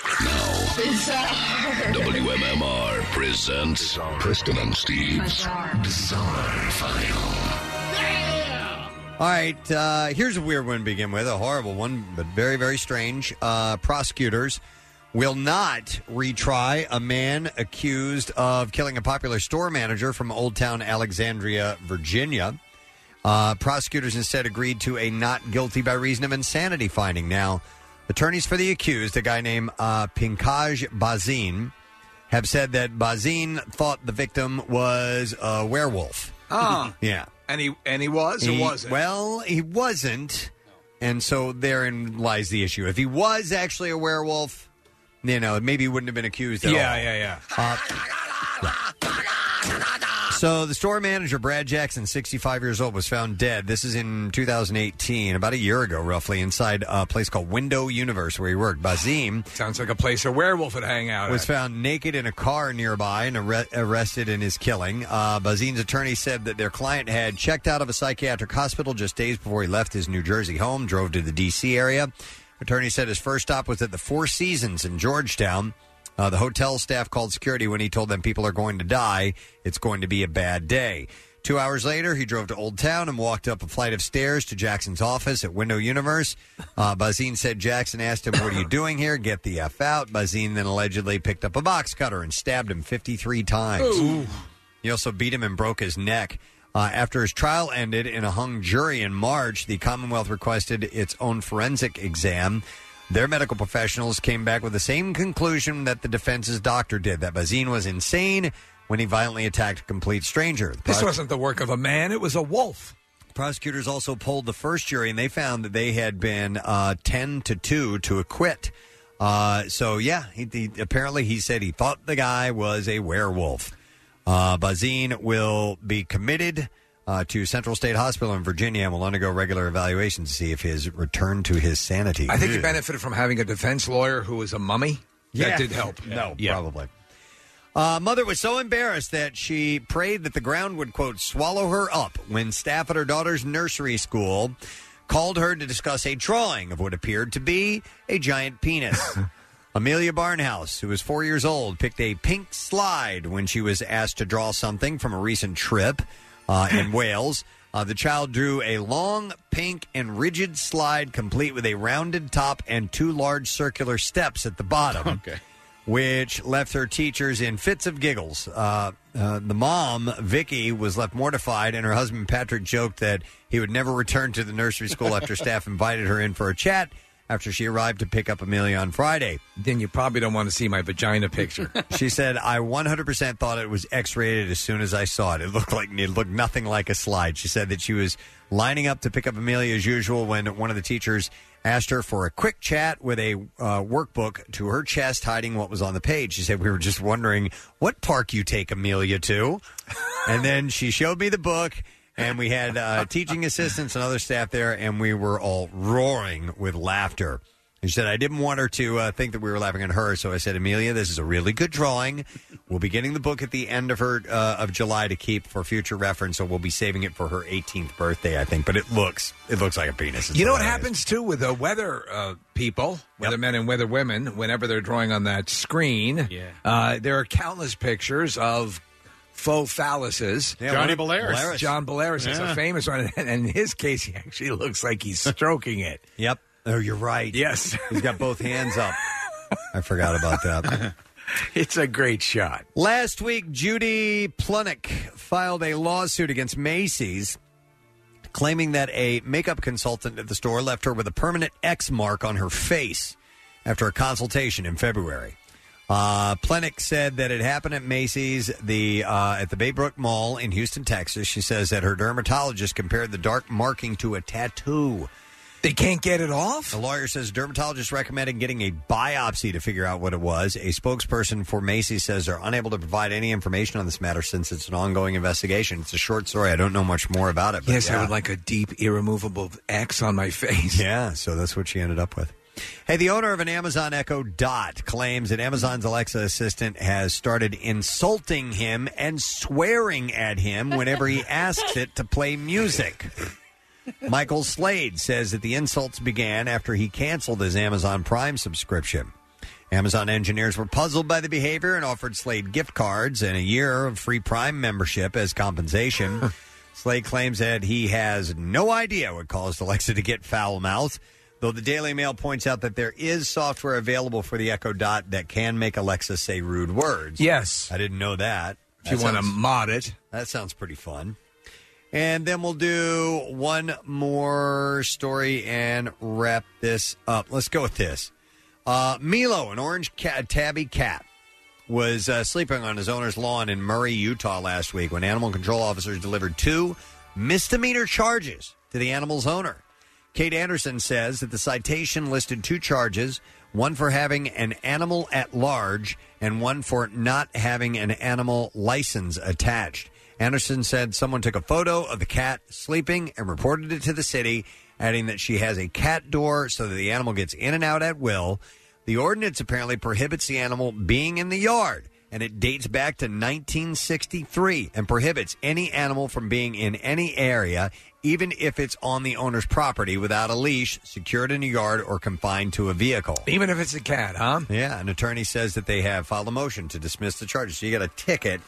[SPEAKER 1] WMMR presents Preston and Steve's Bizarre File.
[SPEAKER 2] All right, uh, here's a weird one to begin with, a horrible one, but very, very strange. Uh, prosecutors will not retry a man accused of killing a popular store manager from Old Town Alexandria, Virginia. Uh, prosecutors instead agreed to a not guilty by reason of insanity finding. Now, attorneys for the accused, a guy named uh, Pinkaj Bazin, have said that Bazin thought the victim was a werewolf.
[SPEAKER 4] Ah.
[SPEAKER 2] yeah.
[SPEAKER 4] And he and he was or
[SPEAKER 2] He-
[SPEAKER 4] wasn't.
[SPEAKER 2] Well, he wasn't. And so therein lies the issue. If he was actually a werewolf, you know, maybe he wouldn't have been accused at
[SPEAKER 4] yeah,
[SPEAKER 2] all.
[SPEAKER 4] yeah,
[SPEAKER 2] Uh,
[SPEAKER 4] yeah.
[SPEAKER 2] so the store manager, Brad Jackson, 65 years old, was found dead. This is in 2018, about a year ago, roughly, inside a place called Window Universe where he worked. Bazim
[SPEAKER 4] Sounds like a place a werewolf would hang out.
[SPEAKER 2] was
[SPEAKER 4] at.
[SPEAKER 2] found naked in a car nearby and arre- arrested in his killing. Uh, Bazin's attorney said that their client had checked out of a psychiatric hospital just days before he left his New Jersey home, drove to the D.C. area. Attorney said his first stop was at the Four Seasons in Georgetown. Uh, the hotel staff called security when he told them people are going to die. It's going to be a bad day. Two hours later, he drove to Old Town and walked up a flight of stairs to Jackson's office at Window Universe. Uh, Bazine said Jackson asked him, What are you doing here? Get the F out. Bazine then allegedly picked up a box cutter and stabbed him 53 times.
[SPEAKER 4] Ooh.
[SPEAKER 2] He also beat him and broke his neck. Uh, after his trial ended in a hung jury in March, the Commonwealth requested its own forensic exam. Their medical professionals came back with the same conclusion that the defense's doctor did that Bazine was insane when he violently attacked a complete stranger. The
[SPEAKER 4] This
[SPEAKER 2] prose-
[SPEAKER 4] wasn't the work of a man, it was a wolf.
[SPEAKER 2] prosecutors also polled the first jury, and they found that they had been uh, 10 to 2 to acquit. Uh, so yeah, he, he- apparently he said he thought the guy was a werewolf. Uh, Bazine will be committed uh, to Central State Hospital in Virginia and will undergo regular evaluation to see if his return to his sanity. Hmm.
[SPEAKER 4] I think he benefited from having a defense lawyer who was a mummy.
[SPEAKER 2] Mm. Yeah.
[SPEAKER 4] That did help.
[SPEAKER 2] No, probably. Uh, mother was so embarrassed that she prayed that the ground would, quote, swallow her up when staff at her daughter's nursery school called her to discuss a drawing of what appeared to be a giant penis. Amelia Barnhouse, who was four years old, picked a pink slide when she was asked to draw something from a recent trip uh, in Wales. Uh, the child drew a long, pink, and rigid slide complete with a rounded top and two large circular steps at the bottom which left her teachers in fits of giggles. Uh, uh, the mom, Vicky, was left mortified, and her husband, Patrick, joked that he would never return to the nursery school after staff invited her in for a chat after she arrived to pick up Amelia on Friday.
[SPEAKER 4] Then you probably don't want to see my vagina picture.
[SPEAKER 2] she said, I 100% thought it was X rated as soon as I saw it. It looked like it looked nothing like a slide. She said that she was lining up to pick up Amelia as usual when one of the teachers asked her for a quick chat with a uh, workbook to her chest hiding what was on the page. She said, We were just wondering what park you take Amelia to. and then she showed me the book. And we had uh, teaching assistants and other staff there, and we were all roaring with laughter. And she said, I didn't want her to uh, think that we were laughing at her, so I said, Amelia, this is a really good drawing. We'll be getting the book at the end of her uh, of July to keep for future reference, so we'll be saving it for her 18th birthday, I think. But it looks it looks like a penis. It's
[SPEAKER 4] You know what
[SPEAKER 2] hilarious.
[SPEAKER 4] happens too with the weather uh, people, weather men and weather women, whenever they're drawing on that screen. Yeah. Uh, there are countless pictures of faux phalluses.
[SPEAKER 7] Yeah, Johnny
[SPEAKER 4] one-
[SPEAKER 7] Belaris. Belaris.
[SPEAKER 4] John Belaris is
[SPEAKER 7] Yeah.
[SPEAKER 4] a famous one, and in his case, he actually looks like he's stroking it.
[SPEAKER 2] Yep. Oh, you're right.
[SPEAKER 4] Yes,
[SPEAKER 2] he's got both hands up. I forgot about that.
[SPEAKER 4] it's a great shot.
[SPEAKER 2] Last week, Judy Plunick filed a lawsuit against Macy's claiming that a makeup consultant at the store left her with a permanent X mark on her face after a consultation in February. Uh, Plenick said that it happened at Macy's the uh, at the Baybrook Mall in Houston, Texas. She says that her dermatologist compared the dark marking to a tattoo.
[SPEAKER 4] They can't get it off?
[SPEAKER 2] The lawyer says dermatologists recommended getting a biopsy to figure out what it was. A spokesperson for Macy's says they're unable to provide any information on this matter since it's an ongoing investigation. It's a short story. I don't know much more about it. But
[SPEAKER 4] Yes, I
[SPEAKER 2] yeah.
[SPEAKER 4] would like a deep, irremovable X on my face.
[SPEAKER 2] Yeah, so that's what she ended up with. Hey, the owner of an Amazon Echo Dot claims that Amazon's Alexa assistant has started insulting him and swearing at him whenever he asks it to play music. Michael Slade says that the insults began after he canceled his Amazon Prime subscription. Amazon engineers were puzzled by the behavior and offered Slade gift cards and a year of free Prime membership as compensation. Slade claims that he has no idea what caused Alexa to get foul mouthed, though the Daily Mail points out that there is software available for the Echo Dot that can make Alexa say rude words.
[SPEAKER 4] Yes.
[SPEAKER 2] I didn't know that.
[SPEAKER 4] If you
[SPEAKER 2] That
[SPEAKER 4] want to
[SPEAKER 2] sounds-
[SPEAKER 4] mod it.
[SPEAKER 2] That sounds pretty fun. And then we'll do one more story and wrap this up. Let's go with this. Uh, Milo, an orange cat, tabby cat, was uh, sleeping on his owner's lawn in Murray, Utah last week when animal control officers delivered two misdemeanor charges to the animal's owner. Kate Anderson says that the citation listed two charges one for having an animal at large and one for not having an animal license attached. Anderson said someone took a photo of the cat sleeping and reported it to the city, adding that she has a cat door so that the animal gets in and out at will. The ordinance apparently prohibits the animal being in the yard, and it dates back to 1963 and prohibits any animal from being in any area, even if it's on the owner's property, without a leash, secured in a yard, or confined to a vehicle.
[SPEAKER 4] Even if it's a cat, huh?
[SPEAKER 2] Yeah, an attorney says that they have filed a motion to dismiss the charges. So you got a ticket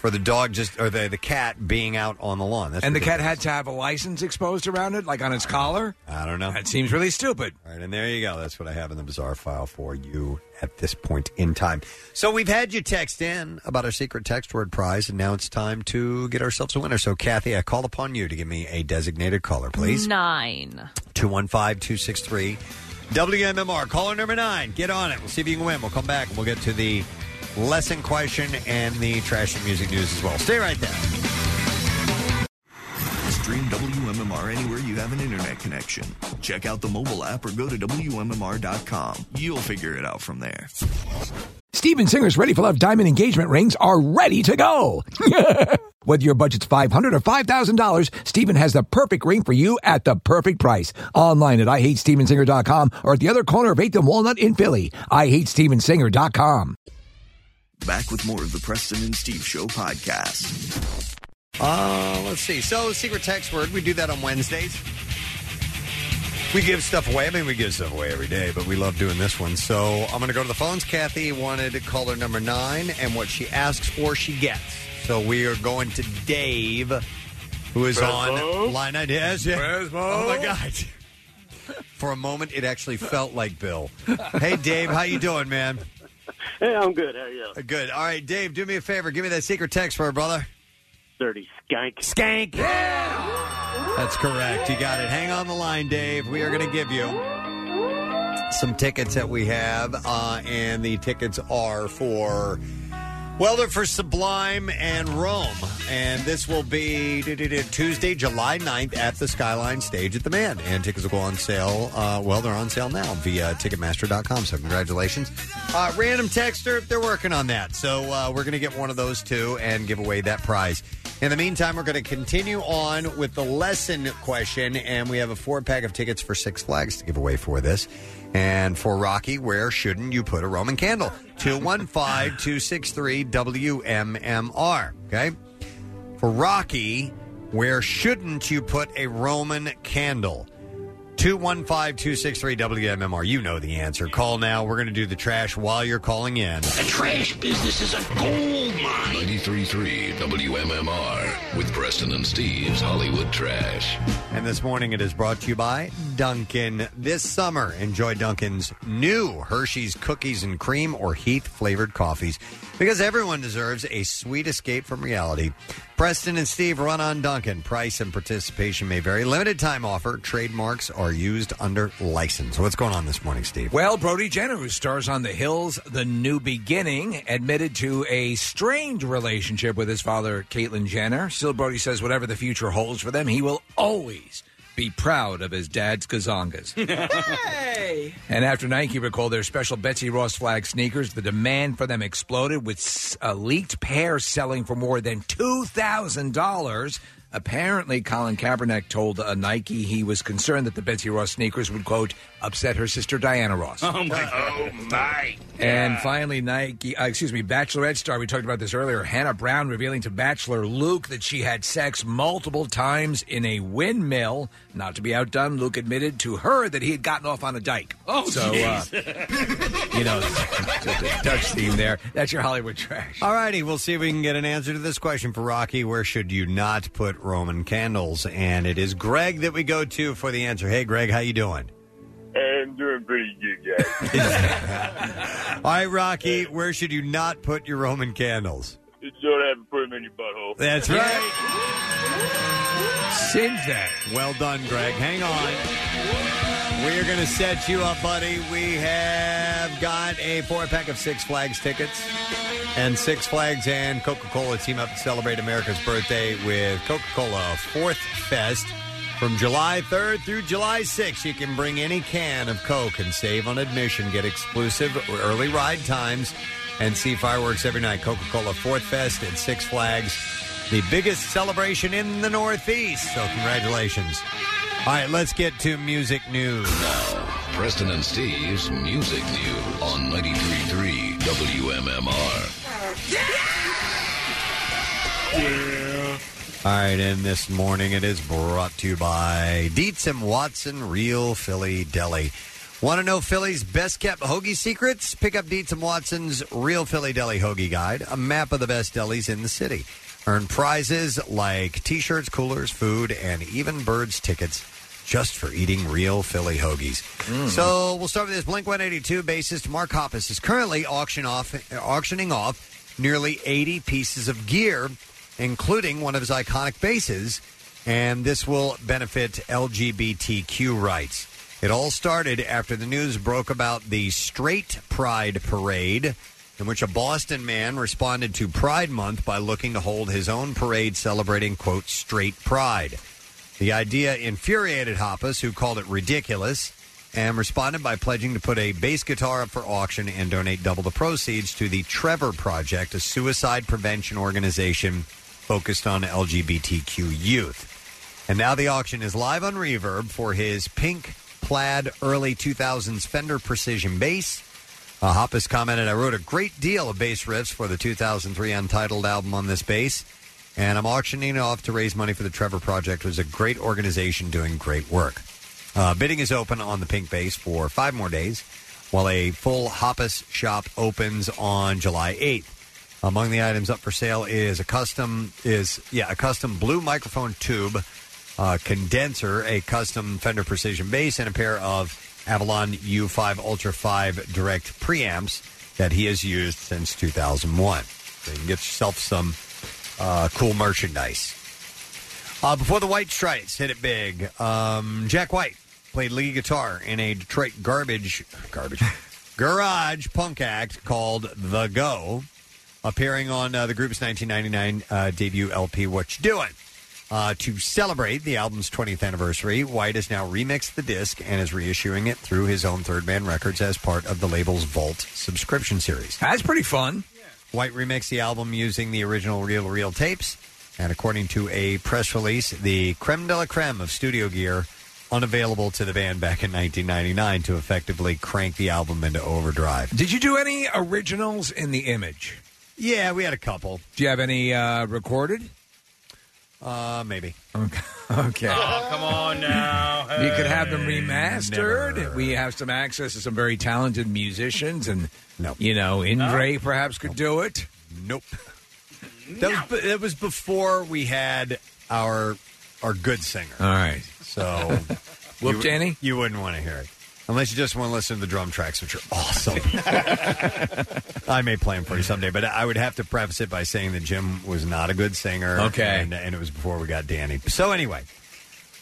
[SPEAKER 2] for the dog just or the, the cat being out on the lawn. That's
[SPEAKER 4] and the cat
[SPEAKER 2] ridiculous.
[SPEAKER 4] had to have a license exposed around it, like on its collar.
[SPEAKER 2] I don't know.
[SPEAKER 4] That seems really stupid.
[SPEAKER 2] All right, and there you go. That's what I have in the bizarre file for you at this point in time. So we've had you text in about our secret text word prize, and now it's time to get ourselves a winner. So, Kathy, I call upon you to give me a designated caller,
[SPEAKER 3] Mm.
[SPEAKER 2] please.
[SPEAKER 3] Nine.
[SPEAKER 2] 215 263 WMMR. Caller number nine. Get on it. We'll see if you can win. We'll come back and we'll get to the lesson question and the trash and music news as well. Stay right there.
[SPEAKER 9] Stream WMMR anywhere you have an internet connection. Check out the mobile app or go to WMMR.com. You'll figure it out from there.
[SPEAKER 10] Steven Singer's Ready for Love diamond engagement rings are ready to go. Whether your budget's $500 or $5,000, Steven has the perfect ring for you at the perfect price. Online at IHateStevenSinger.com or at the other corner of 8th and Walnut in Philly. IHateStevenSinger.com.
[SPEAKER 9] Back with more of the Preston and Steve Show podcast.
[SPEAKER 2] Uh, let's see. So, secret text word, we do that on Wednesdays. We give stuff away. I mean, we give stuff away every day, but we love doing this one. So, I'm going to go to the phones. Kathy wanted to call her number nine, and what she asks for, she gets. So, we are going to Dave, who is
[SPEAKER 11] Presmo?
[SPEAKER 2] on line nine. Yes, yes. Oh, my God. For a moment, it actually felt like Bill. Hey, Dave, how you doing, man?
[SPEAKER 11] Hey, I'm good. How are you?
[SPEAKER 2] Good. All right, Dave, do me a favor. Give me that secret text word, brother.
[SPEAKER 11] Dirty skank.
[SPEAKER 2] Skank. That's correct. You got it. Hang on the line, Dave. We are going to give you some tickets that we have, uh, and the tickets are for. Well, they're for Sublime and Rome, and this will be Tuesday, July 9th at the Skyline Stage at the Man. And tickets will go on sale. Uh, well, they're on sale now via Ticketmaster.com. So, congratulations. Uh, random texter, they're working on that. So, uh, we're going to get one of those two and give away that prize. In the meantime, we're going to continue on with the lesson question, and we have a four pack of tickets for Six Flags to give away for this. And for Rocky, where shouldn't you put a Roman candle? 215 263 WMMR. Okay. For Rocky, where shouldn't you put a Roman candle? 215 263 WMMR. You know the answer. Call now. We're going to do the trash while you're calling in.
[SPEAKER 1] Trash business is a gold mine. 93.3 WMMR with Preston and Steve's Hollywood Trash.
[SPEAKER 2] And this morning it is brought to you by Duncan. This summer, enjoy Duncan's new Hershey's cookies and cream or Heath flavored coffees because everyone deserves a sweet escape from reality. Preston and Steve run on Duncan. Price and participation may vary. Limited time offer. Trademarks are used under license. What's going on this morning, Steve?
[SPEAKER 4] Well, Brody Jenner, who stars on The Hills, The New Beginning, admitted to a strained relationship with his father, Caitlyn Jenner. Still, Brody says whatever the future holds for them, he will always be proud of his dad's gazongas.
[SPEAKER 21] Hey!
[SPEAKER 4] And after Nike recalled their special Betsy Ross flag sneakers, the demand for them exploded, with s- a leaked pair selling for more than $2,000. Apparently, Colin Kaepernick told uh, Nike he was concerned that the Betsy Ross sneakers would, quote, upset her sister Diana Ross.
[SPEAKER 5] Oh my! God. Oh my!
[SPEAKER 4] And finally, Nike, uh, excuse me, Bachelorette star, we talked about this earlier, Hannah Brown revealing to Bachelor Luke that she had sex multiple times in a windmill. Not to be outdone, Luke admitted to her that he had gotten off on a dike.
[SPEAKER 5] Oh,
[SPEAKER 4] so, uh,
[SPEAKER 2] uh,
[SPEAKER 4] you know, just a Dutch theme there. That's your Hollywood trash.
[SPEAKER 2] All righty, we'll see if we can get an answer to this question for Rocky. Where should you not put Roman candles? And it is Greg that we go to for the answer. Hey, Greg, how you doing?
[SPEAKER 6] Hey, I'm doing pretty good, guys.
[SPEAKER 2] All right, Rocky, where should you not put your Roman candles?
[SPEAKER 6] you don't have to put them in your butthole.
[SPEAKER 2] That's right. Singe that. Well done, Greg. Hang on. We are going to set you up, buddy. We have got a four pack of Six Flags tickets. And Six Flags and Coca Cola team up to celebrate America's birthday with Coca Cola Fourth Fest. From July 3rd through July 6th, you can bring any can of Coke and save on admission. Get exclusive early ride times and see fireworks every night. Coca Cola Fourth Fest at Six Flags, the biggest celebration in the Northeast. So, congratulations. All right, let's get to music news.
[SPEAKER 1] Preston and Steve's Music News on 93.3 WMMR.
[SPEAKER 2] All right, and this morning it is brought to you by Dietz and Watson Real Philly Deli. Want to know Philly's best kept hoagie secrets? Pick up Dietz and Watson's Real Philly Deli Hoagie Guide, a map of the best delis in the city. Earn prizes like t shirts, coolers, food, and even birds tickets just for eating real Philly hoagies.
[SPEAKER 26] Mm.
[SPEAKER 2] So we'll start with this Blink 182 bassist Mark Hoppus is currently auction off, auctioning off nearly 80 pieces of gear, including one of his iconic bases, and this will benefit LGBTQ rights. It all started after the news broke about the Straight Pride Parade, in which a Boston man responded to Pride Month by looking to hold his own parade celebrating, quote, straight pride. The idea infuriated Hoppus, who called it ridiculous, and responded by pledging to put a bass guitar up for auction and donate double the proceeds to the Trevor Project, a suicide prevention organization focused on LGBTQ youth. And now the auction is live on Reverb for his pink plaid early 2000s Fender Precision bass. Uh, Hoppus commented, I wrote a great deal of bass riffs for the 2003 Untitled album on this bass, and I'm auctioning it off to raise money for the Trevor Project, which is a great organization doing great work. Uh, bidding is open on the pink bass for five more days, while a full Hoppus shop opens on July 8th. Among the items up for sale is a custom is yeah a custom blue microphone tube, uh, condenser, a custom Fender Precision bass, and a pair of Avalon U5 Ultra 5 direct preamps that he has used since 2001. So you can get yourself some uh, cool merchandise. Uh, before the White Stripes hit it big, um, Jack White played lead guitar in a Detroit garbage garbage garage punk act called The Go, appearing on uh, the group's 1999 uh, debut LP What You Doing. Uh, to celebrate the album's 20th anniversary, White has now remixed the disc and is reissuing it through his own Third Man Records as part of the label's Vault subscription series.
[SPEAKER 4] That's pretty fun.
[SPEAKER 2] White remixed the album using the original reel to reel tapes, and according to a press release, the creme de la creme of studio gear unavailable to the band back in 1999 to effectively crank the album into overdrive.
[SPEAKER 4] Did you do any originals in the image?
[SPEAKER 2] Yeah, we had a couple.
[SPEAKER 4] Do you have any uh, recorded?
[SPEAKER 2] Uh, maybe.
[SPEAKER 4] Okay. okay.
[SPEAKER 15] Oh, come on now.
[SPEAKER 4] You could have them remastered. We have some access to some very talented musicians, and you know, Ingray perhaps could do it.
[SPEAKER 2] Nope. That was that was before we had our our good singer.
[SPEAKER 4] All right.
[SPEAKER 2] So,
[SPEAKER 4] Whoop, Danny?
[SPEAKER 2] you wouldn't want to hear it unless you just want to listen to the drum tracks, which are awesome. I may play them for you someday, but I would have to preface it by saying that Jim was not a good singer.
[SPEAKER 4] Okay.
[SPEAKER 2] and, and it was before we got Danny. So anyway.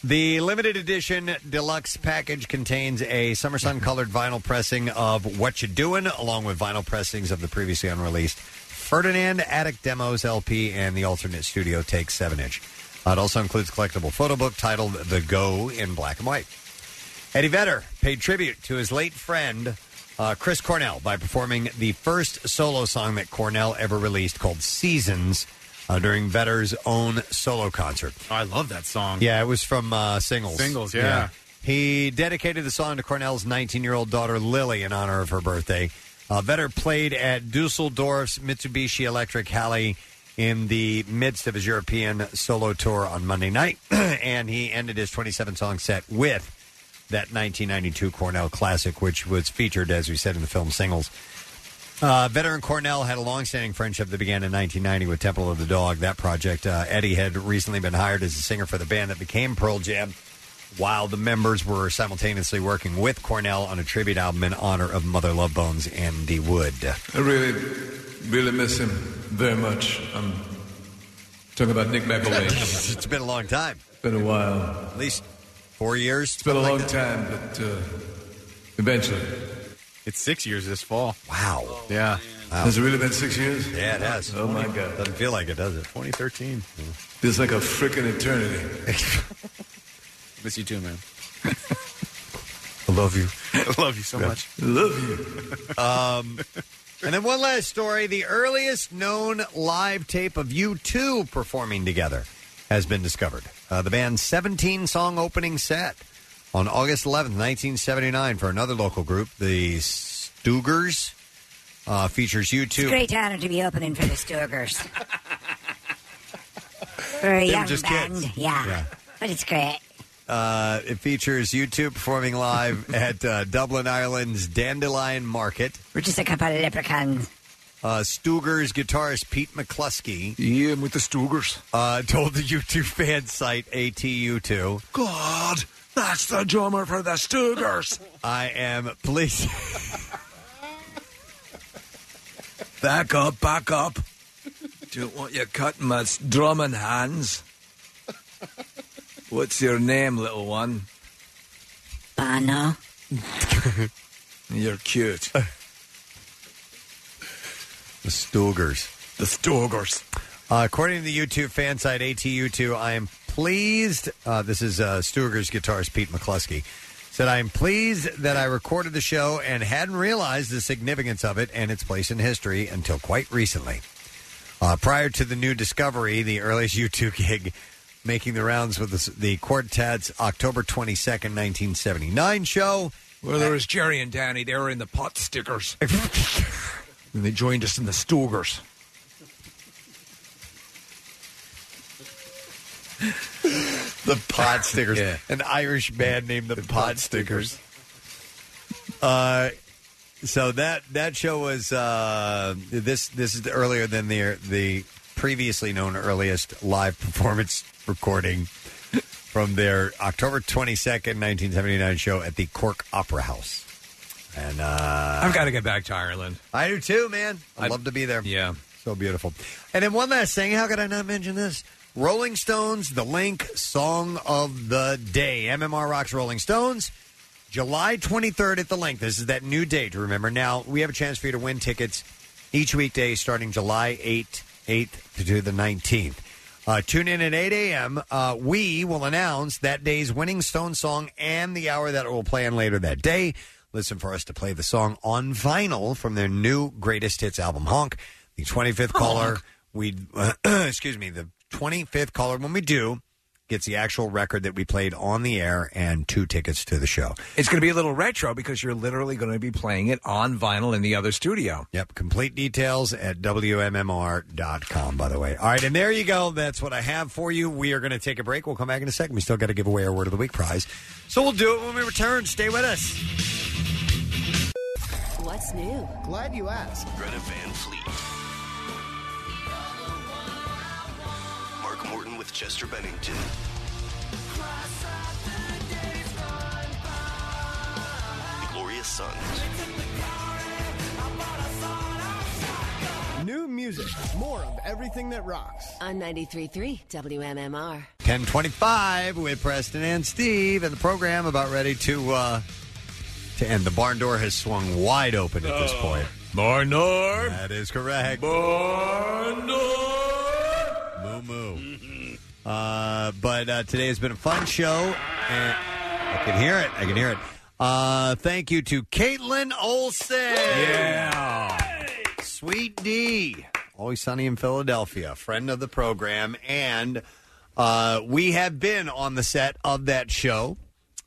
[SPEAKER 2] The limited edition deluxe package contains a summer sun colored vinyl pressing of What You Doin', along with vinyl pressings of the previously unreleased Ferdinand Attic Demos LP and the alternate studio take 7 inch. Uh, It also includes a collectible photo book titled The Go in black and white. Eddie Vedder paid tribute to his late friend uh, Chris Cornell by performing the first solo song that Cornell ever released called Seasons uh, during Vedder's own solo concert.
[SPEAKER 7] I love that song.
[SPEAKER 2] Yeah, it was from uh, Singles.
[SPEAKER 7] Singles, yeah.
[SPEAKER 2] He dedicated the song to Cornell's 19 year old daughter Lily in honor of her birthday. Uh, Vetter played at Dusseldorf's Mitsubishi Electric Halle in the midst of his European solo tour on Monday night, and he ended his 27 song set with that 1992 Cornell classic, which was featured, as we said, in the film Singles. Uh, veteran Cornell had a long-standing friendship that began in 1990 with Temple of the Dog. That project, uh, Eddie had recently been hired as a singer for the band that became Pearl Jam, while the members were simultaneously working with Cornell on a tribute album in honor of Mother Love Bones and Dee Wood.
[SPEAKER 8] I really, really miss him very much. I'm talking about Nick McElwain.
[SPEAKER 2] it's been a long time.
[SPEAKER 8] It's been a while.
[SPEAKER 2] At least four years.
[SPEAKER 8] It's been a long time, but uh, eventually.
[SPEAKER 7] It's six years this fall.
[SPEAKER 2] Wow.
[SPEAKER 7] Yeah.
[SPEAKER 8] Has it really been six years?
[SPEAKER 2] Yeah, it has.
[SPEAKER 8] Oh, my God.
[SPEAKER 2] Doesn't feel like it, does it?
[SPEAKER 7] 2013.
[SPEAKER 8] Feels like a freaking eternity.
[SPEAKER 7] Miss you too, man.
[SPEAKER 2] I love you.
[SPEAKER 7] I love you so much.
[SPEAKER 8] Love
[SPEAKER 2] you. Um, and then one last story. The earliest known live tape of U2 performing together has been discovered. Uh, the band's 17 song opening set on August 11th, 1979, for another local group, the Stugers, uh, features U2.
[SPEAKER 22] It's a great honor to be opening for the Sturgers. for a
[SPEAKER 2] They were
[SPEAKER 22] young
[SPEAKER 2] just
[SPEAKER 22] band,
[SPEAKER 2] kids.
[SPEAKER 22] yeah.
[SPEAKER 2] Yeah.
[SPEAKER 22] But it's great.
[SPEAKER 2] Uh, it features U2 performing live at uh, Dublin, Ireland's Dandelion Market.
[SPEAKER 22] We're just a couple of leprechauns.
[SPEAKER 2] Uh, Stugers guitarist Pete McCluskey.
[SPEAKER 8] Yeah, with the Stugers.
[SPEAKER 2] Uh, told the U2 fan site ATU2.
[SPEAKER 8] God, that's the drummer for the Stugers.
[SPEAKER 2] I am pleased.
[SPEAKER 4] Back up, back up. Don't want you cutting my s- drumming hands. What's your name, little one?
[SPEAKER 22] Bono.
[SPEAKER 4] You're cute.
[SPEAKER 2] The Stugers.
[SPEAKER 8] The Stugers.
[SPEAKER 2] Uh, according to the YouTube fan site ATU2, I am pleased. Uh, this is uh, Stueger's guitarist Pete McCluskey. Said, I am pleased that I recorded the show and hadn't realized the significance of it and its place in history until quite recently. Uh, prior to the new discovery, the earliest U2 gig making the rounds with the, s- the quartet's October 22nd, 1979 show.
[SPEAKER 4] Well, there was Jerry and Danny. They were in the pot stickers. and they joined us in the Stugers.
[SPEAKER 2] the pot stickers. An Irish band named the, pot, stickers. Uh, so that that show was uh, this this is earlier than the the previously known earliest live performance recording from their October twenty second, nineteen seventy nine show at the Cork Opera House. And uh,
[SPEAKER 4] I've got to get back to Ireland.
[SPEAKER 2] I do too, man. I'd love to be there. Yeah. So beautiful. And then one last thing. How could I not mention this? Rolling Stones, The Link, Song of the Day. MMR Rocks Rolling Stones, July 23rd at The Link. This is that new date, remember. Now, we have a chance for you to win tickets each weekday starting July 8th, 8th to the 19th. Uh, tune in at 8 a.m. Uh, we will announce that day's winning Stone song and the hour that it will play on later that day. Listen for us to play the song on vinyl from their new greatest hits album, Honk. The 25th caller, we excuse me, the 25th caller when we do gets the actual record that we played on the air and two tickets to the show.
[SPEAKER 4] It's going to be a little retro because you're literally going to be playing it on vinyl in the other studio.
[SPEAKER 2] Yep. Complete details at WMMR.com, by the way. All right, and there you go. That's what I have for you. We are going to take a break. We'll come back in a second. We still got to give away our Word of the Week prize. So we'll do it when we return. Stay with us.
[SPEAKER 12] What's new? Glad you asked.
[SPEAKER 17] Greta Van Fleet. Mark Morton with Chester Bennington. The Glorious Sons.
[SPEAKER 12] New music. More of everything that rocks. On 93.3 WMMR.
[SPEAKER 2] 1025 with Preston and Steve and the program about ready to uh to end. The barn door has swung wide open at this point.
[SPEAKER 19] Oh. Barn door.
[SPEAKER 2] That is correct.
[SPEAKER 19] Barn door.
[SPEAKER 2] Moo moo. Uh, but uh, today has been a fun show. And I can hear it. I can hear it. Uh, thank you to Caitlin Olson. Yeah. Sweet D. Always sunny in Philadelphia. Friend of the program. And uh, we have been on the set of that show.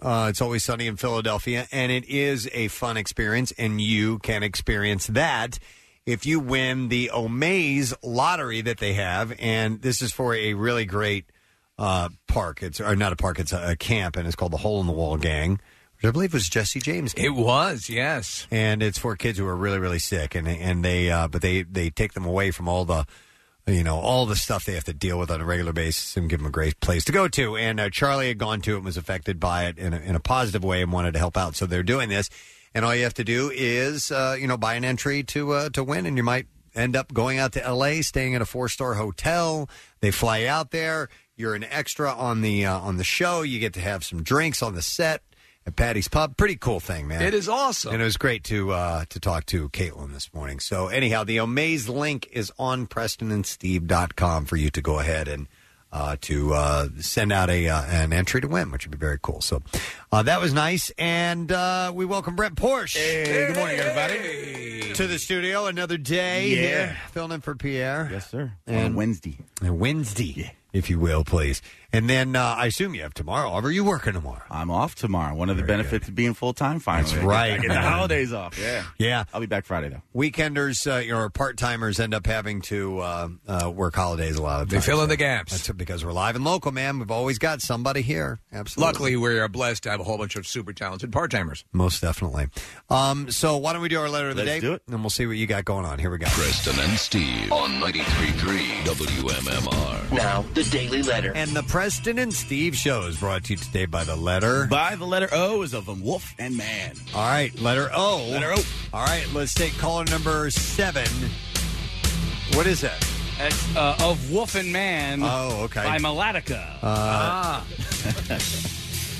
[SPEAKER 2] Uh, it's always sunny in Philadelphia, and it is a fun experience, and you can experience that if you win the Omaze lottery that they have. And this is for a really great uh, park. It's or not a park. It's a, a camp, and it's called the Hole in the Wall Gang, which I believe was Jesse James. Camp.
[SPEAKER 4] It was, yes.
[SPEAKER 2] and it's for kids who are really really sick, and and they uh, but they they take them away from all the. You know all the stuff they have to deal with on a regular basis, and give them a great place to go to. And uh, Charlie had gone to it, and was affected by it in a, in a positive way, and wanted to help out. So they're doing this, and all you have to do is uh, you know buy an entry to uh, to win, and you might end up going out to L.A., staying at a four star hotel. They fly you out there. You're an extra on the uh, on the show. You get to have some drinks on the set at Patty's Pub. Pretty cool thing, man.
[SPEAKER 4] It is awesome.
[SPEAKER 2] And it was great to uh, to talk to Caitlin this morning. So anyhow, the Omaze link is on PrestonandSteve.com for you to go ahead and uh, to uh, send out a uh, an entry to win, which would be very cool. So uh, that was nice, and uh, we welcome Brett Porsche. Hey, good morning, everybody. To the studio, another day
[SPEAKER 23] Yeah.
[SPEAKER 2] here, filling in for Pierre. Yes,
[SPEAKER 23] sir. Um,
[SPEAKER 2] And
[SPEAKER 23] Wednesday,
[SPEAKER 2] Wednesday, if you will, please. And then uh, I assume you have tomorrow. off. Or are you working tomorrow?
[SPEAKER 23] I'm off tomorrow. One of the benefits of being full time. Finally,
[SPEAKER 2] That's
[SPEAKER 23] I
[SPEAKER 2] right,
[SPEAKER 23] get, I get the
[SPEAKER 2] man.
[SPEAKER 23] holidays off. Yeah,
[SPEAKER 2] yeah.
[SPEAKER 23] I'll be back Friday though.
[SPEAKER 2] weekenders uh, you know, or part timers end up having to uh, uh, work holidays a lot of
[SPEAKER 4] They
[SPEAKER 2] times.
[SPEAKER 4] fill in the gaps.
[SPEAKER 2] That's because we're live and local, man. We've always got somebody here. Absolutely.
[SPEAKER 4] Luckily, we are blessed to have a whole bunch of super talented part timers.
[SPEAKER 2] Most definitely. Um, so why don't we do our letter of the
[SPEAKER 4] Let's
[SPEAKER 2] day? And we'll see what you got going on. Here we go.
[SPEAKER 1] Preston and Steve on 93.3 WMMR.
[SPEAKER 2] Now,
[SPEAKER 1] the Daily Letter.
[SPEAKER 2] And the Preston and Steve show is brought to you today by the letter.
[SPEAKER 23] By the letter O is of them, wolf and man.
[SPEAKER 2] All right, letter O.
[SPEAKER 23] Letter O.
[SPEAKER 2] All right, let's take caller number seven. What is that?
[SPEAKER 5] That's uh, of Wolf and Man.
[SPEAKER 2] Oh, okay.
[SPEAKER 5] By Melodica.
[SPEAKER 28] Ah.
[SPEAKER 2] Uh,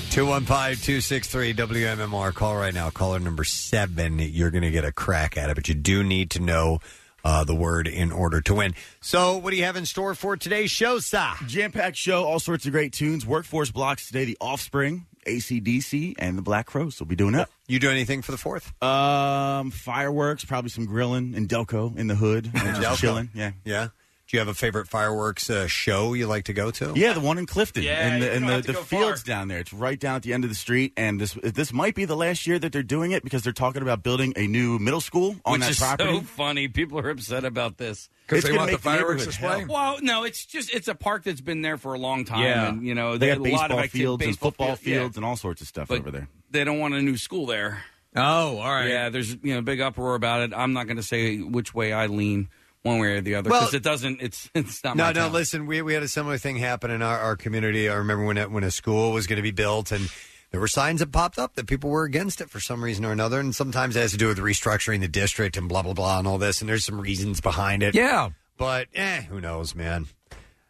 [SPEAKER 2] 215-263 WMMR. Call right now. Caller number seven. You're going to get a crack at it, but you do need to know uh, the word in order to win. So, what do you have in store for today's show, Sa?
[SPEAKER 28] Jam packed show, all sorts of great tunes. Workforce blocks today, The Offspring, ACDC, and The Black Crows will be doing it.
[SPEAKER 2] You do anything for the fourth?
[SPEAKER 28] Um, fireworks, probably some grilling and Delco in the hood, and
[SPEAKER 2] Delco.
[SPEAKER 28] just chilling. Yeah,
[SPEAKER 2] yeah. Do you have a favorite fireworks uh, show you like to go to?
[SPEAKER 28] Yeah, the one in Clifton,
[SPEAKER 2] Yeah,
[SPEAKER 28] and
[SPEAKER 2] you
[SPEAKER 28] the, and
[SPEAKER 2] don't
[SPEAKER 28] the,
[SPEAKER 2] have to
[SPEAKER 28] the
[SPEAKER 2] go
[SPEAKER 28] fields down there. It's right down at the end of the street, and this this might be the last year that they're doing it because they're talking about building a new middle school on
[SPEAKER 5] Which
[SPEAKER 28] that
[SPEAKER 5] is
[SPEAKER 28] property.
[SPEAKER 5] so funny. People are upset about this
[SPEAKER 28] 'Cause It's they gonna want the make the fireworks neighborhood display? hell.
[SPEAKER 5] Well, no, it's just it's a park that's been there for a long time. and, you know there
[SPEAKER 28] they got
[SPEAKER 5] are a
[SPEAKER 28] baseball
[SPEAKER 5] lot of acti-
[SPEAKER 28] fields and
[SPEAKER 5] baseball
[SPEAKER 28] football
[SPEAKER 5] field- yeah.
[SPEAKER 28] fields and all sorts of stuff over there.
[SPEAKER 5] They don't want a new school there.
[SPEAKER 28] Oh, all right.
[SPEAKER 5] Yeah, there's you know big uproar about it. I'm not going to say which way I lean, one way or the other,
[SPEAKER 2] Well-
[SPEAKER 5] because it doesn't. It's it's not.
[SPEAKER 2] no,
[SPEAKER 5] my
[SPEAKER 2] no.
[SPEAKER 5] town.
[SPEAKER 2] Listen, we we had a similar thing happen in our, our community. I remember when it, when a school was going to be built, and there were signs that popped up that people were against it for some reason or another. And sometimes it has to do with restructuring the district and blah blah blah and all this. And there's some reasons behind it.
[SPEAKER 29] Yeah.
[SPEAKER 2] but eh, who knows, man?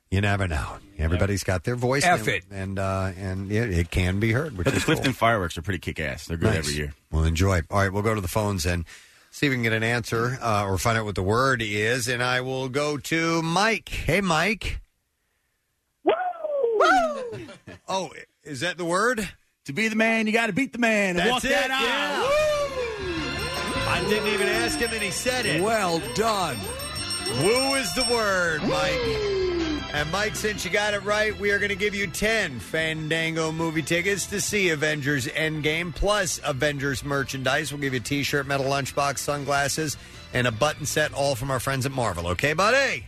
[SPEAKER 2] You never know. Everybody's got their voice.
[SPEAKER 28] F
[SPEAKER 2] and,
[SPEAKER 28] it.
[SPEAKER 2] and uh, and it, it can be heard. Which
[SPEAKER 28] But the
[SPEAKER 2] is cool.
[SPEAKER 28] Clifton fireworks are pretty kick ass. They're good
[SPEAKER 2] Nice.
[SPEAKER 28] every year.
[SPEAKER 2] We'll enjoy. All right, we'll go to the phones and see if we can get an answer uh, or find out what the word is. And I will go to Mike. Hey, Mike. Woo! oh, is that the word?
[SPEAKER 28] To be the man, you got to beat the man.
[SPEAKER 2] That's
[SPEAKER 28] walk
[SPEAKER 2] it.
[SPEAKER 28] that
[SPEAKER 2] yeah.
[SPEAKER 28] aisle.
[SPEAKER 2] I didn't even ask him, and he said it.
[SPEAKER 28] Well
[SPEAKER 2] done. Woo is the word, Mike. And Mike, since you got it right, we are going to give you 10 Fandango movie tickets to see Avengers Endgame, plus Avengers merchandise. We'll give you a t shirt, metal lunchbox, sunglasses, and a button set, all from our friends at Marvel. Okay, buddy?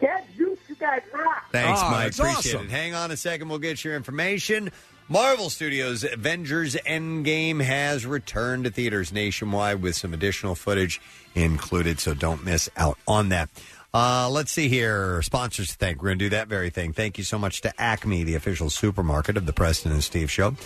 [SPEAKER 11] That juice you guys rock.
[SPEAKER 2] Thanks,
[SPEAKER 11] Ah,
[SPEAKER 2] Mike.
[SPEAKER 11] that's
[SPEAKER 2] Appreciate
[SPEAKER 11] awesome.
[SPEAKER 2] it. Hang on a second. We'll get your information. Marvel Studios' Avengers Endgame has returned to theaters nationwide with some additional footage included, so don't miss out on that. Uh, let's see here. Sponsors to thank. We're going to do that very thing. Thank you so much to Acme, the official supermarket of the Preston and Steve Show.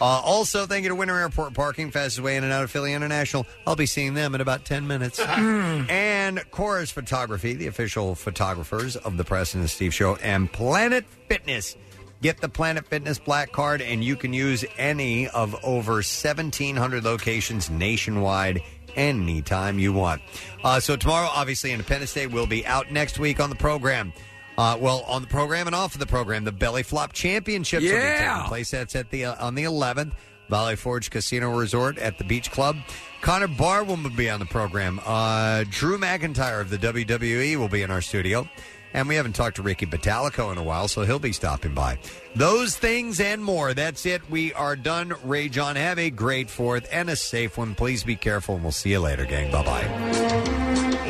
[SPEAKER 2] Uh, also, thank you to Winter Airport Parking, fastest way in and out of Philly International. I'll be seeing them in about 10 minutes. and Chorus Photography, the official photographers of the Preston and Steve Show, and Planet Fitness. Get the Planet Fitness Black Card, and you can use any of over 1,700 locations nationwide anytime you want. Uh, so, tomorrow, obviously, Independence Day will be out next week on the program. Uh, well, on the program and off of the program, the Belly Flop Championships will be
[SPEAKER 4] Yeah.
[SPEAKER 2] taking place. That's at the uh, on the 11th, Valley Forge Casino Resort at the Beach Club. Connor Barwin will be on the program. Uh, Drew McIntyre of the WWE will be in our studio. And we haven't talked to Ricky Batalico in a while, so he'll be stopping by. Those things and more. That's it. We are done. Rage on. Have a great fourth and a safe one. Please be careful, and we'll see you later, gang. Bye bye.